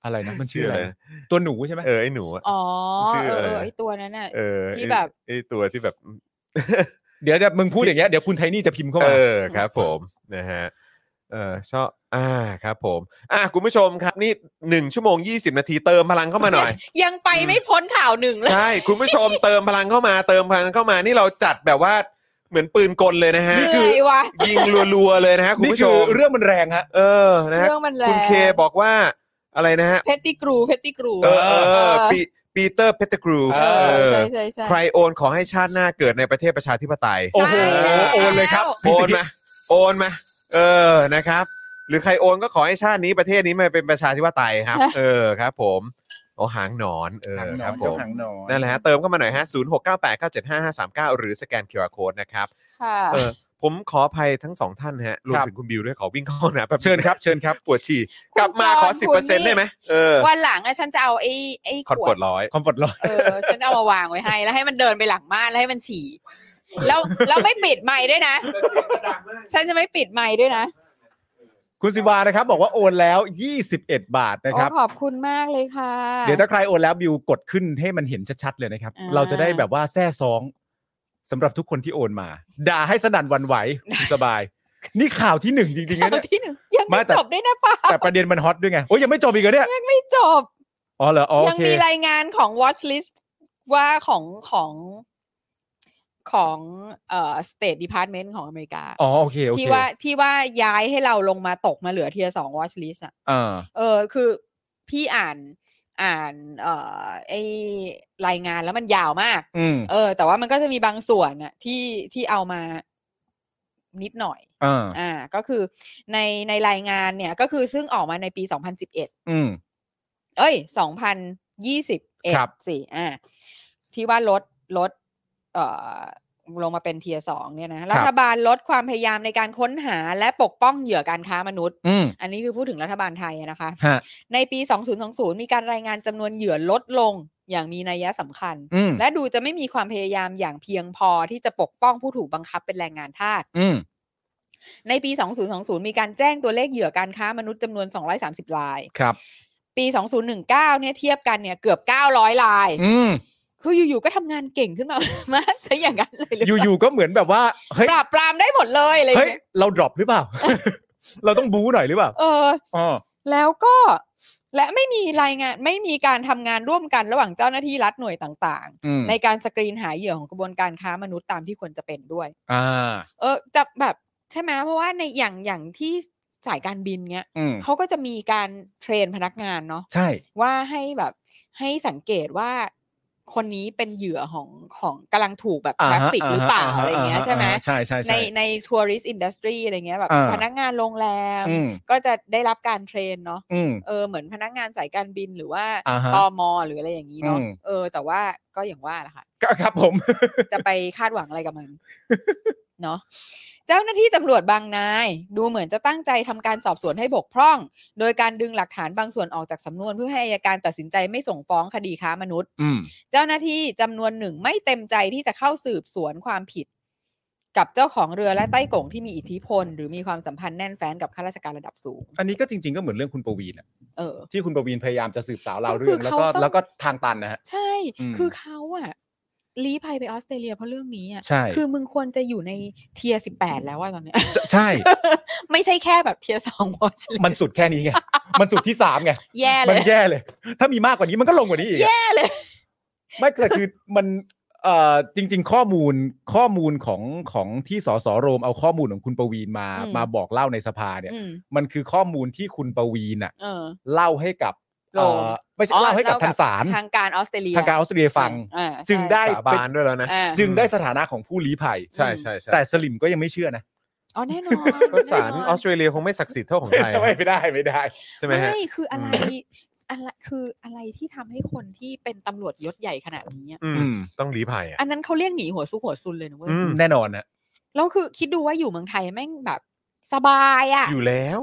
[SPEAKER 2] อะไรนะมัน
[SPEAKER 1] ชื่
[SPEAKER 2] ชื่อ
[SPEAKER 1] อ
[SPEAKER 2] อะ
[SPEAKER 1] อะไรไร
[SPEAKER 2] นะตัวหนูใช่ไหม
[SPEAKER 1] เออไอหนูอะ
[SPEAKER 3] อ๋อ
[SPEAKER 1] ชื่
[SPEAKER 3] เอ
[SPEAKER 1] อ
[SPEAKER 3] อ
[SPEAKER 1] อะไร
[SPEAKER 3] เออ
[SPEAKER 1] นะ
[SPEAKER 3] ไอตัวนั้นน่ะ
[SPEAKER 1] เออ
[SPEAKER 3] ที่
[SPEAKER 1] ไอ้
[SPEAKER 3] แบบ
[SPEAKER 1] ไอตัวที่แบบ
[SPEAKER 2] เดี๋ยวจะมึงพูดอย่างเงี้ยเดี๋ยวคุณไทนี่จะพิมพ์เข้า
[SPEAKER 1] เอ
[SPEAKER 2] มา
[SPEAKER 1] อครับผมนะฮะเออชอบอ่าครับผมอ่ะคุณผู้ชมครับนี่หนึ่งชั่วโมง 20 นาทีเติมพลังเข้ามาหน่อย
[SPEAKER 3] ยังไปไม่พ้นข่าวหนึ่งเลย
[SPEAKER 1] ใช่ คุณผู้ชมเติมพลังเข้ามาเติมพลังเข้ามานี่เราจัดแบบว่าเหมือนปืนกลเลยนะฮะ
[SPEAKER 3] เหนื่อยว่ะ
[SPEAKER 1] ยิงรัวๆเลยนะฮะคุณ
[SPEAKER 2] นี่
[SPEAKER 1] ผู้ช
[SPEAKER 2] คือ
[SPEAKER 1] ม
[SPEAKER 2] เรื่องมันแรงฮะ
[SPEAKER 1] เออนะฮะ
[SPEAKER 3] เรื่องมันแล้
[SPEAKER 1] คุณเคบอกว่าอะไรนะฮะ
[SPEAKER 3] เพตติกรูเพตติกรู
[SPEAKER 1] เออเออปีปีเตอร์เพตกรู
[SPEAKER 2] เอ
[SPEAKER 3] เออใช่ใช่ใช่
[SPEAKER 1] ใครโอนขอให้ชาติหน้าเกิดในประเทศประชาธิปไตย
[SPEAKER 2] โอ้โห
[SPEAKER 3] ใช่แล้ว
[SPEAKER 2] โอนเลยครับ
[SPEAKER 1] โอนมาโอนมาเออนะครับ หรือใครโอนก็ขอให้ชาตินี้ประเทศนี้มันเป็นประชาธิปไตยครับ เออครับ ผมโอ้หางหนอนเออ
[SPEAKER 2] หางหน
[SPEAKER 1] ค
[SPEAKER 2] อ
[SPEAKER 1] รั
[SPEAKER 2] น
[SPEAKER 1] บผ
[SPEAKER 2] เจ้าม หางหนอน
[SPEAKER 1] นั่นแหละฮะเติมเข้ามาหน่อยฮะ0 6 9 8 9 7 5 5 3 9 หรือสแกน QR Code นะครับ
[SPEAKER 3] ค่ะ
[SPEAKER 1] เออผมขออภัยทั้งสองท่านฮะรวมถึงคุณบิวด้วยขอวิ่งเข้าห้องนะแป๊บ
[SPEAKER 2] เชิญครับเชิญครับ
[SPEAKER 1] ปวดฉี่
[SPEAKER 3] คุณ
[SPEAKER 1] กลับมาขอ
[SPEAKER 3] จอนคุณนี่
[SPEAKER 1] 10%ได้ไหมเออ
[SPEAKER 3] วันหลังอะฉันจะเอาไอ้ไอ้
[SPEAKER 1] คอน
[SPEAKER 3] ขว
[SPEAKER 1] ก
[SPEAKER 3] ด
[SPEAKER 1] ดร้อย
[SPEAKER 2] คอมฟอร์ตร้อย
[SPEAKER 3] เออฉันเอามาวางไว้ให้ แล้วให้มันเดินไปหลังม่านแล้วให้มันฉี่ แล้วแล้วไม่ปิดไมค์ด้วยนะ ฉันจะไม่ปิดไมค์ด้วยนะ
[SPEAKER 2] คุณสิวานะครับ บอกว่าโอนแล้ว 21 บาทนะครับ
[SPEAKER 3] โอ้ขอบคุณมากเลยค่ะ
[SPEAKER 2] เดี๋ยวถ้าใครโอนแล้วบิวกดขึ้นให้มันเห็นชัดๆเลยนะครับ
[SPEAKER 3] อ่า
[SPEAKER 2] เราจะได้แบบว่าแซ่ซ้องสำหรับทุกคนที่โอนมา ด่าให้สนั่นหวันไหวสบาย นี่ข่าวที่หนึ่งจริงๆนะ
[SPEAKER 3] เอา
[SPEAKER 2] เนี่ย
[SPEAKER 3] ที่หนึ่งยัง
[SPEAKER 2] มา
[SPEAKER 3] ไม่
[SPEAKER 2] แต่
[SPEAKER 3] จบด้วยนะป้า
[SPEAKER 2] แต่ประเด็นมันฮอตด้วยไง โอ้ยยังไม่จบอีกเหรอเนี่ย
[SPEAKER 3] ไม่จบ
[SPEAKER 2] อ๋อเหรออ๋อ
[SPEAKER 3] ยั
[SPEAKER 2] โอง เค
[SPEAKER 3] มีรายงานของ watch list ว่าของของของเอ่อ state department ของอเมริกา
[SPEAKER 2] อ๋อโอเคโอเค
[SPEAKER 3] ที่ว่าที่ว่าย้ายให้เราลงมาตกมาเหลือเทียสอง watch list อะ
[SPEAKER 2] อ่า
[SPEAKER 3] เออคือพี่อ่านอ่านเอ่อไอรายงานแล้วมันยาวมาก
[SPEAKER 2] อืม
[SPEAKER 3] เออ แต่ว่ามันก็จะมีบางส่วนน่ะที่ที่เอามานิดหน่อย
[SPEAKER 2] อ่า
[SPEAKER 3] อ่า ก็คือในในรายงานเนี่ย ก็คือซึ่งออกมาในปี 2011 เ
[SPEAKER 2] อืม
[SPEAKER 3] อ้ย 2021
[SPEAKER 2] ครับ
[SPEAKER 3] สิอ่าที่ว่าลดลดเอ่อลงมาเป็นเทียสองเนี่ยนะรัฐบาลลดความพยายามในการค้นหาและปกป้องเหยื่อการค้ามนุษย์
[SPEAKER 2] อืม
[SPEAKER 3] อันนี้คือพูดถึงรัฐบาลไทยอะนะคะ
[SPEAKER 2] ฮะ
[SPEAKER 3] ในปี 2020 มีการรายงานจำนวนเหยื่อลดลงอย่างมีนัยสำคัญ
[SPEAKER 2] อืม
[SPEAKER 3] และดูจะไม่มีความพยายามอย่างเพียงพอที่จะปกป้องผู้ถูกบังคับเป็นแรงงานทาส
[SPEAKER 2] อืม
[SPEAKER 3] ในปี 2020 มีการแจ้งตัวเลขเหยื่อการค้ามนุษย์จำนวน 230 ราย
[SPEAKER 2] ครับ
[SPEAKER 3] ปี 2019 เนี่ยเทียบกันเนี่ยเกือบ 900 ราย
[SPEAKER 2] อืม
[SPEAKER 3] คืออยู่ๆ ก็ทำงานเก่งขึ้นมา มากซะอย่างนั้นเลยหรือ
[SPEAKER 2] อยู่ๆก็เหมือนแบบว่าเฮ้ย
[SPEAKER 3] ปราบปรามได้หมดเลยอะไรอย่า
[SPEAKER 2] เฮ้
[SPEAKER 3] ง
[SPEAKER 2] ย
[SPEAKER 3] เลย
[SPEAKER 2] เราดรอปหรือ เปล่า เราต้องบู๊หน่อยหรือเปล่า
[SPEAKER 3] เออ
[SPEAKER 2] อ๋อ
[SPEAKER 3] แล้วก็และไม่มีรายงานไม่มีการทำงานร่วมกันระหว่างเจ้าหน้าที่รัฐหน่วยต่าง ๆ
[SPEAKER 2] อืม
[SPEAKER 3] ในการสกรีนหาเหยื่อของกระบวนการค้ามนุษย์ตามที่ควรจะเป็นด้วย
[SPEAKER 2] อ่า
[SPEAKER 3] เออจะแบบใช่ไหมเพราะว่าในอย่างอย่างที่สายการบินเนี้ย
[SPEAKER 2] อืม
[SPEAKER 3] เขาก็จะมีการเทรนพนักงานเนาะ
[SPEAKER 2] ใช่
[SPEAKER 3] ว่าให้แบบให้สังเกตว่า คนนี้เป็นเหยื่อของของกำลังถูกแบบ
[SPEAKER 2] อ่
[SPEAKER 3] ทรา
[SPEAKER 2] ฮะ
[SPEAKER 3] ฟิกหรือเปล่า
[SPEAKER 2] ฮฮ
[SPEAKER 3] อะไรอย่างเงี้ยใช่ไหม
[SPEAKER 2] อ่าฮะใช่ใช่
[SPEAKER 3] ใน
[SPEAKER 2] ช่
[SPEAKER 3] ในทัวริสอินดัสทรีอะไรเงี้ยแบบ
[SPEAKER 2] อ่า
[SPEAKER 3] พนักงานโรงแรม
[SPEAKER 2] อืม
[SPEAKER 3] ก็จะได้รับการเทรนเนาะ
[SPEAKER 2] อืม
[SPEAKER 3] เออเหมือนพนักงานสายการบินหรือว่า
[SPEAKER 2] อ่าฮะ
[SPEAKER 3] ตมหรืออะไรอย่างนี้เนาะ
[SPEAKER 2] อืม
[SPEAKER 3] เออ แต่ว่าก็อย่างว่าแหละค่ะ
[SPEAKER 2] ก็ครับผม
[SPEAKER 3] จะไปคาดหวังอะไรกับมัน เนาะเจ้าหน้าที่ตำรวจบางนาย ดูเหมือนจะตั้งใจทำการสอบสวนให้บกพร่อง โดยการดึงหลักฐานบางส่วนออกจากสำนวนเพื่อให้อัยการตัดสินใจไม่ส่งฟ้องคดีค้ามนุษย์
[SPEAKER 2] อืม
[SPEAKER 3] เจ้าหน้าที่จำนวนหนึ่งไม่เต็มใจที่จะเข้าสืบสวนความผิด กับเจ้าของเรือและไต้กงที่มีอิทธิพล หรือมีความสัมพันธ์แน่นแฟ้นกับข้าราชการระดับสูง
[SPEAKER 2] อันนี้ก็จริง ๆก็เหมือนเรื่องคุณประวีนอะ
[SPEAKER 3] เออ
[SPEAKER 2] ที่คุณประวีนพยายามจะสืบสาวราว
[SPEAKER 3] ก็คือ
[SPEAKER 2] เรื่อง แล้วก็
[SPEAKER 3] เขาต้อง
[SPEAKER 2] แล้วก็ทางตันนะฮะ
[SPEAKER 3] ใช่
[SPEAKER 2] อืม
[SPEAKER 3] คือเขาอะลี้ภัยไปออสเตรเลียเพราะเรื่องนี้อะ
[SPEAKER 2] ใช่
[SPEAKER 3] คือมึงควรจะอยู่ในเทียสิบแปดแล้วว่าตอนเนี้ย
[SPEAKER 2] ใช่ใช่
[SPEAKER 3] ไม่ใช่แค่แบบเทีย สองวอช
[SPEAKER 2] มันสุดแค่นี้ไง มันสุดที่สามไง
[SPEAKER 3] แย่เล
[SPEAKER 2] มัน
[SPEAKER 3] ย
[SPEAKER 2] แย่เลย ถ้ามีมากกว่านี้มันก็ลงกว่านี้อีกอะ
[SPEAKER 3] แย่เลย
[SPEAKER 2] ไม่แต่คือมันเอ่อจริง ๆ ข้อมูลข้อมูลของของที่สสโรมเอาข้อมูลของคุณประวีนมา
[SPEAKER 3] อืม
[SPEAKER 2] มาบอกเล่าในสภาเนี่ย
[SPEAKER 3] อืม
[SPEAKER 2] มันคือข้อมูลที่คุณประวีนอะ
[SPEAKER 3] เออ
[SPEAKER 2] เล่าให้กับ
[SPEAKER 3] โรม
[SPEAKER 2] เอ่อไม่ใช่เล่าให้กับทางศาล
[SPEAKER 3] ทางการออสเตรเลีย
[SPEAKER 2] ทางการออสเตรเลียฟัง
[SPEAKER 3] อ่า
[SPEAKER 2] จึงได้
[SPEAKER 1] สาบานด้วยแล้วนะ
[SPEAKER 3] อ่า
[SPEAKER 2] จึงได้สถานะของผู้ลี้ภัย
[SPEAKER 1] ใช่ใช่ใช่
[SPEAKER 2] แต่สลิมก็ยังไม่เชื่อนะ
[SPEAKER 3] อ๋อแน่นอน
[SPEAKER 1] ก็ศาล
[SPEAKER 3] แน่นน
[SPEAKER 1] ออสเตรเลียคงไม่ศักดิ์สิทธิ์เท่าของไทย
[SPEAKER 2] ไม่ได้ไม่ได้
[SPEAKER 1] ใช่ไหมฮะ
[SPEAKER 3] คืออะไร
[SPEAKER 1] อืม
[SPEAKER 3] อะไรคืออะไรที่ทำให้คนที่เป็นตำรวจยศใหญ่ขนาดนี้อะ
[SPEAKER 1] อืมต้องรีภัยอ่ะ
[SPEAKER 3] อันนั้นเขาเรียกหนีหัวซุกหัวซุนเลยนะเว้ย
[SPEAKER 1] อืม
[SPEAKER 2] แน่นอนนะ
[SPEAKER 3] แล้วคือคิดดูว่าอยู่เมืองไทยแม่งแบบสบายอ่ะ
[SPEAKER 1] อยู่แล้ว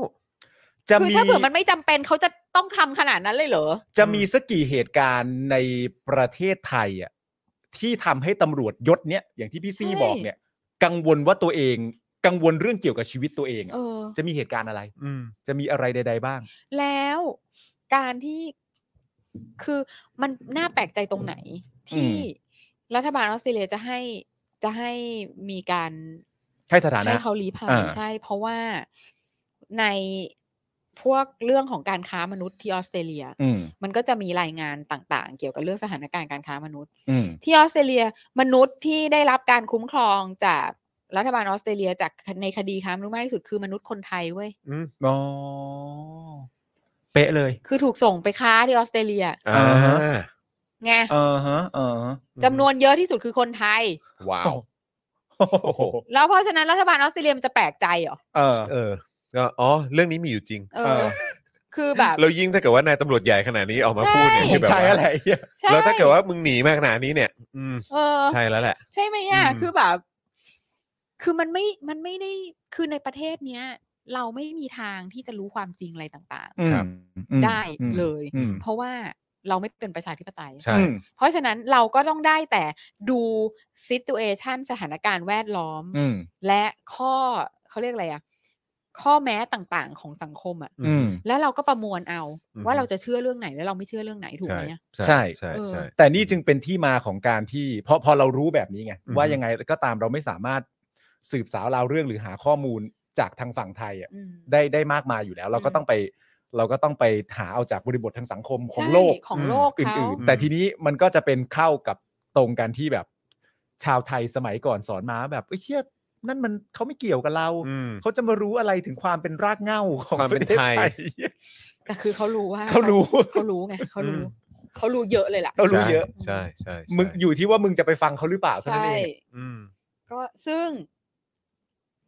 [SPEAKER 2] จะ
[SPEAKER 3] คือ
[SPEAKER 2] มี
[SPEAKER 3] ถ้าเผื่อมันไม่จำเป็นเขาจะต้องทำขนาดนั้นเลยเหรอ
[SPEAKER 2] จะมีสักกี่เหตุการณ์ในประเทศไทยอ่ะที่ทำให้ตำรวจยศเนี้ยอย่างที่พี่ซี่
[SPEAKER 3] ใช่
[SPEAKER 2] บอกเนี่ย กังวลว่าตัวเอง กังวลเรื่องเกี่ยวกับชีวิตตัวเองอะ
[SPEAKER 3] เออ
[SPEAKER 2] จะมีเหตุการณ์อะไร
[SPEAKER 1] อืม
[SPEAKER 2] จะมีอะไรใด ๆ บ้าง
[SPEAKER 3] แล้วการที่คือมันน่าแปลกใจตรงไหน ที่รัฐบาลออสเตรเลียจะให้จะให้มีการ
[SPEAKER 2] ให้สถานะ
[SPEAKER 3] ให้เขารีภัย
[SPEAKER 2] อ่า
[SPEAKER 3] ใช่ เพราะว่าในพวกเรื่องของการค้ามนุษย์ที่ออสเตรเลีย
[SPEAKER 2] อืม
[SPEAKER 3] มันก็จะมีรายงานต่างๆ เกี่ยวกับเรื่องสถานการณ์การค้ามนุษย์
[SPEAKER 2] อืม
[SPEAKER 3] ที่ออสเตรเลียมนุษย์ที่ได้รับการคุ้มครองจากรัฐบาลออสเตรเลียจากในคดีค้ามนุษย์มากที่สุดคือมนุษย์คนไทยเว้ย
[SPEAKER 1] อืม
[SPEAKER 2] อ๋อเป๊ะเลย
[SPEAKER 3] คือถูกส่งไปค้าที่ออสเตรเลีย
[SPEAKER 1] อ่า
[SPEAKER 2] อ่
[SPEAKER 3] ไง
[SPEAKER 2] อ่าฮะอ่าฮะ
[SPEAKER 3] จำนวนเยอะที่สุดคือคนไทย
[SPEAKER 1] ว้าว
[SPEAKER 2] โอ้โห
[SPEAKER 3] แล้วเพราะฉะนั้นรัฐบาลออสเตรเลียมันจะแปลกใจเหรอ
[SPEAKER 2] เออ
[SPEAKER 1] เออก็อ๋อเรื่องนี้มีอยู่จริง
[SPEAKER 3] เอ
[SPEAKER 2] เอ
[SPEAKER 3] อ
[SPEAKER 2] อ
[SPEAKER 3] คือแบบ
[SPEAKER 1] แล้วยิ่งถ้าเกิดว่านายตำรวจใหญ่ขนาดนี้ออกมาพูดเนี่ยคือแบบ
[SPEAKER 2] ใช่
[SPEAKER 1] ว่า
[SPEAKER 2] อะไรอ่ะ
[SPEAKER 3] ใช่
[SPEAKER 1] แล้วถ้าเกิดว่ามึงหนีมาขนาดนี้เนี่ย อืม
[SPEAKER 3] เออ
[SPEAKER 1] ใช่แล้วแหละ
[SPEAKER 3] ใช่ไหมอ่ะ
[SPEAKER 1] อืม
[SPEAKER 3] คือแบบ คือมันไม่ มันไม่ได้ คือในประเทศเนี้ย เราไม่มีทางที่จะรู้ความจริงอะไรต่าง
[SPEAKER 2] อืม
[SPEAKER 1] ครับ
[SPEAKER 2] อืม
[SPEAKER 3] ๆ ได้
[SPEAKER 2] อืม
[SPEAKER 3] เลย
[SPEAKER 2] อืม
[SPEAKER 3] เพราะว่าเราไม่เป็นประชาธิปไตย
[SPEAKER 1] ใช่
[SPEAKER 2] อืม
[SPEAKER 3] เพราะฉะนั้นเราก็ต้องได้แต่ดูซิตูเอชันสถานการณ์แวดล้อม
[SPEAKER 2] อืม
[SPEAKER 3] และข้อเขาเรียกอะไรอ่ะ ข้อแม้ต่างๆของสังคมอ่ะ
[SPEAKER 2] อืม
[SPEAKER 3] แล้วเราก็ประมวลเอา
[SPEAKER 1] อือฮึ
[SPEAKER 3] ว่าเราจะเชื่อเรื่องไหนและเราไม่เชื่อเรื่องไหนถูกไหมอะ
[SPEAKER 2] ใช่
[SPEAKER 1] ใช่ใช่
[SPEAKER 2] แต่นี่จึงเป็นที่มาของการที่พอพอเรารู้แบบนี้ไง
[SPEAKER 1] อืม
[SPEAKER 2] ว่ายังไงก็ตามเราไม่สามารถสืบสาวราวเรื่องหรือหาข้อมูลจากทางฝั่งไทยอะ
[SPEAKER 3] อืม
[SPEAKER 2] ได้ได้มากมายอยู่แล้ว เราก็
[SPEAKER 3] อืม
[SPEAKER 2] ต้องไป เราก็ต้องไปหาเอาจากบริบททางสังคมของ
[SPEAKER 3] ใช่
[SPEAKER 2] โลก
[SPEAKER 3] ของโลก
[SPEAKER 2] อ
[SPEAKER 3] เขา
[SPEAKER 2] ื่นๆ แต่ทีนี้มันก็จะเป็นเข้ากับตรงกันที่แบบ ชาวไทยสมัยก่อนสอนมาแบบเอ้ยเชี่ยนั่นมันเขาไม่เกี่ยวกับเรา
[SPEAKER 1] อืม
[SPEAKER 2] เขาจะมารู้อะไรถึงความเป็นรากเหง้าของ
[SPEAKER 1] ความเป็น
[SPEAKER 2] ระทศ
[SPEAKER 1] ไทย
[SPEAKER 3] แต่คือเขารู้ว่า
[SPEAKER 2] เขารู้
[SPEAKER 3] เขารู้ไงเขารู้
[SPEAKER 1] อืม
[SPEAKER 3] เขารู้เยอะเลยล่ะ
[SPEAKER 2] เรารู้เยอะ
[SPEAKER 1] ใช่ใช่ใช่
[SPEAKER 2] มึงอยู่ที่ว่ามึงจะไปฟังเขาหรือเปล่าเท่านั้น
[SPEAKER 3] ใช่
[SPEAKER 2] เอง
[SPEAKER 1] อืม
[SPEAKER 3] ก็ซึ่ง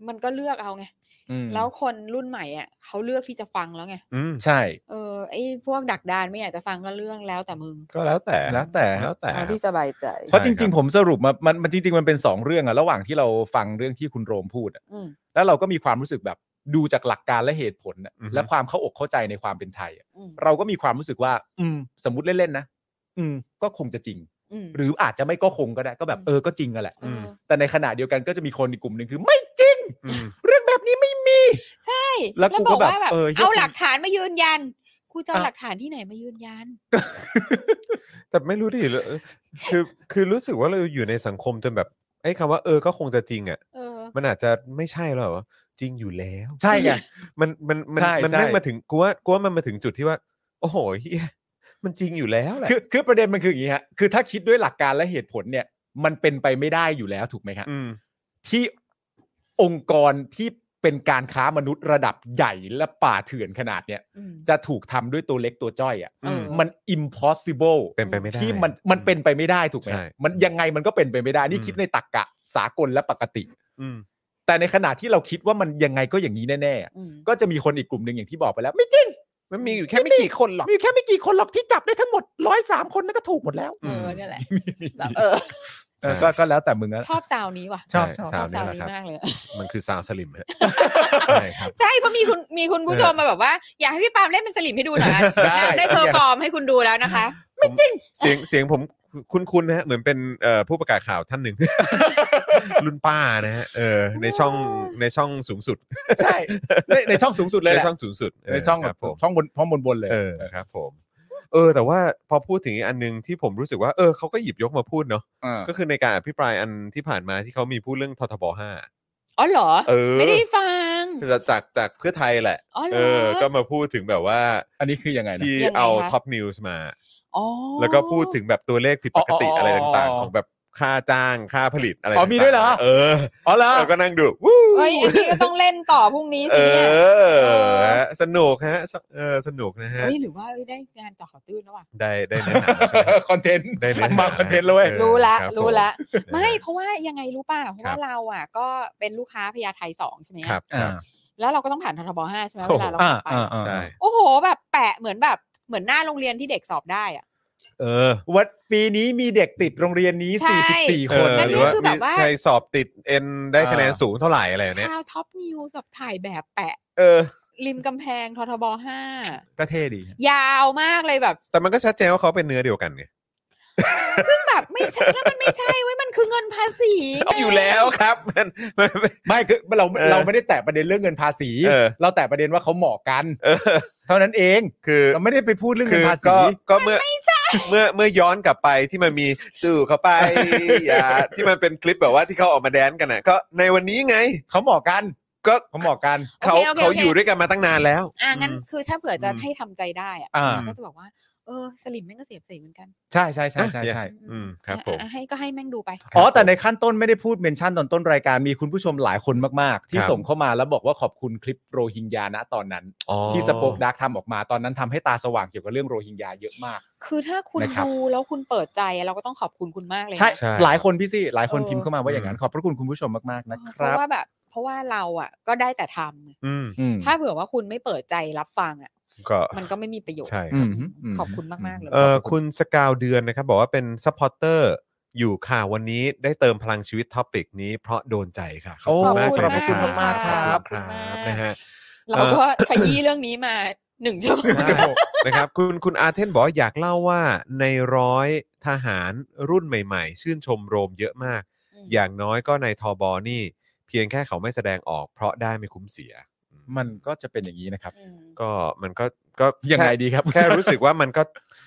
[SPEAKER 3] มันก็เลือกเอาไง
[SPEAKER 2] อืม
[SPEAKER 3] แล้วคนรุ่นใหม่อ่ะเขาเลือกที่จะฟังแล้วไง
[SPEAKER 1] อืม
[SPEAKER 2] ใช่
[SPEAKER 3] เออไอ้พวกดักดานไม่อยากจะฟังก็เรื่องแล้วแต่มึง
[SPEAKER 1] ก็แล้วแต่
[SPEAKER 2] แล้วแต่
[SPEAKER 1] แล้วแต่
[SPEAKER 3] เอาที่สบายใจ
[SPEAKER 1] ใช่
[SPEAKER 2] เพราะจริง
[SPEAKER 1] ครับ
[SPEAKER 2] ๆ ผมสรุปมามันมันจริงๆ มันเป็นสองเรื่องอะระหว่างที่เราฟังเรื่องที่คุณโรมพูดอะ
[SPEAKER 3] อืม
[SPEAKER 2] แล้วเราก็มีความรู้สึกแบบดูจากหลักการและเหตุผลอะ
[SPEAKER 1] อือฮึ
[SPEAKER 2] และความเข้าอกเข้าใจในความเป็นไทยอะ
[SPEAKER 3] อืม
[SPEAKER 2] เราก็มีความรู้สึกว่า อืม สมมติเล่นๆนะอืม ก็คงจะจริง
[SPEAKER 3] อืม
[SPEAKER 2] หรืออาจจะไม่ก็คงก็ได้ ก็แบบ
[SPEAKER 3] อืม
[SPEAKER 2] เออก็จริงกันแหละ
[SPEAKER 3] เอออ
[SPEAKER 2] แต่ในขณะเดียวกันก็จะมีคนอีกกลุ่มหนึ่งคือ ไม่จริง
[SPEAKER 1] อืม
[SPEAKER 2] เรื่องแบบนี้ไม่มี
[SPEAKER 3] ใช่
[SPEAKER 2] แล้วกูก็
[SPEAKER 3] บอก
[SPEAKER 2] แบบ
[SPEAKER 3] ว่าแบบ
[SPEAKER 2] เออเหี้ย
[SPEAKER 3] เอา
[SPEAKER 2] คุณ
[SPEAKER 3] หลักฐานมายืนยันกูจะเอา
[SPEAKER 2] อ่ะ
[SPEAKER 3] หลักฐานที่ไหนมายืนยัน
[SPEAKER 1] แต่ไม่รู้ดิเออคือคือรู้สึกว่าเราอยู่ในสังคมจนแบบไอ้คำว่าเออก็คงจะจริงอ่ะ
[SPEAKER 3] เออ
[SPEAKER 1] มันอาจจะไม่ใช่หรอวะจริงอยู่แล้ว
[SPEAKER 2] ใช่ ไง
[SPEAKER 1] มันมันมัน
[SPEAKER 2] ใช่
[SPEAKER 1] มันไม่
[SPEAKER 2] ใช่
[SPEAKER 1] มาถึงกูว่ากูว่ามันมาถึงจุดที่ว่า โอ้โหเฮียมันจริงอยู่แล้วแหละ
[SPEAKER 2] คือคือประเด็นมันคืออย่างนี้ฮะคือถ้าคิดด้วยหลักการและเหตุผลเนี่ย มันเป็นไปไม่ได้อยู่แล้วถูกไหมครับ
[SPEAKER 1] ม
[SPEAKER 2] ที่องค์กรที่ เป็นการค้ามนุษย์ระดับใหญ่และป่าเถื่อนขนาดเนี้ย
[SPEAKER 3] อืม
[SPEAKER 2] จะถูกทำด้วยตัวเล็กตัวจ้อยอ่ะ
[SPEAKER 3] อืม
[SPEAKER 2] มัน impossible
[SPEAKER 1] เป็นไปไม่ได้
[SPEAKER 2] ที่มันมันเป็นไปไม่ได้ถูกไหม
[SPEAKER 1] ใช่
[SPEAKER 2] มันยังไงมันก็เป็นไปไม่ได้นี่
[SPEAKER 1] อืม
[SPEAKER 2] คิดในตรกกะสากลและปกติ
[SPEAKER 1] อืม
[SPEAKER 2] แต่ในขณะที่เราคิดว่ามันยังไงก็อย่างนี้แน่ๆอะ
[SPEAKER 3] อืม
[SPEAKER 2] ก็จะมีคนอีกกลุ่มหนึ่งอย่างที่บอกไปแล้ว ไม่จริง
[SPEAKER 1] มันมีอยู่แค่ไม่กี่คนหรอก
[SPEAKER 2] มีแค่ไม่กี่คนหรอกที่จับได้ทั้งหมดร้อยสามคนนั่นก็ถูกหมดแล้ว
[SPEAKER 3] เออเนี่ยแหละ
[SPEAKER 2] มีมี
[SPEAKER 3] แบบเออ
[SPEAKER 2] เออก็ก็แล้วแต่มึงอะ
[SPEAKER 3] ชอบซาวนี้ว่ะ
[SPEAKER 2] ชอบ
[SPEAKER 1] ใช่
[SPEAKER 2] ชอบ
[SPEAKER 3] ช
[SPEAKER 1] ซา
[SPEAKER 3] อ
[SPEAKER 1] ว
[SPEAKER 3] บ
[SPEAKER 1] ด์
[SPEAKER 3] ซา
[SPEAKER 1] นี้
[SPEAKER 3] ว
[SPEAKER 1] แหละครับ
[SPEAKER 3] นี้มากเลย
[SPEAKER 1] มันคือซาวด์สลิม ฮะ ใช่ครับ
[SPEAKER 3] ใช่เพราะมีคุณมีคุณผู้ชมมาแบบว่า อยากให้พี่ปาล์มเล่นเป็นสลิมให้ดูหน่อยนะ
[SPEAKER 2] ได้
[SPEAKER 3] ได้ได้เพอร์ฟอร์มให้คุณดูแล้วนะคะ
[SPEAKER 1] ไม่จริง เสียงเสียงผมคุ้นๆนะฮะ เหมือนเป็นเอ่อผู้ประกาศข่าวท่านหนึ่ง รุ่นป้านะฮะเออในช่องในช่องสูงสุด
[SPEAKER 2] ใช่ในในช่องสูงสุดเลย
[SPEAKER 1] ใน
[SPEAKER 2] แหละ
[SPEAKER 1] ช่องสูงสุด
[SPEAKER 2] ในช่อง
[SPEAKER 1] เค
[SPEAKER 2] แบ
[SPEAKER 1] รั
[SPEAKER 2] บบ
[SPEAKER 1] ผม
[SPEAKER 2] ช่องบนช่องบนบนเลย
[SPEAKER 1] เออครับผม เออ แต่ว่าพอพูดถึงอีกอันหนึงที่ผมรู้สึกว่าเออเขาก็หยิบยกมาพูดเนาะ
[SPEAKER 2] า
[SPEAKER 1] ก็คือในการอภิปรายอันที่ผ่านมาที่เขามีพูดเรื่องททบห้า
[SPEAKER 3] อ๋อเหรอ
[SPEAKER 1] เออ
[SPEAKER 3] ไม่ได้ฟัง
[SPEAKER 1] จากจากจากเพื่อไทยแหละ
[SPEAKER 3] อ๋อเหร
[SPEAKER 1] เอ
[SPEAKER 3] อ
[SPEAKER 1] อ ก็มาพูดถึงแบบว่า
[SPEAKER 2] อันนี้คือยังไงนะ
[SPEAKER 1] ที่
[SPEAKER 3] ยังไง
[SPEAKER 1] เอา
[SPEAKER 3] คะ
[SPEAKER 1] ท็อปนิวส์มา
[SPEAKER 3] อ๋อ
[SPEAKER 1] แล้วก็พูดถึงแบบตัวเลขผิดปกติ
[SPEAKER 2] อ๋ออ๋ออ๋อ
[SPEAKER 1] อะไรต่างๆ ของแบบค่าจ้างค่าผลิตอะไร
[SPEAKER 2] อ๋อ
[SPEAKER 1] ต่างๆ
[SPEAKER 2] มีด้วยเหรอ
[SPEAKER 1] เออ
[SPEAKER 2] อ๋อแล้ว
[SPEAKER 1] เราก็นั่งดูวู้
[SPEAKER 3] เอ้ยอันนี้ก็ต้องเล่นต่อพรุ่งนี้
[SPEAKER 1] เอ
[SPEAKER 3] สิเนี่ย
[SPEAKER 1] อ
[SPEAKER 3] อ
[SPEAKER 1] ฮะสนุกฮะเออสนุกนะฮะ
[SPEAKER 3] เอ้ยหรือว่าเอ้ยได้งานต่อข่าวตื้นแล้วว่ะ
[SPEAKER 1] ได้ได้เนื้อหาใช่ไหม
[SPEAKER 2] คอนเทนต์
[SPEAKER 1] ได้เนื้อ
[SPEAKER 2] มัน
[SPEAKER 1] ห
[SPEAKER 2] มาคอนเทนต์แล้วเว้ย
[SPEAKER 1] ออ
[SPEAKER 3] รู้ละ
[SPEAKER 1] คบ
[SPEAKER 3] รู้ละ
[SPEAKER 1] ผ
[SPEAKER 3] ไม่เพราะว่ายังไงรู้ป่ะเพราะ
[SPEAKER 1] ครั
[SPEAKER 3] ว่า
[SPEAKER 1] บ
[SPEAKER 3] เราอ่ะ ก็เป็นลูกค้าพญาไทสองใช่ไหม
[SPEAKER 1] ครับครับ
[SPEAKER 3] แล้วเราก็ต้องผ่านททบห้าใช่ไหม
[SPEAKER 1] โอ้
[SPEAKER 3] เว
[SPEAKER 1] โห
[SPEAKER 3] ลาเรา
[SPEAKER 2] อ่า
[SPEAKER 3] ไป
[SPEAKER 2] อ่าอ่า
[SPEAKER 1] ใช่
[SPEAKER 3] โอ้โห แบบแปะเหมือนแบบเหมือนหน้าโรงเรียนที่เด็กสอบได้อ่ะ
[SPEAKER 1] เออ
[SPEAKER 2] วัดปีนี้มีเด็กติดโรงเรียนนี้
[SPEAKER 3] ใช่
[SPEAKER 2] 44 คน
[SPEAKER 1] เออ
[SPEAKER 3] นั่น
[SPEAKER 1] ห
[SPEAKER 3] นี่
[SPEAKER 1] รือว่า
[SPEAKER 3] คือแบบว่า
[SPEAKER 1] ใครสอบติดเอ็นได้คะแนน
[SPEAKER 2] อ่า
[SPEAKER 1] สูงเท่าไหร่อะไรเนี้ย
[SPEAKER 3] ชาวท็อปนิวส์แบบถ่ายแบบแปะ
[SPEAKER 1] เออ
[SPEAKER 3] ริมกำแพงททบห้า
[SPEAKER 2] ก็เท่ดี
[SPEAKER 3] ยาวมากเลยแบบ
[SPEAKER 1] แต่มันก็ชัดเจนว่าเขาเป็นเนื้อเดียวกันไง
[SPEAKER 3] ซึ่งแบบไม่ใช่แล้วมันไม่ใช่เว้ยมันคือเงินภาษีไง
[SPEAKER 1] อยู่แล้วครับ มันมัน
[SPEAKER 2] ไม่คือเรา
[SPEAKER 1] เออ
[SPEAKER 2] เราไม่ได้แตะประเด็นเรื่องเงินภาษี
[SPEAKER 1] เออ
[SPEAKER 2] เราแตะประเด็นว่าเขาเหมาะกัน
[SPEAKER 1] เออ
[SPEAKER 2] เท่านั้นเอง
[SPEAKER 1] คือ
[SPEAKER 2] เราไม่ได้ไปพูดเรื่อง
[SPEAKER 1] คื
[SPEAKER 2] เงิ
[SPEAKER 1] อน
[SPEAKER 2] ภา
[SPEAKER 1] ก็
[SPEAKER 2] ษี
[SPEAKER 1] ก็เมื่อเมื่อเมื่อย้อนกลับไปที่มันมีสื่อเข้าไป อย่าที่มันเป็นคลิปแบบว่าที่เขาออกมาแดนกันน่ะ ก็ในวันนี้ไง
[SPEAKER 2] เขาเหมาะกัน
[SPEAKER 1] ก็
[SPEAKER 2] เขาเหมาะกัน
[SPEAKER 1] เขา
[SPEAKER 3] โอเคโอเค
[SPEAKER 1] เขาอยู่ด้วยกันมาตั้งนานแล้ว
[SPEAKER 3] อ่ะงั้นคือถ้าเผื่อจะ
[SPEAKER 1] อืม
[SPEAKER 3] ให้ทำใจได้อ่ะ
[SPEAKER 2] อ่า
[SPEAKER 3] เราก็จะบอกว่า เออสลิมแม่งก็เสียบสีเหมือนกัน
[SPEAKER 2] ใช่ใช่ใช่ใช่ใช่
[SPEAKER 1] อืมครับผม
[SPEAKER 3] อ่ะให้ก็ให้แม่งดูไป
[SPEAKER 2] อ๋อแต่ในขั้นต้นไม่ได้พูดเมนชั่นตอนต้นรายการมีคุณผู้ชมหลายคนมาก ๆ ที่
[SPEAKER 1] ครับ
[SPEAKER 2] ส่งเข้ามาแล้วบอกว่าขอบคุณคลิปโรฮิงญานะตอนนั้น
[SPEAKER 1] อ๋อ
[SPEAKER 2] ที่สปอคดักทำออกมาตอนนั้นทำให้ตาสว่างเกี่ยวกับเรื่องโรฮิงญาเยอะมาก
[SPEAKER 3] คือถ้าคุณ
[SPEAKER 2] นะครับ
[SPEAKER 3] ดูแล้วคุณเปิดใจเราก็ต้องขอบคุณคุณมากเลยนะ
[SPEAKER 2] ใช่
[SPEAKER 1] ใช่
[SPEAKER 2] หลายคนพี่ซี่หลายคน
[SPEAKER 3] เออ
[SPEAKER 2] พิมพ์เข้ามาว่าอย่างนั้นขอบพระคุณคุณผู้ชมมากๆนะค
[SPEAKER 3] เพ
[SPEAKER 2] รั
[SPEAKER 3] ราะ
[SPEAKER 2] บ
[SPEAKER 3] ว่าแบบ เพราะว่าเราอ่ะ ก็ได้แต่ทำไง
[SPEAKER 1] อืม
[SPEAKER 2] อืม
[SPEAKER 3] ถ้าเผื่อว่าคุณไม่เปิดใจรับฟังอ่ะ
[SPEAKER 1] ก็
[SPEAKER 3] มันก็ไม่มีประโยชน์
[SPEAKER 1] ใช่
[SPEAKER 2] อืมอืม
[SPEAKER 3] ขอบคุณมากๆเลย
[SPEAKER 1] เออคุณสกาวเดือนนะครับ บอกว่าเป็นซัพพอร์เตอร์อยู่ค่ะวันนี้ได้เติมพลังชีวิตท็อปิกนี้เพราะโดนใจค่ะขอบคุณมาก
[SPEAKER 3] โอ้
[SPEAKER 1] ครับ
[SPEAKER 3] ขอบคุณมาก
[SPEAKER 1] ขอบคุณ
[SPEAKER 3] ขอบคุณ
[SPEAKER 1] ค
[SPEAKER 3] มาก
[SPEAKER 1] รับนะฮะ
[SPEAKER 3] เราก็ขยี้เรื่องนี้มาหนึ่งชั่วโมง
[SPEAKER 1] ใช่นะครับคุณคุณอาเทนบอกว่าอยากเล่าว่าในร้อยทหารรุ่นใหม่ๆ ชื่นชมโรมเยอะมาก อย่างน้อยก็ในทอบอนี่ เพียงแค่เขาไม่แสดงออก เพราะได้ไม่คุ้มเสีย
[SPEAKER 2] มันก็จะเป็นอย่างนี้นะครับ
[SPEAKER 1] ก็มันก็ก็แค่
[SPEAKER 2] ยังไงดี ครับ
[SPEAKER 1] แค่รู้สึกว่ามันก็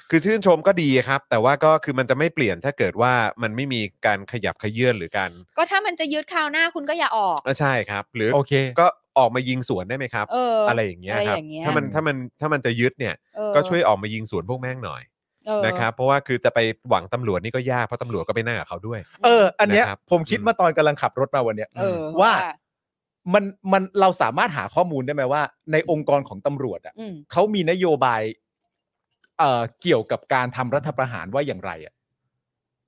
[SPEAKER 1] คือชื่นชมก็ดีครับ แต่ว่าก็คือมันจะไม่เปลี่ยนถ้าเกิดว่ามันไม่มีการขยับขยื่นหรือการ
[SPEAKER 3] ก็ถ้ามันจะยึดคราวหน้าคุณก็อย่าออก
[SPEAKER 1] เออใช่ครับ หรือ
[SPEAKER 2] โอเค
[SPEAKER 1] ก็ออกมายิงสวนได้ไหมครับ
[SPEAKER 3] เอออ
[SPEAKER 1] อะไรอย่างเงี้ย
[SPEAKER 3] อะไร
[SPEAKER 1] ครับ
[SPEAKER 3] อย่างเงี้ย
[SPEAKER 1] ถ้ามันถ้ามันถ้ามันจะยึดเนี่ย
[SPEAKER 3] เออ
[SPEAKER 1] ก็ช่วยออกมายิงสวนพวกแม่งหน่อย
[SPEAKER 3] เออ
[SPEAKER 1] นะครับเพราะว่าคือจะไปหวังตำรวจนี่ก็ยากเพราะตำรวจก็ไปนั่งกับเขาด้วย
[SPEAKER 2] เออ อันเนี้ย
[SPEAKER 1] นะครับ
[SPEAKER 2] ผมคิดมาตอนกำลังขับรถมาวันเนี้ย
[SPEAKER 3] เออ
[SPEAKER 2] ว่า
[SPEAKER 3] ว่า
[SPEAKER 2] มันมันเราสามารถหาข้อมูลได้ไหมว่า ในองค์กรของตำรวจอ่ะ
[SPEAKER 3] อืม
[SPEAKER 2] เขามีนโยบายเอ่อเกี่ยวกับการทำรัฐประหารว่าอย่างไรอ่ะ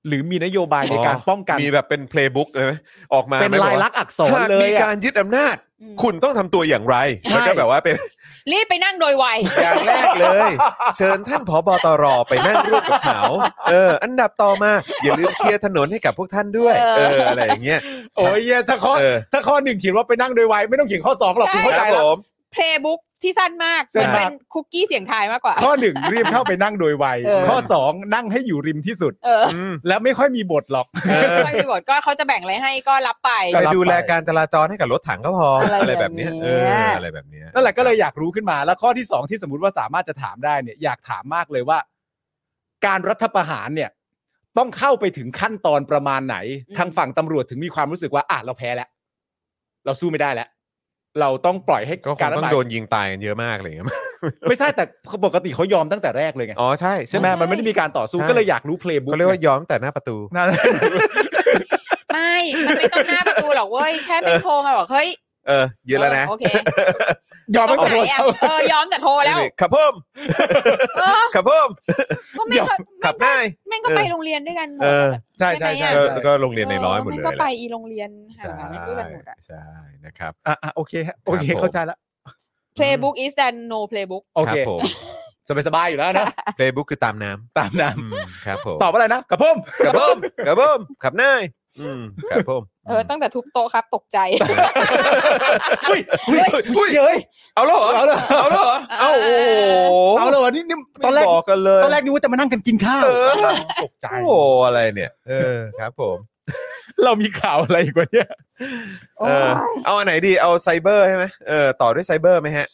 [SPEAKER 2] หรือมีนโยบายในการป้องกัน
[SPEAKER 1] มีแบบเป็น playbook เลยไหมออกมา
[SPEAKER 2] เป็น
[SPEAKER 1] ไหมบอ
[SPEAKER 2] ลาย
[SPEAKER 1] กว่
[SPEAKER 2] ลักษณ์อักษร
[SPEAKER 1] หาก
[SPEAKER 2] เลย
[SPEAKER 1] มี
[SPEAKER 2] อะ
[SPEAKER 1] การยึดอำนาจ
[SPEAKER 3] อืม
[SPEAKER 1] คุณต้องทำตัวอย่างไร
[SPEAKER 2] ใช่
[SPEAKER 1] แล้วก็แบบว่าเป็น
[SPEAKER 3] รีบไปนั่งโดยไว
[SPEAKER 1] อย่างแรกเลย เชิญท่านผบตรไปนั่งร่วมกับเขาเออ อันดับต่อมา อย่าลืมเคลียร์ถนนให้กับพวกท่านด้วย
[SPEAKER 3] เอ
[SPEAKER 1] เอ
[SPEAKER 3] อ
[SPEAKER 1] ออะไรอย่างเงี้ย
[SPEAKER 2] โอ้ยเหี้ยถ้าข้อ
[SPEAKER 1] เออ
[SPEAKER 2] ถ้าข้อหนึ่งเขียนว่าไปนั่งโดยไวไม่ต้องเขียนข้อสองหรอก
[SPEAKER 3] ใช่
[SPEAKER 2] คุณเข้า
[SPEAKER 1] ค
[SPEAKER 2] ใจ
[SPEAKER 1] รับผ
[SPEAKER 2] แล้ว
[SPEAKER 1] ม
[SPEAKER 3] เพลย์บุ๊กที่สั้นมาก
[SPEAKER 2] สั้
[SPEAKER 3] มัน
[SPEAKER 2] นมาก
[SPEAKER 3] เป็นคุกกี้เสียงทายมากกว่า
[SPEAKER 2] ข้อหนึ่งรีบเข้าไปนั่งโดยไว
[SPEAKER 3] เออ
[SPEAKER 2] ข้อสองนั่งให้อยู่ริมที่สุด
[SPEAKER 3] เออ
[SPEAKER 1] อืม
[SPEAKER 2] และไม่ค่อยมีบทหรอก
[SPEAKER 3] ไม่มีบทก็เขาจะแบ่งอะไรให้ก็รับไป
[SPEAKER 1] ไป
[SPEAKER 2] รับ
[SPEAKER 1] ดูแลการจราจรให้กับรถถังก็พอ
[SPEAKER 3] อะไร
[SPEAKER 1] อะไรแบบเนี้ย
[SPEAKER 3] แบบ
[SPEAKER 1] เอ
[SPEAKER 3] เนี้
[SPEAKER 1] อย อะไรแบบเนี้ย
[SPEAKER 2] นั่นแหละก็เลยอยากรู้ขึ้นมา แล้วข้อที่สองที่สมมติว่าสามารถจะถามได้เนี่ยอยากถามมากเลยว่า การรัฐประหารเนี่ย ต้องเข้าไปถึงขั้นตอนประมาณไหน
[SPEAKER 3] อืม
[SPEAKER 2] ทางฝั่งตำรวจถึงมีความรู้สึกว่าอ่ะเราแพ้แล้ว เราสู้ไม่ได้แล้ว เราต้องปล่อยให้
[SPEAKER 1] ก็ค
[SPEAKER 2] กาง ร
[SPEAKER 1] ต้
[SPEAKER 2] รัฐ
[SPEAKER 1] อง
[SPEAKER 2] ประหาร
[SPEAKER 1] โดนยิงตายกันเยอะมากอะไรอย่างเงี้ย
[SPEAKER 2] ไม่ใช่แต่ปกติเขายอมตั้งแต่แรกเลยไง
[SPEAKER 1] อ๋อใช่
[SPEAKER 2] ใช่
[SPEAKER 1] ใช่
[SPEAKER 2] ไห
[SPEAKER 1] ไหม
[SPEAKER 2] มมันไม่ได้มีการต่อสู้
[SPEAKER 1] ใช่
[SPEAKER 2] ก็เลยอยากรู้เพลย์บุ๊ก
[SPEAKER 1] เขาเรียกว่ายอมแต่หน้าประตู
[SPEAKER 2] นั่น
[SPEAKER 3] ไม่ มันไม่ต้องหน้าประตูหรอกเว้ย แค่เป็นโทรมาบอก เฮ้ย
[SPEAKER 1] เออยืนแล้วนะ
[SPEAKER 3] เออโอเค
[SPEAKER 2] ยอม
[SPEAKER 3] ตร
[SPEAKER 2] ไม่
[SPEAKER 3] ง
[SPEAKER 2] ขอโทษ
[SPEAKER 3] ไหนอ่ะเออยอมแต่โทรแล้ว
[SPEAKER 1] ขับเพิ่ม
[SPEAKER 3] เออ
[SPEAKER 1] ขับเพิ่ม
[SPEAKER 3] เพราะแม่งก็
[SPEAKER 1] ขับหน้าย
[SPEAKER 3] แม่งก็
[SPEAKER 1] เออ
[SPEAKER 3] ไปโรงเรียนด้วยกันหมด
[SPEAKER 1] เออ
[SPEAKER 3] แบบ
[SPEAKER 2] ใช่ใช่
[SPEAKER 3] ไม่
[SPEAKER 2] ใช่
[SPEAKER 3] ไหน
[SPEAKER 1] ก็
[SPEAKER 3] อะ
[SPEAKER 2] ใช่
[SPEAKER 1] ก็โรงเรียนในร้อยหมด
[SPEAKER 3] แม่
[SPEAKER 1] เล
[SPEAKER 3] งก็
[SPEAKER 1] ยแห
[SPEAKER 3] ไป
[SPEAKER 1] ละ
[SPEAKER 3] อีโรงเรียนหา
[SPEAKER 1] ใช่
[SPEAKER 3] หาไม่ด้วยกันหมดอะ
[SPEAKER 1] ใช่นะครับ
[SPEAKER 2] อ่ะอ่ะโอเคฮะโอเค
[SPEAKER 1] ครับผม
[SPEAKER 2] เข้าใจละ
[SPEAKER 3] Playbook is than no playbook
[SPEAKER 2] โอเค
[SPEAKER 1] ครับผม
[SPEAKER 2] สบายสบายๆอยู่แล้วนะ
[SPEAKER 1] playbook คือตามน้
[SPEAKER 2] ตามน้
[SPEAKER 1] ำอืมครับผม
[SPEAKER 2] ำตอบอะไรนะกับผม
[SPEAKER 1] ขับเพิ่มขับเพิ่มขับหน้ายอืมขับเพิ่ม
[SPEAKER 3] เออตั้งแต่ทุบโต๊ะครับตกใจ
[SPEAKER 2] อุ้ยอุ้ย
[SPEAKER 1] เฮ้ย
[SPEAKER 2] อุ้ยเฮ้ย
[SPEAKER 1] เอาแล้วเหรอ
[SPEAKER 2] เอาแล้ว
[SPEAKER 1] เอาแล้วเหรอเอาโอ้โห
[SPEAKER 2] เอาเลยวันนี้นี่
[SPEAKER 1] ต
[SPEAKER 2] ต
[SPEAKER 1] อ
[SPEAKER 2] อน น
[SPEAKER 1] แร
[SPEAKER 2] แร
[SPEAKER 1] ก
[SPEAKER 2] ก
[SPEAKER 1] บอกกันเลย
[SPEAKER 2] ตอนแรกนึกว่าจะมานั่งกันกินข้าว
[SPEAKER 1] เออ
[SPEAKER 2] ตกใจ
[SPEAKER 1] โอ้โหอะไรเนี่ย เออครับผม
[SPEAKER 2] เรามีข่าวอะไรอีกว่าเนี่ย
[SPEAKER 1] เออเอาอันไหนดีเอาไซเบอร์ใช่ไหมเออต่อด้วยไซเบอร์ไหมฮะ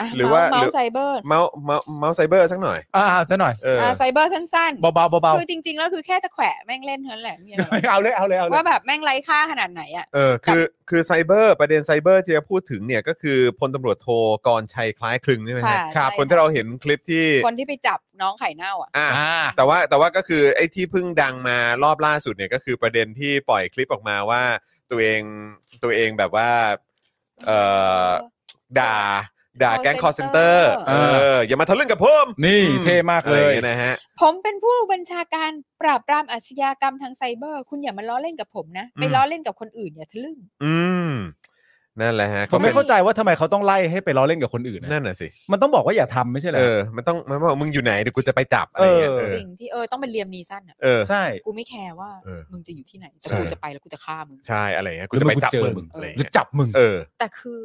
[SPEAKER 1] ห
[SPEAKER 3] ห
[SPEAKER 1] รื
[SPEAKER 3] รืออ
[SPEAKER 1] ว่าห
[SPEAKER 3] ว่าเมา
[SPEAKER 1] รือ
[SPEAKER 3] ส์ไซเบอร์
[SPEAKER 1] เมาส์เมาส์เมาส์ไซเบอร์สักหน่อย
[SPEAKER 2] อ่าซะหน่อย
[SPEAKER 1] เออ
[SPEAKER 3] ไซเบอร์สั้น
[SPEAKER 2] เบาๆเบา
[SPEAKER 3] ๆ คือจริง ๆ แล้วคือแค่จะแขวะแม่งเล่นเท่านั้นแหละมีอะไร หรอก
[SPEAKER 2] ๆเอาเลยเอาเลยเอาเลย
[SPEAKER 3] ว่าแบบแม่งไร้ค่าขนาดไหนอ่ะ
[SPEAKER 1] เออคือคือไซเบอร์ประเด็นไซเบอร์ที่จะพูดถึงเนี่ยก็คือพลตำรวจโทกรชัยคล้ายคลึงใช่ไหมฮะ
[SPEAKER 3] ค่ะใช่
[SPEAKER 1] คนที่เราเห็นคลิปที่
[SPEAKER 3] คนที่ไปจับน้องไข่เน่าอ่ะ
[SPEAKER 1] อ่า
[SPEAKER 2] อ่า
[SPEAKER 1] แต่ว่าแต่ว่าก็คือไอ้ที่เพิ่งดังมารอบล่าสุดเนี่ยก็คือประเด็นที่ปล่อยคลิปออกมาว่าตัวเองตัวเองแบบว่าเอ่อด่าด่าแก๊งคอ
[SPEAKER 3] call
[SPEAKER 1] ร์เซนเตอร์
[SPEAKER 3] center
[SPEAKER 1] เอออย่ามาทะลึ่งกับเพิ่ม
[SPEAKER 2] นี่เท่มาก
[SPEAKER 1] อะไร
[SPEAKER 2] เล
[SPEAKER 1] อย ย่างเงี้ยนะฮะ
[SPEAKER 3] ผมเป็นผู้บัญชาการปราบปรามอาชญากรรมทางไซเบอร์ คุณอย่ามาล้อเล่นกับผมนะ ไป
[SPEAKER 1] อืม
[SPEAKER 3] ล้อเล่นกับคนอื่นอย่าทะลึ่ง
[SPEAKER 1] อืมนั่นแหละฮะ
[SPEAKER 2] ผมไม่
[SPEAKER 1] ก็
[SPEAKER 2] เข้าใจว่าทำไมเขาต้องไล่ให้ไปล้อเล่นกับคนอื่น
[SPEAKER 1] เป็น
[SPEAKER 2] นะ
[SPEAKER 1] นั่นน่ะสิ
[SPEAKER 2] มันต้องบอกว่าอย่าทำไม่ใช่เหร
[SPEAKER 1] เอ
[SPEAKER 2] อ
[SPEAKER 1] อ มันต้อง มันบอกมึงอยู่ไหนเดี๋ยวกูจะไปจับอะไรเงี้ยเอ
[SPEAKER 2] เออ
[SPEAKER 1] อ
[SPEAKER 3] สิ่งที่เออต้องเป็นเลียมนีสั้นอ่ะ
[SPEAKER 1] เออ
[SPEAKER 2] ใช่
[SPEAKER 3] กูไม่แคร์ว่า
[SPEAKER 1] เออ
[SPEAKER 3] มึงจะอยู่ที่ไหนแต่
[SPEAKER 1] ใช่
[SPEAKER 3] กูจะไปแล้วกูจะฆ่ามึง
[SPEAKER 1] ใช่อะไรเงี้ย กูจะไปจับ
[SPEAKER 2] หรือ
[SPEAKER 1] มึง
[SPEAKER 2] ไม่กูเจอมึง
[SPEAKER 1] อะไร
[SPEAKER 2] จะ
[SPEAKER 1] เงี้ย
[SPEAKER 2] จับมึง
[SPEAKER 1] เออ
[SPEAKER 3] แต่คือ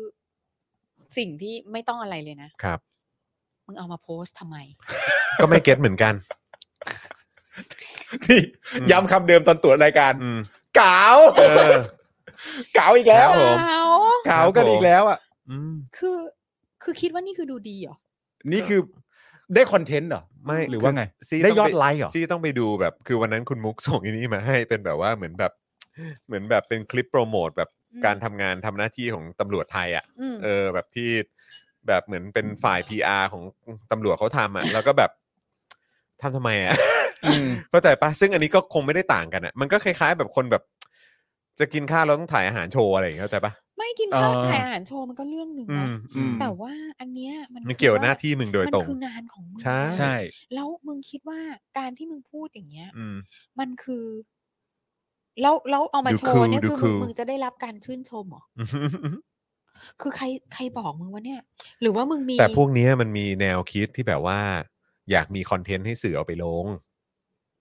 [SPEAKER 3] สิ่งที่ไม่ต้องอะไรเลยนะ
[SPEAKER 1] ครับ
[SPEAKER 3] มึงเอามาโพสต์ทำไม
[SPEAKER 1] ก็ไม่เก็ตเหมือนกัน
[SPEAKER 2] นี่
[SPEAKER 1] อืม
[SPEAKER 2] ย้ำคำเดิมตอนตรวจรายการ
[SPEAKER 1] อืม
[SPEAKER 2] กาว
[SPEAKER 1] เออ
[SPEAKER 2] กาวอีกแล้ว
[SPEAKER 1] ครับผม
[SPEAKER 3] เอา
[SPEAKER 2] กาวกันอีกแล้วอ่ะ
[SPEAKER 1] อืม
[SPEAKER 3] คือ คือคิดว่านี่คือดูดีเหรอ
[SPEAKER 2] นี่คือได้คอนเทนต์เหรอ
[SPEAKER 1] ไม่
[SPEAKER 2] หรือว่าไง
[SPEAKER 1] คือซี
[SPEAKER 2] ได้
[SPEAKER 1] ต้ง
[SPEAKER 2] ยอด
[SPEAKER 1] ป
[SPEAKER 2] ไลค์เหรอ
[SPEAKER 1] ซีต้องไปดูแบบ คือวันนั้นคุณมุกส่งอันนี้มาให้เป็นแบบว่าเหมือนแบบ เหมือนแบบเป็นคลิปโปรโมทแบบ
[SPEAKER 3] อืม
[SPEAKER 1] การทำงานทำหน้าที่ของตำรวจไทยอ่ะ
[SPEAKER 3] อืม
[SPEAKER 1] เออแบบที่แบบเหมือนเป็นฝ่าย PR ของตำรวจเขาทำอ่ะ แล้วก็แบบทำทำไมอ่ะ เข้าใจปะซึ่งอันนี้ก็คงไม่ได้ต่างกันอ่ะ มันก็คล้าย ๆ แบบคนแบบ จะกินข้าวเราต้องถ่ายอาหารโชว์อะไรอย่างเงี้ยเข้าใจปะ
[SPEAKER 3] ไม่กินข้าว
[SPEAKER 2] เออ
[SPEAKER 3] ถ่ายอาหารโชว์มันก็เรื่องหนึ่ง
[SPEAKER 1] อื
[SPEAKER 3] นะ
[SPEAKER 1] มอืม
[SPEAKER 2] ม
[SPEAKER 3] แต่ว่าอันเนี้ยมัน
[SPEAKER 1] มัน
[SPEAKER 3] คือ
[SPEAKER 1] เกี่ยวกับหน้าที่มึงโดย
[SPEAKER 3] มัน
[SPEAKER 1] ตรง
[SPEAKER 3] คืองานของมึง
[SPEAKER 1] ใช่
[SPEAKER 2] ใช่
[SPEAKER 3] แล้วมึงคิดว่าการที่มึงพูดอย่างเงี้ย
[SPEAKER 1] อืม
[SPEAKER 3] มันคือ แล้วแล้วเอามา
[SPEAKER 1] ดู
[SPEAKER 3] โชว์เนี่ย
[SPEAKER 1] คูลดูคู
[SPEAKER 3] คือมึง
[SPEAKER 1] ล
[SPEAKER 3] มึงจะได้รับการชื่นชมเหรอ คือใครใครบอกมึงว่าเนี่ย หรือว่ามึงมี
[SPEAKER 1] แต่พวกเนี้ยมันมีแนวคิดที่แบบว่า อยากมีคอนเทนต์ให้สื่อเอาไปลง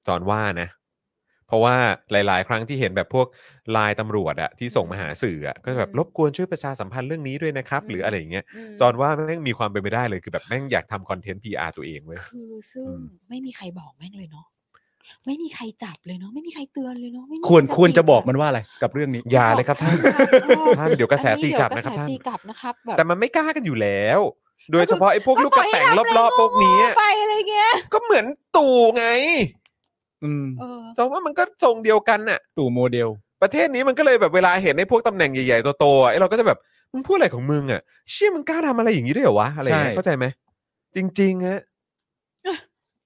[SPEAKER 1] จอนว่านะ เพราะว่าหลาย ๆ ครั้งที่เห็นแบบพวกไลายตำรวจอะที่ส่งมาหาสื่ออะก็จะแบบรบกวนช่วยประชาสัมพันธ์เรื่องนี้ด้วยนะครับ หรืออะไรอย่างเงี้ย
[SPEAKER 3] ม
[SPEAKER 1] จอนว่าแม่งมีความเป็นไปได้เลยคือแบบแม่งอยากทำคอนเทนต์ PR ตัวเองเว้ย
[SPEAKER 3] คือซึ่ง
[SPEAKER 1] อืม
[SPEAKER 3] ไม่มีใครบอกแม่งเลยเนาะไม่มีใครจับเลยเนาะไม่มีใครเตือนเลยเนาะไม่มี
[SPEAKER 2] ควร
[SPEAKER 3] ใติ
[SPEAKER 2] ควรจะบอกมันว่าอะไรกับเรื่องนี้
[SPEAKER 1] อย่าเลยครับท่าน
[SPEAKER 3] บอก
[SPEAKER 1] ท่านเดี๋ยวกระแสตีกลับนะครับ
[SPEAKER 3] อัเดี๋ยวก
[SPEAKER 1] ท่าน
[SPEAKER 3] แสตีกลับนะครับแบบ
[SPEAKER 1] แต่มันไม่กล้ากันอยู่แล้ว โดย
[SPEAKER 3] ก็คือ
[SPEAKER 1] เฉพาะไอ้พวกลูกกระแตงรอบๆพวกนี้อะ
[SPEAKER 3] ไปอะไรเงี้ย
[SPEAKER 1] ก็เหมือนตู่ไง
[SPEAKER 2] อืม
[SPEAKER 3] เออ
[SPEAKER 1] จอนว่ามันก็ทรงเดียวกันน่ะ
[SPEAKER 2] ตู่โมเดล
[SPEAKER 1] ประเทศนี้มันก็เลยแบบเวลาเห็นไอ้พวกตำแหน่งใหญ่ๆโตๆอะไอ้เราก็จะแบบมึงพูดอะไรของมึงอ่ะ เชี่ยมึงกล้าทำอะไรอย่างนี้ได้เหรอวะอะไรอย่างเงี้ย
[SPEAKER 2] ใช่
[SPEAKER 1] เข้าใจไหมจริงๆฮะ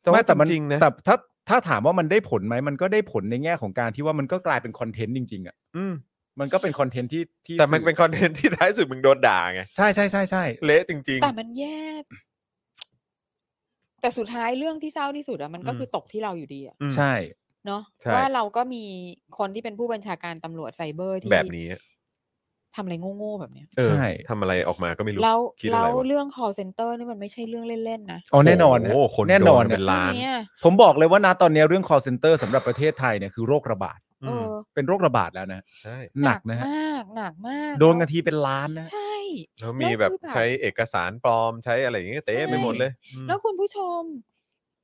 [SPEAKER 1] จอน
[SPEAKER 2] ไม่
[SPEAKER 1] ว่า
[SPEAKER 2] แต่มัน
[SPEAKER 1] จริงๆนะ
[SPEAKER 2] แต่ถ้าถ้าถามว่ามันได้ผลไหมมันก็ได้ผลในแง่ของการที่ว่ามันก็กลายเป็นคอนเทนต์จริงๆอ่ะ
[SPEAKER 1] อืม
[SPEAKER 2] มันก็เป็นคอนเทนต์ที่ที่
[SPEAKER 1] แต่มัน
[SPEAKER 2] สื่อ
[SPEAKER 1] เป็นคอนเทนต์ ที่ท้ายสุดมึงโดนด่าไง
[SPEAKER 2] ใช่ใช่ใช่ใช่
[SPEAKER 1] เละจริง
[SPEAKER 3] แต่มันแย่ แต่สุดท้ายเรื่องที่เศร้าที่สุดอะมันก็คือตกที่เราอยู่ดีอะ
[SPEAKER 1] อืม
[SPEAKER 2] ใช่
[SPEAKER 3] เนาะ
[SPEAKER 1] ใช่
[SPEAKER 3] ว่าเราก็มีคนที่เป็นผู้บัญชาการตำรวจไซเบอร์ที่
[SPEAKER 1] ๆ แบบนี้อะ
[SPEAKER 3] ทำอะไรโง่ๆแบบเนี้ย
[SPEAKER 1] เออ
[SPEAKER 2] ใช่
[SPEAKER 1] ทำอะไรออกมาก็ไม่รู้
[SPEAKER 3] แล้ว
[SPEAKER 1] คิดอะไร
[SPEAKER 3] แล้ว
[SPEAKER 1] วะ
[SPEAKER 3] เรื่อง call center นี่มันไม่ใช่เรื่องเล่นๆนะ
[SPEAKER 2] อ๋อแน่นอน
[SPEAKER 1] โอ้
[SPEAKER 2] นะ
[SPEAKER 1] โหคน
[SPEAKER 2] แน่นอน
[SPEAKER 1] โดเป็
[SPEAKER 2] นะ
[SPEAKER 1] นล้าน
[SPEAKER 3] ใช่ไหมอะ
[SPEAKER 2] ผมบอกเลยว่านะตอนนี้เรื่อง call center สำหรับประเทศไทยเนี่ยคือโรคระบาด
[SPEAKER 3] เออ
[SPEAKER 2] เป็นโรคระบาดแล้วนะ
[SPEAKER 1] ใช่
[SPEAKER 2] หนักนะฮะ
[SPEAKER 3] มากหนักมาก
[SPEAKER 2] โดนกันทีเป็นล้านนะ
[SPEAKER 3] ใช่
[SPEAKER 1] แล้วมีแบบ
[SPEAKER 3] แล้วคือแบบ
[SPEAKER 1] ใช้เอกสารปลอมใช้อะไรอย่างเงี้ยเต็มไป
[SPEAKER 3] ใช่
[SPEAKER 1] หมดเลยอืม
[SPEAKER 3] แล้วคุณผู้ชม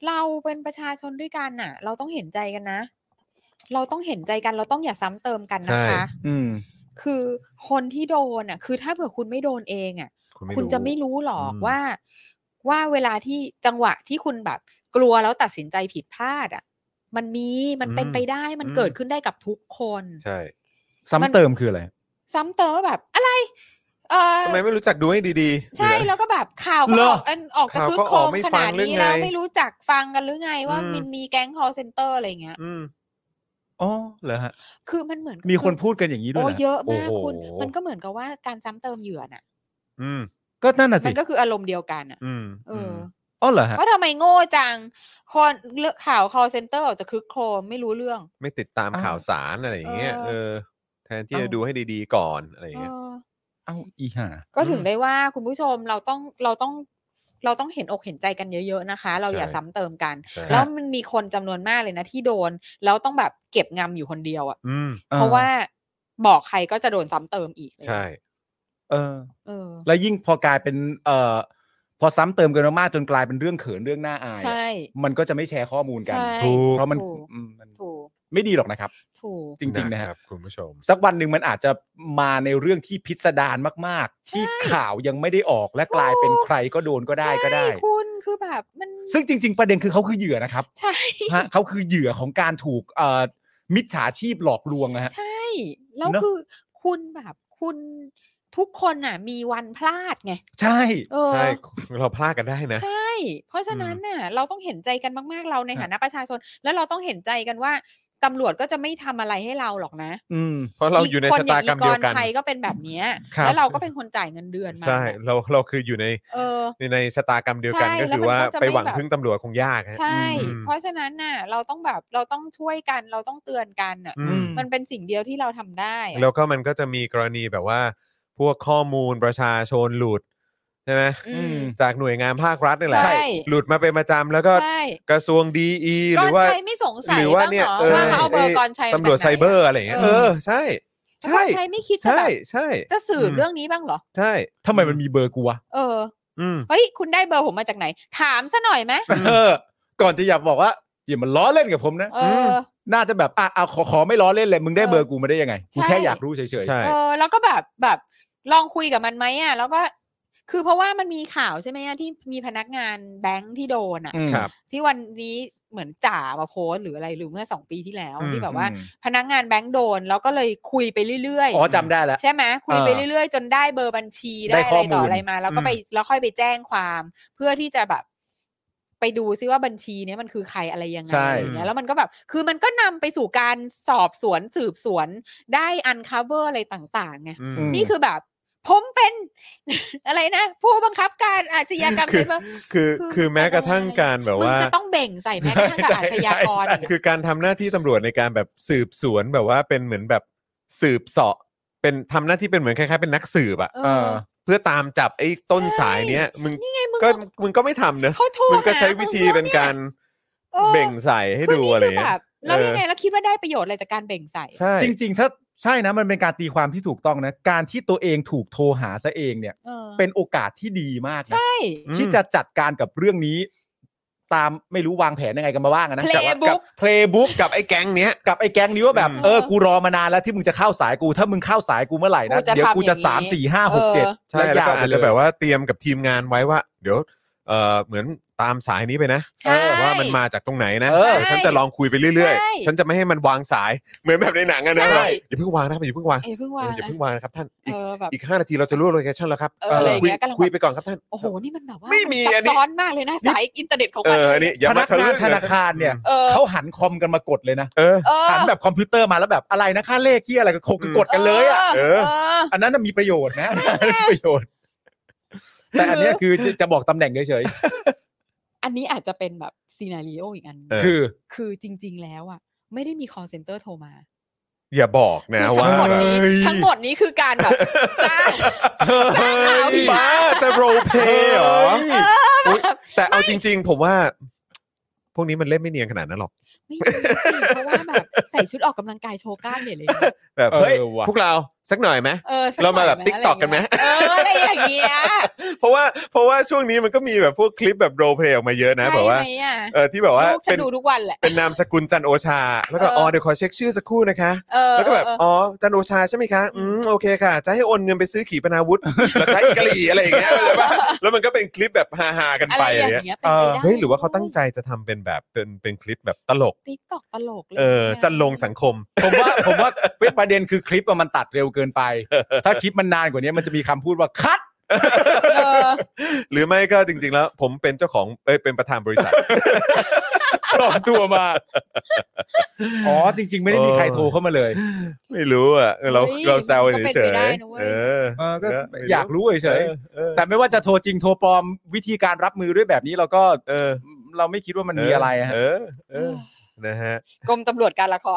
[SPEAKER 3] เราเป็นประชาชนด้วยกันน่ะ เราต้องเห็นใจกันนะ เราต้องเห็นใจกัน เราต้องอย่าซ้ำเติมกันนะคะ
[SPEAKER 2] อืม
[SPEAKER 3] คือคนที่โดนอ่ะ คือถ้าเผื่อคุณไม่โดนเองอ่ะ
[SPEAKER 1] คุณไม่
[SPEAKER 3] คุณ
[SPEAKER 1] รู้
[SPEAKER 3] จะไม่รู้หรอก
[SPEAKER 1] อืม
[SPEAKER 3] ว่า ว่าเวลาที่จังหวะที่คุณแบบ กลัวแล้วตัดสินใจผิดพลาดอ่ะ มันมีมันเป็นไปได้มันเกิดขึ้นได้กับทุกคน
[SPEAKER 1] ใช่
[SPEAKER 2] ซ้ำเติมคืออะไร
[SPEAKER 3] ซ้ำเติมว่าแบบอะไร เออ
[SPEAKER 1] ทำไมไม่รู้จักดูให้ดีๆ
[SPEAKER 3] ใช่
[SPEAKER 1] หรือ
[SPEAKER 3] แล้วก็แบบข่าว
[SPEAKER 2] เหร
[SPEAKER 3] ก็
[SPEAKER 2] อ
[SPEAKER 3] ออกกันออกจะ
[SPEAKER 1] ข่าว
[SPEAKER 3] คึก
[SPEAKER 1] ก็
[SPEAKER 3] โค
[SPEAKER 1] ออก
[SPEAKER 3] ม
[SPEAKER 1] ไม่
[SPEAKER 3] ข
[SPEAKER 1] ฟั
[SPEAKER 3] นาง ด
[SPEAKER 1] หรือ
[SPEAKER 3] นี้แล้ว
[SPEAKER 1] ไง
[SPEAKER 3] ไม่รู้จักฟังกันหรือไงว่า
[SPEAKER 1] อืม
[SPEAKER 3] มินมีแก๊ง call center อะไรอย่างเงี้ย
[SPEAKER 1] อืม
[SPEAKER 2] อ๋อเหรอฮะ
[SPEAKER 3] คือมันเหมือนกับ
[SPEAKER 2] มีคนพูดกันอย่างนี้ด้วย
[SPEAKER 3] โอ้
[SPEAKER 2] เหรอ
[SPEAKER 3] เยอะมาก
[SPEAKER 1] โอ้โห
[SPEAKER 3] คุณ มันก็เหมือนกับว่าการซ้ำเติมเหยื่อน่ะ
[SPEAKER 1] อืม
[SPEAKER 2] ก็นั่นน่ะ
[SPEAKER 3] มั
[SPEAKER 2] สิ
[SPEAKER 3] นก็คืออารมณ์เดียวกันอ่ะ
[SPEAKER 1] อืม
[SPEAKER 3] เอออ
[SPEAKER 2] อ๋อเหรอฮะ
[SPEAKER 3] ว่าทำไมโง่จังคอนเลือกข่าว call center ออกจากคลึกโครมไม่รู้เรื่อง
[SPEAKER 1] ไม่ติดตามข่าวสารอะไรอย่างเงี้ย
[SPEAKER 3] เออ
[SPEAKER 1] เออ แทนที่จะดูให้ดีๆก่อนอะไรอย่าง
[SPEAKER 3] เอ
[SPEAKER 1] เงี้ย
[SPEAKER 3] อ
[SPEAKER 2] เอ้าอีห่า
[SPEAKER 3] ก็ถึ
[SPEAKER 1] อื
[SPEAKER 3] ง
[SPEAKER 1] ม
[SPEAKER 3] ได้ว่าคุณผู้ชมเราต้องเราต้องเราต้องเห็นอกเห็นใจกันเยอะๆนะคะ เราอย่า
[SPEAKER 1] ใช่
[SPEAKER 3] ซ้ำเติมกัน
[SPEAKER 1] ใช่
[SPEAKER 2] ครับ
[SPEAKER 3] แล้วมันมีคนจำนวนมากเลยนะที่โดน แล้วต้องแบบเก็บงำอยู่คนเดียวอะ่ะ
[SPEAKER 1] อืม
[SPEAKER 3] เพราะว่าบอกใครก็จะโดนซ้ำเติมอีกเลย
[SPEAKER 1] ใช่
[SPEAKER 2] เออ
[SPEAKER 3] เออ
[SPEAKER 2] แล้วยิ่งพอกลายเป็นเอ่อพอซ้ำเติมกันมากๆจนกลายเป็นเรื่องเขินเรื่องหน้าอายอะ
[SPEAKER 3] ใช่
[SPEAKER 2] มันก็จะไม่แชร์ข้อมูลกัน
[SPEAKER 3] ใช่
[SPEAKER 1] ถูก
[SPEAKER 2] เพราะมัน
[SPEAKER 3] ถูก
[SPEAKER 2] อืมมัน
[SPEAKER 3] ถูก
[SPEAKER 2] ไม่ดีหรอกนะครับ
[SPEAKER 3] ถูก
[SPEAKER 2] จริง ๆ นะฮะ
[SPEAKER 1] คุณผู้ชม
[SPEAKER 2] สักวันหนึ่งมันอาจจะมาในเรื่องที่พิสดารมาก ๆ ที่ข่าวยังไม่ได้ออกและกลายเป็น
[SPEAKER 3] ถูก
[SPEAKER 2] ใครก็โดนก็ได้ก็ได้
[SPEAKER 3] ใช่คุณคือแบบมัน
[SPEAKER 2] ซึ่งจริง ๆ ประเด็นคือเขาคือเหยื่อนะครับ
[SPEAKER 3] ใช่
[SPEAKER 2] ฮะเขาคือเหยื่อของการถูกเอ่อมิจฉาชีพหลอกลวงนะฮะ
[SPEAKER 3] ใช่ แล้ว
[SPEAKER 2] เนอะ
[SPEAKER 3] คือคุณแบบคุณทุกคนน่ะ มีวันพลาดไง
[SPEAKER 2] ใช่
[SPEAKER 3] เออ
[SPEAKER 1] ใช่ เราพลาดกันได้นะ
[SPEAKER 3] ใช่ เพราะฉะนั้นน่ะเราต้องเห็นใจกันมากๆ เราในฐานะประชาชน แล้วเราต้องเห็นใจกันว่าตำรวจก็จะไม่ทำอะไรให้เราหรอกนะ
[SPEAKER 2] อืม
[SPEAKER 1] เพราะเราอยู่ใน
[SPEAKER 3] ค
[SPEAKER 1] ชะตากรรม
[SPEAKER 3] อ
[SPEAKER 1] เดียวกัน
[SPEAKER 3] ไทยก็เป็นแบบเนี้ย
[SPEAKER 2] ครับ
[SPEAKER 3] แล้วเราก็เป็นคนจ่ายเงินเดือนมา
[SPEAKER 1] ใช่ เราเราคืออยู่ใน
[SPEAKER 3] เออ
[SPEAKER 1] ในในชะตากรรมเดียวกัน
[SPEAKER 3] ใช่
[SPEAKER 1] ก็คือว่า
[SPEAKER 3] แล้วมันก็จะ
[SPEAKER 1] ไป
[SPEAKER 3] ไม่
[SPEAKER 1] หวัง
[SPEAKER 3] แบบ
[SPEAKER 1] พึ่งตำรวจคงยากฮะ
[SPEAKER 3] ใช่
[SPEAKER 1] อืม
[SPEAKER 3] เพราะฉะนั้นน่ะเราต้องแบบเราต้องช่วยกันเราต้องเตือนกันน่ะ
[SPEAKER 1] อืม
[SPEAKER 3] มันเป็นสิ่งเดียวที่เราทำได้อะ
[SPEAKER 1] แล้วก็มันก็จะมีกรณีแบบว่า พวกข้อมูลประชาชนหลุดใช่ไหม
[SPEAKER 3] อืม
[SPEAKER 1] จากหน่วยงานภาครัฐนี่แหละ
[SPEAKER 3] ใช่
[SPEAKER 1] หลุดมาเป็นประจำแล้วก็
[SPEAKER 3] ใช่
[SPEAKER 1] กระทรวงดีอีห
[SPEAKER 3] ก่
[SPEAKER 1] รื
[SPEAKER 3] อน
[SPEAKER 1] อว่า
[SPEAKER 3] ชัยไม่สงสัย
[SPEAKER 1] หรือว่า
[SPEAKER 3] บ้าง
[SPEAKER 1] เนี่ย
[SPEAKER 3] เหรอ
[SPEAKER 1] เออ
[SPEAKER 3] ว่าเขาเอาเบอร์
[SPEAKER 1] ไอ้
[SPEAKER 3] ก่อนชัยมาจาก
[SPEAKER 1] ตำรวจ
[SPEAKER 3] หน
[SPEAKER 1] ไซเบอร์อะไรอย่างเงี้ย
[SPEAKER 2] เอ
[SPEAKER 1] เอ
[SPEAKER 2] อ
[SPEAKER 1] อใช่
[SPEAKER 3] กอ
[SPEAKER 1] ใช่
[SPEAKER 3] นชัยไม่คิดจะ
[SPEAKER 1] ใช่
[SPEAKER 3] แบบ
[SPEAKER 1] ใช่
[SPEAKER 3] จะสืบเรื่องนี้บ้างเหรอ
[SPEAKER 1] ใช่
[SPEAKER 2] ทำไมมันมีเบอร์กูวะ
[SPEAKER 3] เออ
[SPEAKER 1] อืม
[SPEAKER 3] เฮ้ย คุณได้เบอร์ผมมาจากไหน ถามซะหน่อยไหม
[SPEAKER 2] เออก่อนจะอยากบอกว่าอย่ามาล้อเล่นกับผมนะ
[SPEAKER 3] เอ
[SPEAKER 1] ม
[SPEAKER 3] อ
[SPEAKER 2] น่าจะแบบอ่ะเอาขอขอไม่ล้อเล่นเลย มึงได้
[SPEAKER 3] เออ
[SPEAKER 2] เบอร์กูมาได้ยังไงกู
[SPEAKER 3] ใช่
[SPEAKER 2] แค่อยากรู้เฉยๆ
[SPEAKER 1] ใช่
[SPEAKER 3] เออ แล้วก็แบบแบบลองคุยกับมันไหมอ่ะ แล้วก็คือเพราะว่ามันมีข่าวใช่ไหมอะที่มีพนักงานแบงค์ที่โดนอ่ะ
[SPEAKER 2] อืม
[SPEAKER 1] ครับ
[SPEAKER 3] ที่วันนี้เหมือนจ่ามาโพสต์หรืออะไรหรือเมื่อสองปีที่แล้ว
[SPEAKER 1] อืม
[SPEAKER 3] ที่แบบว่า
[SPEAKER 2] อืม
[SPEAKER 3] พนักงานแบงค์โดน แล้วก็เลยคุยไปเรื่อย
[SPEAKER 2] อ๋อจำได้แล้ว
[SPEAKER 3] ใช่ไหมคุยไป
[SPEAKER 2] อ่า
[SPEAKER 3] เรื่อยๆ จนได้เบอร์บัญชี
[SPEAKER 2] ได้
[SPEAKER 3] ได้อะ
[SPEAKER 2] ข้อ
[SPEAKER 3] ไร
[SPEAKER 2] มูล
[SPEAKER 3] ต่ออะไรมา แล้วก็ไปแล้วค่อยไปแจ้งความ เพื่อที่จะแบบ ไปดูซิว่าบัญชีเนี้ยมันคือใครอะไรยังไง
[SPEAKER 2] ใช่
[SPEAKER 3] อะไรอย่างเงี้ยแล้วมันก็แบบ คือมันก็นำไปสู่การสอบสวนสืบสวนได้อันค v เวอร์อะไรต่างๆไง
[SPEAKER 1] อืม
[SPEAKER 2] ม
[SPEAKER 3] นี่คือแบบ ผมเป็น อะไรนะ ผู้บังคับการอาชญากรรม
[SPEAKER 1] คือ
[SPEAKER 3] ใช่ไหม
[SPEAKER 1] คือ
[SPEAKER 3] คือ
[SPEAKER 1] คือแม้
[SPEAKER 3] มัน
[SPEAKER 1] กระทั่ง
[SPEAKER 3] อะไร
[SPEAKER 1] การแบบ
[SPEAKER 3] มึง
[SPEAKER 1] ว่า
[SPEAKER 3] จะต้องเบ่งใส่ แม้กระทั่งกับอาชญากร
[SPEAKER 2] ใช่ใช่
[SPEAKER 1] คือการทำหน้าที่ตำรวจในการแบบสืบสวนแบบว่าเป็นเหมือนแบบสืบเสาะเป็นทำหน้าที่เป็นเหมือนคล้ายๆเป็นนักสืบอะ
[SPEAKER 3] เอ
[SPEAKER 2] เอ
[SPEAKER 3] อ
[SPEAKER 2] อ
[SPEAKER 1] เพื่อตามจับไอ้ต้นสายเนี้ยมึง
[SPEAKER 3] นี่ไงมึง
[SPEAKER 1] ก็
[SPEAKER 3] ก็
[SPEAKER 1] มึงก็ไม่ทำเนอะ
[SPEAKER 3] เขาโทร
[SPEAKER 1] มึงก็
[SPEAKER 3] หา
[SPEAKER 1] ใช้
[SPEAKER 3] มึ
[SPEAKER 1] วิ
[SPEAKER 3] ง
[SPEAKER 1] ธี
[SPEAKER 3] ด้วย
[SPEAKER 1] เป็น
[SPEAKER 3] ย
[SPEAKER 1] การ
[SPEAKER 3] เออ
[SPEAKER 1] เบ่งใส่ให้
[SPEAKER 3] คือ
[SPEAKER 1] ดู
[SPEAKER 3] นี่
[SPEAKER 1] อะไร
[SPEAKER 3] คื
[SPEAKER 1] เงี้
[SPEAKER 3] แบ
[SPEAKER 1] ย
[SPEAKER 3] บแล้ว
[SPEAKER 1] เออ
[SPEAKER 3] ยังไงแล้วคิดว่าได้ประโยชน์อะไรจากการเบ่งใส่
[SPEAKER 1] ใช่
[SPEAKER 2] จริง ๆ ถ้าใช่นะมันเป็นการตีความที่ถูกต้องนะ การที่ตัวเองถูกโทรหาซะเองเนี่ย
[SPEAKER 3] เออ
[SPEAKER 2] เป็นโอกาสที่ดีมากนะ
[SPEAKER 3] ใช่
[SPEAKER 1] อืม
[SPEAKER 2] ที่จะจัดการกับเรื่องนี้ ตามไม่รู้วางแผนยังไงกันมาบ้างอะนะ
[SPEAKER 3] เพล
[SPEAKER 2] แต่ว่า
[SPEAKER 3] ย์บุ๊ก
[SPEAKER 2] เพลย์บุ๊ก
[SPEAKER 1] กับไอ้แก๊งเนี้ย
[SPEAKER 2] กับไอ้แก๊งนี้ว่าแบบ
[SPEAKER 1] อืม
[SPEAKER 2] เออกูรอมานานแล้วที่มึงจะเข้าสายกูถ้ามึงเข้าสายกูเมื่อไหร่นะ
[SPEAKER 3] กูจะ
[SPEAKER 2] เดี๋ยวกูจะ
[SPEAKER 3] ทำอย่างนี้
[SPEAKER 2] สามสี่ห้าหกเจ็ด
[SPEAKER 3] เออ
[SPEAKER 1] ใช่แล้วก็อาจ
[SPEAKER 2] ไป
[SPEAKER 1] จะ
[SPEAKER 2] เย
[SPEAKER 1] แบบว่าเตรียมกับทีมงานไว้ว่า เดี๋ยวเออเหมือนตามสายนี้ไปนะ
[SPEAKER 3] ใช่
[SPEAKER 1] ว่ามันมาจากตรงไหนนะ
[SPEAKER 2] เออ
[SPEAKER 1] เดี๋ยวฉันจะลองคุยไปเรื่อย
[SPEAKER 3] ใช่
[SPEAKER 1] ๆ ฉันจะไม่ให้มันวางสายเหมือนแบบในหนังอะนะ
[SPEAKER 3] ใช่
[SPEAKER 1] ว่าอย่าเพิ่งวางนะครับอย่าเพิ่งวาง
[SPEAKER 3] เอยเพิ่ง
[SPEAKER 1] เอ
[SPEAKER 3] วา
[SPEAKER 1] อง อย่าเพิ่งวางนะครับท่านอี
[SPEAKER 3] เอก อแบบ
[SPEAKER 1] อีก 5 นาทีเราจะรู้โลเคชั่นแล้วครับ
[SPEAKER 3] เอออะไรอย่าง
[SPEAKER 1] คุ
[SPEAKER 3] เงี้
[SPEAKER 1] ย
[SPEAKER 3] ยกำลังแบบ
[SPEAKER 1] คุยไปก่อนครับท่าน
[SPEAKER 3] โอ้โหนี่มันแบบว่า
[SPEAKER 1] ไม่มี
[SPEAKER 3] นซั
[SPEAKER 1] อั
[SPEAKER 3] บ
[SPEAKER 1] นนี้
[SPEAKER 3] ซ้อนมากเลยนะสายอินเทอร์เน็ตของ
[SPEAKER 1] เอ
[SPEAKER 3] มัน
[SPEAKER 1] ออันนี้อย่า
[SPEAKER 2] พ
[SPEAKER 1] มา
[SPEAKER 2] นัก
[SPEAKER 1] ทะ
[SPEAKER 2] งา
[SPEAKER 1] ลึ่
[SPEAKER 2] นธนา
[SPEAKER 1] งะ
[SPEAKER 2] คารเนี่ย
[SPEAKER 3] เออ
[SPEAKER 2] เขาหันคอมกันมากดเลยนะ
[SPEAKER 1] เออ
[SPEAKER 3] เออ
[SPEAKER 2] หันแบบคอมพิวเตอร์มาแล้วแบบอะไรนะค่าเลขที่อะไรก็คง
[SPEAKER 1] อืม
[SPEAKER 2] กดกันเลยอ่ะ
[SPEAKER 3] เออ
[SPEAKER 1] เอ
[SPEAKER 2] อันนั้นนะมีประโยชน์นะ มีประโยชน์ แต่อันเนี้ยคือจะจะบอกตำแหน่งเฉย
[SPEAKER 3] อันนี้อาจจะเป็นแบบซีนารีโออีกอันหนึ่ง
[SPEAKER 1] เอ
[SPEAKER 2] ๆ คือ
[SPEAKER 3] คือจริง ๆ แล้วอ่ะ ไม่ได้มี call center โทรมา
[SPEAKER 1] อย่าบอกนะ
[SPEAKER 3] คือ
[SPEAKER 1] ว่า
[SPEAKER 3] ทั้งหมดนี้
[SPEAKER 1] เฮ้ย
[SPEAKER 3] ทั้งหมดนี้คือการแบบสร้าง
[SPEAKER 1] เฮ้ย
[SPEAKER 3] สร้างข่าว
[SPEAKER 1] บ้าจะโรลเพลย์เหรอ
[SPEAKER 3] แบบ
[SPEAKER 1] แต่เอาจริง ๆ ผมว่า พวกนี้มันเล่นไม่เนียนขนาดนั้นหรอก
[SPEAKER 3] ไม่มีสิเพราะว่าแบบใส่ชุดออกกำลังกายโชว์กล้ามเนี่ยเลยนะ
[SPEAKER 1] แบบ
[SPEAKER 2] เออ
[SPEAKER 1] เฮ้ย
[SPEAKER 2] ว่ะ
[SPEAKER 1] พวกเราสักหน่อยไหม
[SPEAKER 3] เออสั
[SPEAKER 1] เรามาแบบ
[SPEAKER 3] หน่ยไห
[SPEAKER 1] TikTok กันไหม
[SPEAKER 3] เอออะไรอย่างเงี้ย
[SPEAKER 1] เพราะว่าเพราะว่าช่วงนี้มันก็มีแบบพวกคลิปแบบโรลเพลย์ออกมาเยอะนะ
[SPEAKER 3] ใช่
[SPEAKER 1] แบบว่า
[SPEAKER 3] ไหมอ่ะ
[SPEAKER 1] เออที่แบบว่า
[SPEAKER 3] ลูกฉั
[SPEAKER 1] เป็น น
[SPEAKER 3] ดูทุกวันแหละ
[SPEAKER 1] เป็นนามสกุลจันโอชา แล้วก็
[SPEAKER 3] เอออ๋
[SPEAKER 1] อ๋อเดี๋ยวขอเช็คชื่อสักครู่นะคะ
[SPEAKER 3] เออ
[SPEAKER 1] แล้วก็แบบ
[SPEAKER 3] เออ
[SPEAKER 1] อ๋อ จันโอชาใช่ไหมคะ อืม โอเคค่ะ จะให้โอนเงินไปซื้อขีปนาวุธ แล้วก็อีกกะหรี่อะไรอย่างเงี้ ยเข้าใจปะแล้วมันก็เป็นคลิปแบบฮาๆกัน
[SPEAKER 3] อะ
[SPEAKER 1] ไป
[SPEAKER 3] ไร
[SPEAKER 1] อะไร
[SPEAKER 3] อย่าง
[SPEAKER 1] เงี้ย
[SPEAKER 3] เงี้ยเป็นไป
[SPEAKER 2] เออ
[SPEAKER 3] ได้
[SPEAKER 1] เฮ้ย หรือว่าเขาตั้งใจจะทำเป็นแบบ เป็นเป็นคลิปแบบตลก
[SPEAKER 3] ติ๊กตอกตลกเลย
[SPEAKER 1] เออ
[SPEAKER 3] เนี่ย
[SPEAKER 1] จันลงสังคม
[SPEAKER 2] ผมว่าผมว่า เป็นประเด็นคือคลิปอะมันตัดเร็วเกินไป ถ้าคลิปมันนานกว่านี้มันจะมีคำพูดว่าคัด
[SPEAKER 3] เออ
[SPEAKER 1] หรือไม่ก็จริง ๆ แล้ว ผมเป็นเจ้าของเอ้ยเป็นประธานบริษัท
[SPEAKER 2] ปลอมตัวมา อ๋อ จริง ๆ ไม่ได้มีใครโทรเข้ามาเลย
[SPEAKER 1] ไม่รู้อ่ะเออเรา
[SPEAKER 3] เฮ้ย
[SPEAKER 1] เราแซว
[SPEAKER 3] มันก็เป็น
[SPEAKER 1] เฉ
[SPEAKER 3] ไป
[SPEAKER 1] ย
[SPEAKER 3] ได้นะเว้
[SPEAKER 1] ๆ
[SPEAKER 3] ย
[SPEAKER 1] เออ
[SPEAKER 2] เออก็
[SPEAKER 1] ไม่
[SPEAKER 2] อยากรู้เฉย
[SPEAKER 1] ออเออ
[SPEAKER 2] ๆแต่ไม่ว่าจะโทรจริงโทรปลอมวิธีการรับมือด้วยแบบนี้เราก็
[SPEAKER 1] เออ
[SPEAKER 2] เราไม่คิดว่ามันมีอะไรฮะ
[SPEAKER 1] เออเออนะฮะ
[SPEAKER 3] กรมตำรวจการละค ร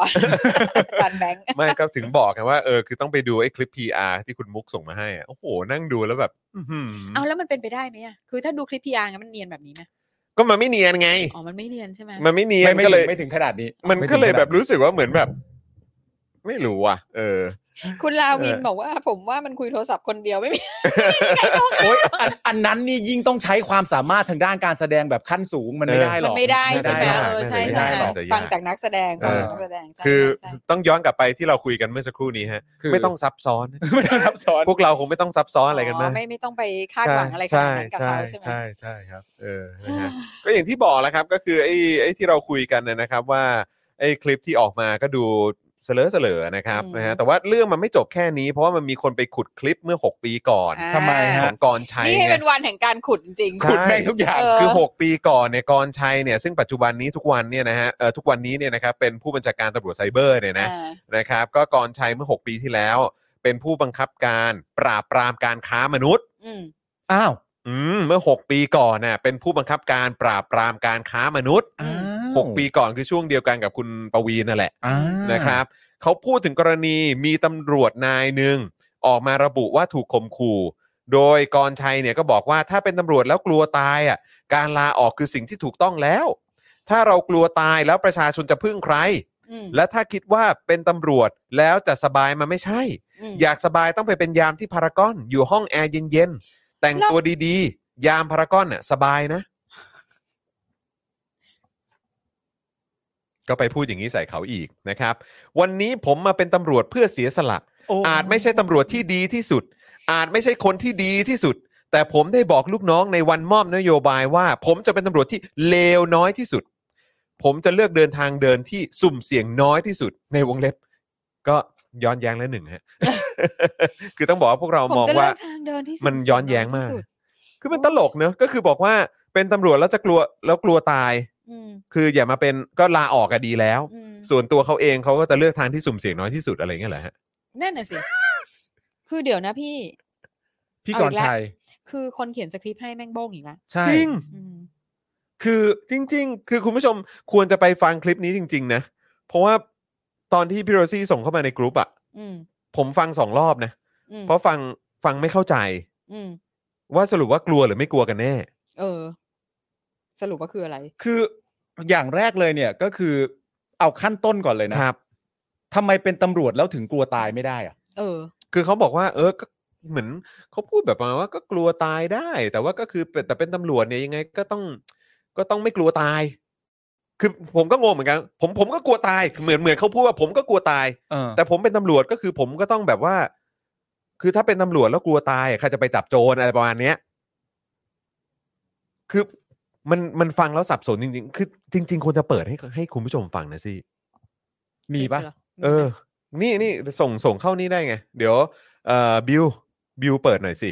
[SPEAKER 3] จันแบงค์
[SPEAKER 1] ไม่ก็ถึงบอกไงว่าเออคือต้องไปดูไอ้คลิป PR ที่คุณมุกส่งมาให้อะโอ้โห นั่งดูแล้วแบบ อื้อหือ
[SPEAKER 3] เอาแล้วมันเป็นไปได้ไหมอะคือถ้าดูคลิปพีอาร์งั้นมันเนียนแบบนี้ไหม
[SPEAKER 1] ก็มันไม่เนียนไง
[SPEAKER 3] อ๋อ มันไม่เนียนใช่ไหม
[SPEAKER 1] มันไม่เนียน
[SPEAKER 2] ไม่ไม่
[SPEAKER 1] ก็เล
[SPEAKER 2] ถึ
[SPEAKER 1] ย
[SPEAKER 2] งไม่ถึงขนาดนี้
[SPEAKER 1] มัน
[SPEAKER 2] ไถึง
[SPEAKER 1] ก็เลย
[SPEAKER 2] ขนาด
[SPEAKER 1] แบบรู้สึกว่าเหมือนแบบ ไม่รู้อ่ะ เออ
[SPEAKER 3] คุณลาวิน
[SPEAKER 1] เออ
[SPEAKER 3] บอกว่าผมว่ามันคุยโทรศัพท์คนเดียวไม่มี
[SPEAKER 2] โอ๊ยอันอันนั้นนี่ยิ่งต้องใช้ความสามารถทางด้านการแสดงแบบขั้นสูงมันไม่
[SPEAKER 1] เออ
[SPEAKER 2] ได้หร
[SPEAKER 3] มั
[SPEAKER 2] อน ก
[SPEAKER 3] ไม่ได้ใช่ไหม
[SPEAKER 1] ไม่ได้
[SPEAKER 3] เออใช่
[SPEAKER 1] ไม่ได้
[SPEAKER 3] ใช่
[SPEAKER 1] หรอก
[SPEAKER 3] ฟังจากนักแสดง
[SPEAKER 1] เอ
[SPEAKER 3] ฟั
[SPEAKER 1] อ
[SPEAKER 3] งจากนักแสดงใช่
[SPEAKER 1] คือ
[SPEAKER 3] ใช่ใช่
[SPEAKER 1] ต้องย้อนกลับไปที่เราคุยกันเมื่อสักครู่นี้ฮะ
[SPEAKER 2] คือ
[SPEAKER 1] ไม่ต้องซับซ้อน
[SPEAKER 2] ไม่ต้องซับซ้อน
[SPEAKER 1] พวกเราคงไม่ต้องซับซ้อนอะไรกันมาก
[SPEAKER 3] ไม่ไม่ต้องไปคาดหวังอะไรขนาดนั้นกับเขาใช่ไหม
[SPEAKER 1] ใช่ใช่ครับเออนะฮะ ก็อย่างที่บอกแหล้วครับก็คือไอ้ไอ้ที่เราคุยกันนะนะครับว่าไอ้คลิปที่ออกมาก็ดูเสลอเสลอๆนะครับ
[SPEAKER 3] อืม
[SPEAKER 1] นะฮะแต่ว่าเรื่องมันไม่จบแค่นี้ เพราะว่ามันมีคนไปขุดคลิปเมื่อ 6 ปีก่อน
[SPEAKER 3] อ่า
[SPEAKER 2] ทำไม
[SPEAKER 1] ข
[SPEAKER 2] ฮะ
[SPEAKER 1] องกรชัย
[SPEAKER 3] นี่ให้
[SPEAKER 1] ไง
[SPEAKER 3] เป็นวันแห่งการขุดจริงๆ
[SPEAKER 1] ใช่
[SPEAKER 2] ขุดแม่งทุกอย่าง
[SPEAKER 3] เออ
[SPEAKER 1] คือ 6 ปีก่อนเนี่ยกรชัยเนี่ยซึ่งปัจจุบันนี้ทุกวันเนี่ยนะฮะเอ่อทุกวันนี้เนี่ยนะครับเป็นผู้บัญชาการตำรวจไซเบอร์เนี่ยนะ
[SPEAKER 3] อ่า
[SPEAKER 1] นะครับก็กรชัยเมื่อ 6 ปีที่แล้ว เป็นผู้บังคับการปราบปรามการค้ามนุษย์
[SPEAKER 3] อืม
[SPEAKER 2] อ้าว
[SPEAKER 1] อืมเมื่อ 6 ปีก่อนน่ะเป็นผู้บังคับการปราบปรามการค้ามนุษย์
[SPEAKER 2] อ้าว
[SPEAKER 1] 6 ปีก่อนคือช่วงเดียวกันกับคุณปวีณนั่นแหละ
[SPEAKER 2] อ้าว
[SPEAKER 1] นะครับเขาพูดถึงกรณีมีตำรวจนายหนึ่งออกมาระบุว่าถูกข่มขู่ โดยกรชัยเนี่ยก็บอกว่าถ้าเป็นตำรวจแล้วกลัวตายอ่ะการลาออกคือสิ่งที่ถูกต้องแล้ว ถ้าเรากลัวตายแล้วประชาชนจะพึ่งใคร
[SPEAKER 3] อืม
[SPEAKER 1] และถ้าคิดว่าเป็นตำรวจแล้วจะสบายมันไม่ใช่
[SPEAKER 3] ม
[SPEAKER 1] อยากสบายต้องไปเป็นยามที่พารากอนอยู่ห้องแอร์เย็นๆ แต่งตัวดีๆ ยามพารากอนน่ะสบายนะ ก็ไปพูดอย่างนี้ใส่เขาอีกนะครับ วันนี้ผมมาเป็นตำรวจเพื่อเสียสละ อาจไม่ใช่ตำรวจที่ดีที่สุด อาจไม่ใช่คนที่ดีที่สุด แต่ผมได้บอกลูกน้องในวันมอบนโยบายว่า ผมจะเป็นตำรวจที่เลวน้อยที่สุด ผมจะเลือกเดินทางเดินที่สุ่มเสี่ยงน้อยที่สุด ในวงเล็บ ก็ย้อนแย้งและหนึ่งฮะ คือต้องบอกว่าพวกเรามองว่า
[SPEAKER 3] ผจะเลืกทงเดิที่
[SPEAKER 1] มัน
[SPEAKER 3] สุ่เสี่
[SPEAKER 1] ย้อนแย้งมาก
[SPEAKER 3] ที่สุด
[SPEAKER 1] คือมันตลกเนอะก็คือบอกว่าเป็นตำรวจแล้วจะกลัวแล้วกลัวตาย
[SPEAKER 3] อืม
[SPEAKER 1] คืออย่ามาเป็นก็ลาออกอะดีแล้ว
[SPEAKER 3] อืม
[SPEAKER 1] ส่วนตัวเขาเองเขาก็จะเลือกทางที่สุ่มเสี่ยงน้อยที่สุดอะไรเงี้ยแหละฮะ
[SPEAKER 3] นั่นน่ะสิ คือเดี๋ยวนะพี่
[SPEAKER 2] พี่
[SPEAKER 3] เอา
[SPEAKER 2] กร
[SPEAKER 3] อีกแล้ว
[SPEAKER 2] ชัย
[SPEAKER 3] คือคนเขียนสคริปต์ให้แม่งโบ้งอีกแล้ว
[SPEAKER 2] ใช่
[SPEAKER 1] จริง
[SPEAKER 3] อืม
[SPEAKER 1] คือจริง ๆ คือคุณผู้ชมควรจะไปฟังคลิปนี้จริง ๆ นะ เพราะว่าตอนที่พี่โรซี่ส่งเข้ามาในกรุ๊ปอะ
[SPEAKER 3] อืม
[SPEAKER 1] ผมฟังสองรอบนะ
[SPEAKER 3] อืม
[SPEAKER 1] เพราะฟังฟังไม่เข้าใจ
[SPEAKER 3] อืม
[SPEAKER 1] ว่าสรุปว่ากลัวหรือไม่กลัวกันแน่
[SPEAKER 3] เออ สรุปว่าคืออะไร
[SPEAKER 2] คืออย่างแรกเลยเนี่ยก็คือเอาขั้นต้นก่อนเลยนะครับ ทำไมเป็นตำรวจแล้วถึงกลัวตายไม่ได้อะ
[SPEAKER 3] เออ
[SPEAKER 1] คือเขาบอกว่า เออก็เหมือนเขาพูดแบบประมาณว่าก็กลัวตายได้ แต่ว่าก็คือแต่เป็นตำรวจเนี่ยยังไงก็ต้องก็ต้องไม่กลัวตาย คือผมก็งงเหมือนกัน ผมผมก็กลัวตายเหมือนเหมือนเขาพูดว่าผมก็กลัวตาย
[SPEAKER 2] เออ
[SPEAKER 1] แต่ผมเป็นตำรวจก็คือผมก็ต้องแบบว่า คือถ้าเป็นตำรวจแล้วกลัวตายใครจะไปจับโจรอะไรประมาณเนี้ย คือมันมันฟังแล้วสับสนจริง ๆ คือ จริง ๆควรจะเปิดให้ให้คุณผู้ชมฟังนะสิ
[SPEAKER 2] มีปะ
[SPEAKER 1] เออ นี่นี่ส่งส่งเข้านี่ได้ไง เดี๋ยวเอ่อบิวบิวเปิดหน่อยสิ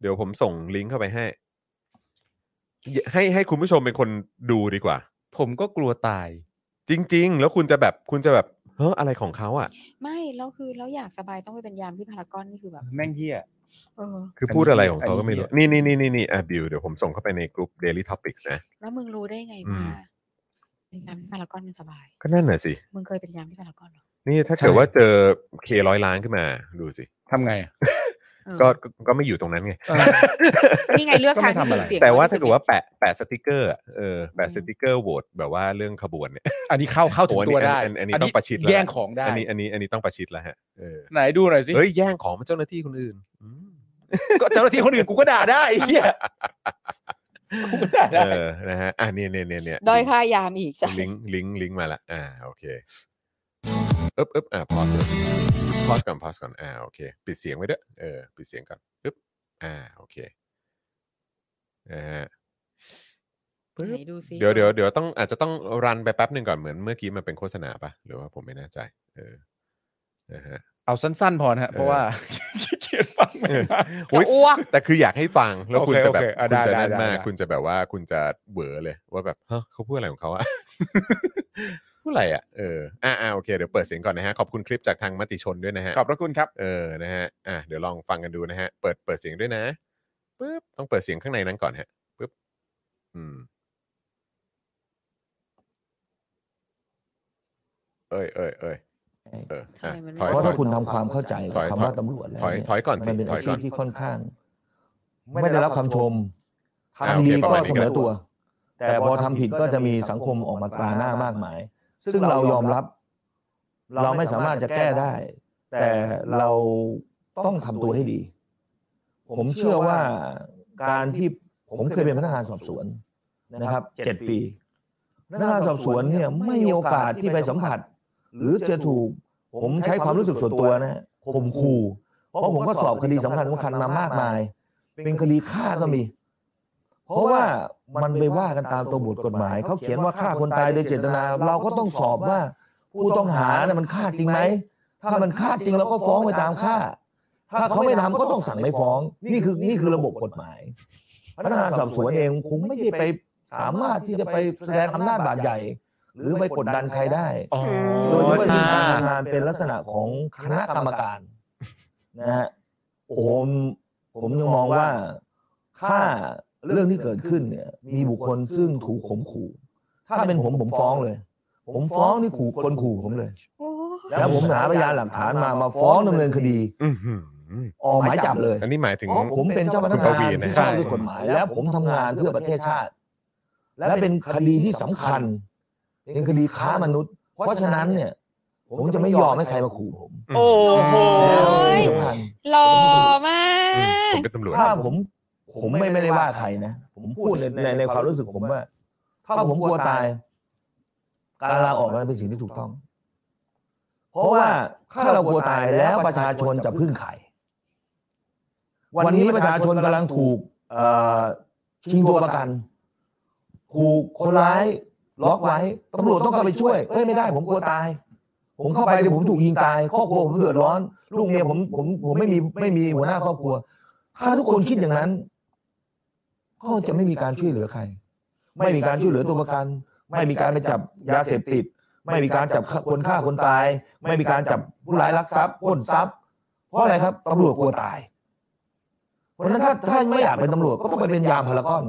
[SPEAKER 1] เดี๋ยวผมส่งลิงก์เข้าไปให้ ให้ให้คุณผู้ชมเป็นคนดูดีกว่า
[SPEAKER 2] ผมก็กลัวตาย
[SPEAKER 1] จริง ๆ แล้วคุณจะแบบคุณจะแบบเฮ้ออะไรของเขาอ่ะ
[SPEAKER 3] ไม่แล้วคือแล้วอยากสบายต้องไปเป็นยามที่พารากอนนี่คือแบบ
[SPEAKER 2] แม่งเหี้ย
[SPEAKER 3] เออ
[SPEAKER 1] คืออน
[SPEAKER 2] นี้
[SPEAKER 1] พูดอะไรของเขา
[SPEAKER 2] อันนี้
[SPEAKER 1] ก็ไม่รู้
[SPEAKER 2] เนี่ย
[SPEAKER 1] นี่นี่นี่นี่นี่อ่ะบิวเดี๋ยวผมส่งเข้าไปในกลุ่ม Daily Topics นะ
[SPEAKER 3] แล้วมึงรู้ได้ไง
[SPEAKER 1] อื
[SPEAKER 3] ว่าม เป็นยามที่พารากอนมันสบาย
[SPEAKER 1] ก็นั่นน่ะสิ
[SPEAKER 3] มึงเคยเป็นยามที่พารากอนเหรอ
[SPEAKER 1] นี่ถ้า
[SPEAKER 2] ใช่
[SPEAKER 1] เกิดว่าเจอเคร้อยล้านขึ้นมา ดูสิ
[SPEAKER 2] ทำไงอะ
[SPEAKER 3] เออ
[SPEAKER 1] ก็ก็ก็ไม่อยู่ตรงนั้นไง
[SPEAKER 2] เออ
[SPEAKER 3] นี่ไงเลือกทางที่สุ่มเสี่ยง
[SPEAKER 1] แต่ว่า
[SPEAKER 3] น้
[SPEAKER 1] ถ้า
[SPEAKER 3] อยที่สุด
[SPEAKER 1] เกิดว่าแปะแปะสติกเกอร์อะเออแปะ
[SPEAKER 3] อืม
[SPEAKER 1] สติกเกอร์โหวตแบบว่าเรื่องขบวนเนี่ย
[SPEAKER 2] อันนี้เข้าเข้าถึง
[SPEAKER 1] โอ้อันนี้
[SPEAKER 2] ตัวได้
[SPEAKER 1] อันอันนี้ต้องประชิดแล้ว
[SPEAKER 2] แย่งของได้
[SPEAKER 1] อันนี้อันนี้อันนี้ต้องประชิดแล้วฮะเออ
[SPEAKER 2] ไหนดูหน่อยสิ
[SPEAKER 1] เฮ้ยแย่งของเจ้าหน้าที่คนอื่นอืม
[SPEAKER 2] ก็เจ้าหน้าที่คนอื่นกูก็ด่าได้ไอ้เหี้ยกูก็ด่าได้
[SPEAKER 1] เออนะฮะอ่ะเนี่ยเนี่ยเนี่ยเนี่ย
[SPEAKER 3] ด้อยค่ายามอีกใช่
[SPEAKER 1] ลิงก์ลิงก์ลิงก์มาละอ่าโอเคอึ๊บอึ๊บอ่ะพอสพอสก่อนพอสก่อนอ่าโอเคปิดเสียงไว้ด้วยเออปิดเสียงก่อนอึ๊บอ่าโอเคนะฮะปึ๊บ
[SPEAKER 3] ไหนดูซิ
[SPEAKER 1] เดี๋ยวเดี๋ยวเดี๋ยวต้องอาจจะต้องรันไปแป๊บหนึ่งก่อนเหมือนเมื่อกี้มันเป็นโฆษณาปะหรือว่าผมไม่แน่ใจ เออนะฮะ
[SPEAKER 2] เอาสั้นๆพอนะฮะเพราะว่า เกียดฟังไม่ได้
[SPEAKER 1] อุ๊ย
[SPEAKER 3] จะอ้วก
[SPEAKER 1] แต่คืออยากให้ฟังแล้ว
[SPEAKER 2] โอเค
[SPEAKER 1] คุณจะแบบ
[SPEAKER 2] โอเคอ่ะ
[SPEAKER 1] คุณจะ
[SPEAKER 2] ได้
[SPEAKER 1] นั่น
[SPEAKER 2] ได้
[SPEAKER 1] มาก
[SPEAKER 2] ได้
[SPEAKER 1] คุณจะแบบว่าคุณจะเหวอเลย ว่าแบบฮะเขาพูดอะไรของเขาอะ พูดอะไรอะเอออ่ะอ่ะโอเคเดี๋ยวเปิดเสียงก่อนนะฮะขอบคุณคลิปจากทางมติชนด้วยนะฮะ
[SPEAKER 2] ขอบพระคุณครับ
[SPEAKER 1] เออนะฮะอ่ะเดี๋ยวลองฟังกันดูนะฮะเปิดเปิดเสียงด้วยนะปึ๊บต้องเปิดเสียงข้างในนั้นก่อนฮะปึ๊บอืม เอ้ยเอ้ยเอ้ยเอออ่ะ
[SPEAKER 3] ทำไมมันไม่
[SPEAKER 1] ถอย
[SPEAKER 4] เพราะ
[SPEAKER 1] ถ
[SPEAKER 4] ถ้า
[SPEAKER 1] อย
[SPEAKER 4] คุณทำความเข้าใจ
[SPEAKER 1] ถอย
[SPEAKER 4] คำ
[SPEAKER 1] ถอย
[SPEAKER 4] ว่าตำรวจแล้ว
[SPEAKER 1] ถอย
[SPEAKER 4] เนี่
[SPEAKER 1] ถอยก่อนสิ
[SPEAKER 4] มันเป็น
[SPEAKER 1] ถ
[SPEAKER 4] อา
[SPEAKER 1] อยก่
[SPEAKER 4] ชี
[SPEAKER 1] อน
[SPEAKER 4] พที่ค่อนข้าง ไม่ได้รับคำชม
[SPEAKER 1] อ่า
[SPEAKER 4] ทำดี
[SPEAKER 1] โอเคประ
[SPEAKER 4] ก็
[SPEAKER 1] มาณนี้
[SPEAKER 4] เส
[SPEAKER 1] ก็
[SPEAKER 4] มอ
[SPEAKER 1] ได้
[SPEAKER 4] ตัว แต่พอทำผิดก็จะมีสังคมออกมาตราหน้ามากมาย ซึ่งเรายอมรับ เราไม่สามารถจะแก้ได้ แต่เราต้องทำตัวให้ดี ผมเชื่อว่าการที่ผมเคยเป็นพนักงานสอบสวนนะครับเจ็ดปีพนักงานสอบสวนเนี่ยไม่มีโอกาสที่ไปสัมผัส หรือจะถูก ผมใช้ความรู้สึกส่วนตัวนะข่มขู่เพราะผมก็สอบคดีสำคัญสำคัญมามากมาย เป็นคดีฆ่าก็มี เพราะว่ามันไปว่ากันตามตัวบทกฎหมาย เขาเขียนว่าฆ่าคนตายโดยเจตนา เราก็ต้องสอบว่า ผู้ต้องหาเนี่ยมันฆ่าจริงไหม ถ้ามันฆ่าจริงเราก็ฟ้องไปตามฆ่า ถ้าเขาไม่ทำก็ต้องสั่งไม่ฟ้อง นี่คือนี่คือระบบกฎหมาย พนักงานสอบสวนเองคงไม่ได้ไปสามารถที่จะไปแสดงอำนาจบาดใหญ่ หรือไปกดดันใครได้
[SPEAKER 2] อ๋อ
[SPEAKER 4] โดยที่ว่าทีม
[SPEAKER 2] จ้า
[SPEAKER 4] การทำงานเป็นลักษณะของคณะกรรมการนะฮะโอ้โหผมผมยังมองว่าถ้าเรื่องที่เกิดขึ้นเนี่ย มีบุคคลซึ่งถูกข่มขู่ ถ้าเป็นผมผมฟ้องเลย ผมฟ้องนี่ขู่คนขู่ผมเลย
[SPEAKER 3] โอ้
[SPEAKER 4] แล้วผมหาพยานหลักฐานมามาฟ้องดำเนินคดี
[SPEAKER 1] อื้อหือ
[SPEAKER 4] ออกหมายจับเลย
[SPEAKER 1] อันนี้หมายถึง
[SPEAKER 4] อ๋อผมเป็นเจ้าพนัก
[SPEAKER 1] คุณป
[SPEAKER 4] งา
[SPEAKER 1] วี
[SPEAKER 4] น
[SPEAKER 1] ณนะ
[SPEAKER 4] ที่ชอบด้วยกฎหมาย แล้วผมทำงานเพื่อประเทศชาติ และเป็นคดีที่สำคัญ เป็นคดีค้ามนุษย์ เพราะฉะนั้นเนี่ย ผมจะไม่ยอมให้ใครมาขู่ผม
[SPEAKER 1] โอ้
[SPEAKER 2] โห
[SPEAKER 4] แล้วที่สำคัญ
[SPEAKER 3] หล่อมาก
[SPEAKER 1] ผมเป็นตำรวจ
[SPEAKER 4] ถ้าผมผมไม่ไม่ได้ว่าใครนะ ผมพูดในในในความรู้สึกผมว่า ถ้าผมกลัวตาย การลาออกมันเป็นสิ่งที่ถูกต้อง เพราะว่าถ้าเรากลัวตายแล้วประชาชนจะพึ่งใครวันนี้ประชาชนกำลังถูกเอ่อชิงตัวประกัน ถูกคนร้ายล็อกไว้ตำรวจต้องเข้าไปช่วยเอ้ยไม่ได้ ผมกลัวตาย ผมเข้าไปเดี๋ยวผมถูกยิงตายครอบครัวผมเดือดร้อน ลูกเมียผมผมผมไม่มีไม่มีหัวหน้าครอบครัว ถ้าทุกคนคิดอย่างนั้นก็จะไม่มีการช่วยเหลือใคร ไม่มีการช่วยเหลือตัวประกัน ไม่มีการไปจับยาเสพติด ไม่มีการจับคนฆ่าคนตาย ไม่มีการจับผู้ร้ายลักทรัพย์ปล้นทรัพย์ เพราะอะไรครับตำรวจกลัวตาย เพราะฉะนั้นถ้าถ้าไม่อยากเป็นตำรวจก็ต้องไปเป็นยามพารากอน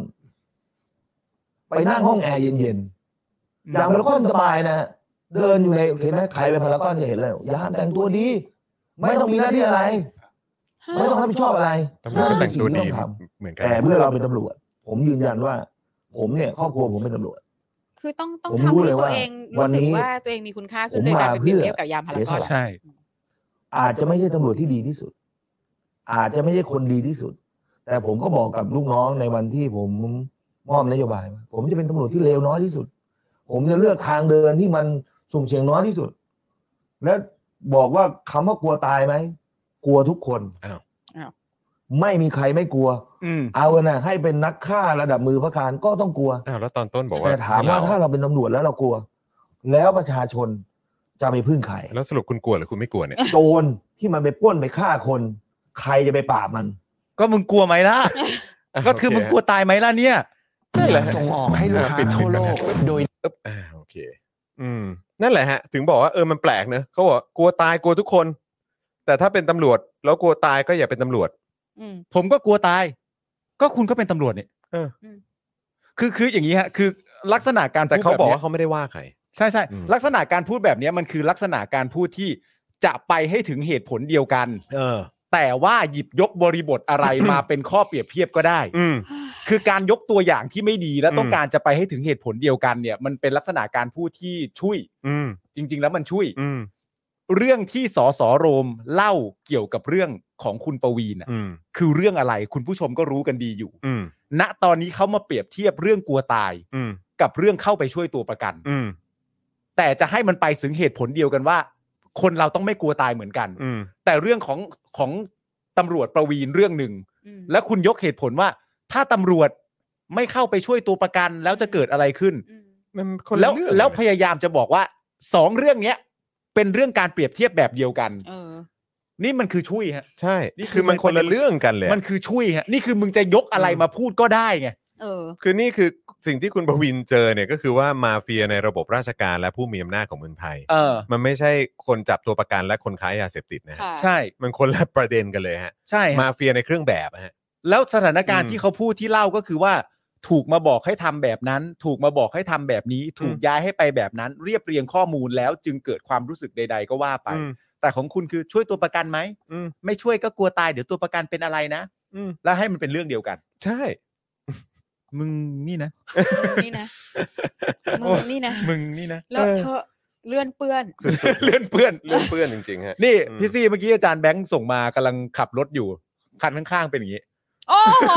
[SPEAKER 4] ไปนั่งห้องแอร์เย็นๆยามพารากอนสบายนะฮะเดินอยู่ในเห็นไหมใครไปพารากอนจะเห็นเลยยามแต่งตัวดี ไม่ต้องมีหน้าที่อะไร ไม่ต้องรับผิดชอบอะไร
[SPEAKER 1] ตำรวจก็แต่งตัวดี
[SPEAKER 4] นั่นคือสิ่ที่อทำ
[SPEAKER 1] เหมือนกัน
[SPEAKER 4] แต่เมื่อเราเป็นตำรวจ ผมยืนยันว่า ผมเนี่ยครอบครัวผมเป็นตำรวจ
[SPEAKER 3] คือต้องต้อง
[SPEAKER 4] ผม
[SPEAKER 3] ทำ
[SPEAKER 4] รู้
[SPEAKER 3] ให้
[SPEAKER 4] เลย
[SPEAKER 3] ตัว
[SPEAKER 4] ว่า
[SPEAKER 3] เอง
[SPEAKER 4] วั
[SPEAKER 3] รู้สึ
[SPEAKER 4] นนี้
[SPEAKER 3] กว่าตัวเองมีคุณค่าขึ้
[SPEAKER 4] ผ
[SPEAKER 3] น
[SPEAKER 4] ม
[SPEAKER 3] โดยการ
[SPEAKER 4] มา
[SPEAKER 3] ไปเปรียบ
[SPEAKER 4] เพื่อ
[SPEAKER 3] เทียบกับยามพารา
[SPEAKER 4] เสีย
[SPEAKER 3] ก
[SPEAKER 4] ส
[SPEAKER 3] อน
[SPEAKER 4] ละ
[SPEAKER 2] ใช่
[SPEAKER 4] อาจจะไม่ใช่ตำรวจที่ดีที่สุด อาจจะไม่ใช่คนดีที่สุด แต่ผมก็บอกกับลูกน้องในวันที่ผมมอบนโยบายว่าผมจะเป็นตำรวจที่เลวน้อยที่สุด ผมจะเลือกทางเดินที่มันสุ่มเสี่ยงน้อยที่สุด และบอกว่าคำว่ากลัวตายไหมกลัวทุกคน
[SPEAKER 1] อ้าว
[SPEAKER 4] ไม่มีใครไม่กลัว
[SPEAKER 2] อืม
[SPEAKER 4] เอาน่ะให้เป็นนักฆ่าระดับมือพระการก็ต้องกลัว
[SPEAKER 1] อ้าวแล้วตอนต้นบอกว่า
[SPEAKER 4] แต่ถามว่า
[SPEAKER 1] ให้
[SPEAKER 4] ถ้าเราเป็นตำรวจแล้วเรากลัว แล้วประชาชนจะไปพึ่งใคร
[SPEAKER 1] แล้วสรุปคุณกลัวหรือคุณไม่กลัวเนี่ย
[SPEAKER 4] โจรที่มันไปปล้นไปฆ่าคน ใครจะไปปราบมัน
[SPEAKER 2] ก็มึงกลัวไหมล่ะ ก็คือมึงกลัวตายไหมล่ะเนี่ย
[SPEAKER 1] นั่นแหละ
[SPEAKER 5] ส่งออกให้ลูก
[SPEAKER 1] ปิด
[SPEAKER 5] ค้าทั่ว
[SPEAKER 1] ปิดก่
[SPEAKER 5] โล
[SPEAKER 1] อนนะ
[SPEAKER 5] กโดย
[SPEAKER 1] เอ๊บอ่าโอเค อืม นั่นแหละฮะ ถึงบอกว่าเออมันแปลกเนอะเขาบอกว่ากลัวตายกลัวทุกคน แต่ถ้าเป็นตำรวจ แล้วกลัวตายก็อย่าเป็นตำรวจ
[SPEAKER 3] อืม
[SPEAKER 2] ผมก็กลัวตาย ก็คุณก็เป็นตำรวจเนี่ย
[SPEAKER 1] เออ
[SPEAKER 3] อืม
[SPEAKER 2] คือคืออย่างนี้ฮะ คือลักษณะการ
[SPEAKER 1] แต่
[SPEAKER 2] พูด
[SPEAKER 1] เขา
[SPEAKER 2] แบบ
[SPEAKER 1] บอกว่า
[SPEAKER 2] เนี้
[SPEAKER 1] ย เขาไม่ได้ว่าใคร
[SPEAKER 2] ใช่ใช่
[SPEAKER 1] อืม
[SPEAKER 2] ลักษณะการพูดแบบเนี้ยมันคือลักษณะการพูดที่จะไปให้ถึงเหตุผลเดียวกัน
[SPEAKER 1] เออ
[SPEAKER 2] แต่ว่าหยิบยกบริบท อะไร มาเป็นข้อเปรียบเทียบก็ได้
[SPEAKER 1] อืม
[SPEAKER 2] คือการยกตัวอย่างที่ไม่ดีและ
[SPEAKER 1] อืม
[SPEAKER 2] ต้องการจะไปให้ถึงเหตุผลเดียวกันเนี่ย มันเป็นลักษณะการพูดที่ช่วย
[SPEAKER 1] อืม
[SPEAKER 2] จริง ๆ แล้วมันช่วย
[SPEAKER 1] อืม
[SPEAKER 2] เรื่องที่สสโรมเล่าเกี่ยวกับเรื่องของคุณปวีนะ
[SPEAKER 1] อืม
[SPEAKER 2] คือเรื่องอะไรคุณผู้ชมก็รู้กันดีอยู่
[SPEAKER 1] อืม
[SPEAKER 2] ณตอนนี้เขามาเปรียบเทียบเรื่องกลัวตาย
[SPEAKER 1] อืม
[SPEAKER 2] กับเรื่องเข้าไปช่วยตัวประกัน
[SPEAKER 1] อืม
[SPEAKER 2] แต่จะให้มันไปถึงเหตุผลเดียวกันว่า คนเราต้องไม่กลัวตายเหมือนกัน
[SPEAKER 1] อืม
[SPEAKER 2] แต่เรื่องของของตำรวจประวีนเรื่องหนึ่ง
[SPEAKER 3] อืม
[SPEAKER 2] และคุณยกเหตุผลว่า ถ้าตำรวจไม่เข้าไปช่วยตัวประกันแล้วจะเกิดอะไรขึ้น
[SPEAKER 3] อืม
[SPEAKER 1] มันคนละ
[SPEAKER 2] แล้ว
[SPEAKER 1] เรื่อง
[SPEAKER 2] แล้ว
[SPEAKER 1] เย
[SPEAKER 2] พ
[SPEAKER 1] นะ
[SPEAKER 2] ยายามจะบอกว่าสองเรื่องเนี้ยเป็นเรื่องการเปรียบเทียบแบบเดียวกัน
[SPEAKER 3] เออ
[SPEAKER 2] นี่มันคือช่วยฮะ
[SPEAKER 1] ใช่
[SPEAKER 2] นี่คื
[SPEAKER 1] คื
[SPEAKER 2] อ
[SPEAKER 1] อมันคนละเรื่องกันเลยอะ
[SPEAKER 2] มันคือช่วยฮะนี่คือมึงจะยกอะไรมาพูดก็ได้ไง
[SPEAKER 3] เออ
[SPEAKER 1] คือนี่คือสิ่งที่คุณประวินเจอเนี่ยก็คือว่ามาเฟียในระบบราชการและผู้มีอำนาจของเมืองไทย
[SPEAKER 2] เออ
[SPEAKER 1] มันไม่ใช่คนจับตัวประกันและคนค้ายาเสพติดนะฮะ
[SPEAKER 3] ค่ะ
[SPEAKER 2] ใช่
[SPEAKER 1] มันคนละประเด็นกันเลยฮะ
[SPEAKER 2] ใช่
[SPEAKER 1] มา
[SPEAKER 2] ฮะ
[SPEAKER 1] เฟียในเครื่องแบบอะฮะ
[SPEAKER 2] แล้วสถานการณ์
[SPEAKER 1] อืม
[SPEAKER 2] ที่เขาพูดที่เล่าก็คือว่า ถูกมาบอกให้ทำแบบนั้น ถูกมาบอกให้ทำแบบนี้ ถูก
[SPEAKER 1] อืม
[SPEAKER 2] ย้ายให้ไปแบบนั้น เรียบเรียงข้อมูลแล้วจึงเกิดความรู้สึกใด ๆ ก็ว่าไป
[SPEAKER 1] อืม
[SPEAKER 2] แต่ของคุณคือช่วยตัวประกันไหม
[SPEAKER 1] อืม
[SPEAKER 2] ไม่ช่วยก็กลัวตายเดี๋ยวตัวประกันเป็นอะไรนะ
[SPEAKER 1] อืม
[SPEAKER 2] แล้วให้มันเป็นเรื่องเดียวกัน
[SPEAKER 1] ใช่
[SPEAKER 2] มึงนี่นะ
[SPEAKER 3] มึงนี่นะมึงนี่นะ
[SPEAKER 2] มึงนี่นะ
[SPEAKER 3] เลอะเทอะเลื่อนเปื้อน
[SPEAKER 1] สุด
[SPEAKER 2] เลื่อนเพื่อน
[SPEAKER 1] ๆเรื่องเพื่อนจริงๆฮะ
[SPEAKER 2] นี่
[SPEAKER 1] อืม
[SPEAKER 2] พี่ซี่เมื่อกี้อาจารย์แบงค์ส่งมากำลังขับรถอยู่ คันข้างๆเป็นอย่างนี้
[SPEAKER 3] โอ้โห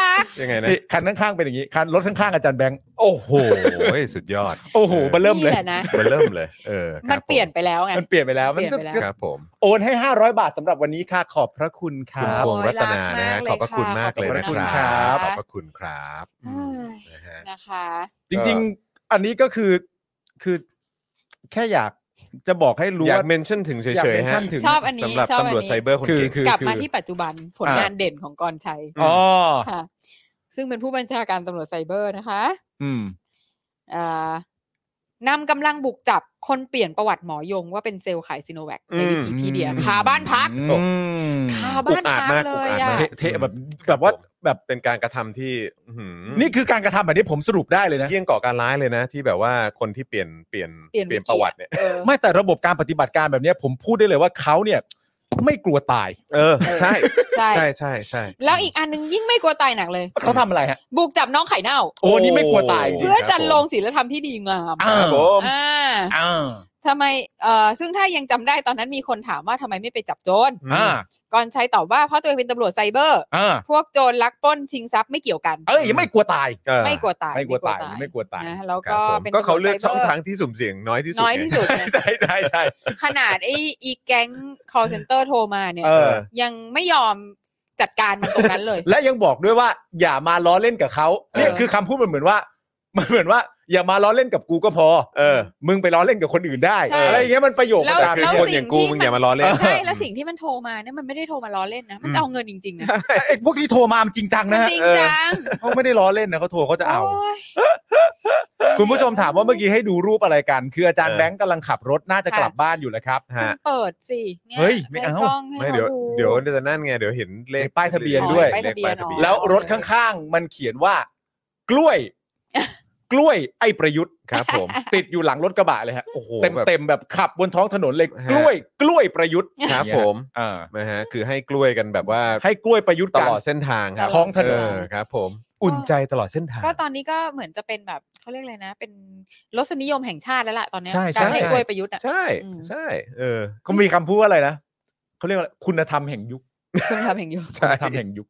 [SPEAKER 3] รัก
[SPEAKER 1] ยังไงนะ
[SPEAKER 2] นี่คันข้างๆเป็นอย่างนี้คันรถข้างๆอาจารย์แบงค์โอ้โห
[SPEAKER 1] โอ้โหสุดยอด
[SPEAKER 2] โอ้โหมาเริ่มเลย
[SPEAKER 3] นี่แหละนะ
[SPEAKER 1] มันเริ่มเลย เออครับ
[SPEAKER 3] มันเปลี่ยนไปแล้วไง
[SPEAKER 2] มันเปลี่ยนไปแล้วมัน
[SPEAKER 3] เปลี่ยนไปแล้ว
[SPEAKER 1] ครับผม
[SPEAKER 2] โอนให้ 500 บาทสำหรับวันนี้ค่ะขอบพระคุณค
[SPEAKER 1] คุณ
[SPEAKER 2] รับ
[SPEAKER 1] พวงรัตนา
[SPEAKER 3] โอ้ย
[SPEAKER 1] นะฮะข
[SPEAKER 3] รั
[SPEAKER 1] อบ
[SPEAKER 3] ก
[SPEAKER 1] พระคุณมากเลย
[SPEAKER 2] มากเลย
[SPEAKER 1] นะ
[SPEAKER 2] ขอบพระ
[SPEAKER 1] ค
[SPEAKER 2] คุณครั
[SPEAKER 1] รับ
[SPEAKER 2] บ
[SPEAKER 1] ขอบพระคุณครับอืม
[SPEAKER 3] เอ้ย
[SPEAKER 1] นะฮะ
[SPEAKER 3] นะคะ
[SPEAKER 2] จริง ๆ อันนี้ก็คือคือแค่อยากจะบอกให้รู้
[SPEAKER 1] อยาก
[SPEAKER 2] ว่า
[SPEAKER 1] เมนชั่นถึงเฉ
[SPEAKER 2] อยาก
[SPEAKER 1] ย
[SPEAKER 2] เมน
[SPEAKER 1] ๆฮะ
[SPEAKER 2] ชั่นถึง
[SPEAKER 3] ชอบอันนี้
[SPEAKER 1] สำหรับ
[SPEAKER 3] ชอบอันนี้
[SPEAKER 1] ตำรวจไซเบอร์คน
[SPEAKER 2] คือ
[SPEAKER 1] เก่ง
[SPEAKER 2] คือ
[SPEAKER 3] กลับมาที่ปัจจุบันผล
[SPEAKER 2] อ่าง
[SPEAKER 3] งานเด่นของกรชัย
[SPEAKER 2] อ๋อ
[SPEAKER 3] ค่ะ ซึ่งเป็นผู้บัญชาการตำรวจไซเบอร์นะคะ
[SPEAKER 2] อืม
[SPEAKER 3] อ่านำกำลังบุกจับคนเปลี่ยนประวัติหมอยงว่าเป็นเซลล์ขายซีโนแวคใน
[SPEAKER 1] อืม
[SPEAKER 3] วิกิพีเดียคาบ้านพัก
[SPEAKER 2] อืม
[SPEAKER 3] คาบ้าน
[SPEAKER 1] อุกอา
[SPEAKER 3] พัก
[SPEAKER 1] จมาก
[SPEAKER 3] เลย
[SPEAKER 1] อุกอาจ
[SPEAKER 3] อ่ะ
[SPEAKER 1] มาก
[SPEAKER 2] เทะแบบแบบว่าแบบ
[SPEAKER 1] เป็นการกระทำที่อื้อหือ
[SPEAKER 2] นี่คือการกระทำแบบนี้ผมสรุปได้เลยนะ
[SPEAKER 1] เยี่ยงก่อการร้ายเลยนะ ที่แบบว่าคนที่เปลี่ยนเปลี่ยน
[SPEAKER 3] เปลี่ยนวิกิ
[SPEAKER 1] ประวัติเนี่ย
[SPEAKER 3] เออ
[SPEAKER 2] ไม่แต่ระบบการปฏิบัติการแบบเนี้ยผมพูดได้เลยว่าเขาเนี่ย ไม่กลัวตาย
[SPEAKER 1] เออใช่
[SPEAKER 3] ใช่
[SPEAKER 1] ใช่ใช่ใช่
[SPEAKER 3] แล้วอีกอันนึงยิ่งไม่กลัวตายหนักเลย
[SPEAKER 2] เขาทำอะไรฮะ
[SPEAKER 3] บุกจับน้องไข่เน่า
[SPEAKER 2] โอ้นี่ไม่กลัวตายจริง
[SPEAKER 3] เพื่อจันลง
[SPEAKER 1] ค
[SPEAKER 3] ศีลธรรมที่ดีงาม
[SPEAKER 2] อ่า
[SPEAKER 1] รับผม
[SPEAKER 3] อ่า
[SPEAKER 2] อ่า
[SPEAKER 3] ทำไมเอ่อซึ่งถ้ายังจำได้ตอนนั้นมีคนถามว่าทำไมไม่ไปจับโจร
[SPEAKER 2] อ่า
[SPEAKER 3] ก่อนชัยตอบว่าเพราะตัวเองเป็นตำรวจไซเบอร์
[SPEAKER 2] อ่า
[SPEAKER 3] พวกโจรลักปล้นชิงทรัพย์ไม่เกี่ยวกัน
[SPEAKER 2] เอ้ยไม่กลัวตาย
[SPEAKER 1] เออ
[SPEAKER 3] ไม่กลัวตาย
[SPEAKER 2] ไม่กลัวตายไม่กลัวตาย
[SPEAKER 3] นะแล้ว
[SPEAKER 1] ครั
[SPEAKER 3] ก็
[SPEAKER 1] บผม
[SPEAKER 3] เป็น
[SPEAKER 1] ก็เขาเลือก
[SPEAKER 3] ตำรวจ
[SPEAKER 1] ช่อง
[SPEAKER 3] ไซบร์
[SPEAKER 1] ทางที่สุ่มเสี่ยงน้อยที่สุด
[SPEAKER 3] น้อยที่สุดเนี่ย
[SPEAKER 2] ใช่ใช่ใช่
[SPEAKER 3] ขนาดไอ้อีแก๊ง call center โทรมาเนี่ย
[SPEAKER 2] เออ
[SPEAKER 3] ยังไม่ยอมจัดการมันตรงนั้นเลย
[SPEAKER 2] และยังบอกด้วยว่า อย่ามาล้อเล่นกับเขา
[SPEAKER 3] เออ
[SPEAKER 2] เนี่ยคือคำพูดมันเหมือนว่า มันเหมือนว่า อย่ามาล้อเล่นกับกูก็พอ
[SPEAKER 1] เออ
[SPEAKER 2] มึงไปล้อเล่นกับคนอื่นได้
[SPEAKER 3] ใช่
[SPEAKER 2] อะไรอย่างเงี้ยมันประโยค
[SPEAKER 3] แล้ว
[SPEAKER 2] ประจาน
[SPEAKER 1] คือ
[SPEAKER 3] แล้ว
[SPEAKER 1] คนอ
[SPEAKER 3] สิ่
[SPEAKER 1] ย่าง
[SPEAKER 3] ง
[SPEAKER 1] กู
[SPEAKER 3] ที่
[SPEAKER 1] มึ
[SPEAKER 3] มั
[SPEAKER 1] ง
[SPEAKER 3] น
[SPEAKER 1] อย่ามาล้อเล่น
[SPEAKER 3] ใช่แล้วสิ่งที่มันโทรมาเนี่ยมันไม่ได้โทรมาล้อเล่นนะ มันจะเอาเงินจริงๆนะ
[SPEAKER 2] ไอ้พวกที่โทรมามันจริงจัง
[SPEAKER 3] มัน
[SPEAKER 2] นะฮะ
[SPEAKER 3] จริงจัง
[SPEAKER 2] เขาไม่ได้ล้อเล่นนะเขาโทรเขาจะเอา
[SPEAKER 3] โอ้ย
[SPEAKER 2] คุณผู้ชมถามว่าเมื่อกี้ให้ดูรูปอะไรกัน คืออาจารย์
[SPEAKER 1] เออ
[SPEAKER 2] แบงค์กำลังขับรถน่าจะกลับบ้านอยู่แหล้วครับ
[SPEAKER 1] ฮะ
[SPEAKER 3] เปิดสินี่
[SPEAKER 2] เฮ้ยไม่เอา
[SPEAKER 3] ใกล้กล้งให้
[SPEAKER 1] ไม่เดี๋ยว
[SPEAKER 3] ขา
[SPEAKER 1] เดี๋ยวจะนั่นไงเดี๋ยวเห็นเลข
[SPEAKER 2] เห็นป้ายทะเบียนด้วย
[SPEAKER 1] เลขเลขป้ายทะเบียน
[SPEAKER 3] อ๋อ
[SPEAKER 2] แล้วรถข้างๆ มันเขียนว่า กล้วย กล้วยไอ้ประยุทธ์
[SPEAKER 1] ครับผม
[SPEAKER 2] ติดอยู่หลังรถกระบะเลยฮะ
[SPEAKER 1] โอ้โห
[SPEAKER 2] เต็ม
[SPEAKER 1] แบบ
[SPEAKER 2] เต็มๆแบบขับบนท้องถนนเลยกล้วย กล้วยประยุทธ์
[SPEAKER 1] ครับผม
[SPEAKER 2] อ่า
[SPEAKER 1] นะฮะคือให้กล้วยกันแบบว่า
[SPEAKER 2] ให้กล้วยประยุทธ์
[SPEAKER 1] ต
[SPEAKER 2] กัน
[SPEAKER 1] ลอดเส้นทางครับ
[SPEAKER 2] ท้องถนน
[SPEAKER 1] เครับ ผมอุ่นใจตลอดเส้นทาง
[SPEAKER 3] ก็ตอนนี้ก็เหมือนจะเป็นแบบเขาเรียกอะไรนะ เป็นรสนิยมแห่งชาติแล้วล่ะตอนเนี้ย
[SPEAKER 2] ใช่ใช่
[SPEAKER 3] การให้
[SPEAKER 1] ใช่
[SPEAKER 3] กล้วยประยุทธ์อ่ะ
[SPEAKER 1] ใช่
[SPEAKER 3] อืม
[SPEAKER 1] ใช่เออ
[SPEAKER 2] เขามีคำพูดว่าอะไรนะเขาเรียกว่าคุณธรรมแห่งยุค
[SPEAKER 3] คุณทำแห่งยุค
[SPEAKER 1] ใช่
[SPEAKER 2] คุณธรรมแห่งยุค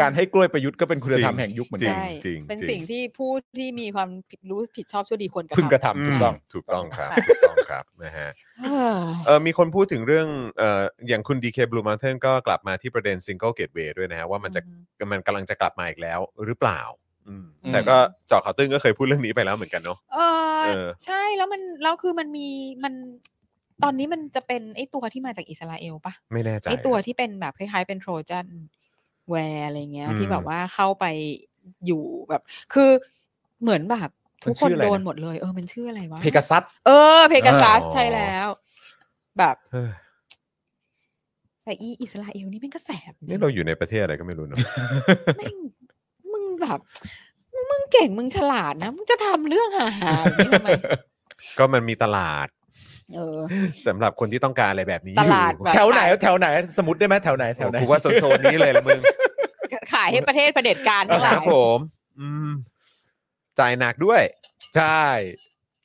[SPEAKER 2] การให้กล้วยประยุทธ์ก็เป็นคุณธรรมแห่งยุคเหมือน
[SPEAKER 1] จริ
[SPEAKER 2] กั
[SPEAKER 1] ง
[SPEAKER 2] น
[SPEAKER 3] ใช่
[SPEAKER 1] จริง
[SPEAKER 3] เป็น
[SPEAKER 1] จริง
[SPEAKER 3] สิ่งที่ผู้ที่มีความผิดรู้ผิดชอบชั่วดีควรกระ
[SPEAKER 2] พึงกระทำถูก
[SPEAKER 3] ทำ
[SPEAKER 2] ต้อง
[SPEAKER 1] มถูกต้องครับ
[SPEAKER 3] ค่ะ
[SPEAKER 1] ถูกต้องครับนะฮะ
[SPEAKER 3] เออ
[SPEAKER 1] เออมีคนพูดถึงเรื่องเอ่ออย่างคุณ DK Blue Mountain ก็กลับมาที่ประเด็น Single Gateway ด้วยนะฮะว่ามันจะมันกำลังจะกลับมาอีกแล้วหรือเปล่าอืม
[SPEAKER 2] อืม
[SPEAKER 1] แต่ก็เจอข่าวตื้นก็เคยพูดเรื่องนี้ไปแล้วเหมือนกันเนาะ
[SPEAKER 3] เอ
[SPEAKER 1] เอ
[SPEAKER 3] อ
[SPEAKER 1] อ
[SPEAKER 3] ใช่แล้วมันแล้วคือมันมีมันตอนนี้มันจะเป็นไอตัวที่มาจากอิสราเอลปะ
[SPEAKER 1] ไม่แน่ใจ
[SPEAKER 3] ไอตัวที่เป็นแบบคล้ายๆเป็นโทรจันแวร์อะไรเงี้ย
[SPEAKER 1] อืม
[SPEAKER 3] ที่แบบว่าเข้าไปอยู่แบบ คือเหมือนแบบทุก
[SPEAKER 2] มันชื่
[SPEAKER 3] คน
[SPEAKER 2] ออะไรนะ
[SPEAKER 3] โดนหมดเลย เออมันชื่ออะไรวะ
[SPEAKER 2] เพกาซัส
[SPEAKER 3] เออเพกาซัส
[SPEAKER 1] อ๋อ
[SPEAKER 3] ใช่แล้ว แบบ
[SPEAKER 1] เฮ้ย
[SPEAKER 3] แต่อีอิสราเอลนี่แม่งก็แสบจริ
[SPEAKER 1] นี่
[SPEAKER 3] ง
[SPEAKER 1] เราอยู่ในประเทศอะไรก็ไม่รู้เนาะ
[SPEAKER 3] แม่งมึงแบบ มึงเก่งมึงฉลาดนะ มึงจะทำเรื่องหาหาๆอย่างนี้ทำไม
[SPEAKER 1] ก็มันมีตลาด
[SPEAKER 3] เออ
[SPEAKER 1] สำหรับคนที่ต้องการอะไรแบบนี้
[SPEAKER 3] ตลาด
[SPEAKER 1] อยู่
[SPEAKER 3] แบบ
[SPEAKER 2] แถวไหนแถวไหน สมมติได้ไหมแถวไหนแถ
[SPEAKER 1] โอ้
[SPEAKER 2] วไหน
[SPEAKER 1] กูว่าโซนๆนี้เลยละมึง
[SPEAKER 3] ขายให้ประเทศเผด็จการทั้งห
[SPEAKER 1] ค
[SPEAKER 3] ลา
[SPEAKER 1] รับ
[SPEAKER 3] ย
[SPEAKER 1] ผม อืม จ่ายหนักด้วย
[SPEAKER 2] ใช่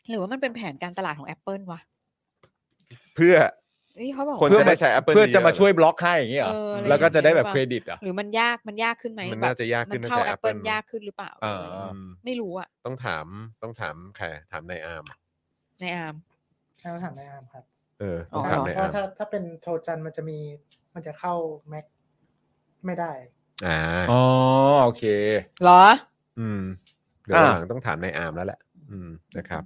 [SPEAKER 3] หรือว่ามันเป็นแผนการตลาดของ Apple วะ
[SPEAKER 1] เพื่อ
[SPEAKER 3] นี่เขาบอก
[SPEAKER 1] คน
[SPEAKER 2] เพื่อ
[SPEAKER 1] จะได้ใช้ Apple
[SPEAKER 2] เพื่อจะมา
[SPEAKER 1] เยๆ
[SPEAKER 2] ช่วยบล็อกให้อย่างเงี้ยเหรอ
[SPEAKER 3] เอออะไร
[SPEAKER 2] แล้วก็จะได้แบบ
[SPEAKER 3] อ
[SPEAKER 2] เค
[SPEAKER 3] ย่าง
[SPEAKER 2] ร
[SPEAKER 3] งี้ย
[SPEAKER 2] ดิตเหรอ
[SPEAKER 3] หรือมันยากมันยากขึ้นไหม
[SPEAKER 1] มัน
[SPEAKER 3] แบ
[SPEAKER 1] น่า
[SPEAKER 3] บ
[SPEAKER 1] จะยาก
[SPEAKER 3] มั
[SPEAKER 1] ขึ้น
[SPEAKER 3] น
[SPEAKER 1] นะ
[SPEAKER 3] เข้า
[SPEAKER 1] ใช้
[SPEAKER 3] Apple ยากขึ้นหรือเปล่า
[SPEAKER 2] อ่า
[SPEAKER 1] อืม
[SPEAKER 3] ไม่รู้อะ
[SPEAKER 1] ต้องถามต้องถามใครถามนายอาร์ม
[SPEAKER 3] ในอาร์ม
[SPEAKER 5] ใช่ต้องถามนายอาร์มครับ
[SPEAKER 1] เออ
[SPEAKER 3] อ๋
[SPEAKER 1] ต้อ
[SPEAKER 3] อ
[SPEAKER 1] งถาม
[SPEAKER 5] เพราะ
[SPEAKER 1] นายอา
[SPEAKER 5] ว่า
[SPEAKER 1] ร์ม
[SPEAKER 5] ถ้าถ้าเป็นโทรจันทร์มันจะมี มันจะเข้าแม็กไม่ได้
[SPEAKER 1] อ่า
[SPEAKER 2] อ๋อโอเค
[SPEAKER 3] เหรอ
[SPEAKER 1] อืมเดี๋ยว
[SPEAKER 2] อ่า
[SPEAKER 1] หลังต้องถามนายอาร์มแล้วแหละอืมนะครับ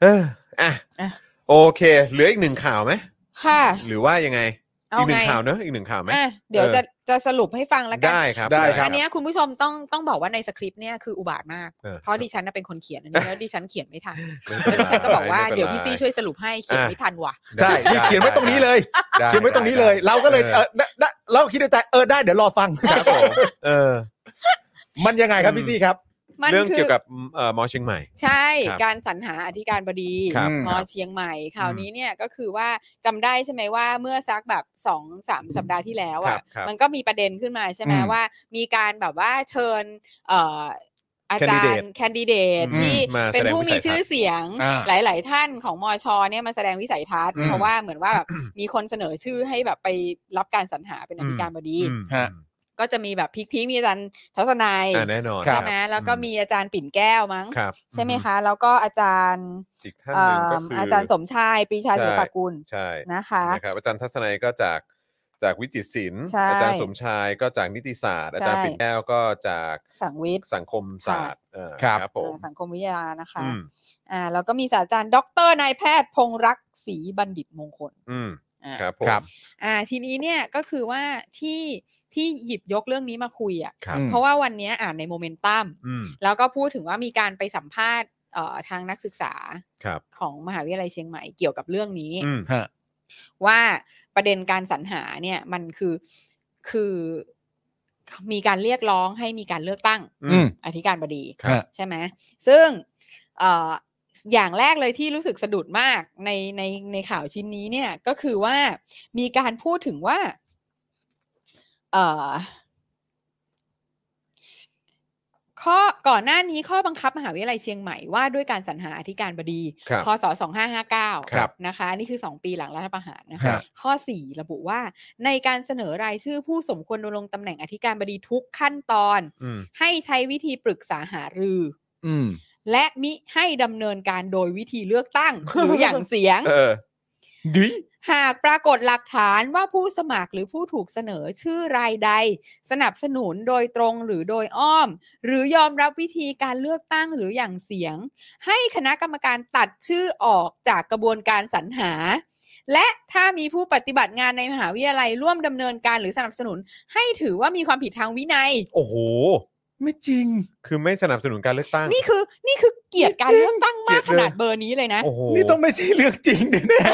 [SPEAKER 1] เอออ่ะ
[SPEAKER 3] อ่ะ
[SPEAKER 1] โอเค เหลืออีกหนึ่งข่าวไหม
[SPEAKER 3] ค่ะ
[SPEAKER 1] หรือว่ายังไง
[SPEAKER 3] เอา
[SPEAKER 1] อีกหนึ่
[SPEAKER 3] ไง
[SPEAKER 1] งข่าวเนอะอีกหนึ่งข่าวไหม
[SPEAKER 3] อ่ะเดี๋ยว
[SPEAKER 1] เออ
[SPEAKER 3] จะจะสรุปให้ฟังแล้วกั
[SPEAKER 1] ได้ครับ
[SPEAKER 2] ได้ครับ
[SPEAKER 3] อันเนี้ยคุณผู้ชมต้องต้องบอกว่าในสคริปต์เนี่ยคืออุบาทมาก
[SPEAKER 1] เออ
[SPEAKER 3] เพราะดิฉันน่ะเป็นคนเขียนอันนี้แล้วดิฉันเขียนไม่ทัน
[SPEAKER 1] ไม่เป็นไร
[SPEAKER 3] แล้วดิฉันก็บอกว่า
[SPEAKER 1] ไม่เป็นไร
[SPEAKER 3] เดี๋ยวพี่ซี่ช่วยสรุปให้เขียนไม่ทันว่ะ
[SPEAKER 2] ใช่นี่เขียนไว้ตรงนี้เลย เขียนไว้ตรงนี้เลย เราก็เลยเออได้ได้เราคิดในใจเออได้เดี๋ยวรอฟัง
[SPEAKER 1] ครับผมเออ
[SPEAKER 2] มันยังไงครับ
[SPEAKER 1] อื
[SPEAKER 2] พี่
[SPEAKER 1] ม
[SPEAKER 2] ซี่ครับ
[SPEAKER 3] มัน
[SPEAKER 1] เรื่อง
[SPEAKER 3] คื
[SPEAKER 1] เกี่ยวกับเอ่อหมอเชียงใหม่
[SPEAKER 3] ใช่
[SPEAKER 1] ครับ
[SPEAKER 3] การสรรหาอธิการบดี
[SPEAKER 1] ครับ
[SPEAKER 3] ม
[SPEAKER 1] ครับ
[SPEAKER 3] เชียงใหม่คราวนี้เนี่ยก็คือว่าจำได้ใช่ไหมว่าเมื่อสักแบบสองสามสัปดาห์ที่แล้ว
[SPEAKER 1] ครั
[SPEAKER 3] อ่ะ
[SPEAKER 1] บครับ
[SPEAKER 3] มันก็มีประเด็นขึ้นมาใช่ไหม
[SPEAKER 2] อืม
[SPEAKER 3] ว่า มีการแบบว่าเชิญเอ่ออาจารย์
[SPEAKER 1] Candidate
[SPEAKER 3] แคนดิเดต
[SPEAKER 1] อืม
[SPEAKER 3] ที่
[SPEAKER 1] มาแสดง
[SPEAKER 3] เป็นผู้มี
[SPEAKER 1] วิสัยทัศน์
[SPEAKER 3] ชื่อเสียง
[SPEAKER 2] อ่า
[SPEAKER 3] หลาย ๆ ท่านของมอชเนี่ยมาแสดงวิสัยทัศน์
[SPEAKER 2] อืม
[SPEAKER 3] เพราะว่าเหมือน ว่าแบบมีคนเสนอชื่อให้แบบไปรับการสรรหาเป็นอธิการบดี
[SPEAKER 1] อืม
[SPEAKER 2] ฮะ
[SPEAKER 3] ก็จะมีแบบพีคๆมีอาจารย์ทัศนัย
[SPEAKER 1] อ่าแน่นอน
[SPEAKER 3] ใช่ไหมแล้วก็มีอาจารย์ปิ่นแก้วมั้ง
[SPEAKER 1] ครับ
[SPEAKER 3] ใช่ไหมคะ แล้วก็อาจารย์
[SPEAKER 1] อีกท่าน
[SPEAKER 3] เอ่
[SPEAKER 1] หนึ่งก็
[SPEAKER 3] อ
[SPEAKER 1] คือ
[SPEAKER 3] อา
[SPEAKER 1] อา
[SPEAKER 3] จารย์สมชายปรีชา
[SPEAKER 1] ใช่
[SPEAKER 3] ศิลปากุล
[SPEAKER 1] ใช่
[SPEAKER 3] นะคะ
[SPEAKER 1] นะครับอาจารย์ทัศนัยก็จากจากวิจิตรศิลป์
[SPEAKER 3] ใช่
[SPEAKER 1] อาจารย์สมชายก็จากนิติศาสตร์ อาจารย์
[SPEAKER 3] ใช่
[SPEAKER 1] ปิ่นแก้วก็จาก
[SPEAKER 3] สังวิทย์
[SPEAKER 1] สังคมศาสตร์เออ
[SPEAKER 2] ครับ
[SPEAKER 1] ครับผม
[SPEAKER 3] สังคมวิทยานะคะ
[SPEAKER 1] อืม
[SPEAKER 3] อ่าแล้วก็มีศาสตราจารย์ดรนายแพทย์พงรักษ์ศรีบัณฑิตมงคล
[SPEAKER 1] อืม
[SPEAKER 3] อ่า
[SPEAKER 1] ครับผม
[SPEAKER 2] ครับ
[SPEAKER 3] อ่าทีนี้เนี่ยก็คือว่าที่ที่หยิบยกเรื่องนี้มาคุยอ่ะ
[SPEAKER 1] ครับ
[SPEAKER 2] อืม
[SPEAKER 3] เพราะว่าวันเนี้ยอ่านในโมเมนตัม
[SPEAKER 1] อืม
[SPEAKER 3] แล้วก็พูดถึงว่ามีการไปสัมภาษณ์เอ่อทางนักศึกษา
[SPEAKER 1] ครับ
[SPEAKER 3] ของมหาวิทยาลัยเชียงใหม่เกี่ยวกับเรื่องนี้
[SPEAKER 1] อืม
[SPEAKER 2] ฮะ
[SPEAKER 3] ว่าประเด็นการสรรหาเนี่ยมันคือคือมีการเรียกร้องให้มีการเลือกตั้ง
[SPEAKER 1] อื
[SPEAKER 2] อืม
[SPEAKER 3] อธิการบดี
[SPEAKER 2] ครับ
[SPEAKER 3] ใช่ไหมซึ่งเอ่ออย่างแรกเลยที่รู้สึกสะดุดมากในในในข่าวชิ้นนี้เนี่ยก็คือว่ามีการพูดถึงว่าเอ่อข้อก่อนหน้านี้ข้อบังคับมหาวิทยาลัยเชียงใหม่ว่าด้วยการสรรหาอธิการบดี
[SPEAKER 1] ครับ
[SPEAKER 3] พศ 2559
[SPEAKER 1] ครับ
[SPEAKER 3] นะคะอันนี่คือ 2 ปีหลังรัฐประหารนะ
[SPEAKER 2] ครั
[SPEAKER 3] คะ
[SPEAKER 2] บ
[SPEAKER 3] ข้อ 4 ระบุว่า ในการเสนอรายชื่อผู้สมควรดำรงตำแหน่งอธิการบดีทุกขั้นตอน
[SPEAKER 1] อืม
[SPEAKER 3] ให้ใช้วิธีปรึกษาหารือ
[SPEAKER 2] อืม
[SPEAKER 3] และมิให้ดำเนินการโดยวิธีเลือกตั้ง หรืออย่างเสียง
[SPEAKER 1] เออ
[SPEAKER 2] ดิ
[SPEAKER 3] หากปรากฏหลักฐานว่าผู้สมัครหรือผู้ถูกเสนอชื่อรายใด สนับสนุนโดยตรงหรือโดยอ้อม หรือยอมรับวิธีการเลือกตั้งหรืออย่างเสียง ให้คณะกรรมการตัดชื่อออกจากกระบวนการสรรหา และถ้ามีผู้ปฏิบัติงานในมหาวิทยาลัยร่วมดำเนินการหรือสนับสนุน ให้ถือว่ามีความผิดทางวินัย
[SPEAKER 1] โอ้โห
[SPEAKER 2] ไม่จริง
[SPEAKER 1] คือไม่สนับสนุนการเลือกตั้ง
[SPEAKER 3] นี่คือนี่คือเกลียดการเลือกตั้งมาก
[SPEAKER 1] เก
[SPEAKER 3] ข
[SPEAKER 1] ลียดเลย
[SPEAKER 3] นาดเบอร์นี้เลยนะ
[SPEAKER 1] โอ้โห
[SPEAKER 2] นี่ต้องไม่ใช่เรื่องจริงแน่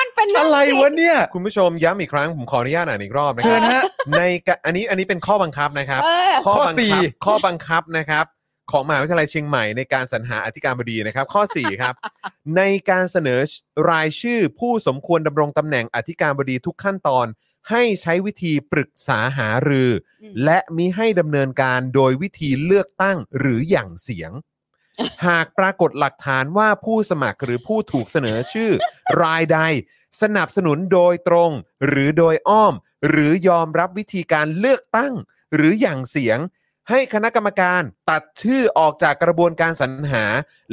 [SPEAKER 3] มันเป็น
[SPEAKER 2] ๆ
[SPEAKER 3] เรื่
[SPEAKER 2] อะ
[SPEAKER 3] อง
[SPEAKER 2] ไร
[SPEAKER 3] จริง
[SPEAKER 2] วะเนี่ย
[SPEAKER 1] คุณผู้ชมย้ำอีกครั้ง ผมขออนุญาตอ่านอีกรอบนะค
[SPEAKER 2] เชิ
[SPEAKER 1] รั
[SPEAKER 2] ญ
[SPEAKER 1] บ
[SPEAKER 2] ฮะ
[SPEAKER 1] ในกะอันนี้อันนี้เป็นข้อบังคับนะครับ
[SPEAKER 3] เออ
[SPEAKER 1] ข้อบัง
[SPEAKER 2] ข้อสี่
[SPEAKER 1] คับข้อบังคับนะครับ ของมหาวิทยาลัยเชียงใหม่ในการสรรหาอธิการบดีนะครับ ข้อ 4 ครับ ในการเสนอรายชื่อผู้สมควรดำรงตำแหน่งอธิการบดีทุกขั้นตอน ให้ใช้วิธีปรึกษาหารืออ
[SPEAKER 3] ม
[SPEAKER 1] และมิให้ดำเนินการโดยวิธีเลือกตั้งหรืออย่างเสียง หากปรากฏหลักฐานว่าผู้สมัครหรือผู้ถูกเสนอชื่อ รายใด สนับสนุนโดยตรง หรือโดยอ้อม หรือยอมรับวิธีการเลือกตั้ง หรืออย่างเสียง ให้คณะกรรมการตัดชื่อออกจากกระบวนการสรรหา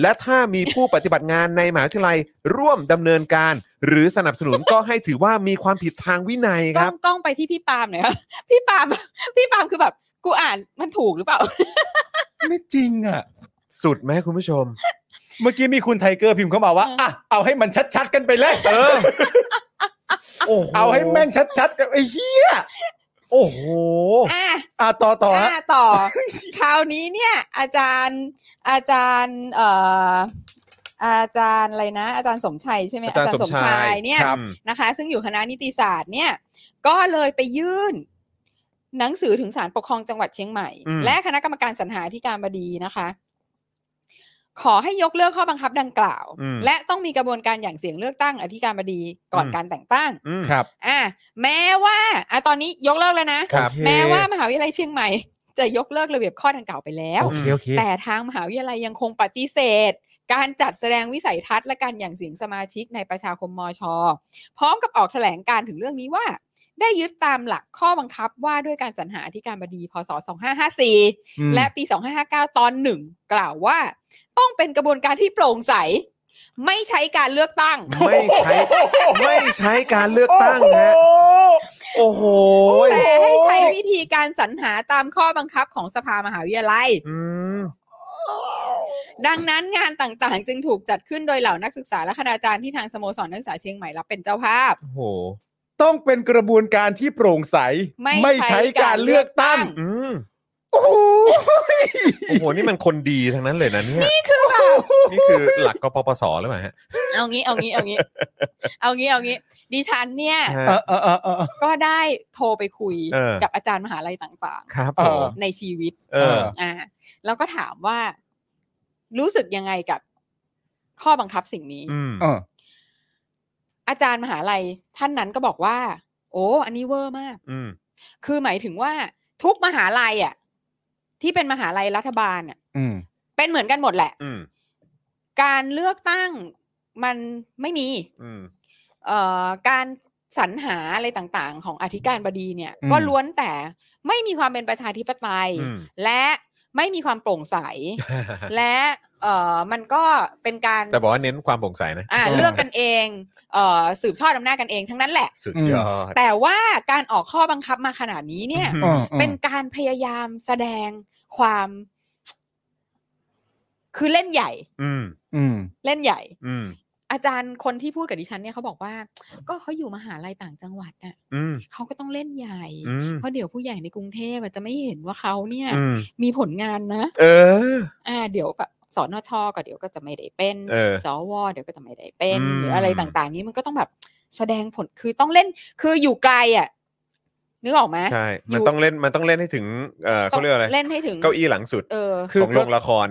[SPEAKER 1] และถ้ามีผู้ ปฏิบัติงานในมหาวิทยาลัยร่วมดำเนินการ หรือสนับสนุน ก็ให้ถือว่ามีความผิดทางวินัยค
[SPEAKER 3] ก้อ
[SPEAKER 1] รั
[SPEAKER 3] ง
[SPEAKER 1] บ
[SPEAKER 3] กล้องไปที่พี่ปาล์มหน่อยครับ พี่ปาล์ม พี่ปาล์มคือแบบกูอ่านมันถูกหรือเปล่า
[SPEAKER 2] ไม่จริงอ่ะ
[SPEAKER 1] สุดไหมคุณผู้ชม
[SPEAKER 2] เมื่อกี้มีคุณไทเกอร์พิมพ์เข้ามาว่า
[SPEAKER 3] เอออ่
[SPEAKER 2] อ่ะเอาให้มันชัดๆกันไปเลย
[SPEAKER 1] เออ โอ้โห
[SPEAKER 2] เอาให้แม่งชัดๆกันไอ้เหี้ย
[SPEAKER 1] โอ้โห
[SPEAKER 3] อ่ะ
[SPEAKER 2] อ่ะต่อต่อฮะ
[SPEAKER 3] อ่ะต่อ คราวนี้เนี่ย อาจารย์อาจารย์เอ่ออาจารย์อะไรนะ อาจารย์สมชัยใช่ไหม
[SPEAKER 1] อาจารย์สมชัย
[SPEAKER 3] เนี่ย
[SPEAKER 1] ครับ
[SPEAKER 3] นะคะ ซึ่งอยู่คณะนิติศาสตร์เนี่ย ก็เลยไปยื่น หนังสือถึงศาลปกครองจังหวัดเชียงใหม่
[SPEAKER 1] อืม
[SPEAKER 3] และคณะกรรมการสรรหาธิการบดีนะคะ ขอให้ยกเลิกข้อบังคับดังกล่าว
[SPEAKER 1] อืม
[SPEAKER 3] และต้องมีกระบวนการอย่างเสียงเลือกตั้งอธิการบดีก่อน
[SPEAKER 1] อืม
[SPEAKER 3] การแต่งตั้ง
[SPEAKER 1] อืม
[SPEAKER 2] ครับ
[SPEAKER 3] อ่ะแม้ว่าอ่ะตอนนี้ยกเลิกแล้วนะ
[SPEAKER 1] ครับ
[SPEAKER 2] โอเค
[SPEAKER 3] แม้ว่ามหาวิทยาลัยเชียงใหม่ จะยกเลิกระเบียบข้อดังกล่าวไปแล้ว
[SPEAKER 2] โอเคโอเค
[SPEAKER 3] แต่ทางมหาวิทยาลัยยังคงปฏิเสธ การจัดแสดงวิสัยทัศน์และการอย่างเสียงสมาชิกในประชาคมมช พร้อมกับออกแถลงการณ์ถึงเรื่องนี้ว่า ได้ยึดตามหลักข้อบังคับว่าด้วยการสรรหาอธิการบดี พศ 2554
[SPEAKER 2] อืม
[SPEAKER 3] และปี 2559 ตอนหนึ่งกล่าวว่า ต้องเป็นกระบวนการที่โปร่งใส ไม่ใช้การเลือกตั้ง
[SPEAKER 1] ไม่ใช้ ไม่ใช้การเลือกตั้งนะ
[SPEAKER 2] โอ้โห
[SPEAKER 1] โอ้โห
[SPEAKER 3] แต่ให้ใช้วิธีการสรรหาตามข้อบังคับของสภามหาวิทยาลัย
[SPEAKER 1] อืม
[SPEAKER 3] ดังนั้นงานต่างๆ จึงถูกจัดขึ้นโดยเหล่านักศึกษาและคณาจารย์ที่ทางสโมสรนักศึกษาเชียงใหม่รับเป็นเจ้าภาพ
[SPEAKER 1] โอ้โห
[SPEAKER 2] ต้องเป็นกระบวนการที่โปร่งใส
[SPEAKER 3] ไม่
[SPEAKER 2] ใช้การเลือกตั้ง
[SPEAKER 3] ใช้การเลือ
[SPEAKER 1] อื
[SPEAKER 3] กตั้
[SPEAKER 1] ม
[SPEAKER 2] โอ้โห
[SPEAKER 1] โอ้โห นี่มันคนดีทั้งนั้นเลยนะ เนี่ย
[SPEAKER 3] คือแบบ
[SPEAKER 1] นี่คือหลักกปปสหรือเปล่าฮะ
[SPEAKER 3] เอางี้เอางี้เอางี้ เอางี้เอางี้ ดิฉันเนี่ย
[SPEAKER 2] เออเออเออเออ
[SPEAKER 3] ก็ได้โทรไปคุย
[SPEAKER 1] เออ
[SPEAKER 3] กับอาจารย์มหาลัยต่าง
[SPEAKER 1] ครับ
[SPEAKER 2] เอ
[SPEAKER 1] ผ
[SPEAKER 2] อ
[SPEAKER 1] ม
[SPEAKER 3] ๆ ในชีวิต
[SPEAKER 1] เออ
[SPEAKER 3] อ่า แล้วก็ถามว่า รู้สึกยังไงกับข้อบังคับสิ่งนี้
[SPEAKER 1] อืม
[SPEAKER 2] เออ
[SPEAKER 3] อาจารย์มหาลัยท่านนั้นก็บอกว่า โอ้อันนี้เวอร์มาก
[SPEAKER 1] อืม
[SPEAKER 3] คือหมายถึงว่าทุกมหาลัยอ่ะ ที่เป็นมหาลัยรัฐบาลอ่ะ
[SPEAKER 2] อืม
[SPEAKER 3] เป็นเหมือนกันหมดแหละ
[SPEAKER 1] อืม
[SPEAKER 3] การเลือกตั้งมันไม่มี
[SPEAKER 1] อืม
[SPEAKER 3] เอ่อการสรรหาอะไรต่างๆ ของอธิการบดีเนี่ย
[SPEAKER 1] อืม
[SPEAKER 3] ก็ล้วนแต่ไม่มีความเป็นประชาธิปไตย
[SPEAKER 1] อืม
[SPEAKER 3] และไม่มีความโปร่ง ใส และเอ่อมันก็เป็นการ
[SPEAKER 1] แต่บอกว่าเน้นความโปร่งใสนะ
[SPEAKER 3] อ่าเลือกกันเองเอ่อสืบทอดอำนาจกันเองทั้งนั้นแหละ
[SPEAKER 1] สุดยอด
[SPEAKER 3] แต่ว่าการออกข้อบังคับมาขนาดนี้เนี่ย
[SPEAKER 1] อืม
[SPEAKER 2] ออออ
[SPEAKER 3] เป็นการพยายามแสดงความ คือเล่นใหญ่
[SPEAKER 1] อืม
[SPEAKER 2] อืม
[SPEAKER 3] เล่นใหญ่
[SPEAKER 1] อืม
[SPEAKER 3] อาจารย์คนที่พูดกับดิฉันเนี่ยเขาบอกว่า ก็เขาอยู่มหาลัยต่างจังหวัดน่ะ
[SPEAKER 1] อืม
[SPEAKER 3] เขาก็ต้องเล่นใหญ่
[SPEAKER 1] อืม
[SPEAKER 3] เพราะเดี๋ยวผู้ใหญ่ในกรุงเทพอาจจะไม่เห็นว่าเขาเนี่ย
[SPEAKER 1] อืม
[SPEAKER 3] มีผลงานนะ
[SPEAKER 1] เออ
[SPEAKER 3] อ่า เดี๋ยวแบบสนชก็เดี๋ยวก็จะไม่ได้เป็น
[SPEAKER 1] เออ
[SPEAKER 3] สวเดี๋ยวก็จะไม่ได้เป็น
[SPEAKER 1] อืม
[SPEAKER 3] หรืออะไรต่าง ๆ นี้มันก็ต้องแบบแสดงผลคือต้องเล่น คืออยู่ไกลอ่ะนึกออกไหม
[SPEAKER 1] ใช่
[SPEAKER 3] อยู่
[SPEAKER 1] มันต้องเล่น มันต้องเล่นให้ถึง เอ่อเขาเรียกว่าอะไร
[SPEAKER 3] เล่นให้ถึง
[SPEAKER 1] เก้าอี้หลังสุด
[SPEAKER 3] เออ
[SPEAKER 2] คือ
[SPEAKER 1] ของโรงละคร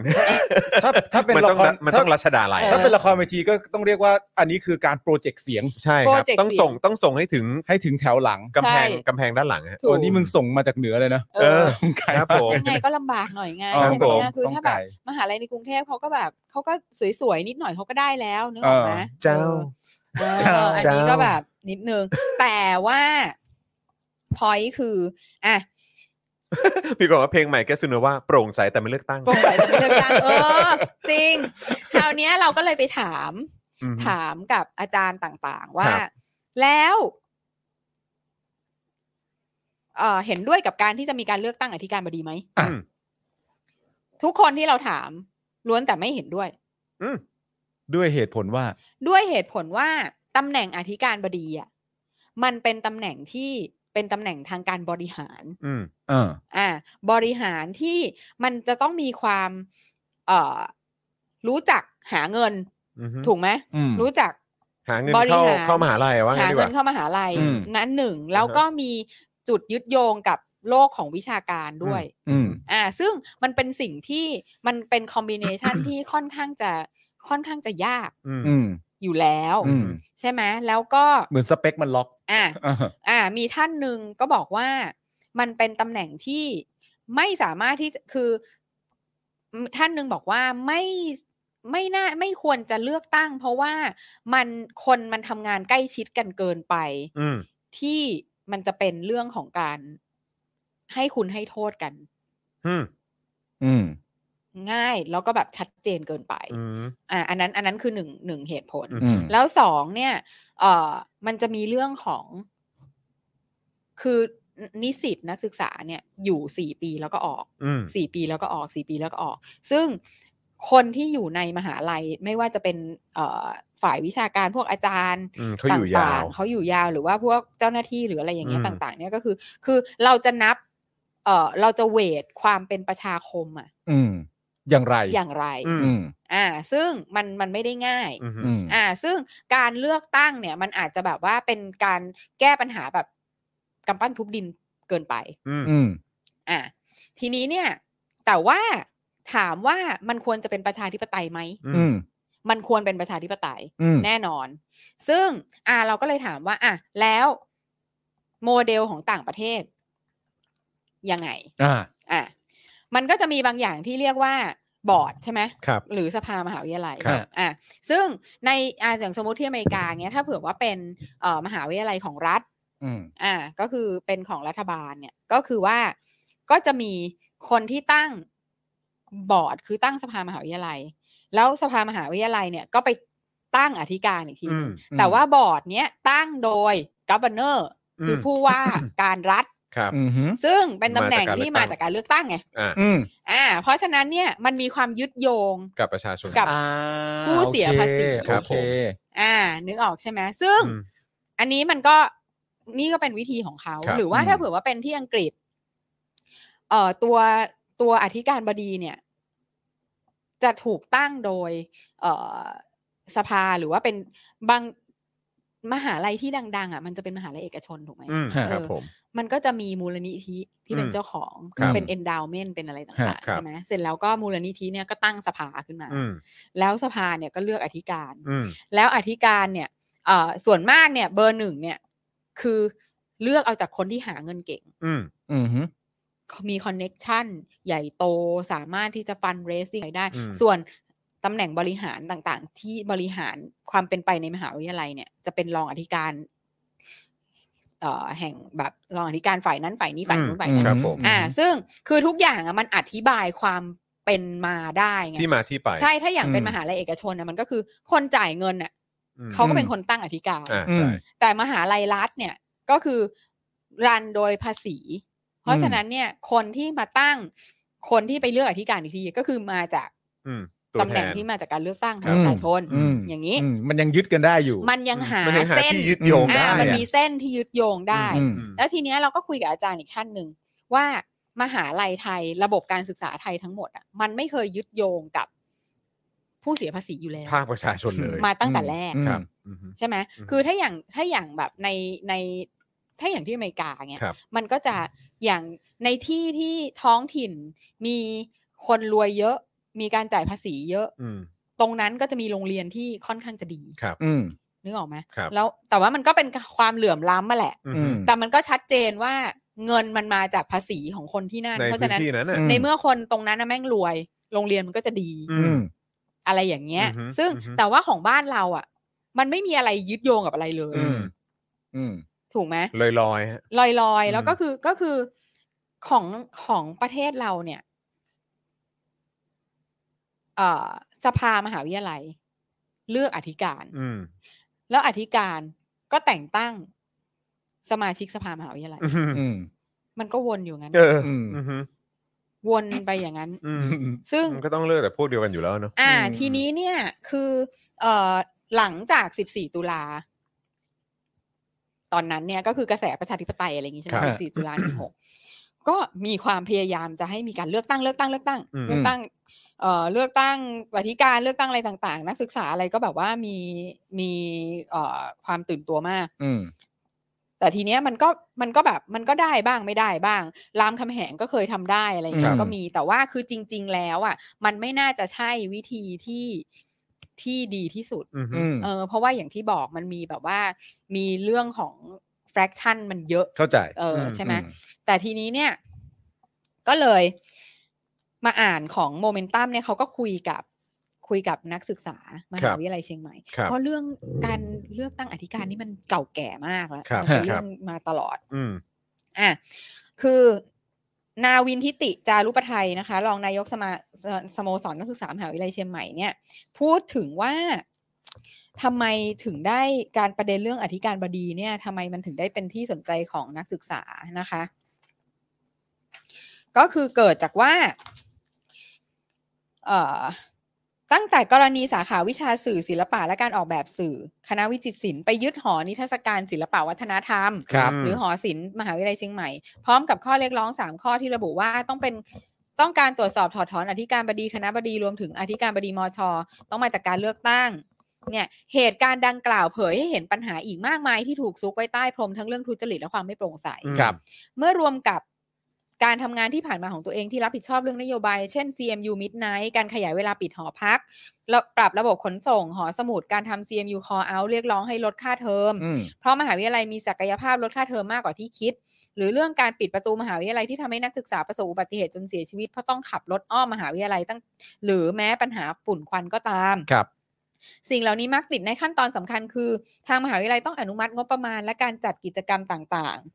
[SPEAKER 2] ถ้าถ้าเป็น
[SPEAKER 1] มั
[SPEAKER 2] ละ
[SPEAKER 1] ต้อง
[SPEAKER 2] คร
[SPEAKER 1] มันต้องรัชดาลัย
[SPEAKER 3] ออ
[SPEAKER 2] ถ้าเป็นละครเวทีก็ต้องเรียกว่าอันนี้คือการโปรเจกต์เสียง
[SPEAKER 1] ใช่ครับ
[SPEAKER 3] Project
[SPEAKER 1] ต้องส่ง ต้องส่งให้ถึง
[SPEAKER 2] ให้ถึงแถวหลัง
[SPEAKER 1] กำแพง
[SPEAKER 3] ใช่
[SPEAKER 1] กำแพงด้านหลังฮะ
[SPEAKER 3] ถูก
[SPEAKER 2] โอ้นี่มึงส่งมาจากเหนือเลยนะ
[SPEAKER 3] เออ
[SPEAKER 2] ส่งไกล
[SPEAKER 1] ครับ
[SPEAKER 2] มาก
[SPEAKER 1] ผม
[SPEAKER 3] ยังไงก็ลำบากหน่อยไง
[SPEAKER 1] ครับ
[SPEAKER 3] ใช่ไหม
[SPEAKER 1] ผม
[SPEAKER 3] นะคือ
[SPEAKER 2] ต้ง
[SPEAKER 3] ถ้า
[SPEAKER 2] ไก
[SPEAKER 3] แบ
[SPEAKER 2] ล
[SPEAKER 3] บมหาลัยในกรุงเทพเขาก็แบบเขาก็สวยๆนิดหน่อยเขาก็ได้แล้วนึกออกไหม
[SPEAKER 2] เออ
[SPEAKER 1] เจ้า
[SPEAKER 3] ออ เออ
[SPEAKER 2] เจ้า
[SPEAKER 3] อันนี้ก็
[SPEAKER 1] เจ้า
[SPEAKER 3] แบบนิดนึง แต่ว่าพอยคืออ่ะ
[SPEAKER 1] พี่บอกว่าเพลงใหม่แกสโนว่าโปร่งใสแต่ไม่เลือกตั้ง
[SPEAKER 3] โปร่งใสแต่ไม่เลือกตั้งเออ จริง คราวเนี้ยเราก็เลยไปถาม
[SPEAKER 1] อืม
[SPEAKER 3] ถามกับอาจารย์ต่างๆ ว่า
[SPEAKER 1] ครับ
[SPEAKER 3] แล้วเอ่อเห็นด้วยกับการที่จะมีการเลือกตั้งอธิการบดีไหม
[SPEAKER 1] อืม
[SPEAKER 3] ทุกคนที่เราถาม ล้วนแต่ไม่เห็นด้วย
[SPEAKER 2] ด้วยเหตุผลว่า
[SPEAKER 3] ด้วยเหตุผลว่าตำแหน่งอธิการบดีอ่ะมันเป็นตำแหน่งที่เป็นตำแหน่งทางการบริหาร
[SPEAKER 1] อืม
[SPEAKER 2] เออ
[SPEAKER 3] อ่าบริหารที่มันจะต้องมีความ เอ่อ รู้จักหาเงิน
[SPEAKER 1] อืม
[SPEAKER 3] ถูกไหม
[SPEAKER 2] อืม
[SPEAKER 3] รู้จัก
[SPEAKER 1] หาเงิน
[SPEAKER 3] บริ
[SPEAKER 1] เข้า
[SPEAKER 3] หาร
[SPEAKER 1] เข้ามหาลัยว่างั้
[SPEAKER 3] หาน
[SPEAKER 1] ดีก
[SPEAKER 3] เงิ
[SPEAKER 1] ว่า
[SPEAKER 3] นเข้ามหาลัย
[SPEAKER 2] อืม
[SPEAKER 3] นั้นหนึ่งแล้ว
[SPEAKER 1] อ่าฮะ
[SPEAKER 3] ก็มีจุดยึดโยงกับโลกของวิชาการด้วย
[SPEAKER 2] อืม
[SPEAKER 3] อ่า ซึ่งมันเป็นสิ่งที่มันเป็นคอมบิเนชัน ที่ค่อนข้างจะค่อนข้างจะยาก
[SPEAKER 1] อืม
[SPEAKER 2] อืม
[SPEAKER 3] อยู่แล้ว
[SPEAKER 2] อืม
[SPEAKER 3] ใช่ไหมแล้วก็
[SPEAKER 2] เหมือนสเปคมันล็อก
[SPEAKER 3] อ่า
[SPEAKER 2] อ่า
[SPEAKER 3] อ่ามีท่านหนึ่งก็บอกว่ามันเป็นตำแหน่งที่ไม่สามารถที่จะคืออืมท่านหนึ่งบอกว่าไม่ไม่น่าไม่ควรจะเลือกตั้ง เพราะว่ามันคนมันทำงานใกล้ชิดกันเกินไป
[SPEAKER 1] อืม
[SPEAKER 3] ที่มันจะเป็นเรื่องของการให้คุณให้โทษกัน
[SPEAKER 1] อืม
[SPEAKER 2] อืม
[SPEAKER 3] ง่ายแล้วก็แบบชัดเจนเกินไป
[SPEAKER 1] อืม
[SPEAKER 3] อ่าอันนั้นอันนั้นคือหนึ่งหนึ่งเหตุผล
[SPEAKER 1] อืม
[SPEAKER 2] อืม
[SPEAKER 3] แล้วสองเนี่ยเอ่อมันจะมีเรื่องของ คือนิสิตนักศึกษาเนี่ยอยู่สี่ปีแล้วก็ออก
[SPEAKER 1] อืม
[SPEAKER 3] สี่ปีแล้วก็ออกสี่ปีแล้วก็ออก ซึ่งคนที่อยู่ในมหาลัยไม่ว่าจะเป็นเอ่อฝ่ายวิชาการพวกอาจารย์
[SPEAKER 1] อืมเขาอยู่ยา
[SPEAKER 3] ต่าง
[SPEAKER 1] ว
[SPEAKER 3] ๆเขาอยู่ยาวหรือว่าพวกเจ้าหน้าที่หรืออะไรอย่างเงี้ย
[SPEAKER 1] อืม
[SPEAKER 3] ต่าง ๆ เนี่ยก็คือ คือเราจะนับ เอ่อเราจะเวทความเป็นประชาคมอะ
[SPEAKER 2] อืม อย่างไร
[SPEAKER 3] อย่างไร
[SPEAKER 1] อืม
[SPEAKER 2] อืม
[SPEAKER 3] อ่า ซึ่งมันมันไม่ได้ง่าย
[SPEAKER 1] อืม
[SPEAKER 2] อืม
[SPEAKER 3] อ่าซึ่งการเลือกตั้งเนี่ยมันอาจจะแบบว่าเป็นการแก้ปัญหาแบบกำปั้นทุบดินเกินไป
[SPEAKER 1] อืม
[SPEAKER 2] อืม
[SPEAKER 3] อ่าทีนี้เนี่ย แต่ว่าถามว่ามันควรจะเป็นประชาธิปไตยไหม
[SPEAKER 1] อื
[SPEAKER 2] อื
[SPEAKER 1] ม
[SPEAKER 2] ม
[SPEAKER 3] มันควรเป็นประชาธิปไตย
[SPEAKER 2] อืม
[SPEAKER 3] แน่นอน ซึ่งอ่าเราก็เลยถามว่า อ่ะแล้วโมเดลของต่างประเทศ ยังไง
[SPEAKER 2] อ่า
[SPEAKER 3] อ่ะมันก็จะมีบางอย่างที่เรียกว่าบอร์ดใช่ไหม
[SPEAKER 1] ครับ
[SPEAKER 3] หรือสภามหาวิทยาลัย
[SPEAKER 2] ครับ
[SPEAKER 3] อ่ะซึ่งในอาอย่างสมมติที่อเมริกาเงี้ย ถ้าเผื่อว่าเป็นเอ่อมหาวิทยาลัยของรัฐ
[SPEAKER 2] อืม
[SPEAKER 3] อ่ะก็คือเป็นของรัฐบาลเนี่ย ก็คือว่าก็จะมีคนที่ตั้งบอร์ด คือตั้งสภามหาวิทยาลัย แล้วสภามหาวิทยาลัยเนี่ยก็ไปตั้งอธิการอีกทีหนึง
[SPEAKER 1] อืม
[SPEAKER 3] แต่ว่าบอร์ดเนี้ยตั้งโดยกัปเนอร์คือ
[SPEAKER 1] ม
[SPEAKER 3] ผู้ว่าการรัฐ
[SPEAKER 1] ครับ
[SPEAKER 2] อืมหืม
[SPEAKER 3] ซึ่งเป็นตำแหน่ง
[SPEAKER 1] มาจากการเลือก
[SPEAKER 3] ที่
[SPEAKER 1] ตั้
[SPEAKER 3] มาง จากการเลือกตั้งไง
[SPEAKER 1] อ่า
[SPEAKER 2] อืม
[SPEAKER 3] อ่า เพราะฉะนั้นเนี่ยมันมีความยึดโยง
[SPEAKER 1] กับประชาชน
[SPEAKER 3] กับ
[SPEAKER 2] อ่า
[SPEAKER 3] ผู้เสียภาษี
[SPEAKER 2] โอเ
[SPEAKER 1] ครับผม
[SPEAKER 2] โอเ
[SPEAKER 3] อ่านึกออกใช่ไหมซึ่ง
[SPEAKER 1] อืม
[SPEAKER 3] อันนี้มันก็ นี่ก็เป็นวิธีของเขา
[SPEAKER 1] ครับ
[SPEAKER 3] หรือว่า
[SPEAKER 1] อืม
[SPEAKER 3] ถ้าเผื่อว่าเป็นที่อังกฤษ เอ่อตัวตัวอธิการบดีเนี่ย จะถูกตั้งโดย เอ่อสภาหรือว่าเป็นบางมหาลัยที่ดัง ๆ อ่ะ มันจะเป็นมหาลัยเอกชนถูกไหม
[SPEAKER 1] อืม
[SPEAKER 2] ฮะ
[SPEAKER 1] ครับผม
[SPEAKER 3] มันก็จะมีมูลนิธิที่เป็น
[SPEAKER 1] อืม
[SPEAKER 3] เจ้าของ
[SPEAKER 1] ครับ
[SPEAKER 3] เป็น endowment เป็นอะไรต่างๆ
[SPEAKER 1] ครับ
[SPEAKER 3] ใช่ไหมเสร็จแล้วก็มูลนิธิเนี่ยก็ตั้งสภาขึ้นมา
[SPEAKER 1] อืม
[SPEAKER 3] แล้วสภาเนี่ยก็เลือกอธิการ
[SPEAKER 1] อืม
[SPEAKER 3] แล้วอธิการเนี่ยเอ่อส่วนมากเนี่ยเบอร์หนึ่งเนี่ยคือเลือกเอาจากคนที่หาเงินเก่ง
[SPEAKER 1] อืม
[SPEAKER 2] อืมฮึ
[SPEAKER 3] มีคอนเน็กชันใหญ่โตสามารถที่จะฟันเรสซิ่งได้
[SPEAKER 1] อืม
[SPEAKER 3] ส่วนตำแหน่งบริหารต่างๆ ที่บริหารความเป็นไปในมหาวิทยาลัยเนี่ย จะเป็นรองอธิการเอ่อแห่งแบบรองอธิการฝ่ายนั้นฝ่ายนี้ฝ่ายนู้นฝ่ายนั้น
[SPEAKER 1] ครับผม
[SPEAKER 3] อ่าซึ่งคือทุกอย่างอะมันอธิบายความเป็นมาได้ไง
[SPEAKER 1] ที่มาที่ไป
[SPEAKER 3] ใช่ถ้าอย่างเป็นมหาลัยเอกชนนะมันก็คือคนจ่ายเงินน่ะ
[SPEAKER 1] อืม
[SPEAKER 3] เขาก็เป็นคนตั้งอธิการ
[SPEAKER 1] อ่า
[SPEAKER 2] อื
[SPEAKER 1] ใช่
[SPEAKER 2] ม
[SPEAKER 3] แต่มหาลัยรัฐเนี่ยก็คือรันโดยภาษี เพราะฉะนั้นเนี่ยคนที่มาตั้งคนที่ไปเลือกอธิการอีกทีก็คือมาจาก
[SPEAKER 1] อืมตัว
[SPEAKER 3] ตำแหน่ง
[SPEAKER 1] ทน
[SPEAKER 3] ที่มาจากการเลือกตั้งข
[SPEAKER 2] ค
[SPEAKER 3] อ
[SPEAKER 2] รับ
[SPEAKER 3] งประชาชน
[SPEAKER 2] อืม
[SPEAKER 3] อย่างนี้
[SPEAKER 2] อืมมันยังยึดกันได้อยู่
[SPEAKER 3] มันยังหา
[SPEAKER 1] มันยังหา
[SPEAKER 3] เส้น
[SPEAKER 1] ที่ยึดโยงได้
[SPEAKER 3] อ่ามัน
[SPEAKER 1] อะ
[SPEAKER 3] มีเส้นที่ยึดโยงได้
[SPEAKER 2] อืม
[SPEAKER 3] แล้วทีเนี้ยเราก็คุยกับอาจารย์อีกท่านหนึ่งว่ามหาลัยไทยระบบการศึกษาไทยทั้งหมดอ่ะมันไม่เคยยึดโยงกับผู้เสียภาษีอยู่แล้ว
[SPEAKER 1] ภาคประชาชนเลย
[SPEAKER 3] มาตั้งแต่แรก
[SPEAKER 2] อืม
[SPEAKER 1] ครับอืม
[SPEAKER 3] ใช่ไหม
[SPEAKER 1] อืม
[SPEAKER 3] คือถ้าอย่างถ้าอย่างแบบในในถ้าอย่างที่อเมริกาเนี่ย
[SPEAKER 1] ครับ
[SPEAKER 3] มันก็จะอย่างในที่ที่ท้องถิ่นมีคนรวยเยอะ มีการจ่ายภาษีเยอะ
[SPEAKER 1] อืม
[SPEAKER 3] ตรงนั้นก็จะมีโรงเรียนที่ค่อนข้างจะดี
[SPEAKER 1] ครับ
[SPEAKER 2] อืม
[SPEAKER 3] นึกออกไหม
[SPEAKER 1] ครับ
[SPEAKER 3] แล้วแต่ว่ามันก็เป็นความเหลื่อมล้ำมาแหละ
[SPEAKER 1] อืม
[SPEAKER 3] แต่มันก็ชัดเจนว่าเงินมันมาจากภาษีของคนที่นั่น
[SPEAKER 1] ใน
[SPEAKER 3] เพราะ
[SPEAKER 1] พื้
[SPEAKER 3] ฉะ
[SPEAKER 1] น
[SPEAKER 3] นั้น
[SPEAKER 1] ที่นั้นน่ะ
[SPEAKER 2] อืม
[SPEAKER 3] ในเมื่อคนตรงนั้นนะแม่งรวย โรงเรียนมันก็จะดี
[SPEAKER 1] อื
[SPEAKER 2] อืม
[SPEAKER 3] อะไรอย่างเงี้ย
[SPEAKER 1] อือฮึ
[SPEAKER 3] ซึ่ง
[SPEAKER 1] อือฮึ
[SPEAKER 3] แต่ว่าของบ้านเราอ่ะ มันไม่มีอะไรยึดโยงกับอะไรเลย
[SPEAKER 2] อืม อืม
[SPEAKER 3] ถูกไหม
[SPEAKER 1] ลอยลอยๆฮะ
[SPEAKER 3] ลอยลอยๆ แล้
[SPEAKER 1] อื
[SPEAKER 3] ว
[SPEAKER 1] ม
[SPEAKER 3] ก็คือก็คือของของประเทศเราเนี่ยเอ่อสภามหาวิทยาลัย เลือกอธิการ
[SPEAKER 1] อืม
[SPEAKER 3] แล้วอธิการก็แต่งตั้งสมาชิกสภามหาวิทยาลัย
[SPEAKER 1] อืม
[SPEAKER 2] อืม
[SPEAKER 3] มันก็วนอยู่งั้น
[SPEAKER 1] เอออ
[SPEAKER 2] ม
[SPEAKER 1] อืม
[SPEAKER 3] วนไปอย่างนั้น
[SPEAKER 1] อืม
[SPEAKER 3] ซึ่ง
[SPEAKER 1] มันก็ต้องเลือกแต่พวกเดียวกันอยู่แล้วเนอะ
[SPEAKER 3] อ่า
[SPEAKER 2] อืม
[SPEAKER 3] ทีนี้เนี่ยคือเอ่อหลังจาก 14 ตุลา ตอนนั้นเนี่ยก็คือกระแสประชาธิปไตยอะไรอย่างงี้ใช่ไหม
[SPEAKER 2] ครับ
[SPEAKER 3] 14 ตุลา 16 ก็มีความพยายามจะให้มีการเลือกตั้งเลือกตั้งเลือกตั้ง
[SPEAKER 1] อืม
[SPEAKER 3] เลือกตั้งเอ่อเลือกตั้งปฏิการเลือกตั้งอะไรต่าง ๆ นักศึกษาอะไรก็แบบว่ามีมีเอ่อความตื่นตัวมาก
[SPEAKER 2] อืม
[SPEAKER 3] แต่ทีเนี้ยมันก็มันก็แบบมันก็ได้บ้างไม่ได้บ้างรามคำแหงก็เคยทำได้อะไรอย่างเงี้
[SPEAKER 2] ครั
[SPEAKER 3] ย
[SPEAKER 2] บ
[SPEAKER 3] ก็มีแต่ว่าคือจริง ๆ แล้วอ่ะมันไม่น่าจะใช่วิธีที่ที่ดีที่สุด
[SPEAKER 1] อืม
[SPEAKER 2] อืม
[SPEAKER 3] เออเพราะว่าอย่างที่บอกมันมีแบบว่ามีเรื่องของ fraction มันเยอะ
[SPEAKER 2] เข้าใจ
[SPEAKER 3] เอออใช่ไหม
[SPEAKER 2] อืม
[SPEAKER 3] แต่ทีนี้เนี่ย ก็เลยมาอ่านของโมเมนตัมเนี่ยเขาก็คุยกับคุยกับนักศึกษามหาวิทยาลัยเชียงใหม่
[SPEAKER 1] ครับ
[SPEAKER 3] เพราะเรื่องการเลือกตั้งอธิการนี่มันเก่าแก่มากแล้ว
[SPEAKER 1] ครับ
[SPEAKER 3] มันเป็น
[SPEAKER 1] ครั
[SPEAKER 3] เรื่
[SPEAKER 1] บ
[SPEAKER 3] องมาตลอด
[SPEAKER 1] อืม
[SPEAKER 3] อ่ะคือนาวินทิติจารุปไทยนะคะ รองนายกสมาสสโมสรนักศึกษามหาวิทยาลัยเชียงใหม่เนี่ย พูดถึงว่าทำไมถึงได้การประเด็นเรื่องอธิการบดีเนี่ยทำไมมันถึงได้เป็นที่สนใจของนักศึกษานะคะ ก็คือเกิดจากว่า เอ่อตั้งแต่กรณีสาขาวิชาสื่อศิลปะและการออกแบบสื่อ คณะวิจิตรศิลป์ไปยึดหอนิทรรศการศิลปะวัฒนธรรม
[SPEAKER 2] ครับ
[SPEAKER 3] หรือหอศิลป์มหาวิทยาลัยเชียงใหม่ พร้อมกับข้อเรียกร้อง 3 ข้อที่ระบุว่าต้องเป็นต้องการตรวจสอบถอดถอนอธิการบดีคณะบดีรวมถึงอธิการบดีมช ต้องมาจากการเลือกตั้ง เนี่ยเหตุการณ์ดังกล่าวเผยให้เห็นปัญหาอีกมากมายที่ถูกซุกไว้ใต้พรมทั้งเรื่องทุจริตและความไม่โปร่งใส
[SPEAKER 1] อืม
[SPEAKER 2] ครับ
[SPEAKER 3] เมื่อรวมกับการทำงานที่ผ่านมาของตัวเองที่รับผิดชอบเรื่องนโยบาย เช่น CMU Midnight การขยายเวลาปิดหอพักแล้วปรับระบบขนส่งหอสมุดการทำ CMU Call Out เรียกร้องให้ลดค่าเทอม
[SPEAKER 2] อืม
[SPEAKER 3] เพราะมหาวิทยาลัยมีศักยภาพลดค่าเทอมมากกว่าที่คิด หรือเรื่องการปิดประตูมหาวิทยาลัยที่ทำให้นักศึกษาประสบอุบัติเหตุจนเสียชีวิตเพราะต้องขับรถอ้อมมหาวิทยาลัยตั้ง หรือแม้ปัญหาฝุ่นควันก็ตาม
[SPEAKER 2] ครับ
[SPEAKER 3] สิ่งเหล่านี้มักติดในขั้นตอนสำคัญคือ ทางมหาวิทยาลัยต้องอนุมัติงบประมาณและการจัดกิจกรรมต่างๆ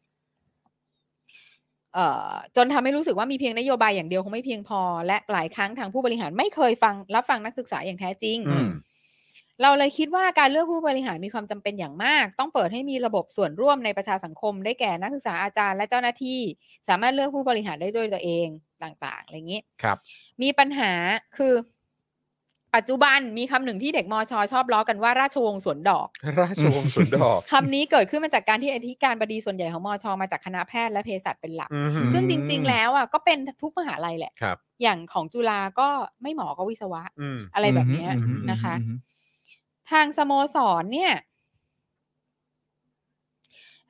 [SPEAKER 3] เอ่อจนทำให้รู้สึกว่ามีเพียงนโยบายอย่างเดียวคงไม่เพียงพอ และหลายครั้งทางผู้บริหารไม่เคยฟังรับฟังนักศึกษาอย่างแท้จริง
[SPEAKER 2] อืม
[SPEAKER 3] เราเลยคิดว่าการเลือกผู้บริหารมีความจำเป็นอย่างมาก ต้องเปิดให้มีระบบส่วนร่วมในประชาสังคม ได้แก่นักศึกษาอาจารย์และเจ้าหน้าที่ สามารถเลือกผู้บริหารได้ด้วยตัวเองต่างๆอะไรอย่างนี้
[SPEAKER 2] ครับ
[SPEAKER 3] มีปัญหาคือ ปัจจุบันมีคำหนึ่งที่เด็กมอชอชอบล้อกันว่าราชวงศ์สวนดอก
[SPEAKER 1] ราชวงศ์สวนดอก
[SPEAKER 3] คำนี้เกิดขึ้นมาจากการที่อธิการบดีส่วนใหญ่ของมอชอมาจากคณะแพทย์และเภสัชเป็นหลัก
[SPEAKER 1] อืม
[SPEAKER 3] ซึ่งจริง ๆ แล้วอ่ะก็เป็นทุกมหาลัยแหละ
[SPEAKER 1] ครับ
[SPEAKER 3] อย่างของจุฬาก็ไม่หมอก็วิศวะ
[SPEAKER 1] อืม
[SPEAKER 3] อะไรแบบเนี้ย
[SPEAKER 2] อืมอืมอืม
[SPEAKER 3] นะคะ
[SPEAKER 2] อืม
[SPEAKER 3] ทางสโมสรเนี่ย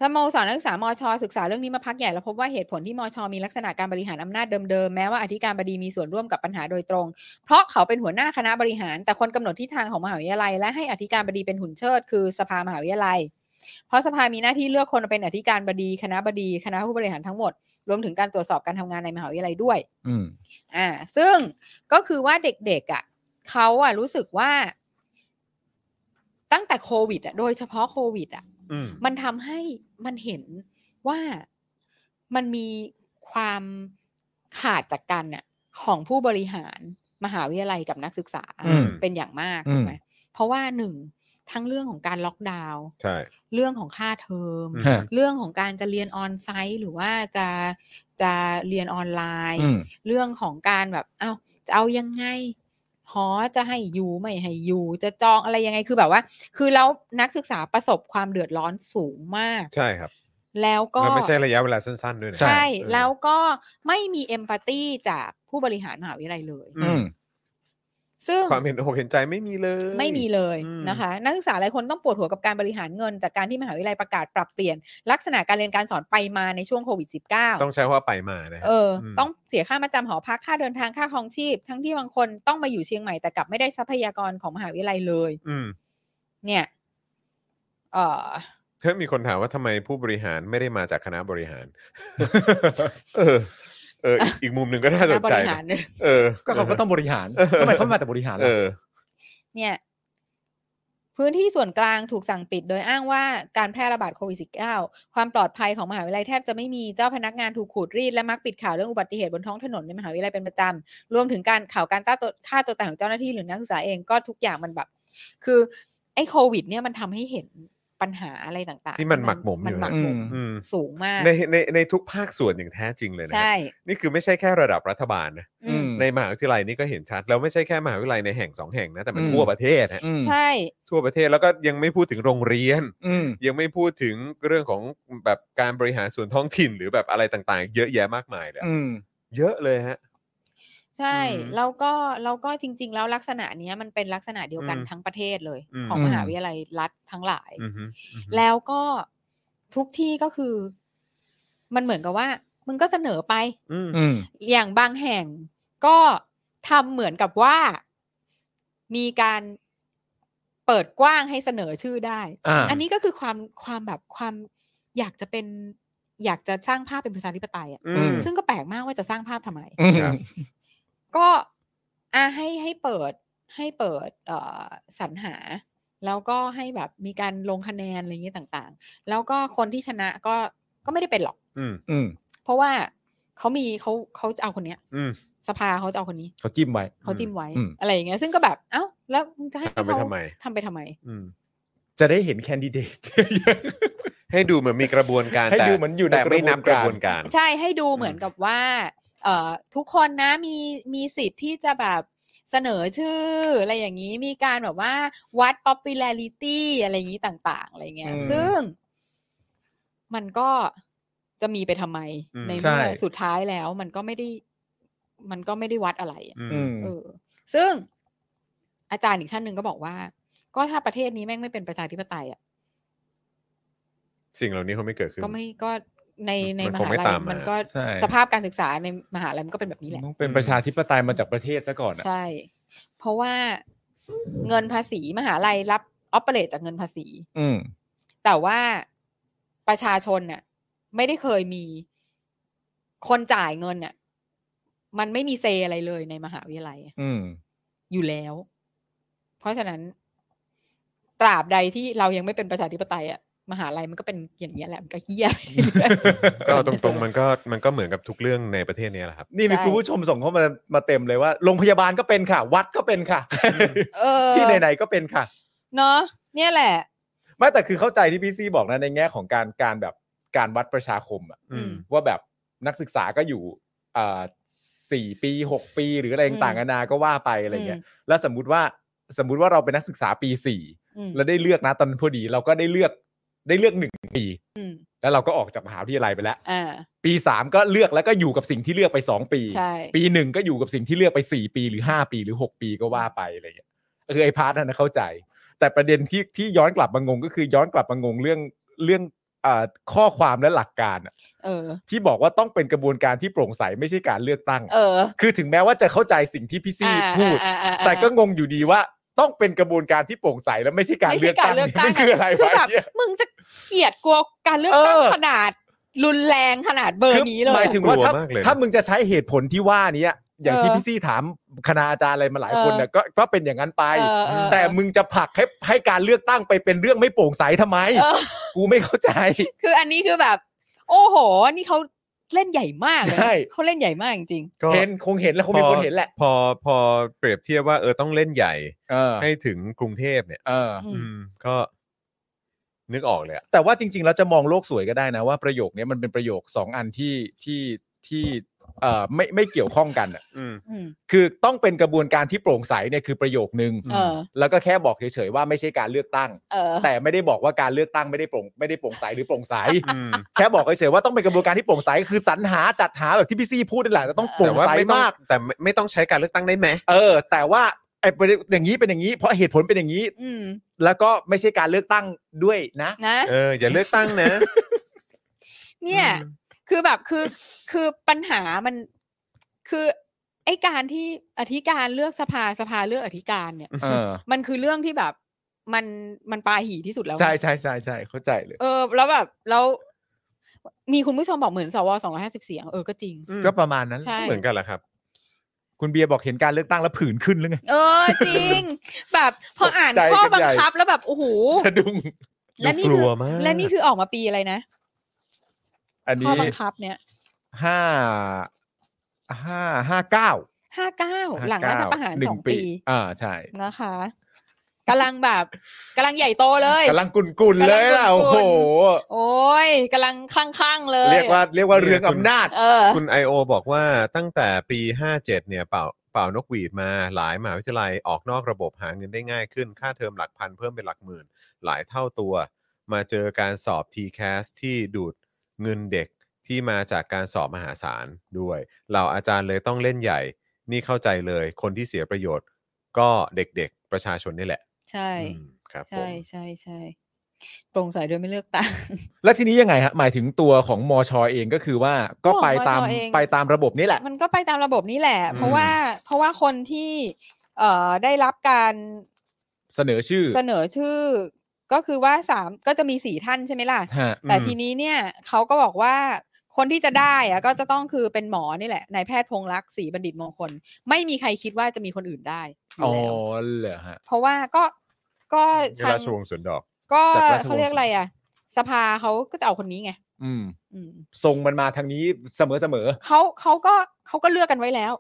[SPEAKER 3] สโมสรนักศึกษามอชอศึกษาเรื่องนี้มาพักใหญ่แล้วพบว่าเหตุผลที่มอชอมีลักษณะการบริหารอำนาจเดิมๆ แม้ว่าอธิการบดีมีส่วนร่วมกับปัญหาโดยตรง เพราะเขาเป็นหัวหน้าคณะบริหาร แต่คนกำหนดทิศทางของมหาวิทยาลัย และให้อธิการบดีเป็นหุ่นเชิด คือสภามหาวิทยาลัย เพราะสภามีหน้าที่เลือกคนมาเป็นอธิการบดี คณะบดี คณะผู้บริหารทั้งหมด รวมถึงการตรวจสอบการทำงานในมหาวิทยาลัยด้วย
[SPEAKER 2] อืม
[SPEAKER 3] อ่าซึ่งก็คือว่าเด็กๆอ่ะเขาอ่ะรู้สึกว่าตั้งแต่โควิดอ่ะโดยเฉพาะโควิดอ่ะ
[SPEAKER 1] อืม
[SPEAKER 3] มันทำให้มันเห็นว่ามันมีความขาดจากกันอ่ะของผู้บริหารมหาวิทยาลัยกับนักศึกษา
[SPEAKER 2] อืม
[SPEAKER 3] เป็นอย่างมาก
[SPEAKER 2] อืม
[SPEAKER 3] ถูกไหมเพราะว่าหนึ่งทั้งเรื่องของการล็อกดาวน์
[SPEAKER 1] ใช่
[SPEAKER 3] เรื่องของค่าเทอม
[SPEAKER 1] อืม
[SPEAKER 2] ฮะ
[SPEAKER 3] เรื่องของการจะเรียนออนไซต์หรือว่าจะจะเรียนออนไลน์
[SPEAKER 2] อืม
[SPEAKER 3] เรื่องของการแบบเอา้าจะเอายังไง หอจะให้อยู่ไม่ให้อยู่ จะจองอะไรยังไงคือแบบว่า คือแล้วนักศึกษาประสบความเดือดร้อนสูงมาก
[SPEAKER 1] ใช่ครับ
[SPEAKER 3] แล้วก็
[SPEAKER 1] มันไม่ใช่ระยะเวลาสั้น ๆ ด้วยนะ
[SPEAKER 2] ใช่
[SPEAKER 3] ใช่
[SPEAKER 1] เออ
[SPEAKER 3] แล้วก็ไม่มีเอมพัตตีจากผู้บริหารมหาวิทยาลัยเลย
[SPEAKER 1] อื
[SPEAKER 2] อืม
[SPEAKER 3] ซึ่ง
[SPEAKER 1] ความเห็นอกเห็นใจไม่มีเลย
[SPEAKER 3] ไม่มีเลย
[SPEAKER 1] อืม
[SPEAKER 3] นะคะ นักศึกษาหลายคนต้องปวดหัวกับการบริหารเงิน จากการที่มหาวิทยาลัยประกาศปรับเปลี่ยน ลักษณะการเรียนการสอนไปมาในช่วงโควิด -19
[SPEAKER 1] ต้องใช้คำว่าไปมานะครั
[SPEAKER 3] เอบ อ
[SPEAKER 1] ม
[SPEAKER 3] ต้องเสียค่ามาจำหอพักค่าเดินทางค่าครองชีพ ทั้งที่บางคนต้องมาอยู่เชียงใหม่แต่กลับไม่ได้ทรัพยากรของมหาวิทยาลัยเลย
[SPEAKER 1] อืม
[SPEAKER 3] เนี่ยเออ
[SPEAKER 1] เฮ้ยมีคนถามว่าทำไมผู้บริหารไม่ได้มาจากคณะบริหาร เออ เอออีกอีกมุมหนึ่งก็น่าสน
[SPEAKER 3] บ
[SPEAKER 1] ใจ
[SPEAKER 3] ริหา
[SPEAKER 1] นะ
[SPEAKER 3] รเนี่ย
[SPEAKER 1] เออ
[SPEAKER 2] ก็เขาก็ต้องบริหาร
[SPEAKER 1] เออ
[SPEAKER 2] ทำไมเขามาแต่บริหาร
[SPEAKER 1] เอ
[SPEAKER 2] ล่ะ
[SPEAKER 1] อ
[SPEAKER 3] เนี่ย พื้นที่ส่วนกลางถูกสั่งปิด โดยอ้างว่าการแพร่ระบาดโควิด -19 ความปลอดภัยของมหาวิทยาลัยแทบจะไม่มีเจ้าพนักงานถูกขูดรีดและมักปิดข่าวเรื่องอุบัติเหตุบนท้องถนนในมหาวิทยาลัยเป็นประจำรวมถึงการข่าวการต้าตัวฆ่าตัวตายของเจ้าหน้าที่หรือนักศึกษาเองก็ทุกอย่างมันแบบ คือไอ้โควิด เนี่ยมันทำให้เห็นปัญหาอะไรต่างๆ
[SPEAKER 1] ที่มันหมักหมมอยู่
[SPEAKER 3] นหมัก
[SPEAKER 1] นะ
[SPEAKER 3] หมม
[SPEAKER 1] อืม
[SPEAKER 3] สูงมาก
[SPEAKER 1] ในในในทุกภาคส่วนอย่างแท้จริงเลยนะค
[SPEAKER 3] ใช่
[SPEAKER 1] รับนี่คือไม่ใช่แค่ระดับรัฐบาลนะ
[SPEAKER 3] อืม
[SPEAKER 1] ในมหาวิทยาลัยนี่ก็เห็นชัด แล้วไม่ใช่แค่มหาวิทยาลัยในแห่งสองแห่งนะ แต่มัน
[SPEAKER 2] อืม
[SPEAKER 1] ทั่วประเทศนะ
[SPEAKER 2] อืม
[SPEAKER 3] ใช่
[SPEAKER 1] ทั่วประเทศแล้วก็ยังไม่พูดถึงโรงเรียน
[SPEAKER 2] อืม
[SPEAKER 1] ยังไม่พูดถึงเรื่องของแบบการบริหารส่วนท้องถิ่นหรือแบบอะไรต่างๆ เยอะแยะมากมายเลยอะ
[SPEAKER 2] อืม
[SPEAKER 1] เยอะเลยฮะ
[SPEAKER 3] ใช่
[SPEAKER 1] อืม
[SPEAKER 3] แล้วก็แล้วก็จริง ๆ แล้วลักษณะเนี้ยมันเป็นลักษณะเดียวกัน
[SPEAKER 1] อืม
[SPEAKER 3] ทั้งประเทศเลย
[SPEAKER 1] อืม
[SPEAKER 3] ของ
[SPEAKER 2] อืม
[SPEAKER 3] มหาวิทยาลัยรัฐทั้งหลาย
[SPEAKER 1] อือฮึอือฮึ
[SPEAKER 3] แล้วก็ทุกที่ก็คือ มันเหมือนกับว่า มึงก็เสนอไป
[SPEAKER 1] อืม
[SPEAKER 2] อืม
[SPEAKER 3] อย่างบางแห่งก็ทำเหมือนกับว่า มีการเปิดกว้างให้เสนอชื่อได้
[SPEAKER 2] อ่า
[SPEAKER 3] อันนี้ก็คือความความแบบความอยากจะเป็น อยากจะสร้างภาพเป็นประชาธิปไตยอะ
[SPEAKER 1] อืม
[SPEAKER 3] ซึ่งก็แปลกมากว่าจะสร้างภาพทำไม
[SPEAKER 2] อืม
[SPEAKER 1] ครับ
[SPEAKER 3] ก็อ่ะให้ให้เปิดให้เปิดเอ่อสรรหา แล้วก็ให้แบบมีการลงคะแนนอะไรอย่างเงี้ยต่างๆ แล้วก็คนที่ชนะก็ก็ไม่ได้เป็นหรอก
[SPEAKER 1] อืม
[SPEAKER 2] อืม
[SPEAKER 3] เพราะว่าเขามีเขาเขาจะเอาคนเนี้ย
[SPEAKER 1] อืม
[SPEAKER 3] สภาเขาจะเอาคนนี้
[SPEAKER 2] เขาจิ้มไว้
[SPEAKER 3] เขาจิ้มไว้
[SPEAKER 2] อืม
[SPEAKER 3] อะไรอย่างเงี้ยซึ่งก็แบบเอ้าแล้วมึงจะให้
[SPEAKER 1] ทำไป
[SPEAKER 3] เขา
[SPEAKER 1] ทำไม
[SPEAKER 3] ทำไปทำไม
[SPEAKER 1] อืม
[SPEAKER 2] จะได้เห็นแคนดิเดต
[SPEAKER 1] ให้ดูเหมือนมีกระบวนการ
[SPEAKER 2] ให้
[SPEAKER 1] แต่
[SPEAKER 2] ดูเหมือนอยู่ใน
[SPEAKER 1] แต่ไม่นับก
[SPEAKER 2] ก
[SPEAKER 1] ระ
[SPEAKER 2] ระ
[SPEAKER 1] บบ ว
[SPEAKER 2] วน น
[SPEAKER 1] กา
[SPEAKER 2] การ ร
[SPEAKER 3] ใช่ให้ดู
[SPEAKER 1] อืม
[SPEAKER 3] เหมือนกับว่าเอ่อทุกคนนะมีมีสิทธิ์ที่จะแบบเสนอชื่อ อะไรอย่างนี้มีการแบบว่าวัด popularity อะไรอย่างนี้ต่าง ๆ อะไรเงี้ย
[SPEAKER 2] อืม
[SPEAKER 3] ซึ่ง มันก็จะมีไปทำไม
[SPEAKER 1] อืม
[SPEAKER 3] ใน
[SPEAKER 2] ใช่
[SPEAKER 3] เมื่อสุดท้ายแล้วมันก็ไม่ได้ มันก็ไม่ได้วัดอะไรอะ
[SPEAKER 1] อื
[SPEAKER 2] อื
[SPEAKER 1] ม
[SPEAKER 2] ม
[SPEAKER 3] เออซึ่งอาจารย์อีกท่านหนึ่งก็บอกว่า ก็ถ้าประเทศนี้แม่งไม่เป็นประชาธิปไตยอ่ะ
[SPEAKER 1] สิ่งเหล่านี้เขาไม่เกิดขึ้น
[SPEAKER 3] ก็ไม่ก็ในใน
[SPEAKER 1] มัน
[SPEAKER 3] ม
[SPEAKER 1] คง
[SPEAKER 3] หา
[SPEAKER 1] ไม่
[SPEAKER 3] ลัย
[SPEAKER 1] ตามมามั
[SPEAKER 3] มันก็
[SPEAKER 2] ใช่
[SPEAKER 3] สภาพการศึกษาในมหาลัยมันก็เป็นแบบนี้แหละ
[SPEAKER 2] ต้องเป็นประชาธิปไตยมาจากประเทศซะก่อนอะ
[SPEAKER 3] ใช่ เพราะว่าเงินภาษีมหาลัยรับออปเปเรตจากเงินภาษี
[SPEAKER 2] อืม
[SPEAKER 3] แต่ว่าประชาชนน่ะ ไม่ได้เคยมีคนจ่ายเงินน่ะ มันไม่มีเซอะไรเลยในมหาวิทยาลัยอะ
[SPEAKER 2] อืม
[SPEAKER 3] อยู่แล้ว เพราะฉะนั้น ตราบใดที่เรายังไม่เป็นประชาธิปไตยอะมหาลัยมันก็เป็นอย่างนี้ยแหละมันก็เฮี้ยไปเรื่อย
[SPEAKER 1] ก็เอาตรงๆมันก็มันก็เหมือนกับทุกเรื่องในประเทศเนี้ยแหละครับ
[SPEAKER 2] นี่มี
[SPEAKER 3] ใช่
[SPEAKER 2] คุณผู้ชมส่งเข้ามามาเต็มเลยว่าโรงพยาบาลก็เป็นค่ะ วัดก็เป็นค่ะ
[SPEAKER 3] เออ
[SPEAKER 2] ที่ไหนๆก็เป็นค่ะ
[SPEAKER 3] เนาะเนี่ยแหละ
[SPEAKER 2] ไม่แต่คือเข้าใจที่พี่ซีบอกนะในแง่ของการการแบบการวัดประชาคมอะ
[SPEAKER 3] อืม
[SPEAKER 2] ว่าแบบนักศึกษาก็อยู่อ่า สี่ปีหกปี หรืออะไรต่างๆนานาก็ว่าไปอะไรเงี้ย
[SPEAKER 3] ม
[SPEAKER 2] แล้วสมมุติว่าสมมุติว่าเราเป็นนักศึกษาปีสี่
[SPEAKER 3] อืม
[SPEAKER 2] แล้วได้เลือกนะตอนนั้นพอดี เราก็ได้เลือกได้เลือกหนึ่งปี
[SPEAKER 3] อืม
[SPEAKER 2] แล้วเราก็ออกจากมหาวิทยาลัยไปแล้ว
[SPEAKER 3] อ่า
[SPEAKER 2] ปีสามก็เลือกแล้วก็อยู่กับสิ่งที่เลือกไปสองปี
[SPEAKER 3] ใช่
[SPEAKER 2] ปีหนึ่งก็อยู่กับสิ่งที่เลือกไปสี่ปีหรือห้าปีหรือหกปีก็ว่าไปอะไรอย่างเงี้ยคือไอ้พาร์ทนั้นนะเข้าใจ แต่ประเด็นที่ที่ย้อนกลับมางงก็คือย้อนกลับมางงเรื่องเรื่องอ่าข้อความและหลักการอะ
[SPEAKER 3] เออ
[SPEAKER 2] ที่บอกว่าต้องเป็นกระบวนการที่โปร่งใสไม่ใช่การเลือกตั้ง
[SPEAKER 3] เออ
[SPEAKER 2] คือถึงแม้ว่าจะเข้าใจสิ่งที่พี่ซี่
[SPEAKER 3] อ่า
[SPEAKER 2] พูด
[SPEAKER 3] อ่าอ่าอ่า
[SPEAKER 2] แต่ก็งงอยู่ดีว่าต้องเป็นกระบวนการที่โปร่งใสและไม่ใช่การ
[SPEAKER 3] ไม่
[SPEAKER 2] เลื
[SPEAKER 3] ใช่
[SPEAKER 2] อก
[SPEAKER 3] การ
[SPEAKER 2] ตั้ง
[SPEAKER 3] เลือกตั้ง
[SPEAKER 2] มันคืออะไร
[SPEAKER 3] คื
[SPEAKER 2] วะ
[SPEAKER 3] แบบ
[SPEAKER 2] เนี่ย
[SPEAKER 3] มึงจะเกลียดกลัวการเลือกตั้ง
[SPEAKER 2] เออ
[SPEAKER 3] ขนาด รุนแรงขนาดเบอ
[SPEAKER 2] คื
[SPEAKER 3] ร์นี้เลย
[SPEAKER 2] หมายถึงว่าถ้า
[SPEAKER 1] ลั
[SPEAKER 2] ก
[SPEAKER 1] วมากเลย
[SPEAKER 2] ถ้ามึงจะใช้เหตุผลที่ว่านี้อะอย่างที่
[SPEAKER 3] เออ
[SPEAKER 2] พี่ซี่ถามคณาอาจารย์อะไรมาหลายคน
[SPEAKER 3] เออ
[SPEAKER 2] เนี่ยก็ก็เป็นอย่างนั้นไป
[SPEAKER 3] เออเออ
[SPEAKER 2] แต่มึงจะผลักให้ให้การเลือกตั้งไปเป็นเรื่องไม่โปร่งใสทำไม
[SPEAKER 3] เออ
[SPEAKER 2] กูไม่เข้าใจ
[SPEAKER 3] คืออันนี้คือแบบ โอ้โห นี่เขาเล่นใหญ่มากเลยนะ
[SPEAKER 2] ใช่
[SPEAKER 3] เขาเล่นใหญ่มากจริง
[SPEAKER 1] ก็
[SPEAKER 2] เห็นคงเห็นแล้วคงมีคนเห็นแหละ
[SPEAKER 1] พอพอเปรียบเทียบว่าเออต้องเล่นใหญ่
[SPEAKER 2] เออ
[SPEAKER 1] ให้ถึงกรุงเทพเนี่ย
[SPEAKER 2] เออ
[SPEAKER 3] อืม
[SPEAKER 1] อืมก็ นึกออกเลยอะ
[SPEAKER 2] แต่ว่าจริง ๆ แล้วจะมองโลกสวยก็ได้นะว่าประโยคเนี้ยมันเป็นประโยคสองอันที่ที่ที่เอ่อไม่ไม่เกี่ยวข้องกันอะ
[SPEAKER 1] อืม
[SPEAKER 3] ๆอืม
[SPEAKER 2] คือต้องเป็นกระบวนการที่โปร่งใสเนี่ยคือประโยคนึง
[SPEAKER 1] อืม
[SPEAKER 3] เออ
[SPEAKER 2] แล้วก็แค่บอกเฉยๆว่าไม่ใช่การเลือกตั้ง
[SPEAKER 3] เออ
[SPEAKER 2] แต่ไม่ได้บอกว่าการเลือกตั้งไม่ได้โปร่งไม่ได้โปร่งใสหรือโปร่งใส
[SPEAKER 1] อืม
[SPEAKER 2] แค่บอกเฉยๆว่าต้องเป็นกระบวนการที่โปร่งใสคือสรรหาจัดหาแบบที่พี่ซี่พูดนั่นแหละแต่ต้องโปร่
[SPEAKER 1] แต่
[SPEAKER 2] ง
[SPEAKER 1] ว่า
[SPEAKER 2] ใส
[SPEAKER 1] ไม่ต้อง
[SPEAKER 2] มาก
[SPEAKER 1] แต่ไม่ไม่ต้องใช้การเลือกตั้งได้ไหม
[SPEAKER 2] เออ แต่ว่าไอ้ประเด็นอย่างนี้เป็นอย่างนี้ เพราะเหตุผลเป็นอย่างนี้
[SPEAKER 3] อืม
[SPEAKER 2] แล้วก็ไม่ใช่การเลือกตั้งด้วยนะ
[SPEAKER 3] นะ
[SPEAKER 1] เออ อย่าเลือกตั้งนะ
[SPEAKER 3] เนี่ย คือแบบคือคือปัญหามันคือไอการที่อธิการเลือกสภาสภาเลือกอธิการเนี่ย
[SPEAKER 2] เออ
[SPEAKER 3] มันคือเรื่องที่แบบมันมันปาหี่ที่สุดแล้วอะ
[SPEAKER 2] ใช่ใช่ใช่ใช่เข้าใจเลย
[SPEAKER 3] เออ แล้วแบบแล้วมีคุณผู้ชมบอกเหมือนสวสองร้อยห้าสิบเสียงเออก็จริง
[SPEAKER 1] อืม
[SPEAKER 2] ก็ประมาณนั้น
[SPEAKER 3] ใช่
[SPEAKER 1] เหมือนกันแหละครับ
[SPEAKER 2] คุณเบียร์บอกเห็นการเลือกตั้งแล้วผื่นขึ้นหรือไง
[SPEAKER 3] เออจริง แบบพออ่าน
[SPEAKER 2] ตกใจ
[SPEAKER 3] ข้อ
[SPEAKER 2] กัน
[SPEAKER 3] บั
[SPEAKER 2] ให
[SPEAKER 3] ง
[SPEAKER 2] ญ่
[SPEAKER 3] คับแล้วแบบโอ้โห
[SPEAKER 2] สะดุ้ง
[SPEAKER 3] และนี่
[SPEAKER 1] ก
[SPEAKER 3] คื
[SPEAKER 1] ลั
[SPEAKER 3] อ
[SPEAKER 1] วมาก
[SPEAKER 3] และนี่คือออกมาปีอะไรนะ
[SPEAKER 2] อัน
[SPEAKER 3] ข้อ
[SPEAKER 2] นี้
[SPEAKER 3] บังคับเนี่ย
[SPEAKER 2] ห้าห้าห้าเก้า
[SPEAKER 3] ห้าเก้าหลังรัฐประหาร
[SPEAKER 2] นึ่
[SPEAKER 3] สองปี
[SPEAKER 2] อ่าใช่
[SPEAKER 3] นะคะกำลังแบบกำลังใหญ่โตเลย
[SPEAKER 2] กำลังกุนกุนๆเลยล่ะโอ้โห
[SPEAKER 3] โอ้ยกำลังคลั่งๆ เลย
[SPEAKER 2] เรียกว่าเรียกว่าเรืองอำนาจ
[SPEAKER 3] เออ
[SPEAKER 1] คุณ I.O. บอกว่าตั้งแต่ปี 57 เนี่ยเป่าเป่านกหวีดมาหลายมหาวิทยาลัยออกนอกระบบหาเงินได้ง่ายขึ้น ค่าเทอมหลักพันเพิ่มเป็นหลักหมื่น หลายเท่าตัว มาเจอการสอบ TCAS ที่ดูดเงินเด็กที่มาจากการสอบมหาศาลด้วยเหล่าอาจารย์เลยต้องเล่นใหญ่ นี่เข้าใจเลย คนที่เสียประโยชน์ ก็เด็กๆ ประชาชนนี่แหละ
[SPEAKER 3] ใช่
[SPEAKER 1] อืมครับผ
[SPEAKER 3] ใช่
[SPEAKER 1] ม
[SPEAKER 3] ใช่ใช่โปร่งใสโดยไม่เลือกตั้ง
[SPEAKER 2] แล้วทีนี้ยังไงฮะหมายถึงตัวของมอชอเองก็คือว่าก็
[SPEAKER 3] ของ
[SPEAKER 2] ไปตาม
[SPEAKER 3] มชเอง
[SPEAKER 2] ไปตามระบบนี่แหละ
[SPEAKER 3] มันก็ไปตามระบบนี้แหละ
[SPEAKER 1] อืม
[SPEAKER 3] เพราะว่าเพราะว่าคนที่ เอ่อได้รับการ
[SPEAKER 2] เสนอชื่อ
[SPEAKER 3] เสนอชื่อ ก็คือว่าสามก็จะมีสี่ท่านใช่ไหมล่ะ
[SPEAKER 2] ฮะ
[SPEAKER 3] แต่
[SPEAKER 1] อืม
[SPEAKER 3] ทีนี้เนี่ยเขาก็บอกว่าคนที่จะได้อะก็จะต้องคือเป็นหมอนี่แหละนายแพทย์พงษ์รักษ์ศรีบัณฑิตมงคล ไม่มีใครคิดว่าจะมีคนอื่นได้อ
[SPEAKER 2] อ๋อยู่
[SPEAKER 3] แล้ว
[SPEAKER 2] เหรอฮะ
[SPEAKER 3] เพราะว่าก็ก็
[SPEAKER 1] เว
[SPEAKER 3] ทาง
[SPEAKER 1] ลาชวงศ์สวนดอก
[SPEAKER 3] ก็
[SPEAKER 2] จากราชวงศ์
[SPEAKER 3] เขาเรียกอะไรอ่ะ สภาเขาก็จะเอาคนนี้ไง
[SPEAKER 2] อืม
[SPEAKER 3] อืม
[SPEAKER 2] ทรงมันมาทางนี้เสมอเสมอ
[SPEAKER 3] เขาเขาก็เขาก็เลือกกันไว้แล้ว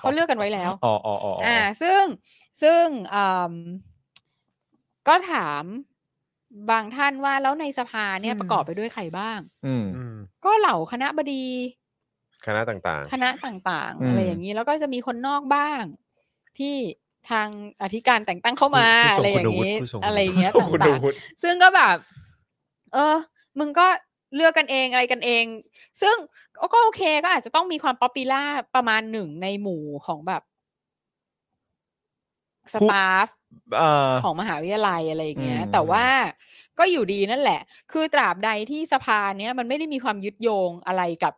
[SPEAKER 3] เขาเลือกกันไว้แล้ว
[SPEAKER 2] อ๋ออ๋ออ๋ออ๋อ
[SPEAKER 3] อ่า ซึ่งซึ่งอืมก็ถามบางท่านว่าแล้วในสภาเนี่ย
[SPEAKER 1] อืม
[SPEAKER 3] ประกอบไปด้วยใครบ้าง
[SPEAKER 2] อืม
[SPEAKER 1] อืม
[SPEAKER 3] ก็เหล่าคณะบดี
[SPEAKER 1] คณะต่าง
[SPEAKER 3] คณะต่าง
[SPEAKER 2] อืม
[SPEAKER 3] ๆอะไรอย่างนี้ แล้วก็จะมีคนนอกบ้าง ที่ทางอธิการแต่งตั้งเข้า
[SPEAKER 1] ๆ
[SPEAKER 3] มา
[SPEAKER 1] ผู้ท
[SPEAKER 3] อะ
[SPEAKER 1] งคุ
[SPEAKER 3] ไรอ
[SPEAKER 1] ณ
[SPEAKER 3] ย่าง
[SPEAKER 1] วุฒิ
[SPEAKER 3] นี้
[SPEAKER 1] ผู้ทรง
[SPEAKER 3] อะไรอย่าง
[SPEAKER 1] คุณวุฒิ
[SPEAKER 3] เงี้ย
[SPEAKER 2] ส่ง
[SPEAKER 3] ต่าง
[SPEAKER 2] คุณ
[SPEAKER 3] ๆ
[SPEAKER 2] ดูวุฒิ
[SPEAKER 3] ซึ่งก็แบบ เออ มึงก็เลือกกันเองอะไรกันเอง ซึ่งก็ก็โอเคก็อาจจะต้องมีความป๊อปปีล่าประมาณหนึ่งในหมู่ของแบบสตาฟ
[SPEAKER 2] เอ่อ
[SPEAKER 3] ของมหาวิทยาลัยอะไรอย่างเงี้ย
[SPEAKER 2] อืม
[SPEAKER 3] แต่ว่าก็อยู่ดีนั่นแหละ คือตราบใดที่สภาเนี้ยมันไม่ได้มีความยึดโยงอะไรกับ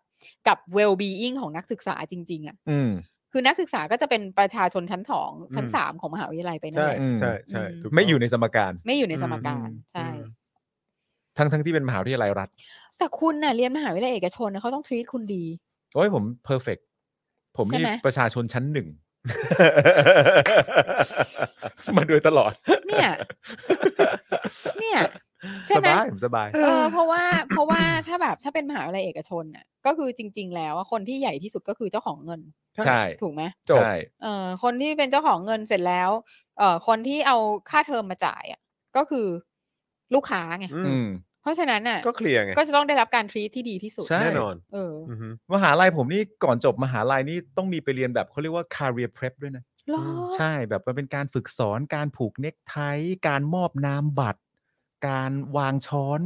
[SPEAKER 3] กับ well being ของนักศึกษาจริง ๆอะ่ะ
[SPEAKER 2] อืม
[SPEAKER 3] คือนักศึกษาก็จะเป็นประชาชนชั้นสองชั้น
[SPEAKER 2] อืม
[SPEAKER 3] สามของมหาวิทยาลัยไปนั่น
[SPEAKER 1] ใช่
[SPEAKER 3] แหละ
[SPEAKER 2] อืม
[SPEAKER 1] ใช่ใช่ถูกต้ง
[SPEAKER 2] ไม่อยู่ในสมการ
[SPEAKER 3] ไม่อยู่ในสม
[SPEAKER 1] อืม
[SPEAKER 3] การใช่
[SPEAKER 2] อืมทั้งทั้งที่เป็นมหาวิทยาลัยรัฐ
[SPEAKER 3] แต่คุณน่ะเรียนมหาวิทยาลัยเอกชนนะเขาต้องทรีตคุณดี
[SPEAKER 2] โอ้ยผมเพอร์เฟกผมนี่
[SPEAKER 3] ใช่ไหม
[SPEAKER 2] ประชาชนชั้น หนึ่ง มาโดยตลอด
[SPEAKER 3] เนี่ย เนี่ย ใช่
[SPEAKER 2] ส
[SPEAKER 3] ไหม
[SPEAKER 2] บายผมสบาย
[SPEAKER 3] เออเพราะว่าเพราะว่าถ้าแบบถ้าเป็นมหาวิทยาลัยเอกชนน่ะ ก็คือจริง ๆ แล้วอะคนที่ใหญ่ที่สุดก็คือเจ้าของเงิน
[SPEAKER 2] ใช่
[SPEAKER 3] ถูกไหม
[SPEAKER 1] จบ
[SPEAKER 2] ใช่
[SPEAKER 3] เออคนที่เป็นเจ้าของเงินเสร็จแล้ว เออคนที่เอาค่าเทอมมาจ่ายอ่ะก็คือลูกค้าไง
[SPEAKER 1] อืม
[SPEAKER 2] อืม
[SPEAKER 3] เพราะฉะนั้นน่ะ
[SPEAKER 1] ก็เคลียร์ไง
[SPEAKER 3] ก็จะต้องได้รับการทรีที่ดีที่สุด
[SPEAKER 2] ใช่
[SPEAKER 1] แน่นอน
[SPEAKER 3] เออ
[SPEAKER 1] อือฮึ
[SPEAKER 2] มหาลัยผมนี่ก่อนจบมหาลัยนี่ต้องมีไปเรียนแบบเขาเรียกว่า career prep ด้วยนะ
[SPEAKER 3] เหรอ
[SPEAKER 2] ใช่แบบมันเป็นการฝึกสอนการผูกเน็กไทการมอบนามบัตร การวางช้อน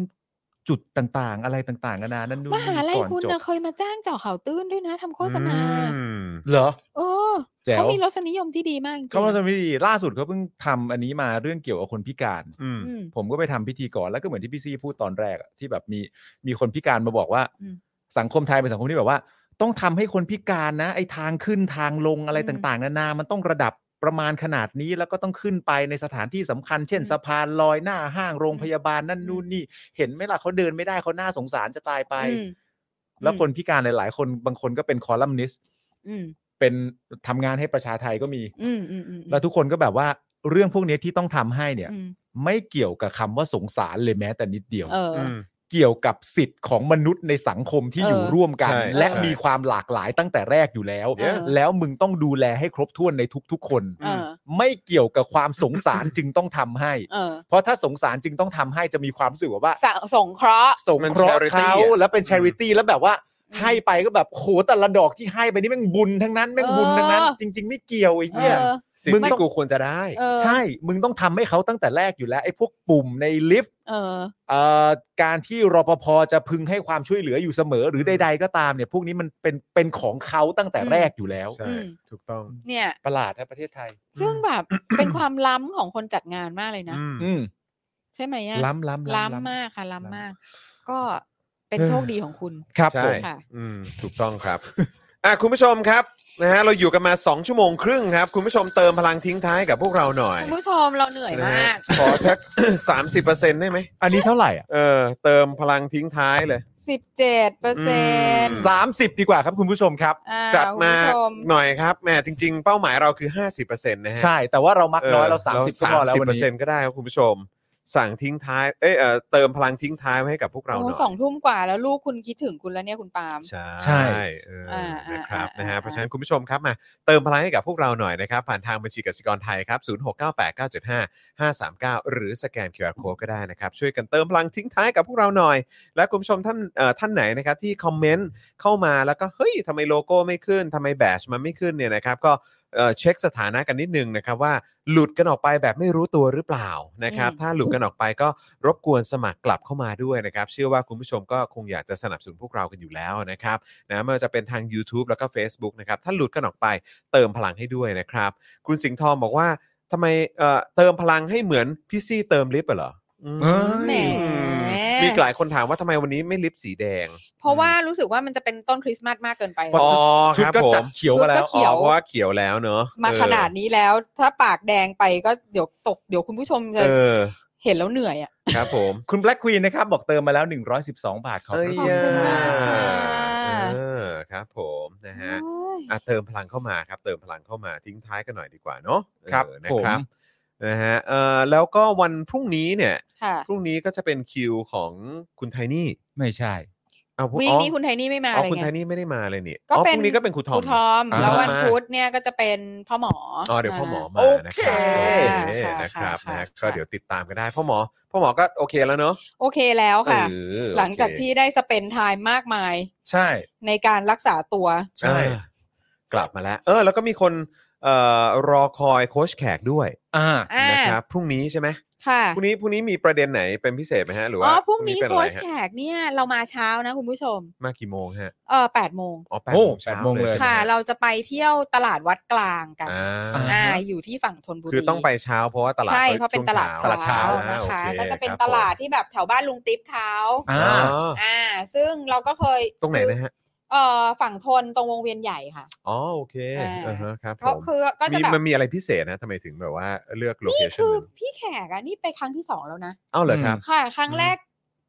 [SPEAKER 2] จุดต่างๆ อะไรต่างๆนานานั่นนู่น
[SPEAKER 3] ม
[SPEAKER 2] นี่
[SPEAKER 3] หาลัย
[SPEAKER 2] ก่อน
[SPEAKER 3] คุณ
[SPEAKER 2] จบ
[SPEAKER 3] นะเคยมาจ้างเจาะข่าวตื้นด้วยนะทำโฆษณา
[SPEAKER 1] อืม
[SPEAKER 2] เหรอ
[SPEAKER 3] เออ
[SPEAKER 2] แจ๋ว
[SPEAKER 3] เขามีรสนิยมที่ดีมากจริง
[SPEAKER 2] เขาจะไม่ดีล่าสุดเขาเพิ่งทำอันนี้มาเรื่องเกี่ยวกับคนพิการ
[SPEAKER 1] อืม
[SPEAKER 3] อืม
[SPEAKER 2] ผมก็ไปทำพิธีก่อนแล้วก็เหมือนที่พี่ซี่พูดตอนแรกอะที่แบบมีมีคนพิการมาบอกว่า
[SPEAKER 3] อืม
[SPEAKER 2] สังคมไทยเป็นสังคมที่แบบว่า ต้องทำให้คนพิการนะ ไอ้ทางขึ้นทางลงอะไร
[SPEAKER 3] อืม
[SPEAKER 2] ต่างๆ นานามันต้องระดับประมาณขนาดนี้แล้วก็ต้องขึ้นไปในสถานที่สำคัญ เช่น
[SPEAKER 3] อืม
[SPEAKER 2] สะพานลอยหน้าห้างโรง
[SPEAKER 3] อืม
[SPEAKER 2] พยาบาลนั่น
[SPEAKER 3] อืม
[SPEAKER 2] นู่นนี่ เห็นไหมล่ะเขาเดินไม่ได้เขาน่าสงสารจะตายไป
[SPEAKER 3] อืม
[SPEAKER 2] แล้ว
[SPEAKER 3] อืม
[SPEAKER 2] คนพิการหลาย ๆ คนบางคนก็เป็นคอลัมนิสต์
[SPEAKER 3] อืม
[SPEAKER 2] เป็นทำงานให้ประชาไทยก็มี
[SPEAKER 3] อืมอืมอืม
[SPEAKER 2] แล้วทุกคนก็แบบว่าเรื่องพวกนี้ที่ต้องทำให้เนี่ย
[SPEAKER 3] อืม
[SPEAKER 2] ไม่เกี่ยวกับคำว่าสงสารเลยแม้แต่นิดเดียว
[SPEAKER 3] เอออ
[SPEAKER 2] เกี่ยวกับสิทธิ์ของมนุษย์ในสังคมที่
[SPEAKER 3] เออ
[SPEAKER 2] อ
[SPEAKER 3] อยู่
[SPEAKER 2] ร่วมกัน
[SPEAKER 1] ใช่
[SPEAKER 2] และ
[SPEAKER 1] ใช่
[SPEAKER 2] มีความหลากหลายตั้งแต่แรกอยู่แล้ว
[SPEAKER 3] เออ
[SPEAKER 2] แล้วมึงต้องดูแลให้ครบถ้วนในทุกๆคน
[SPEAKER 3] เออ
[SPEAKER 2] ไม่เกี่ยวกับความสงสาร จึงต้องทำให้
[SPEAKER 3] เออ
[SPEAKER 2] เพราะถ้าสงสารจึงต้องทำให้จะมีความรู้สึกแบบว่า
[SPEAKER 3] สะสงเคราะห์
[SPEAKER 2] สงเคราะห์
[SPEAKER 1] มัน charity
[SPEAKER 2] เขา
[SPEAKER 1] อะ
[SPEAKER 2] แล้วเป็นช h ริตี้แล้วแบบว่า
[SPEAKER 3] อืม
[SPEAKER 2] ให้ไปก็แบบโหแต่ละดอกที่ให้ไปนี่แม่งบุญทั้งนั้นแม่งบุญทั้งนั้น
[SPEAKER 3] เออ
[SPEAKER 2] จริง ๆ ไม่เกี่ยวไอ้
[SPEAKER 3] เอ
[SPEAKER 2] เหี้ย
[SPEAKER 3] อ
[SPEAKER 1] สิ่ง
[SPEAKER 2] มึงต้
[SPEAKER 1] ที่
[SPEAKER 2] อง
[SPEAKER 1] กูควรจะได้
[SPEAKER 3] เออ
[SPEAKER 2] ใช่ มึงต้องทำให้เขาตั้งแต่แรกอยู่แล้วไอ้พวกปุ่มในลิฟต์
[SPEAKER 3] เออ
[SPEAKER 2] เอ่อการที่รปภจะพึงให้ความช่วยเหลืออยู่เสมอหรือใดๆก็ตามเนี่ย พวกนี้มันเป็นเป็นของเขาตั้งแต่
[SPEAKER 3] อืม
[SPEAKER 2] แรกอยู่แล้ว
[SPEAKER 1] ใช่
[SPEAKER 3] อืม
[SPEAKER 1] ถูกต้อง
[SPEAKER 3] เนี่ย
[SPEAKER 2] ประหลาดนะประเทศไทย
[SPEAKER 3] ซึ่งแบบ เป็นความล้ำของคนจัดงานมากเลยนะ
[SPEAKER 1] อืม
[SPEAKER 2] อืม
[SPEAKER 3] ใช่ไหมอะ
[SPEAKER 2] ล้ำล้ำ
[SPEAKER 3] ล้ำมากค่ะล้ำมาก ก็เป็นโชคดีของคุณ
[SPEAKER 2] ครับ
[SPEAKER 1] ใช่
[SPEAKER 2] ผม
[SPEAKER 3] ค่ะ
[SPEAKER 1] อืมถูกต้องครับ อ่ะคุณผู้ชมครับนะฮะเราอยู่กันมา 2 ชั่วโมงครึ่งครับ คุณผู้ชมเติมพลังทิ้งท้ายกับพวกเราหน่อย
[SPEAKER 3] คุณผู้ชมเราเหนื่อย
[SPEAKER 1] นะ
[SPEAKER 3] มา
[SPEAKER 1] ฮะ
[SPEAKER 3] ก
[SPEAKER 1] ขอสัก 30%ได้ไหม
[SPEAKER 2] อันนี้เท่าไหร่อ่ะ
[SPEAKER 1] เออเติมพลังทิ้งท้ายเลย
[SPEAKER 3] สิบเจ็ดเปอร์เซ็นต์
[SPEAKER 2] สามสิบดีกว่าครับคุณผู้ชมครับ
[SPEAKER 1] จัดมา
[SPEAKER 3] คุณผู้ชม
[SPEAKER 1] หน่อยครับแหมจริง ๆ เป้าหมายเราคือ 50%นะฮะ
[SPEAKER 2] ใช่แต่ว่าเรามักน้อยเราสามสิบก็พอแล้ววัน
[SPEAKER 1] เปอร์เซ็
[SPEAKER 2] นี้
[SPEAKER 1] นต์ก็ได้ครับคุณผู้ชม สั่งทิ้งท้ายเอ้ยเอ่อเติมพลังทิ้งท้ายไว้ให้กับพวกเราหน่
[SPEAKER 3] โอ้
[SPEAKER 1] อย
[SPEAKER 3] สองทุ่มกว่าแล้วลูกคุณคิดถึงคุณแล้วเนี่ยคุณปาล์ม
[SPEAKER 1] ใช่เอออา นะครับ
[SPEAKER 3] อ่าน
[SPEAKER 1] นะฮะ
[SPEAKER 3] อ่า
[SPEAKER 1] เพราะฉะนั้นคุณผู้ชมครับมาเติมพลังให้กับพวกเราหน่อยนะครับ ผ่านทางบัญชีกสิกรไทยครับ 0698975539 หรือสแกน QR Code ก็ได้นะครับ ช่วยกันเติมพลังทิ้งท้ายกับพวกเราหน่อย และคุณผู้ชมท่านเอ่อท่านไหนนะครับที่คอมเมนต์เข้ามาแล้วก็ เฮ้ยทำไมโลโก้ไม่ขึ้นทำไมแบชมันไม่ขึ้นเนี่ยนะครับ ก็เอ่อเช็คสถานะกันนิดนึงนะครับว่าหลุดกันออกไปแบบไม่รู้ตัวหรือเปล่านะครับ
[SPEAKER 3] อืม
[SPEAKER 1] ถ้าหลุดกันออกไปก็รบกวนสมัครกลับเข้ามาด้วยนะครับ เชื่อว่าคุณผู้ชมก็คงอยากจะสนับสนุนพวกเรากันอยู่แล้วนะครับนะไม่ว่าจะเป็นทาง YouTube แล้วก็ Facebook นะครับ ถ้าหลุดกันออกไปเติมพลังให้ด้วยนะครับ คุณสิงห์ทองบอกว่าทำไมเอ่อเติมพลังให้เหมือนพี่ซี่เติมลิฟต์อะเหรออืม
[SPEAKER 2] เอ้
[SPEAKER 3] แหม
[SPEAKER 2] ย
[SPEAKER 1] มีหลายคนถามว่าทำไมวันนี้ไม่ลิปสีแดง
[SPEAKER 3] เพราะว่ารู้สึกว่ามันจะเป็นต้นคริสต์มาสมากเกินไปนะ
[SPEAKER 1] อ๋อค
[SPEAKER 2] ชุด
[SPEAKER 1] รับ
[SPEAKER 2] ก็
[SPEAKER 1] ผม
[SPEAKER 2] จัดเขียวมาแล้
[SPEAKER 3] ชุ
[SPEAKER 2] ว
[SPEAKER 3] ดก็เขีย
[SPEAKER 1] อ๋
[SPEAKER 3] ว
[SPEAKER 1] อเพราะว่าเขียวแล้วเนอะ
[SPEAKER 3] มา
[SPEAKER 1] เออ
[SPEAKER 3] ขนาดนี้แล้ว ถ้าปากแดงไปก็เดี๋ยวตกเดี๋ยวคุณผู้ชมจะ
[SPEAKER 1] เออ
[SPEAKER 3] เห็นแล้วเหนื่อยอ่ะ
[SPEAKER 1] ครับผม
[SPEAKER 2] คุณแบล็กควีนนะครับบอกเติมมาแล้ว 112 บาทขอบ
[SPEAKER 1] เอ้ย
[SPEAKER 2] คุณ
[SPEAKER 3] ขอบคุณ
[SPEAKER 2] ค่ะ
[SPEAKER 3] มากค่ะ
[SPEAKER 1] เออครับผมนะฮะ
[SPEAKER 3] โอ้ย
[SPEAKER 1] อ่ะเติมพลังเข้ามาครับ เติมพลังเข้ามาทิ้งท้ายกันหน่อยดีกว่าเนอะ
[SPEAKER 2] ครับ
[SPEAKER 1] เออนะ
[SPEAKER 2] ผม
[SPEAKER 1] ครับนะฮะเออแล้วก็วันพรุ่งนี้เนี่ย
[SPEAKER 3] ค่ะ
[SPEAKER 1] พรุ่งนี้ก็จะเป็นคิวของคุณไทนี่
[SPEAKER 2] ไม่ใช่
[SPEAKER 1] เอาพรุ่ง
[SPEAKER 3] วีค
[SPEAKER 1] อ๋อ
[SPEAKER 3] นี้คุณไทนี่ไม่มา
[SPEAKER 1] อ๋อ
[SPEAKER 3] เลย
[SPEAKER 1] คุณไท
[SPEAKER 3] ไง
[SPEAKER 1] นี่ไม่ได้มาเลยนี่
[SPEAKER 3] ก็
[SPEAKER 1] อ๋อ
[SPEAKER 3] เป็
[SPEAKER 1] พรุ่งนี้ก็เป็นครูทอม
[SPEAKER 3] ครูทอม
[SPEAKER 2] อ่า
[SPEAKER 3] แล้ววัน
[SPEAKER 1] มา
[SPEAKER 3] พุธเนี่ยก็จะเป็นพ่อหมอ
[SPEAKER 1] อ๋
[SPEAKER 3] อ๋
[SPEAKER 1] อเดี๋ยวพ่อหมอมา
[SPEAKER 2] โอ
[SPEAKER 1] นะ
[SPEAKER 2] เค
[SPEAKER 1] ครับโอเค
[SPEAKER 3] ค่ะ
[SPEAKER 1] นะครับ
[SPEAKER 3] ค่ะ
[SPEAKER 1] นะ
[SPEAKER 3] ค่ะ
[SPEAKER 1] ก็เดี๋ยวติดตามกันได้พ่อหมอ พ่อหมอก็โอเคแล้วเนอะ
[SPEAKER 3] โอเคแล้วค่ะ
[SPEAKER 1] เออ
[SPEAKER 3] หลังจาก
[SPEAKER 1] โอเค
[SPEAKER 3] ที่ได้สเปนไทม์มากมาย
[SPEAKER 2] ใช่
[SPEAKER 3] ในการรักษาตัว
[SPEAKER 2] ใช่
[SPEAKER 1] เออกลับมาแล้ว เออ แล้วก็มีคนเอ่อรอคอยโค้ชแขกด้วย
[SPEAKER 2] อ่า
[SPEAKER 3] อ่าน
[SPEAKER 1] นะครับพรุ่งนี้ใช่ไหม
[SPEAKER 3] ค่ะ
[SPEAKER 1] พรุ่งนี้พรุ่งนี้มีประเด็นไหนเป็นพิเศษไหมฮะหรือ
[SPEAKER 3] อ๋
[SPEAKER 1] ว่า
[SPEAKER 3] อพรุ่งนี้
[SPEAKER 1] เป็นอะ
[SPEAKER 3] โค้
[SPEAKER 1] ไร
[SPEAKER 3] ช
[SPEAKER 1] ฮะ
[SPEAKER 3] แขกเนี่ยเรามาเช้านะคุณผู้ชม
[SPEAKER 1] มากี่โมงฮะ
[SPEAKER 3] เออแปดโมง
[SPEAKER 1] อ๋อแปด
[SPEAKER 2] โอ้
[SPEAKER 1] โมงเช้า
[SPEAKER 2] แปดโมง
[SPEAKER 1] เลย
[SPEAKER 2] เลย
[SPEAKER 1] ใช่ไหม
[SPEAKER 3] ค่ะ
[SPEAKER 1] ฮะ
[SPEAKER 3] เราจะไปเที่ยวตลาดวัดกลางกัน
[SPEAKER 1] อ่า
[SPEAKER 3] อ่าอยู่ที่ฝั่งธนบุรี
[SPEAKER 1] คือต้องไปเช้าเพราะว่าตลาด
[SPEAKER 3] ใช่เพราะเป็นตลาด
[SPEAKER 1] ช่วง
[SPEAKER 3] เช้า
[SPEAKER 1] อ่
[SPEAKER 3] นะ
[SPEAKER 1] โอ
[SPEAKER 3] คะ
[SPEAKER 1] เ
[SPEAKER 3] ก็จะเป็น
[SPEAKER 1] ครับ
[SPEAKER 3] ตลาดที่แบบแถวบ้านลุงติ๊บเขา
[SPEAKER 1] ผม
[SPEAKER 2] อ่า
[SPEAKER 1] อ๋อ
[SPEAKER 3] อ่า ซึ่งเราก็เคย
[SPEAKER 1] ตรงไหนนะฮะ
[SPEAKER 3] เออฝั่งธนตรงวงเวียนใหญ่ค่ะ
[SPEAKER 1] อ๋อโอเค
[SPEAKER 3] อ่า
[SPEAKER 1] อ่าฮะครับผ
[SPEAKER 3] ก็
[SPEAKER 1] ม
[SPEAKER 3] คือก็จะ
[SPEAKER 1] มี
[SPEAKER 3] แบบ
[SPEAKER 1] มันมีอะไรพิเศษนะทำไมถึงแบบว่าเลือกโลเค
[SPEAKER 3] นี่
[SPEAKER 1] ชัน
[SPEAKER 3] คือ
[SPEAKER 1] นั้น
[SPEAKER 3] พี่แขกอะนี่ไปครั้งที่สองแล้วนะ
[SPEAKER 1] เอ้าเหรอครับ
[SPEAKER 3] ค่ะ ครั้ง
[SPEAKER 1] อืม
[SPEAKER 3] แรก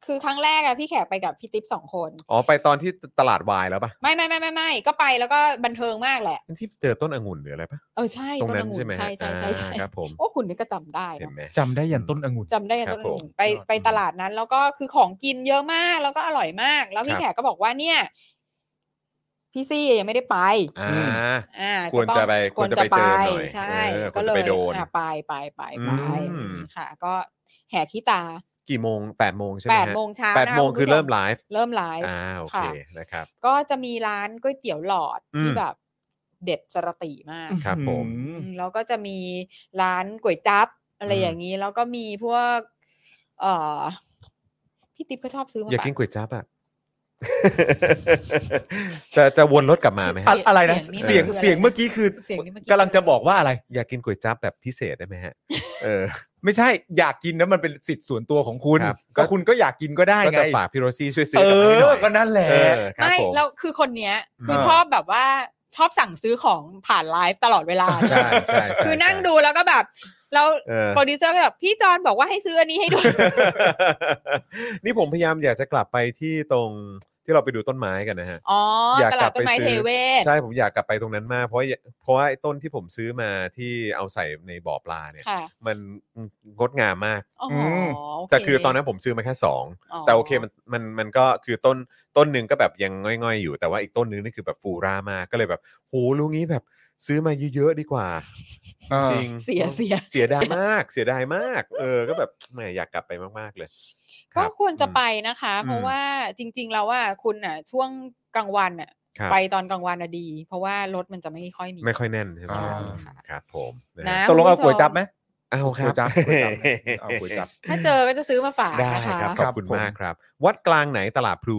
[SPEAKER 3] คือครั้งแรกอะพี่แขกไปกับพี่ติ๊บสองคน
[SPEAKER 1] อ๋อไปตอนที่ตลาดวายแล้วปะ
[SPEAKER 3] ไม่ไม่ไม่ไม่ไม่ก็ไปแล้วก็บันเทิงมากแหละ
[SPEAKER 1] ที่เจอต้นองุ่นหรืออะไรปะ
[SPEAKER 3] เออใช่
[SPEAKER 1] ตรง
[SPEAKER 3] ต้
[SPEAKER 1] นั้น
[SPEAKER 3] อง
[SPEAKER 1] ใช่ไหม
[SPEAKER 3] ใช่ใช่ใช่ใช่
[SPEAKER 1] อ่าครับผม
[SPEAKER 3] โอ้คุณนี่ก็จำได้
[SPEAKER 1] เห็น
[SPEAKER 3] เนาะ
[SPEAKER 1] ไหม
[SPEAKER 2] จำได้ยันต้นองุ่น
[SPEAKER 3] จำได้
[SPEAKER 1] ครั
[SPEAKER 3] ต้
[SPEAKER 1] บ
[SPEAKER 3] น
[SPEAKER 1] ผ
[SPEAKER 3] นึ
[SPEAKER 1] ม
[SPEAKER 3] งไป
[SPEAKER 2] ยอด
[SPEAKER 3] ไปตลาดนั้น แล้วก็คือของกินเยอะมากแล้วก็อร่อยมาก แล้ว
[SPEAKER 1] ค
[SPEAKER 3] พี่
[SPEAKER 1] รับ
[SPEAKER 3] แขกก็บอกว่าเนี่ย พี่ซี่ยังไม่ได้ไป
[SPEAKER 1] อ่า
[SPEAKER 3] อ่า
[SPEAKER 1] ควรจะไป
[SPEAKER 3] ต้อง
[SPEAKER 1] ควรจะไปเจอหน่อย
[SPEAKER 3] ใช่
[SPEAKER 1] เออควรจะ
[SPEAKER 3] ก็เลย
[SPEAKER 1] ไปโดน
[SPEAKER 3] อ่ะไปไปไปไป
[SPEAKER 1] อืม
[SPEAKER 3] อย่างนี้ค่ะ ก็แห่ขี้ตา
[SPEAKER 1] กี่โมง8ปดโมงใช่ไหม
[SPEAKER 3] แป
[SPEAKER 1] ฮะ
[SPEAKER 3] ดโมงเช้า
[SPEAKER 1] แปด
[SPEAKER 3] นะะ
[SPEAKER 1] โมง
[SPEAKER 3] ณ
[SPEAKER 1] คือ
[SPEAKER 3] ผู้ช
[SPEAKER 1] เริ่มไลฟ์
[SPEAKER 3] เริ่มไลฟ์
[SPEAKER 1] อ่าโอเค
[SPEAKER 3] ค่ะ
[SPEAKER 1] นะครับ
[SPEAKER 3] ก็จะมีร้านก๋วยเตี๋ยวหลอดที่
[SPEAKER 1] อืม
[SPEAKER 3] แบบเด็ดสระติมาก
[SPEAKER 1] ครับผม
[SPEAKER 2] อื
[SPEAKER 3] อืมแล้วก็จะมีร้านก๋วยจั๊บอะไร
[SPEAKER 1] อืม
[SPEAKER 3] อย่างนี้ แล้วก็มีพวก เออพี่ติ๊บก็ชอบซื้อมา
[SPEAKER 1] อยาก
[SPEAKER 3] ปะ
[SPEAKER 1] กินก๋วยจั๊บอ่ะ จะจะวนรถกลับมาไหม
[SPEAKER 2] อะ
[SPEAKER 1] ฮะ
[SPEAKER 2] อะไรนะ
[SPEAKER 1] เสี
[SPEAKER 2] เสี
[SPEAKER 1] ย
[SPEAKER 2] ย
[SPEAKER 1] ง
[SPEAKER 2] ง
[SPEAKER 1] นี่มันคืออะไร
[SPEAKER 2] เสียงเมื่อกี้คือ
[SPEAKER 3] เสียงนี่เมื่อกี้
[SPEAKER 2] กำลังจะบอกว่าอะไร
[SPEAKER 1] อยากกินก๋วยจั๊บแบบพิเศษได้ไหมฮะ เออ
[SPEAKER 2] ไม่ใช่อยากกินนะมันเป็นสิทธิ์ส่วนตัวของคุณ
[SPEAKER 1] ครับ
[SPEAKER 2] ก็คุณก็อยากกินก็ได้
[SPEAKER 1] ก็
[SPEAKER 2] ไง
[SPEAKER 1] จะฝากพี่โรซี่ช่วยซื้
[SPEAKER 2] เอ
[SPEAKER 1] อกลับมาให้หน่
[SPEAKER 2] อ
[SPEAKER 1] อย
[SPEAKER 2] ก็นั่นแหละ
[SPEAKER 1] เออครับ
[SPEAKER 3] ไม่
[SPEAKER 1] ผม
[SPEAKER 3] แล้วคือคนเนี้ย คืออา ชอบแบบว่าชอบสั่งซื้อของผ่านไลฟ์ตลอดเวลา
[SPEAKER 1] ใช่ใช่ใช่
[SPEAKER 3] คือนั่งดูแล้วก็แบบ แล้ว
[SPEAKER 1] เออ
[SPEAKER 3] โปรดิวเซอร์ก็แบบพี่จอนบอกว่าให้ซื้ออันนี้ให้ ด้วย
[SPEAKER 1] นี่ผมพยายามอยากจะกลับไปที่ตรงที่เราไปดูต้นไม้กันนะฮะ
[SPEAKER 3] อ๋อ
[SPEAKER 1] อยาก
[SPEAKER 3] ต
[SPEAKER 1] กลั
[SPEAKER 3] ลา
[SPEAKER 1] บ
[SPEAKER 3] ด
[SPEAKER 1] ไป
[SPEAKER 3] ต้นไม้
[SPEAKER 1] ซื้อ
[SPEAKER 3] เทเวศ
[SPEAKER 1] ใช่ผมอยากกลับไปตรงนั้นมากเพราะอย่าเพราะว่าไอ้ต้นที่ผมซื้อมาที่เอาใส่ในบ่อปลาเนี่ย
[SPEAKER 3] ค่ะ
[SPEAKER 1] มันงดงามมาก
[SPEAKER 3] อ๋ออโเ
[SPEAKER 1] แต่คือตอนนั้นผมซื้อมาแค่สองแต่โอเคมันมันมันก็คือต้นต้นหนึ่งก็แบบยังง่อยๆอยู่ แต่ว่าอีกต้นหนึงนี่คือแบบฟูรามากก็เลยแบบโหลูกนี้แบบซื้อมาเยอะๆดีกว่า
[SPEAKER 2] อ่า
[SPEAKER 1] จริง
[SPEAKER 3] เสียเสีย
[SPEAKER 1] เสียดายมากเสียดายมาก เออก็แบบแหมอยากกลับไปมากๆเลย
[SPEAKER 3] ก็
[SPEAKER 1] บ
[SPEAKER 3] ควรจะไปนะคะ
[SPEAKER 1] อืม
[SPEAKER 3] เพราะว่าจริง ๆ แล้วว่าคุณอ่ะ ช่วงกลางวันอ่ะ
[SPEAKER 1] ครับ
[SPEAKER 3] ไปตอนกลางวันอ่ะดี เพราะว่ารถมันจะไม่ค่อยมี
[SPEAKER 1] ไม่ค่อยแน่นใช่ไหม
[SPEAKER 3] อ่า
[SPEAKER 1] อืม
[SPEAKER 3] ค่ะ
[SPEAKER 1] ครับผมนะ
[SPEAKER 3] นะ
[SPEAKER 1] ฮะ
[SPEAKER 2] ตกลงเอา
[SPEAKER 3] คุณ
[SPEAKER 2] ก๋ว
[SPEAKER 3] ผู้ช
[SPEAKER 2] ยจับไหม
[SPEAKER 1] เอาครับ
[SPEAKER 2] ก๋วยจั๊บก๋วยจั๊บเอา ก๋วยจั๊บ
[SPEAKER 3] ถ้าเจอก็จะซื้อมาฝาก
[SPEAKER 1] ได้
[SPEAKER 3] นะคะ
[SPEAKER 1] ครับขอบคุณ
[SPEAKER 2] ครับผม
[SPEAKER 1] มากครับ วัดกลางไหนตลาดพลู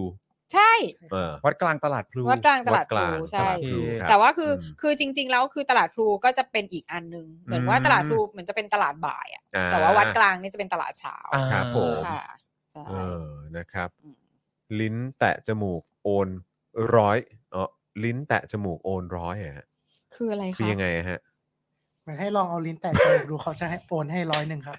[SPEAKER 3] ใช่
[SPEAKER 1] เออ
[SPEAKER 2] วัดกลางตลาดพลู
[SPEAKER 3] วัดกลางต
[SPEAKER 1] วั
[SPEAKER 3] ลาด
[SPEAKER 1] ด
[SPEAKER 3] พ
[SPEAKER 1] กลา
[SPEAKER 3] ลู
[SPEAKER 1] งต
[SPEAKER 3] ใช่
[SPEAKER 1] ลาดพลูครับ
[SPEAKER 3] แต่ว่าคืออ
[SPEAKER 1] ม
[SPEAKER 3] คือจริง ๆ แล้วคือตลาดพลูก็จะเป็นอีกอันหนึ่งเหมือนว่า
[SPEAKER 1] อืม
[SPEAKER 3] ตลาดพลูเหมือนจะเป็นตลาดบ่ายอ่ะ
[SPEAKER 1] อ่
[SPEAKER 3] แต่ว่าวัดกลางนี่จะเป็นตลาดเช้า
[SPEAKER 2] อ่า
[SPEAKER 1] ครับผม
[SPEAKER 3] ค่ะใช่
[SPEAKER 1] เออนะครับ
[SPEAKER 3] อืม
[SPEAKER 1] ลิ้นแตะจมูกโอนร้อยอ๋อลิ้นแตะจมูกโอนร้อยอะฮะ
[SPEAKER 3] คืออะไร
[SPEAKER 1] คือ
[SPEAKER 3] คะ
[SPEAKER 1] ยังไงอะฮะ
[SPEAKER 5] เหมือนให้ลองเอาลิ้นแตะจมูกดูเขาจะให้โอนให้ร้อยหนึ่งครับ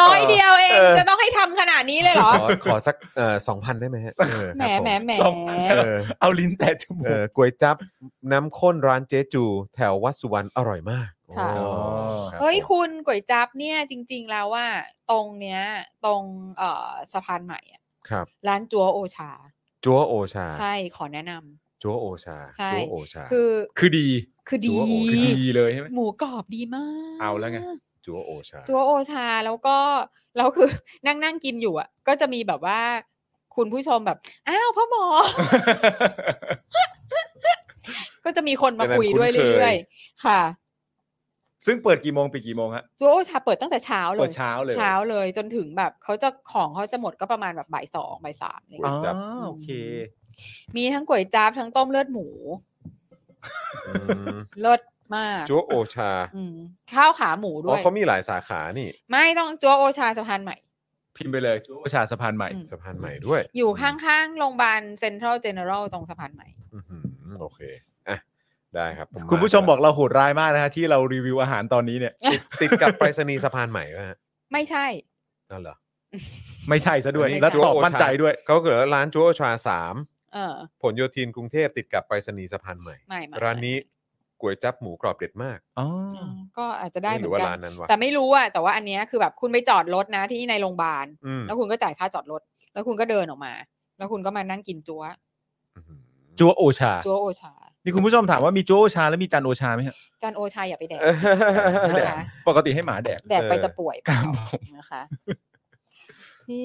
[SPEAKER 3] ร้อยเดียวเอง
[SPEAKER 1] เออ
[SPEAKER 3] จะต้องให้ทำขนาดนี้เลยเหรอ
[SPEAKER 1] ขอขอสักเอ่อสองพันได้ไหมฮะเออครับ
[SPEAKER 3] แหมแหมแหม
[SPEAKER 2] สองอัน
[SPEAKER 1] ผมเออ
[SPEAKER 2] เอาลิ้นแตะจมู
[SPEAKER 1] เอก อก๋วยจับน้ำข้นร้านเจ๊จู แถววัดสุวรรณอร่อยมากโอ้รับ
[SPEAKER 3] เฮ้ย
[SPEAKER 1] ผม
[SPEAKER 3] คุณก๋วยจั๊บเนี่ยจริง ๆ แล้วว่า ตรงเนี้ย ตรงเอ่อสะพานใหม่อะ
[SPEAKER 1] ครับ
[SPEAKER 3] ร้านจัวโอชา
[SPEAKER 1] จัวโอชา
[SPEAKER 3] ใช่ขอแนะนำ
[SPEAKER 1] จัวโอชา
[SPEAKER 3] ใช่
[SPEAKER 1] จัวโอชา
[SPEAKER 3] คือ
[SPEAKER 2] คือดี
[SPEAKER 3] คือ
[SPEAKER 1] จั
[SPEAKER 3] ดี
[SPEAKER 1] วโอชา
[SPEAKER 2] คือดีเลยใช่ไหม
[SPEAKER 3] หมูกรอบดีมาก
[SPEAKER 2] เอาแล้วไง
[SPEAKER 1] จัวโอชา
[SPEAKER 3] จัวโอชาแล้วก็แล้วคือ นั่งนั่งกินอยู่อ่ะ ก็จะมีแบบว่า คุณผู้ชมแบบอ้าวพ่อห มอ ก็จะมีคนมาคุยด้วย
[SPEAKER 1] เป็นอันคุ้นเคย
[SPEAKER 3] เรื่อยๆค่ะ
[SPEAKER 2] ซึ่งเปิดกี่โมงปิดกี่โมงฮะ
[SPEAKER 3] จัวโอชาเปิดตั้งแต่เช้าเล
[SPEAKER 2] เปิ
[SPEAKER 3] ย
[SPEAKER 2] ดเช้าเลย
[SPEAKER 3] เลยจนถึงแบบเขาจะของเขาจะหมดก็ประมาณแบบบ่ายสองบ่ายสามอะไรอย่าง
[SPEAKER 2] อ๋อ
[SPEAKER 3] เงี้ย
[SPEAKER 2] โอเค
[SPEAKER 3] มีทั้งก๋วยจั๊บทั้งต้มเลือดหมู
[SPEAKER 1] อืม
[SPEAKER 3] เลิศมาก
[SPEAKER 1] จัวโอชา
[SPEAKER 3] อืมข้าวขาหมูด้
[SPEAKER 1] อ๋อ
[SPEAKER 3] วย
[SPEAKER 1] เขามีหลายสาขานี่
[SPEAKER 3] ไม่ต้องจัวโอชาสะพานใหม่
[SPEAKER 2] พิมพ์ไปเลยจุประชาสะพานใหม่
[SPEAKER 3] อืม
[SPEAKER 1] สะพานใหม่ด้วย
[SPEAKER 3] อยู่ข้างๆโรงพยาบาลเซ็นทรัลเจเนอรัลตรงสะพานใหม่
[SPEAKER 1] อื้อหือโอเคอ่ะได้ครับผา
[SPEAKER 2] คุณผู้ชมบอกเราโหดร้ายมากนะฮะที่เรารีวิวอาหารตอนนี้เนี่ย
[SPEAKER 1] ติดกับไปรษณีย์สะพานใหม่ป่ะฮะ
[SPEAKER 3] ไม่ใช่
[SPEAKER 1] นั่นเหรอ
[SPEAKER 2] ไม่ใช่ซะด้วย
[SPEAKER 3] ไม่ใช่
[SPEAKER 2] และตอบมั่นใจด้วย
[SPEAKER 1] เขาเกิดร้านจัวโอชาสาม
[SPEAKER 3] เออ
[SPEAKER 1] ผลโยธินกรุงเทพติดกับไปรษณีย์สะพานใหม่
[SPEAKER 3] ไม่ไม่
[SPEAKER 1] ร้านนี้ก๋วยจับหมูกรอบเด็ดมาก
[SPEAKER 2] อ๋อ
[SPEAKER 3] ไม่ก็อาจจะได้เห
[SPEAKER 1] ห
[SPEAKER 3] มื
[SPEAKER 1] รือ อน ว่า
[SPEAKER 3] กั
[SPEAKER 1] ร้าน
[SPEAKER 3] น
[SPEAKER 1] นั้นวะ
[SPEAKER 3] แต่ไม่รู้อะแต่ว่าอันเนี้ยคือแบบคุณไปจอดรถนะที่ในโรงพยาบาล
[SPEAKER 1] อืม
[SPEAKER 3] แล้วคุณก็จ่ายค่าจอดรถ แล้วคุณก็เดินออกมา แล้วคุณก็มานั่งกินจัว
[SPEAKER 1] อื้อหือ
[SPEAKER 2] จัวโอชา
[SPEAKER 3] จัวโอชา
[SPEAKER 2] นี่คุณผู้ชมถามว่ามีจัวโอชาแล้วมีจันโอชาไหมฮะ
[SPEAKER 3] จันโอชาอย่าไปแดก
[SPEAKER 1] เออ
[SPEAKER 3] ไม่แดก
[SPEAKER 2] ปกติให้หมาแดก
[SPEAKER 3] แดกไปจะป่วย
[SPEAKER 2] เออครับ
[SPEAKER 3] นะคะพี่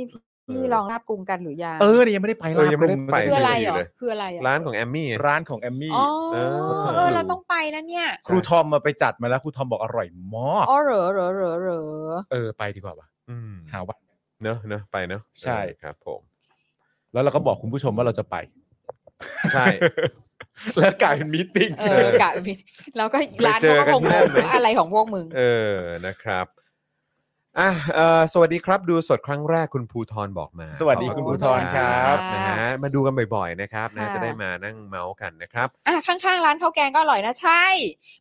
[SPEAKER 3] พี่ลองลาบกรุงกันหรือยัง
[SPEAKER 2] เออเนี่ยยังไม่ได้ไป
[SPEAKER 1] เออยังไม่ได้ไป
[SPEAKER 3] คืออะไร
[SPEAKER 1] อยู่
[SPEAKER 3] หรอ
[SPEAKER 1] เลย
[SPEAKER 3] คืออะไรอะ
[SPEAKER 1] ร้านของแอมมี่
[SPEAKER 2] ร้านของแอมมี่
[SPEAKER 3] อ๋อ
[SPEAKER 1] เอ
[SPEAKER 3] เอ
[SPEAKER 1] อ
[SPEAKER 3] อเราต้องไปนะเนี่ย
[SPEAKER 2] ครูทอมมาไปจัดมาแล้วครูทอมบอกอร่อยมาก
[SPEAKER 3] อ๋อเหรอเหรอเหรอเหรอ
[SPEAKER 2] เออไปดีกว่าปะ
[SPEAKER 1] อืม
[SPEAKER 2] หาวัน
[SPEAKER 1] เนอะเนอะไปเนอะ
[SPEAKER 2] ใช่
[SPEAKER 1] เออครับ ผม
[SPEAKER 2] แล้วเราก็บอกคุณผู้ชมว่าเราจะไป
[SPEAKER 1] ใช่
[SPEAKER 2] แล้วกลายเป็นมีตติ้ง
[SPEAKER 3] เออกะ พี่แล้วก็ร้าน
[SPEAKER 1] ไปเจ
[SPEAKER 3] เขา
[SPEAKER 1] อกัน
[SPEAKER 3] ก็คง
[SPEAKER 1] ที่นั่นไหม
[SPEAKER 3] ว่าอะไรของพวกมึง
[SPEAKER 1] เออนะครับอ่ะเอ่อสวัสดีครับดูสดครั้งแรกคุณภูทรบอกมา
[SPEAKER 2] สวัสดี
[SPEAKER 1] ขอบ
[SPEAKER 2] คุณภูธรครับ
[SPEAKER 1] นะฮะมาดูกันบ่อยๆนะครับนะ
[SPEAKER 3] ค่ะ
[SPEAKER 1] จะได้มานั่งเมาส์กันนะครับ
[SPEAKER 3] อ่ะข้างๆ ร้านข้าวแกงก็อร่อยนะใช่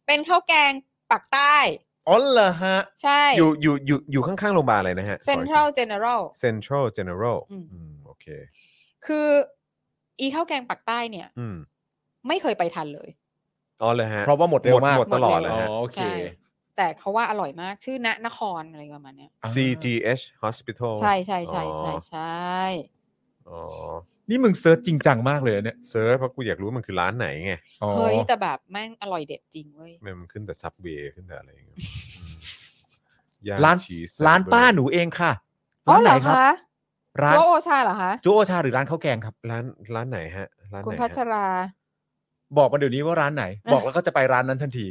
[SPEAKER 3] เป็นข้าวแกงปักใต้
[SPEAKER 2] อ๋อเหรอฮะ
[SPEAKER 3] ใช่
[SPEAKER 1] อยู่อยู่อยู่อยู่ข้างๆโรงพยาบาลเลยนะฮะ
[SPEAKER 3] เซ็นทรัลเจเนอรัล
[SPEAKER 1] เซ็นทรัลเจเนอรัล
[SPEAKER 3] อืม
[SPEAKER 1] โอเค
[SPEAKER 3] คืออีข้าวแกงปักใต้เนี่ย
[SPEAKER 1] อืม
[SPEAKER 3] ไม่เคยไปทันเลย
[SPEAKER 1] อ๋อเลยฮะ
[SPEAKER 2] เพราะว่าหมดเร็วมาก
[SPEAKER 1] หมดตลอดเลย
[SPEAKER 2] อ๋อ
[SPEAKER 1] ฮะ
[SPEAKER 2] โอเค
[SPEAKER 3] ใช่ แต่เขาว่าอร่อยมากชื่อณนครอะไรประมาณเนี้ย
[SPEAKER 1] CGH Hospital
[SPEAKER 3] ใช่ใช่ใช่ใช่
[SPEAKER 1] อ๋อ
[SPEAKER 3] ใช่
[SPEAKER 1] อ๋อ
[SPEAKER 2] นี่มึงเซิร์ชจริงจังมากเลยเนี่ย
[SPEAKER 1] เซิร์ชเพราะกูอยากรู้มันคือร้านไหนไง
[SPEAKER 2] อ๋อ
[SPEAKER 3] เฮ้ยแต่แบบแม่งอร่อยเด็ดจริงเว้ย
[SPEAKER 1] มันขึ้นแต่ซับเวย์ขึ้นแต่อะไรอย่างเงี้ยอืมย่ง
[SPEAKER 2] ร้าน
[SPEAKER 1] ชีส
[SPEAKER 2] ร้านป้าหนูเองค่ะ
[SPEAKER 3] อ๋อ
[SPEAKER 2] ร้านไหนค
[SPEAKER 3] เหรอ
[SPEAKER 2] รับ
[SPEAKER 3] คะ
[SPEAKER 2] ร้าน
[SPEAKER 3] โจโอชาเหรอคะ
[SPEAKER 2] จูโอชาหรือร้านข้าวแกงครับ
[SPEAKER 1] ร้านร้านไหนฮะร้านไหน
[SPEAKER 3] คุณ
[SPEAKER 1] ฮะ
[SPEAKER 3] พัชรา
[SPEAKER 2] บอกมาเดี๋ยวนี้ว่าร้านไหน บอกแล้วก็จะไปร้านนั้นทั นที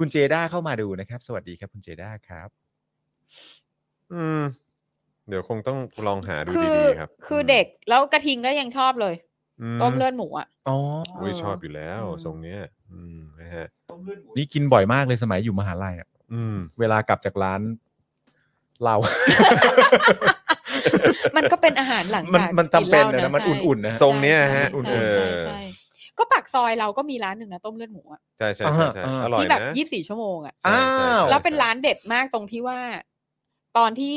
[SPEAKER 2] คุณเจด้าเข้ามาดูนะครับ สวัสดีครับ คุณเจด้าครับ
[SPEAKER 1] อืม เดี๋ยวคงต้องลองหาดู
[SPEAKER 3] คือ
[SPEAKER 1] ดีๆครับ
[SPEAKER 3] คือเด็กแล้วกระทิงก็ยังชอบเลย
[SPEAKER 1] ม
[SPEAKER 3] ต้มเลือดหมูอ่ะ
[SPEAKER 2] อ๋อ
[SPEAKER 1] โอ้ย
[SPEAKER 3] เออ
[SPEAKER 1] ชอบอยู่แล้ว
[SPEAKER 3] อืม
[SPEAKER 1] ทรงเนี้ย อืมนะฮะ
[SPEAKER 2] นี่กินบ่อยมากเลยสมัยอยู่มหาลัยอะ
[SPEAKER 1] อืม
[SPEAKER 2] เวลากลับจากร้านเรา
[SPEAKER 3] มันก็เป็นอาหารหลัง
[SPEAKER 2] มัน
[SPEAKER 3] จาก
[SPEAKER 2] มันจำเป็น
[SPEAKER 3] กิหล้า
[SPEAKER 2] นะมัน
[SPEAKER 3] ใช่
[SPEAKER 2] อุ่นๆนะฮะ
[SPEAKER 1] ทรงเนี้ยฮะ
[SPEAKER 3] ใช่
[SPEAKER 1] อุ่นๆเออ
[SPEAKER 3] ใช่ใช่ใช่ก็ปากซอยเราก็มีร้านหนึ่งนะต้มเลือดหมูอะ
[SPEAKER 1] ใช่ใช่ใช่ใช่
[SPEAKER 2] อ่า
[SPEAKER 1] อร่อย
[SPEAKER 3] ที่แบบ
[SPEAKER 1] นะ
[SPEAKER 3] ยี่สิบสี่ชั่วโมงอ่ะ
[SPEAKER 1] ใช่ใช่ใช่
[SPEAKER 2] อ้าว
[SPEAKER 3] แล้วเป็นร้านเด็ดมากตรงที่ว่า ตอนที่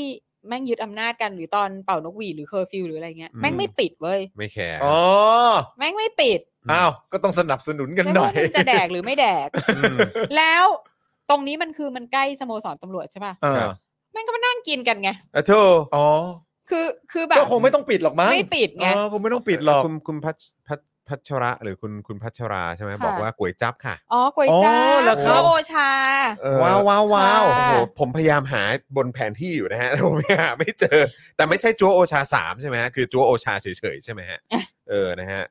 [SPEAKER 3] แม่งยึดอำนาจกันหรือตอนเป่านกหวีดหรือเคอร์ฟิวหรืออะไรเงี้ยแม่งไม่ปิดเว้ย
[SPEAKER 1] ไม่แคร์
[SPEAKER 2] อ๋อ
[SPEAKER 3] แม่งไม่ปิด
[SPEAKER 2] อ้าว ก็ต้องสนับสนุนกัน
[SPEAKER 3] ไม่
[SPEAKER 2] หน่อ
[SPEAKER 3] ว่าย มึงจะแดกหรือไม่แด ก
[SPEAKER 1] อืม
[SPEAKER 3] แล้วตรงนี้มันคือมันใกล้สโมสรตำรวจใช่ป่ะ
[SPEAKER 2] อ่า
[SPEAKER 1] ครับ
[SPEAKER 3] แม่งก็มานั่งกินกันไง
[SPEAKER 1] อ่ะโธ่
[SPEAKER 2] อ๋อ
[SPEAKER 3] คือคือแบบ
[SPEAKER 2] ก็คงไม่ต้องปิดหรอกมั้ง
[SPEAKER 3] ไม่ปิดไง
[SPEAKER 2] อ๋อคงไม่ต้องปิดหรอก
[SPEAKER 1] คุณคุณพัชพัชพัชระ หรือคุณคุณพัชราใช่ไหม
[SPEAKER 3] ค่ะ
[SPEAKER 1] บอกว่าก๋วยจั๊บค่ะ
[SPEAKER 3] อ๋อก๋วย
[SPEAKER 2] อ๋อ
[SPEAKER 3] จ้า
[SPEAKER 2] เหรอครับ
[SPEAKER 3] โอชา
[SPEAKER 1] เออ
[SPEAKER 2] ว้าวว้าวว้าว
[SPEAKER 1] โอ้
[SPEAKER 3] ค่ะ
[SPEAKER 1] โหผมพยายามหาบนแผนที่อยู่นะ ฮะแต่ผมหาไม่เจอ แต่ไม่ใช่จัวโอชาสามใช่ไหมฮะคือจัวโอชาเฉยๆใช่ไหม ฮะเออนะฮะ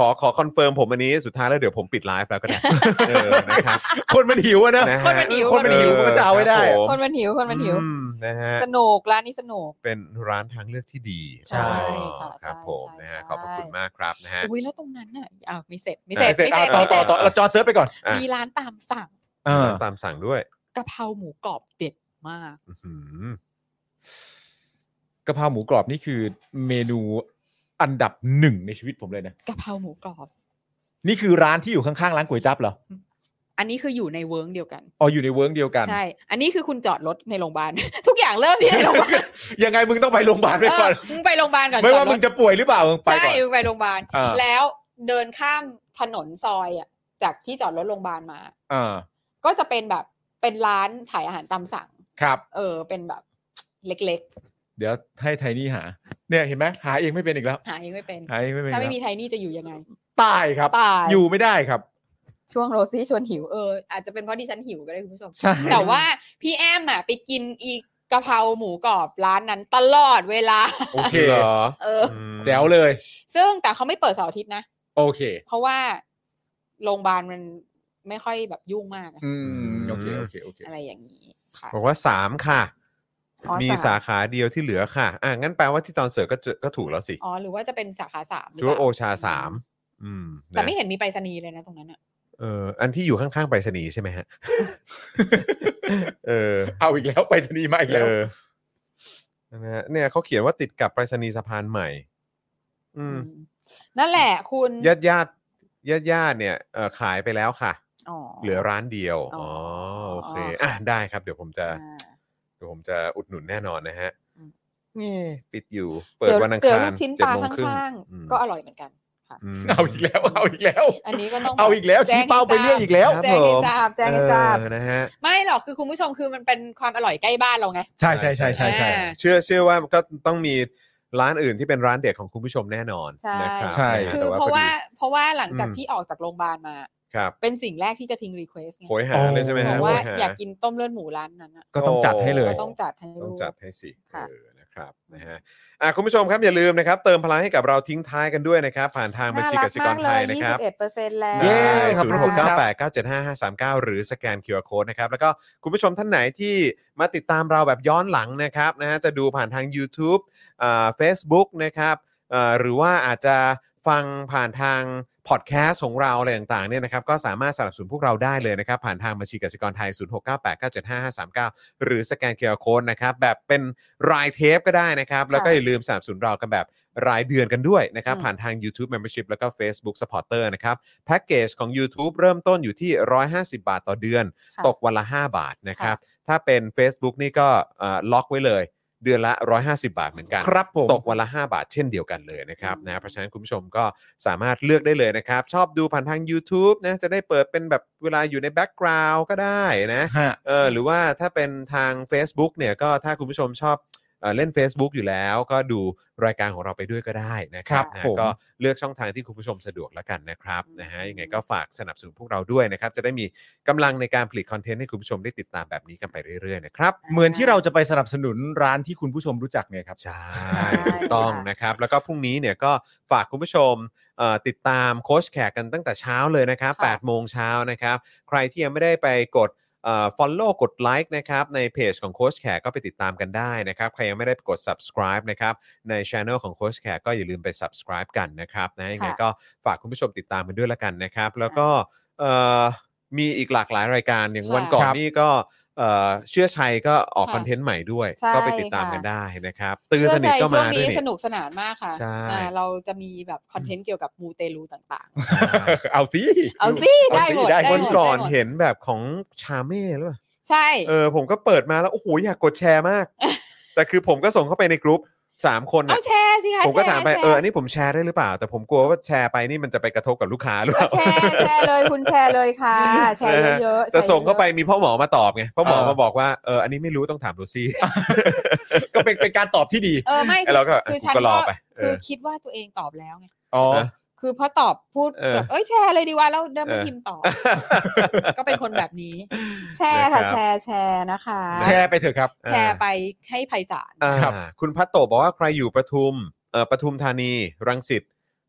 [SPEAKER 1] ขอขอคอนเฟิร์มผมอันนี้สุดท้ายแล้วเดี๋ยวผมปิดไลฟ์แล้ว ก็ได้เออนะครับ
[SPEAKER 2] คนมันหิวอะนะ
[SPEAKER 1] ะฮะ
[SPEAKER 3] คนมันหิว
[SPEAKER 2] คนมันหิวมันจะเอาไว้ได้
[SPEAKER 1] ครับผม
[SPEAKER 3] คนมันหิวคนมันหิว
[SPEAKER 1] อืมนะฮะ
[SPEAKER 3] สนุกร้านนี้สนุก
[SPEAKER 1] เป็นร้านทางเลือกที่ดี
[SPEAKER 3] ใช่ค่ะ
[SPEAKER 1] ครับ
[SPEAKER 3] ใช่
[SPEAKER 1] ผมนะ
[SPEAKER 3] ใช่
[SPEAKER 1] ฮะ
[SPEAKER 3] ใช่
[SPEAKER 1] ขอบพระคุณมากครับนะฮะ
[SPEAKER 3] อุ้ยแล้วตรงนั้นน่ะอ้าวมีเสร็จมี
[SPEAKER 1] ส
[SPEAKER 3] เสร็จ
[SPEAKER 1] ส
[SPEAKER 3] มีเสร็จ
[SPEAKER 1] อ่ะ
[SPEAKER 2] ต่อ
[SPEAKER 3] มีเส
[SPEAKER 2] ต่อ
[SPEAKER 3] ร็จ
[SPEAKER 2] ต่อเราจอเซิร์ฟไปก่อน
[SPEAKER 1] อ่ะ
[SPEAKER 3] มีร้านตามสั่ง
[SPEAKER 2] อ่า
[SPEAKER 1] ตามสั่งด้วย
[SPEAKER 3] กะเพราหมูกรอบเด็ดมาก
[SPEAKER 1] อื้อหือก
[SPEAKER 2] ะเพราหมูกรอบนี่คือเมนูอันดับหนึ่งในชีวิตผมเลยนะ
[SPEAKER 3] กะเพราหมูกรอบ
[SPEAKER 2] นี่คือร้านที่อยู่ข้างๆร้านก๋วยจั๊บเหรอ
[SPEAKER 3] อันนี้คืออยู่ในเวิร์กเดียวกัน
[SPEAKER 2] อ๋ออยู่ในเวิร์กเดียวกัน
[SPEAKER 3] ใช่ อันนี้คือคุณจอดรถในโรงพยาบาล ทุกอย่างเริ่มที่ในโรงพยาบาล
[SPEAKER 2] ยังไงมึงต้องไปโรงพยาบา ลไป
[SPEAKER 3] เอ
[SPEAKER 2] ก่อ
[SPEAKER 3] อน มึงไปโรงพยาบาลก่อน
[SPEAKER 2] ไม่ว่า
[SPEAKER 3] จอดรถ
[SPEAKER 2] มึงจะป่วยหรือเปล่ามึงไป
[SPEAKER 3] ใช่
[SPEAKER 2] ก่อน
[SPEAKER 3] มึงไปโรงพยาบาล
[SPEAKER 2] อ่า
[SPEAKER 3] แล้วเดินข้ามถนนซอยอ่ะจากที่จอดรถโรงพยาบาลมา
[SPEAKER 2] อ่า
[SPEAKER 3] ก็จะเป็นแบบเป็นร้านขายอาหารตามสั่ง
[SPEAKER 2] ครับ
[SPEAKER 3] เออ เป็นแบบเล็ก
[SPEAKER 2] เดี๋ยวให้ไทนี่หา เนี่ยเห็นไหมหาเองไม่เป็นอีกแล้ว
[SPEAKER 3] ๆ หาเองไม่เป็น
[SPEAKER 2] หาเองไม่เป็น
[SPEAKER 3] ถ้าไม่มี
[SPEAKER 2] อีกแล้ว
[SPEAKER 3] ไทนี่จะอยู่ยังไง
[SPEAKER 2] ตายครับ
[SPEAKER 3] ตาย
[SPEAKER 2] อยู่ไม่ได้ครับ
[SPEAKER 3] ช่วงโรซี่ชวนหิวเอออาจจะเป็นเพราะดิฉันหิวก็ได้คุณผู้ชม
[SPEAKER 2] ใช่
[SPEAKER 3] แต่ว่าพี่แอมอ่ะไปกินอีกกะเพราหมูกรอบร้านนั้นตลอดเวลา
[SPEAKER 2] โอเค
[SPEAKER 1] เหรอ
[SPEAKER 3] เออ
[SPEAKER 1] อืม
[SPEAKER 2] แจ๋วเลย
[SPEAKER 3] ซึ่งแต่เขาไม่เปิดเสาร์อาทิตย์นะ
[SPEAKER 2] โอเค
[SPEAKER 3] เพราะว่าโรงพยาบาลมันไม่ค่อยแบบยุ่งมากอะ
[SPEAKER 2] อืม
[SPEAKER 1] ม
[SPEAKER 2] โอเคโอเคโอเค
[SPEAKER 3] อะไรอย่างนี้ค่ะ
[SPEAKER 1] บอกว่าสามค่ะ
[SPEAKER 3] อ๋อ
[SPEAKER 1] มี
[SPEAKER 3] สาม
[SPEAKER 1] สาขาเดียวที่เหลือค่ะ อ่ะ งั้นแปลว่าที่จอนเสิร์ฟก็เจอก็ถูกแล้วสิ
[SPEAKER 3] อ๋อหรือว่าจะเป็นสาขาสามหรื
[SPEAKER 1] จู
[SPEAKER 3] เป
[SPEAKER 1] ว
[SPEAKER 3] ล่
[SPEAKER 1] โอชาสามอืม
[SPEAKER 3] แต่
[SPEAKER 1] นะ
[SPEAKER 3] ไม่เห็นมีไปรษณีย์เลยนะตรงนั้นอ่ะ
[SPEAKER 1] เอออันที่อยู่ข้างๆไปรษณีย์ใช่ไหมฮะ เออ
[SPEAKER 2] เอาอีกแล้วไปชนีย์มาอีกแล้ว
[SPEAKER 1] เออนะฮะเนี่ยเขาเขียนว่าติดกับไปรษณีย์สะพานใหม่ อืม
[SPEAKER 3] อืมนั่นแหละคุณ
[SPEAKER 1] ญาติญาติญาติญาติเนี่ยเอ่อขายไปแล้วค่ะ
[SPEAKER 3] อ๋อ
[SPEAKER 1] เหลือร้านเดียวอ๋
[SPEAKER 3] อ๋
[SPEAKER 1] อ
[SPEAKER 3] อ
[SPEAKER 1] โอเค
[SPEAKER 3] อ๋ออ่
[SPEAKER 1] อ่ะได้ครับ เดี๋ยวผมจะ
[SPEAKER 3] อ่า
[SPEAKER 1] เดี๋ยวผมจะอุดหนุนแน่นอนนะฮะ
[SPEAKER 3] อืม
[SPEAKER 1] นี่ปิดอยู่ เปิด
[SPEAKER 3] ตี๋ย
[SPEAKER 1] วันอัง
[SPEAKER 3] เตี๋ย
[SPEAKER 1] คาร
[SPEAKER 3] ลูกชิ้น
[SPEAKER 1] เจ็ด
[SPEAKER 3] ปลา
[SPEAKER 1] โมง
[SPEAKER 3] ข้
[SPEAKER 1] ครึ่ง
[SPEAKER 3] าง
[SPEAKER 1] อืม
[SPEAKER 3] ๆ ก็อร่อยเหมือนกัน
[SPEAKER 1] ม
[SPEAKER 2] เอาอีกแล้วเอาอีกแล้ว
[SPEAKER 3] อันนี้ก็ต้อง
[SPEAKER 2] เอาอีกแล้ว
[SPEAKER 3] แจ้ง
[SPEAKER 2] ชี้เป้าไปเรื่อยอีกแล้ว
[SPEAKER 1] ครับ
[SPEAKER 3] แจ้งให้
[SPEAKER 1] ผม
[SPEAKER 3] ทราบแจ้งให้ทราบ
[SPEAKER 1] เออนะฮะ
[SPEAKER 3] ไม่หรอกคือคุณผู้ชมคือมันเป็นความอร่อยใกล้บ้านเราไง
[SPEAKER 1] ใช่ใช่ใช่ใช่ใช่
[SPEAKER 3] อ่า
[SPEAKER 1] เชื่อเชื่อว่าก็ต้องมีร้านอื่นที่เป็นร้านเด็ดของคุณผู้ชมแน่นอน
[SPEAKER 3] ใช่
[SPEAKER 1] นะครับ
[SPEAKER 2] ใช่
[SPEAKER 1] นะฮ
[SPEAKER 3] คือ
[SPEAKER 1] แต่
[SPEAKER 3] เพราะ
[SPEAKER 1] พอ
[SPEAKER 3] ว่า
[SPEAKER 1] ดี
[SPEAKER 3] เพราะว่าหลังจาก
[SPEAKER 1] อืม
[SPEAKER 3] ที่ออกจากโรงพยาบาลมา
[SPEAKER 1] ครับ
[SPEAKER 3] เป็นสิ่งแรกที่กระทิงรีเควสไง
[SPEAKER 1] โหยหาเลยใช่ไหม
[SPEAKER 3] บ
[SPEAKER 1] ฮะ
[SPEAKER 3] อก
[SPEAKER 1] โห
[SPEAKER 3] ว่าย
[SPEAKER 1] หา
[SPEAKER 3] อยากกินต้มเลือดหมูร้านนั้นอะ
[SPEAKER 2] ก็ต้องจัดให้เลย
[SPEAKER 3] ก็ต้องจัดให้
[SPEAKER 1] ต้อง
[SPEAKER 3] ลูก
[SPEAKER 1] จัดให้สิ
[SPEAKER 3] ค่ะ
[SPEAKER 1] เออนะครับนะฮะอ่ะคุณผู้ชมครับอย่าลืมนะครับ เติมพลังให้กับเราทิ้งท้ายกันด้วยนะครับ ผ่านทางบัญ
[SPEAKER 3] น่า
[SPEAKER 1] ชี
[SPEAKER 3] รั
[SPEAKER 1] ก
[SPEAKER 3] ก
[SPEAKER 1] สิก
[SPEAKER 3] มาร กเล
[SPEAKER 1] ไท
[SPEAKER 3] ย
[SPEAKER 1] ยนะครับ
[SPEAKER 3] 21%แล้ว
[SPEAKER 2] เย้
[SPEAKER 1] ได้
[SPEAKER 2] ขอบ
[SPEAKER 1] ศูน
[SPEAKER 2] คุ
[SPEAKER 1] ย์หก
[SPEAKER 2] ณครั
[SPEAKER 1] เก้า
[SPEAKER 2] บ
[SPEAKER 1] แปดเก้าเจ็ดห้าห้าสามเก้าหรือสแกน QR Code นะครับ แล้วก็คุณผู้ชมท่านไหนที่มาติดตามเราแบบย้อนหลังนะครับนะฮะจะดูผ่านทาง YouTube เฟซบุ๊กนะครับเอ่อหรือว่าอาจจะฟังผ่านทางพอดแคสต์ของเราอะไรต่างๆเนี่ยนะครับก็สามารถสนับสนุนพวกเราได้เลยนะครับ ผ่านทางบัญชีกสิกรไทย 0698975539 หรือสแกนเคอร์โคนะครับ แบบเป็นรายเทปก็ได้นะครับ แล้วก็อย่าลืมสนับสนุนเรากันแบบรายเดือนกันด้วยนะครับ
[SPEAKER 3] อืม
[SPEAKER 1] ผ่านทาง YouTube Membership แล้วก็ Facebook Supporter นะครับ แพ็กเกจของ YouTube เริ่มต้นอยู่ที่ 150 บาทต่อเดือน
[SPEAKER 3] ค่ะ
[SPEAKER 1] ตกวันละ 5 บาทนะครับ
[SPEAKER 3] ค่ะ
[SPEAKER 1] ถ้าเป็น Facebook นี่ก็เอ่อล็อกไว้เลย เดือนละ 150 บาทเหมือนกัน
[SPEAKER 2] ครับผม
[SPEAKER 1] ตกวันละ 5 บาทเช่นเดียวกันเลยนะครับนะเพราะฉะนั้นคุณผู้ชมก็สามารถเลือกได้เลยนะครับ ชอบดูผ่านทาง YouTube นะจะได้เปิดเป็นแบบเวลาอยู่ในแบ็กกราว n ์ก็ได้นะ
[SPEAKER 2] ฮะ
[SPEAKER 1] เออหรือว่าถ้าเป็นทาง Facebook เนี่ยก็ถ้าคุณผู้ชมชอบ เอ่อเล่น Facebook อยู่แล้ว ก็ดูรายการของเราไปด้วยก็ได้นะครับ
[SPEAKER 2] ครับ
[SPEAKER 1] นะ
[SPEAKER 2] ผม
[SPEAKER 1] ก็เลือกช่องทางที่คุณผู้ชมสะดวกแล้วกันนะครับ
[SPEAKER 3] อืม
[SPEAKER 1] นะฮะยังไงก็ฝากสนับสนุนพวกเราด้วยนะครับ จะได้มีกำลังในการผลิตคอนเทนต์ให้คุณผู้ชมได้ติดตามแบบนี้กันไปเรื่อยๆนะครับ
[SPEAKER 2] เหมือนที่เราจะไปสนับสนุนร้านที่คุณผู้ชมรู้จักเนี่ยครับ
[SPEAKER 1] ใช่
[SPEAKER 3] ใช่
[SPEAKER 1] ถูกต้อง
[SPEAKER 3] ค่ะ
[SPEAKER 1] นะครับ แล้วก็พรุ่งนี้เนี่ยก็ฝากคุณผู้ชมเอ่อติดตามโค้ชแขกกันตั้งแต่เช้าเลยนะครับ
[SPEAKER 3] ค่ะ
[SPEAKER 1] 8โมงเช้านะครับ ใครที่ยังไม่ได้ไปกดเอ่อ follow กดไลค์นะครับในเพจของโค้ชแขกก็ไปติดตามกันได้นะครับ ใครยังไม่ได้กด subscribe นะครับใน channel ของโค้ชแขกก็อย่าลืมไป subscribe กันนะครับนะยังไง
[SPEAKER 3] ค่ะ
[SPEAKER 1] ก็ฝากคุณผู้ชมติดตามกันด้วยละกันนะครับ แล้วก็เอ่อมีอีกหลากหลายรายการอย่างวันก่อน
[SPEAKER 2] ครับ
[SPEAKER 1] นี่ก็เอ่อเชื่อชัยก็ออก
[SPEAKER 3] ค่ะ
[SPEAKER 1] คอนเทนต์ใหม่ด้วย
[SPEAKER 3] ใช่
[SPEAKER 1] ก็ไปติดตาม
[SPEAKER 3] ค่ะ
[SPEAKER 1] กันได้นะครับ ตื่นส
[SPEAKER 3] เชื่
[SPEAKER 1] นิท
[SPEAKER 3] ใจ
[SPEAKER 1] ก็
[SPEAKER 3] ช่ว
[SPEAKER 1] มาง ด้ว
[SPEAKER 3] นี้
[SPEAKER 1] ยนี่
[SPEAKER 3] สนุกสนานมากค่ะ
[SPEAKER 1] ใช่
[SPEAKER 3] อ่าเราจะมีแบบคอนเทนต์เกี่ยวกับมูเตลูต่าง
[SPEAKER 1] ใช่
[SPEAKER 2] เอาสิ
[SPEAKER 3] ๆ เอา สิได้หมด
[SPEAKER 2] ได้
[SPEAKER 3] ได้หมด
[SPEAKER 1] วันก่อน
[SPEAKER 3] ได้หมด
[SPEAKER 1] เห็นแบบของชาเม่หรือเปล่า
[SPEAKER 3] ใช่
[SPEAKER 1] เออผมก็เปิดมาแล้ว โอ้โห อยากกดแชร์มาก แต่คือผมก็ส่งเข้าไปในกรุ๊ปสามคน
[SPEAKER 3] เอา
[SPEAKER 1] น่ะ
[SPEAKER 3] แชร์สิคะ
[SPEAKER 1] ผมก็ถามไป
[SPEAKER 3] แชร์
[SPEAKER 1] เอออันนี้ผมแชร์ได้หรือเปล่า แต่ผมกลัวว่าแชร์ไปนี่มันจะไปกระทบกับลูกค้าหรือเปล่า
[SPEAKER 3] แชร์แชร์เลยคุณแชร์เลยค่ะ แชร์เยอะๆแช
[SPEAKER 1] จะ
[SPEAKER 3] ร์ยอๆ
[SPEAKER 1] ส่งเข้าไปมีพ่อหมอมาตอบไงพ่อหมอ
[SPEAKER 2] เออ
[SPEAKER 1] มาบอกว่าเอออันนี้ไม่รู้ต้องถามลูซี่
[SPEAKER 2] ก็เป็นเป็นการตอบที่ดี
[SPEAKER 3] เออไม่
[SPEAKER 1] ไอ้เราก็
[SPEAKER 3] คือ
[SPEAKER 1] กู
[SPEAKER 3] ฉัน
[SPEAKER 1] ก็
[SPEAKER 3] ก็
[SPEAKER 1] รอไปเออ
[SPEAKER 3] คือคิดว่าตัวเองตอบแล้วไง
[SPEAKER 2] อ๋อ
[SPEAKER 1] นะ
[SPEAKER 3] คือพอตอบพูด
[SPEAKER 1] เออ
[SPEAKER 3] แบบเอ้ยแชร์เลยดีกว่าแล้วเดินมา
[SPEAKER 1] เออ
[SPEAKER 3] พิมพ์ ต่อ ก็เป็นคนแบบนี้ แชร์ค่ะ
[SPEAKER 1] นะครับ
[SPEAKER 3] แชร์แชร์นะคะ
[SPEAKER 2] แชร์ไปเถอะครับ
[SPEAKER 3] แชร์ไปให้ไพศาล
[SPEAKER 1] อ่า
[SPEAKER 2] ครับ
[SPEAKER 1] คุณพัตโตบอกว่าใครอยู่ประทุมเอ่อปทุมธานี รังสิต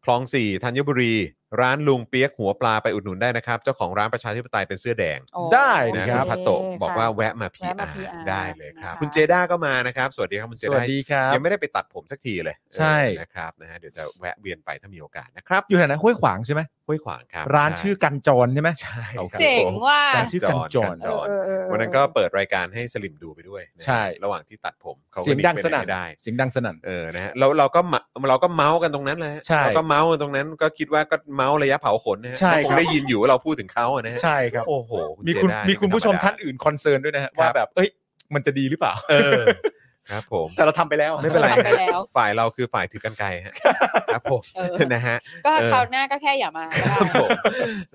[SPEAKER 1] คลองสี่ธัญบุรี ร้านลุงเปียกหัวปลาไปอุดหนุนได้นะครับ เจ้าของร้านประชาธิปไตยเป็นเสื้อแดง
[SPEAKER 3] โอ้
[SPEAKER 2] ได้
[SPEAKER 1] นะ
[SPEAKER 2] โอเค
[SPEAKER 1] ครับพัตโตบอกว่า
[SPEAKER 3] ค่ะ
[SPEAKER 1] แวะมาพี
[SPEAKER 3] แวะมา
[SPEAKER 1] อา
[SPEAKER 3] PR
[SPEAKER 1] ได้เลยครับ
[SPEAKER 3] นะคะ
[SPEAKER 1] คุณเจด้าก็มานะครับ สวัสดีครับคุณเจ
[SPEAKER 2] ส
[SPEAKER 1] ด้า
[SPEAKER 2] วัสดีครับ
[SPEAKER 1] ยังไม่ได้ไปตัดผมสักทีเลย
[SPEAKER 2] ใช่
[SPEAKER 1] เออนะครับนะฮะเดี๋ยวจะแวะเวียนไปถ้ามีโอกาสนะครับ
[SPEAKER 2] อยู่แถวไหนห้วยขวางใช่ไหม
[SPEAKER 1] ห้วยขวางครับ
[SPEAKER 2] ร้านชื่อกันจรใช่ไหม
[SPEAKER 1] ใช่
[SPEAKER 2] โอเค
[SPEAKER 3] เจ๋งว่า
[SPEAKER 2] ร้านชื่อกันจร
[SPEAKER 1] กันจร
[SPEAKER 3] เออเออเออ
[SPEAKER 1] วันนั้นก็เปิดรายการให้สลิมดูไปด้วยนะฮะ
[SPEAKER 2] ใช่
[SPEAKER 1] ระหว่างที่ตัดผมเขาก็
[SPEAKER 2] เสียงดัง
[SPEAKER 1] หไป
[SPEAKER 2] ส
[SPEAKER 1] ไห
[SPEAKER 2] นั่น
[SPEAKER 1] ไม่ได้
[SPEAKER 2] เสียงดังสนั่น
[SPEAKER 1] เออ นะฮะ เราเราก็มาเราก็เมาส์กันตรงนั้นแหละฮะ
[SPEAKER 2] ใช่
[SPEAKER 1] เราก็เมาส์กันตรงนั้น ก็คิดว่าก็เมาส์ระยะเผาขนนะฮะ
[SPEAKER 2] ใช่
[SPEAKER 1] ก็ค
[SPEAKER 2] ครั
[SPEAKER 1] ง
[SPEAKER 2] บ
[SPEAKER 1] ได้ยินอยู่ว่าเราพูดถึงเขาอะนะฮะ
[SPEAKER 2] ใช่ครับ
[SPEAKER 1] โอ้โห
[SPEAKER 2] มีคุณ
[SPEAKER 1] เจด้า
[SPEAKER 2] มีคุณ
[SPEAKER 1] ไธรรด
[SPEAKER 2] ผู้ชมท่านอื่นคอนเซิร์นด้วยนะฮะ
[SPEAKER 1] ครั
[SPEAKER 2] ว่า
[SPEAKER 1] บ
[SPEAKER 2] แบบเอ้ยมันจะดีหรือเปล่า
[SPEAKER 1] เออ ครับผม
[SPEAKER 2] แต่เราทำไปแล้ว
[SPEAKER 1] ไม่เป็นไร
[SPEAKER 3] ทำไป
[SPEAKER 1] ฮะ
[SPEAKER 3] แล้ว
[SPEAKER 1] ฝ่ายเราคือฝ่ายถือกันไกลฮะ ครับผม
[SPEAKER 3] เออ
[SPEAKER 1] นะฮะ
[SPEAKER 3] ก็
[SPEAKER 1] เออ
[SPEAKER 3] คราวหน้าก็แค่อย่ามาก็
[SPEAKER 1] ค
[SPEAKER 3] ได้
[SPEAKER 1] รับผม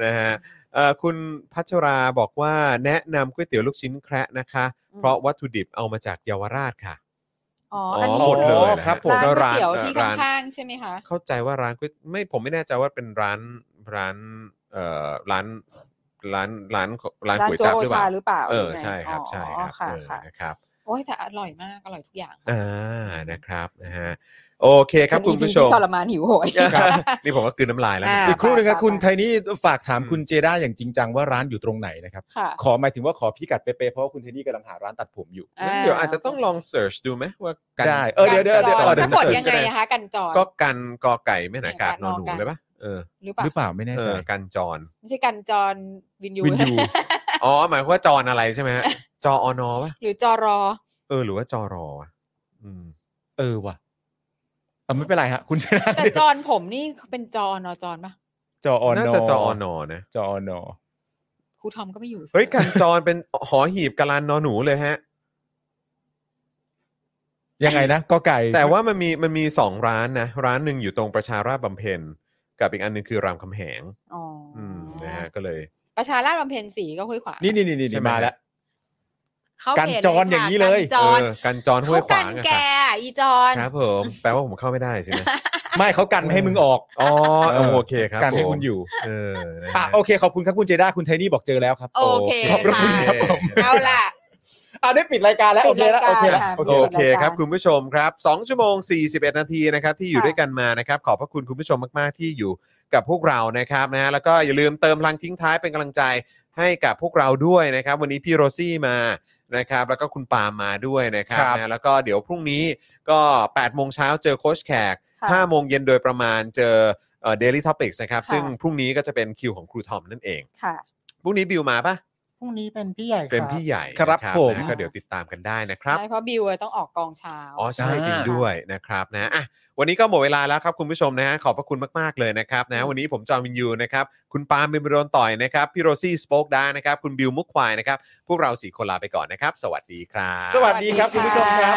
[SPEAKER 1] นะฮะเอ่อคุณพัชราบอกว่าแนะนำก๋วยเตี๋ยวลูกชิ้นแคระนะคะ เพราะวัตถุดิบเอามาจากเยาวราชค่ะ
[SPEAKER 3] อ๋อ
[SPEAKER 1] อ๋อ
[SPEAKER 3] อันนี้
[SPEAKER 1] หมดเลย
[SPEAKER 3] ร้าน
[SPEAKER 1] นะฮะ
[SPEAKER 2] ครับผม
[SPEAKER 3] ก๋วย
[SPEAKER 1] ก็ร้าน
[SPEAKER 3] เตี๋ยว
[SPEAKER 1] เอ่อ
[SPEAKER 3] ที่
[SPEAKER 1] ร้าน
[SPEAKER 3] ข้างๆใช่ไหมคะ
[SPEAKER 1] เข้าใจว่าร้านก๋วยไม่ผมไม่แน่ใจว่าเป็นร้านร้านเอ่อร้านร้านร้านร้าน
[SPEAKER 3] ร้าน
[SPEAKER 1] ก๋วย
[SPEAKER 3] โจ
[SPEAKER 1] จั๊บ
[SPEAKER 3] โอ
[SPEAKER 1] หรือเป
[SPEAKER 3] ชา
[SPEAKER 1] ล่า
[SPEAKER 3] หรือเปล่า
[SPEAKER 1] เออ
[SPEAKER 3] หรือไง
[SPEAKER 1] ใช่ครับ
[SPEAKER 3] อ๋อ
[SPEAKER 1] ใช่ครับ
[SPEAKER 3] ค่ะ
[SPEAKER 1] เออ
[SPEAKER 3] ค่ะ
[SPEAKER 1] นะครับ
[SPEAKER 3] โอ้ยแต่อร่อยมากอร่อยทุกอย่าง
[SPEAKER 1] อ่านะครับนะฮะโอเคครับ
[SPEAKER 3] เป็น
[SPEAKER 1] คุณ
[SPEAKER 3] EP
[SPEAKER 1] ผู้ชม
[SPEAKER 3] ที่ทรมานหิวโหย
[SPEAKER 1] ครับนี่ผมก็คืนน้ำลายแล้ว
[SPEAKER 3] อ่า
[SPEAKER 2] อีกครู่หนึงครับคุณไทนี่ฝากถาม
[SPEAKER 1] อืม
[SPEAKER 2] คุณเจด้าอย่างจริงจังว่าร้านอยู่ตรงไหนนะครับ
[SPEAKER 3] ค่ะ
[SPEAKER 2] ขอหมายถึงว่าขอพิกัดเป๊ะๆเพราะว่าคุณเทนี่กำลังหาร้านตัดผมอยู่
[SPEAKER 1] งั้นเดี๋ยวอาจจะต้องลองเสิร์ชดูไหมว่ากัน
[SPEAKER 2] ได้เออเดี๋ยวเดี๋ยวเดี๋ยว
[SPEAKER 1] กัน
[SPEAKER 2] เออเดี๋ย
[SPEAKER 3] สะ
[SPEAKER 2] ว
[SPEAKER 3] ก
[SPEAKER 1] จะ
[SPEAKER 3] ด
[SPEAKER 1] เสิร์ช
[SPEAKER 3] ยังไงอะคะกันจร
[SPEAKER 1] ก็กันกอไก่ไม่หนากาดนอนหนู
[SPEAKER 3] กัน
[SPEAKER 1] เลยปะเออ
[SPEAKER 3] หรือเปล่า
[SPEAKER 2] หรือเปล่าไม่แน่
[SPEAKER 1] เอ
[SPEAKER 2] ใจ
[SPEAKER 1] อกันจร
[SPEAKER 3] ไม่ใช่กันจรวินยู
[SPEAKER 2] วินยู
[SPEAKER 1] อ๋อหมายความว่าจรอะไรใช่ไหมฮะจออนอปะ
[SPEAKER 3] หรือจรอ
[SPEAKER 1] เออหรือว่าจอรอวะอืม
[SPEAKER 2] เออว่ะเอาไม่เป็นไรฮะคุณเจด้า
[SPEAKER 3] แต่จรผมนี่เป็นจอนอจรปะ
[SPEAKER 2] จออน
[SPEAKER 1] น่าจะจออนอนะ
[SPEAKER 2] จออนอ
[SPEAKER 3] ครูทอมก็ไม่อยู่สิ
[SPEAKER 1] เฮ้ยกันจรเป็น หอหีบกาลานนอนหนูเลยฮะ
[SPEAKER 2] ยังไงนะก็ไก่
[SPEAKER 1] แต่ว่ามันมีมันมีสองร้านนะ ร้านหนึ่งอยู่ตรงประชาราชบำเพ็ญกับอีกอันหนึงคือรามคำแหง
[SPEAKER 3] อ๋ออ
[SPEAKER 1] อืมนะฮะก็เลย
[SPEAKER 3] ประชาราชบำเพ็ญสีก็ห้วยขวาง
[SPEAKER 2] นี่นี่นี่
[SPEAKER 1] ใช่
[SPEAKER 2] นี่
[SPEAKER 1] ไหม
[SPEAKER 2] มาแล้ว
[SPEAKER 3] เข้า
[SPEAKER 2] กันจรอย่างนี้
[SPEAKER 3] นี้
[SPEAKER 2] เลย
[SPEAKER 3] จ
[SPEAKER 1] เอ
[SPEAKER 3] ร
[SPEAKER 1] อกันจรห้วย
[SPEAKER 3] เขา
[SPEAKER 1] ข
[SPEAKER 3] กั
[SPEAKER 1] วาน งอะ
[SPEAKER 3] แก
[SPEAKER 1] ค่ะ
[SPEAKER 3] อะอีจร
[SPEAKER 1] ครับผมแปลว่าผมเข้าไม่ได้สินะ
[SPEAKER 2] ไม่เขากันไม่ให้มึงออก
[SPEAKER 1] อ๋อเออโอเคครับ
[SPEAKER 2] กันให้
[SPEAKER 1] ผม
[SPEAKER 2] คุณอยู่
[SPEAKER 1] เออนะฮะ
[SPEAKER 2] อ่ะโอเคขอบคุณครับคุณเจด้าคุณเทนี่บอกเจอแล้วครับ
[SPEAKER 3] โอเค
[SPEAKER 2] ขอบพระคุณครับผม
[SPEAKER 3] เอาล่ะ
[SPEAKER 2] อ่ะได้ปิดรายการแล้ว
[SPEAKER 3] ปิ
[SPEAKER 2] โอ
[SPEAKER 3] ด
[SPEAKER 2] เคแล้ว
[SPEAKER 3] รายการ
[SPEAKER 2] โอเคแล้ว
[SPEAKER 3] ค่ะ
[SPEAKER 2] โอ
[SPEAKER 1] โอ
[SPEAKER 2] เคแล้ว
[SPEAKER 1] เคครับคุณผู้ชมครับ2ชั่วโมง 41 นาทีนะครับที่อยู่
[SPEAKER 3] ค่ะ
[SPEAKER 1] ด้วยกันมานะครับขอบพระคุณคุณผู้ชมมาก ๆ ที่อยู่กับพวกเรานะครับนะฮะแล้วก็อย่าลืมเติมพลังทิ้งท้ายเป็นกำลังใจ ให้กับพวกเราด้วยนะครับ วันนี้พี่โรซี่มานะครับแล้วก็คุณปาล์มมาด้วยนะครับ
[SPEAKER 2] ครับ
[SPEAKER 1] นะแล้วก็เดี๋ยวพรุ่งนี้ก็8โมงเช้าเจอโค้ชแขก
[SPEAKER 3] ค่ะ
[SPEAKER 1] 5โมงเย็นโดยประมาณเจอเดลิทอพิกส์นะครับ
[SPEAKER 3] ค่ะ
[SPEAKER 1] ซึ่งพรุ่งนี้ก็จะเป็นคิวของครูทอมนั่นเอง
[SPEAKER 3] ค่ะ
[SPEAKER 1] พรุ่งนี้บิวมาปะ
[SPEAKER 5] พรุ่งนี้เป็นพี่ใหญ่ครับ
[SPEAKER 1] เป็นพี่ใหญ่
[SPEAKER 2] ครับ
[SPEAKER 1] นะ
[SPEAKER 2] ผม
[SPEAKER 1] นะก็เดี๋ยวติดตามกันได้นะครับ
[SPEAKER 3] ใช่เพราะบิวอะต้องออกกองเช้า
[SPEAKER 1] อ๋อใช่
[SPEAKER 2] อ่า
[SPEAKER 1] จริงด้วยนะครับนะอ่ะวันนี้ก็หมดเวลาแล้วครับคุณผู้ชมนะฮะขอบพระคุณมาก ๆ เลยนะครับนะวันนี้ผมจอห์นวินยูนะครับคุณปาล์มบิมโดนต่อยนะครับพี่โรซี่สป็อกดานะครับคุณบิวมุกควายนะครับ พวกเราสี่คนลาไปก่อนนะครับ สวัสดีครับ
[SPEAKER 2] สวัสดีครับคุณผู้ชมครับ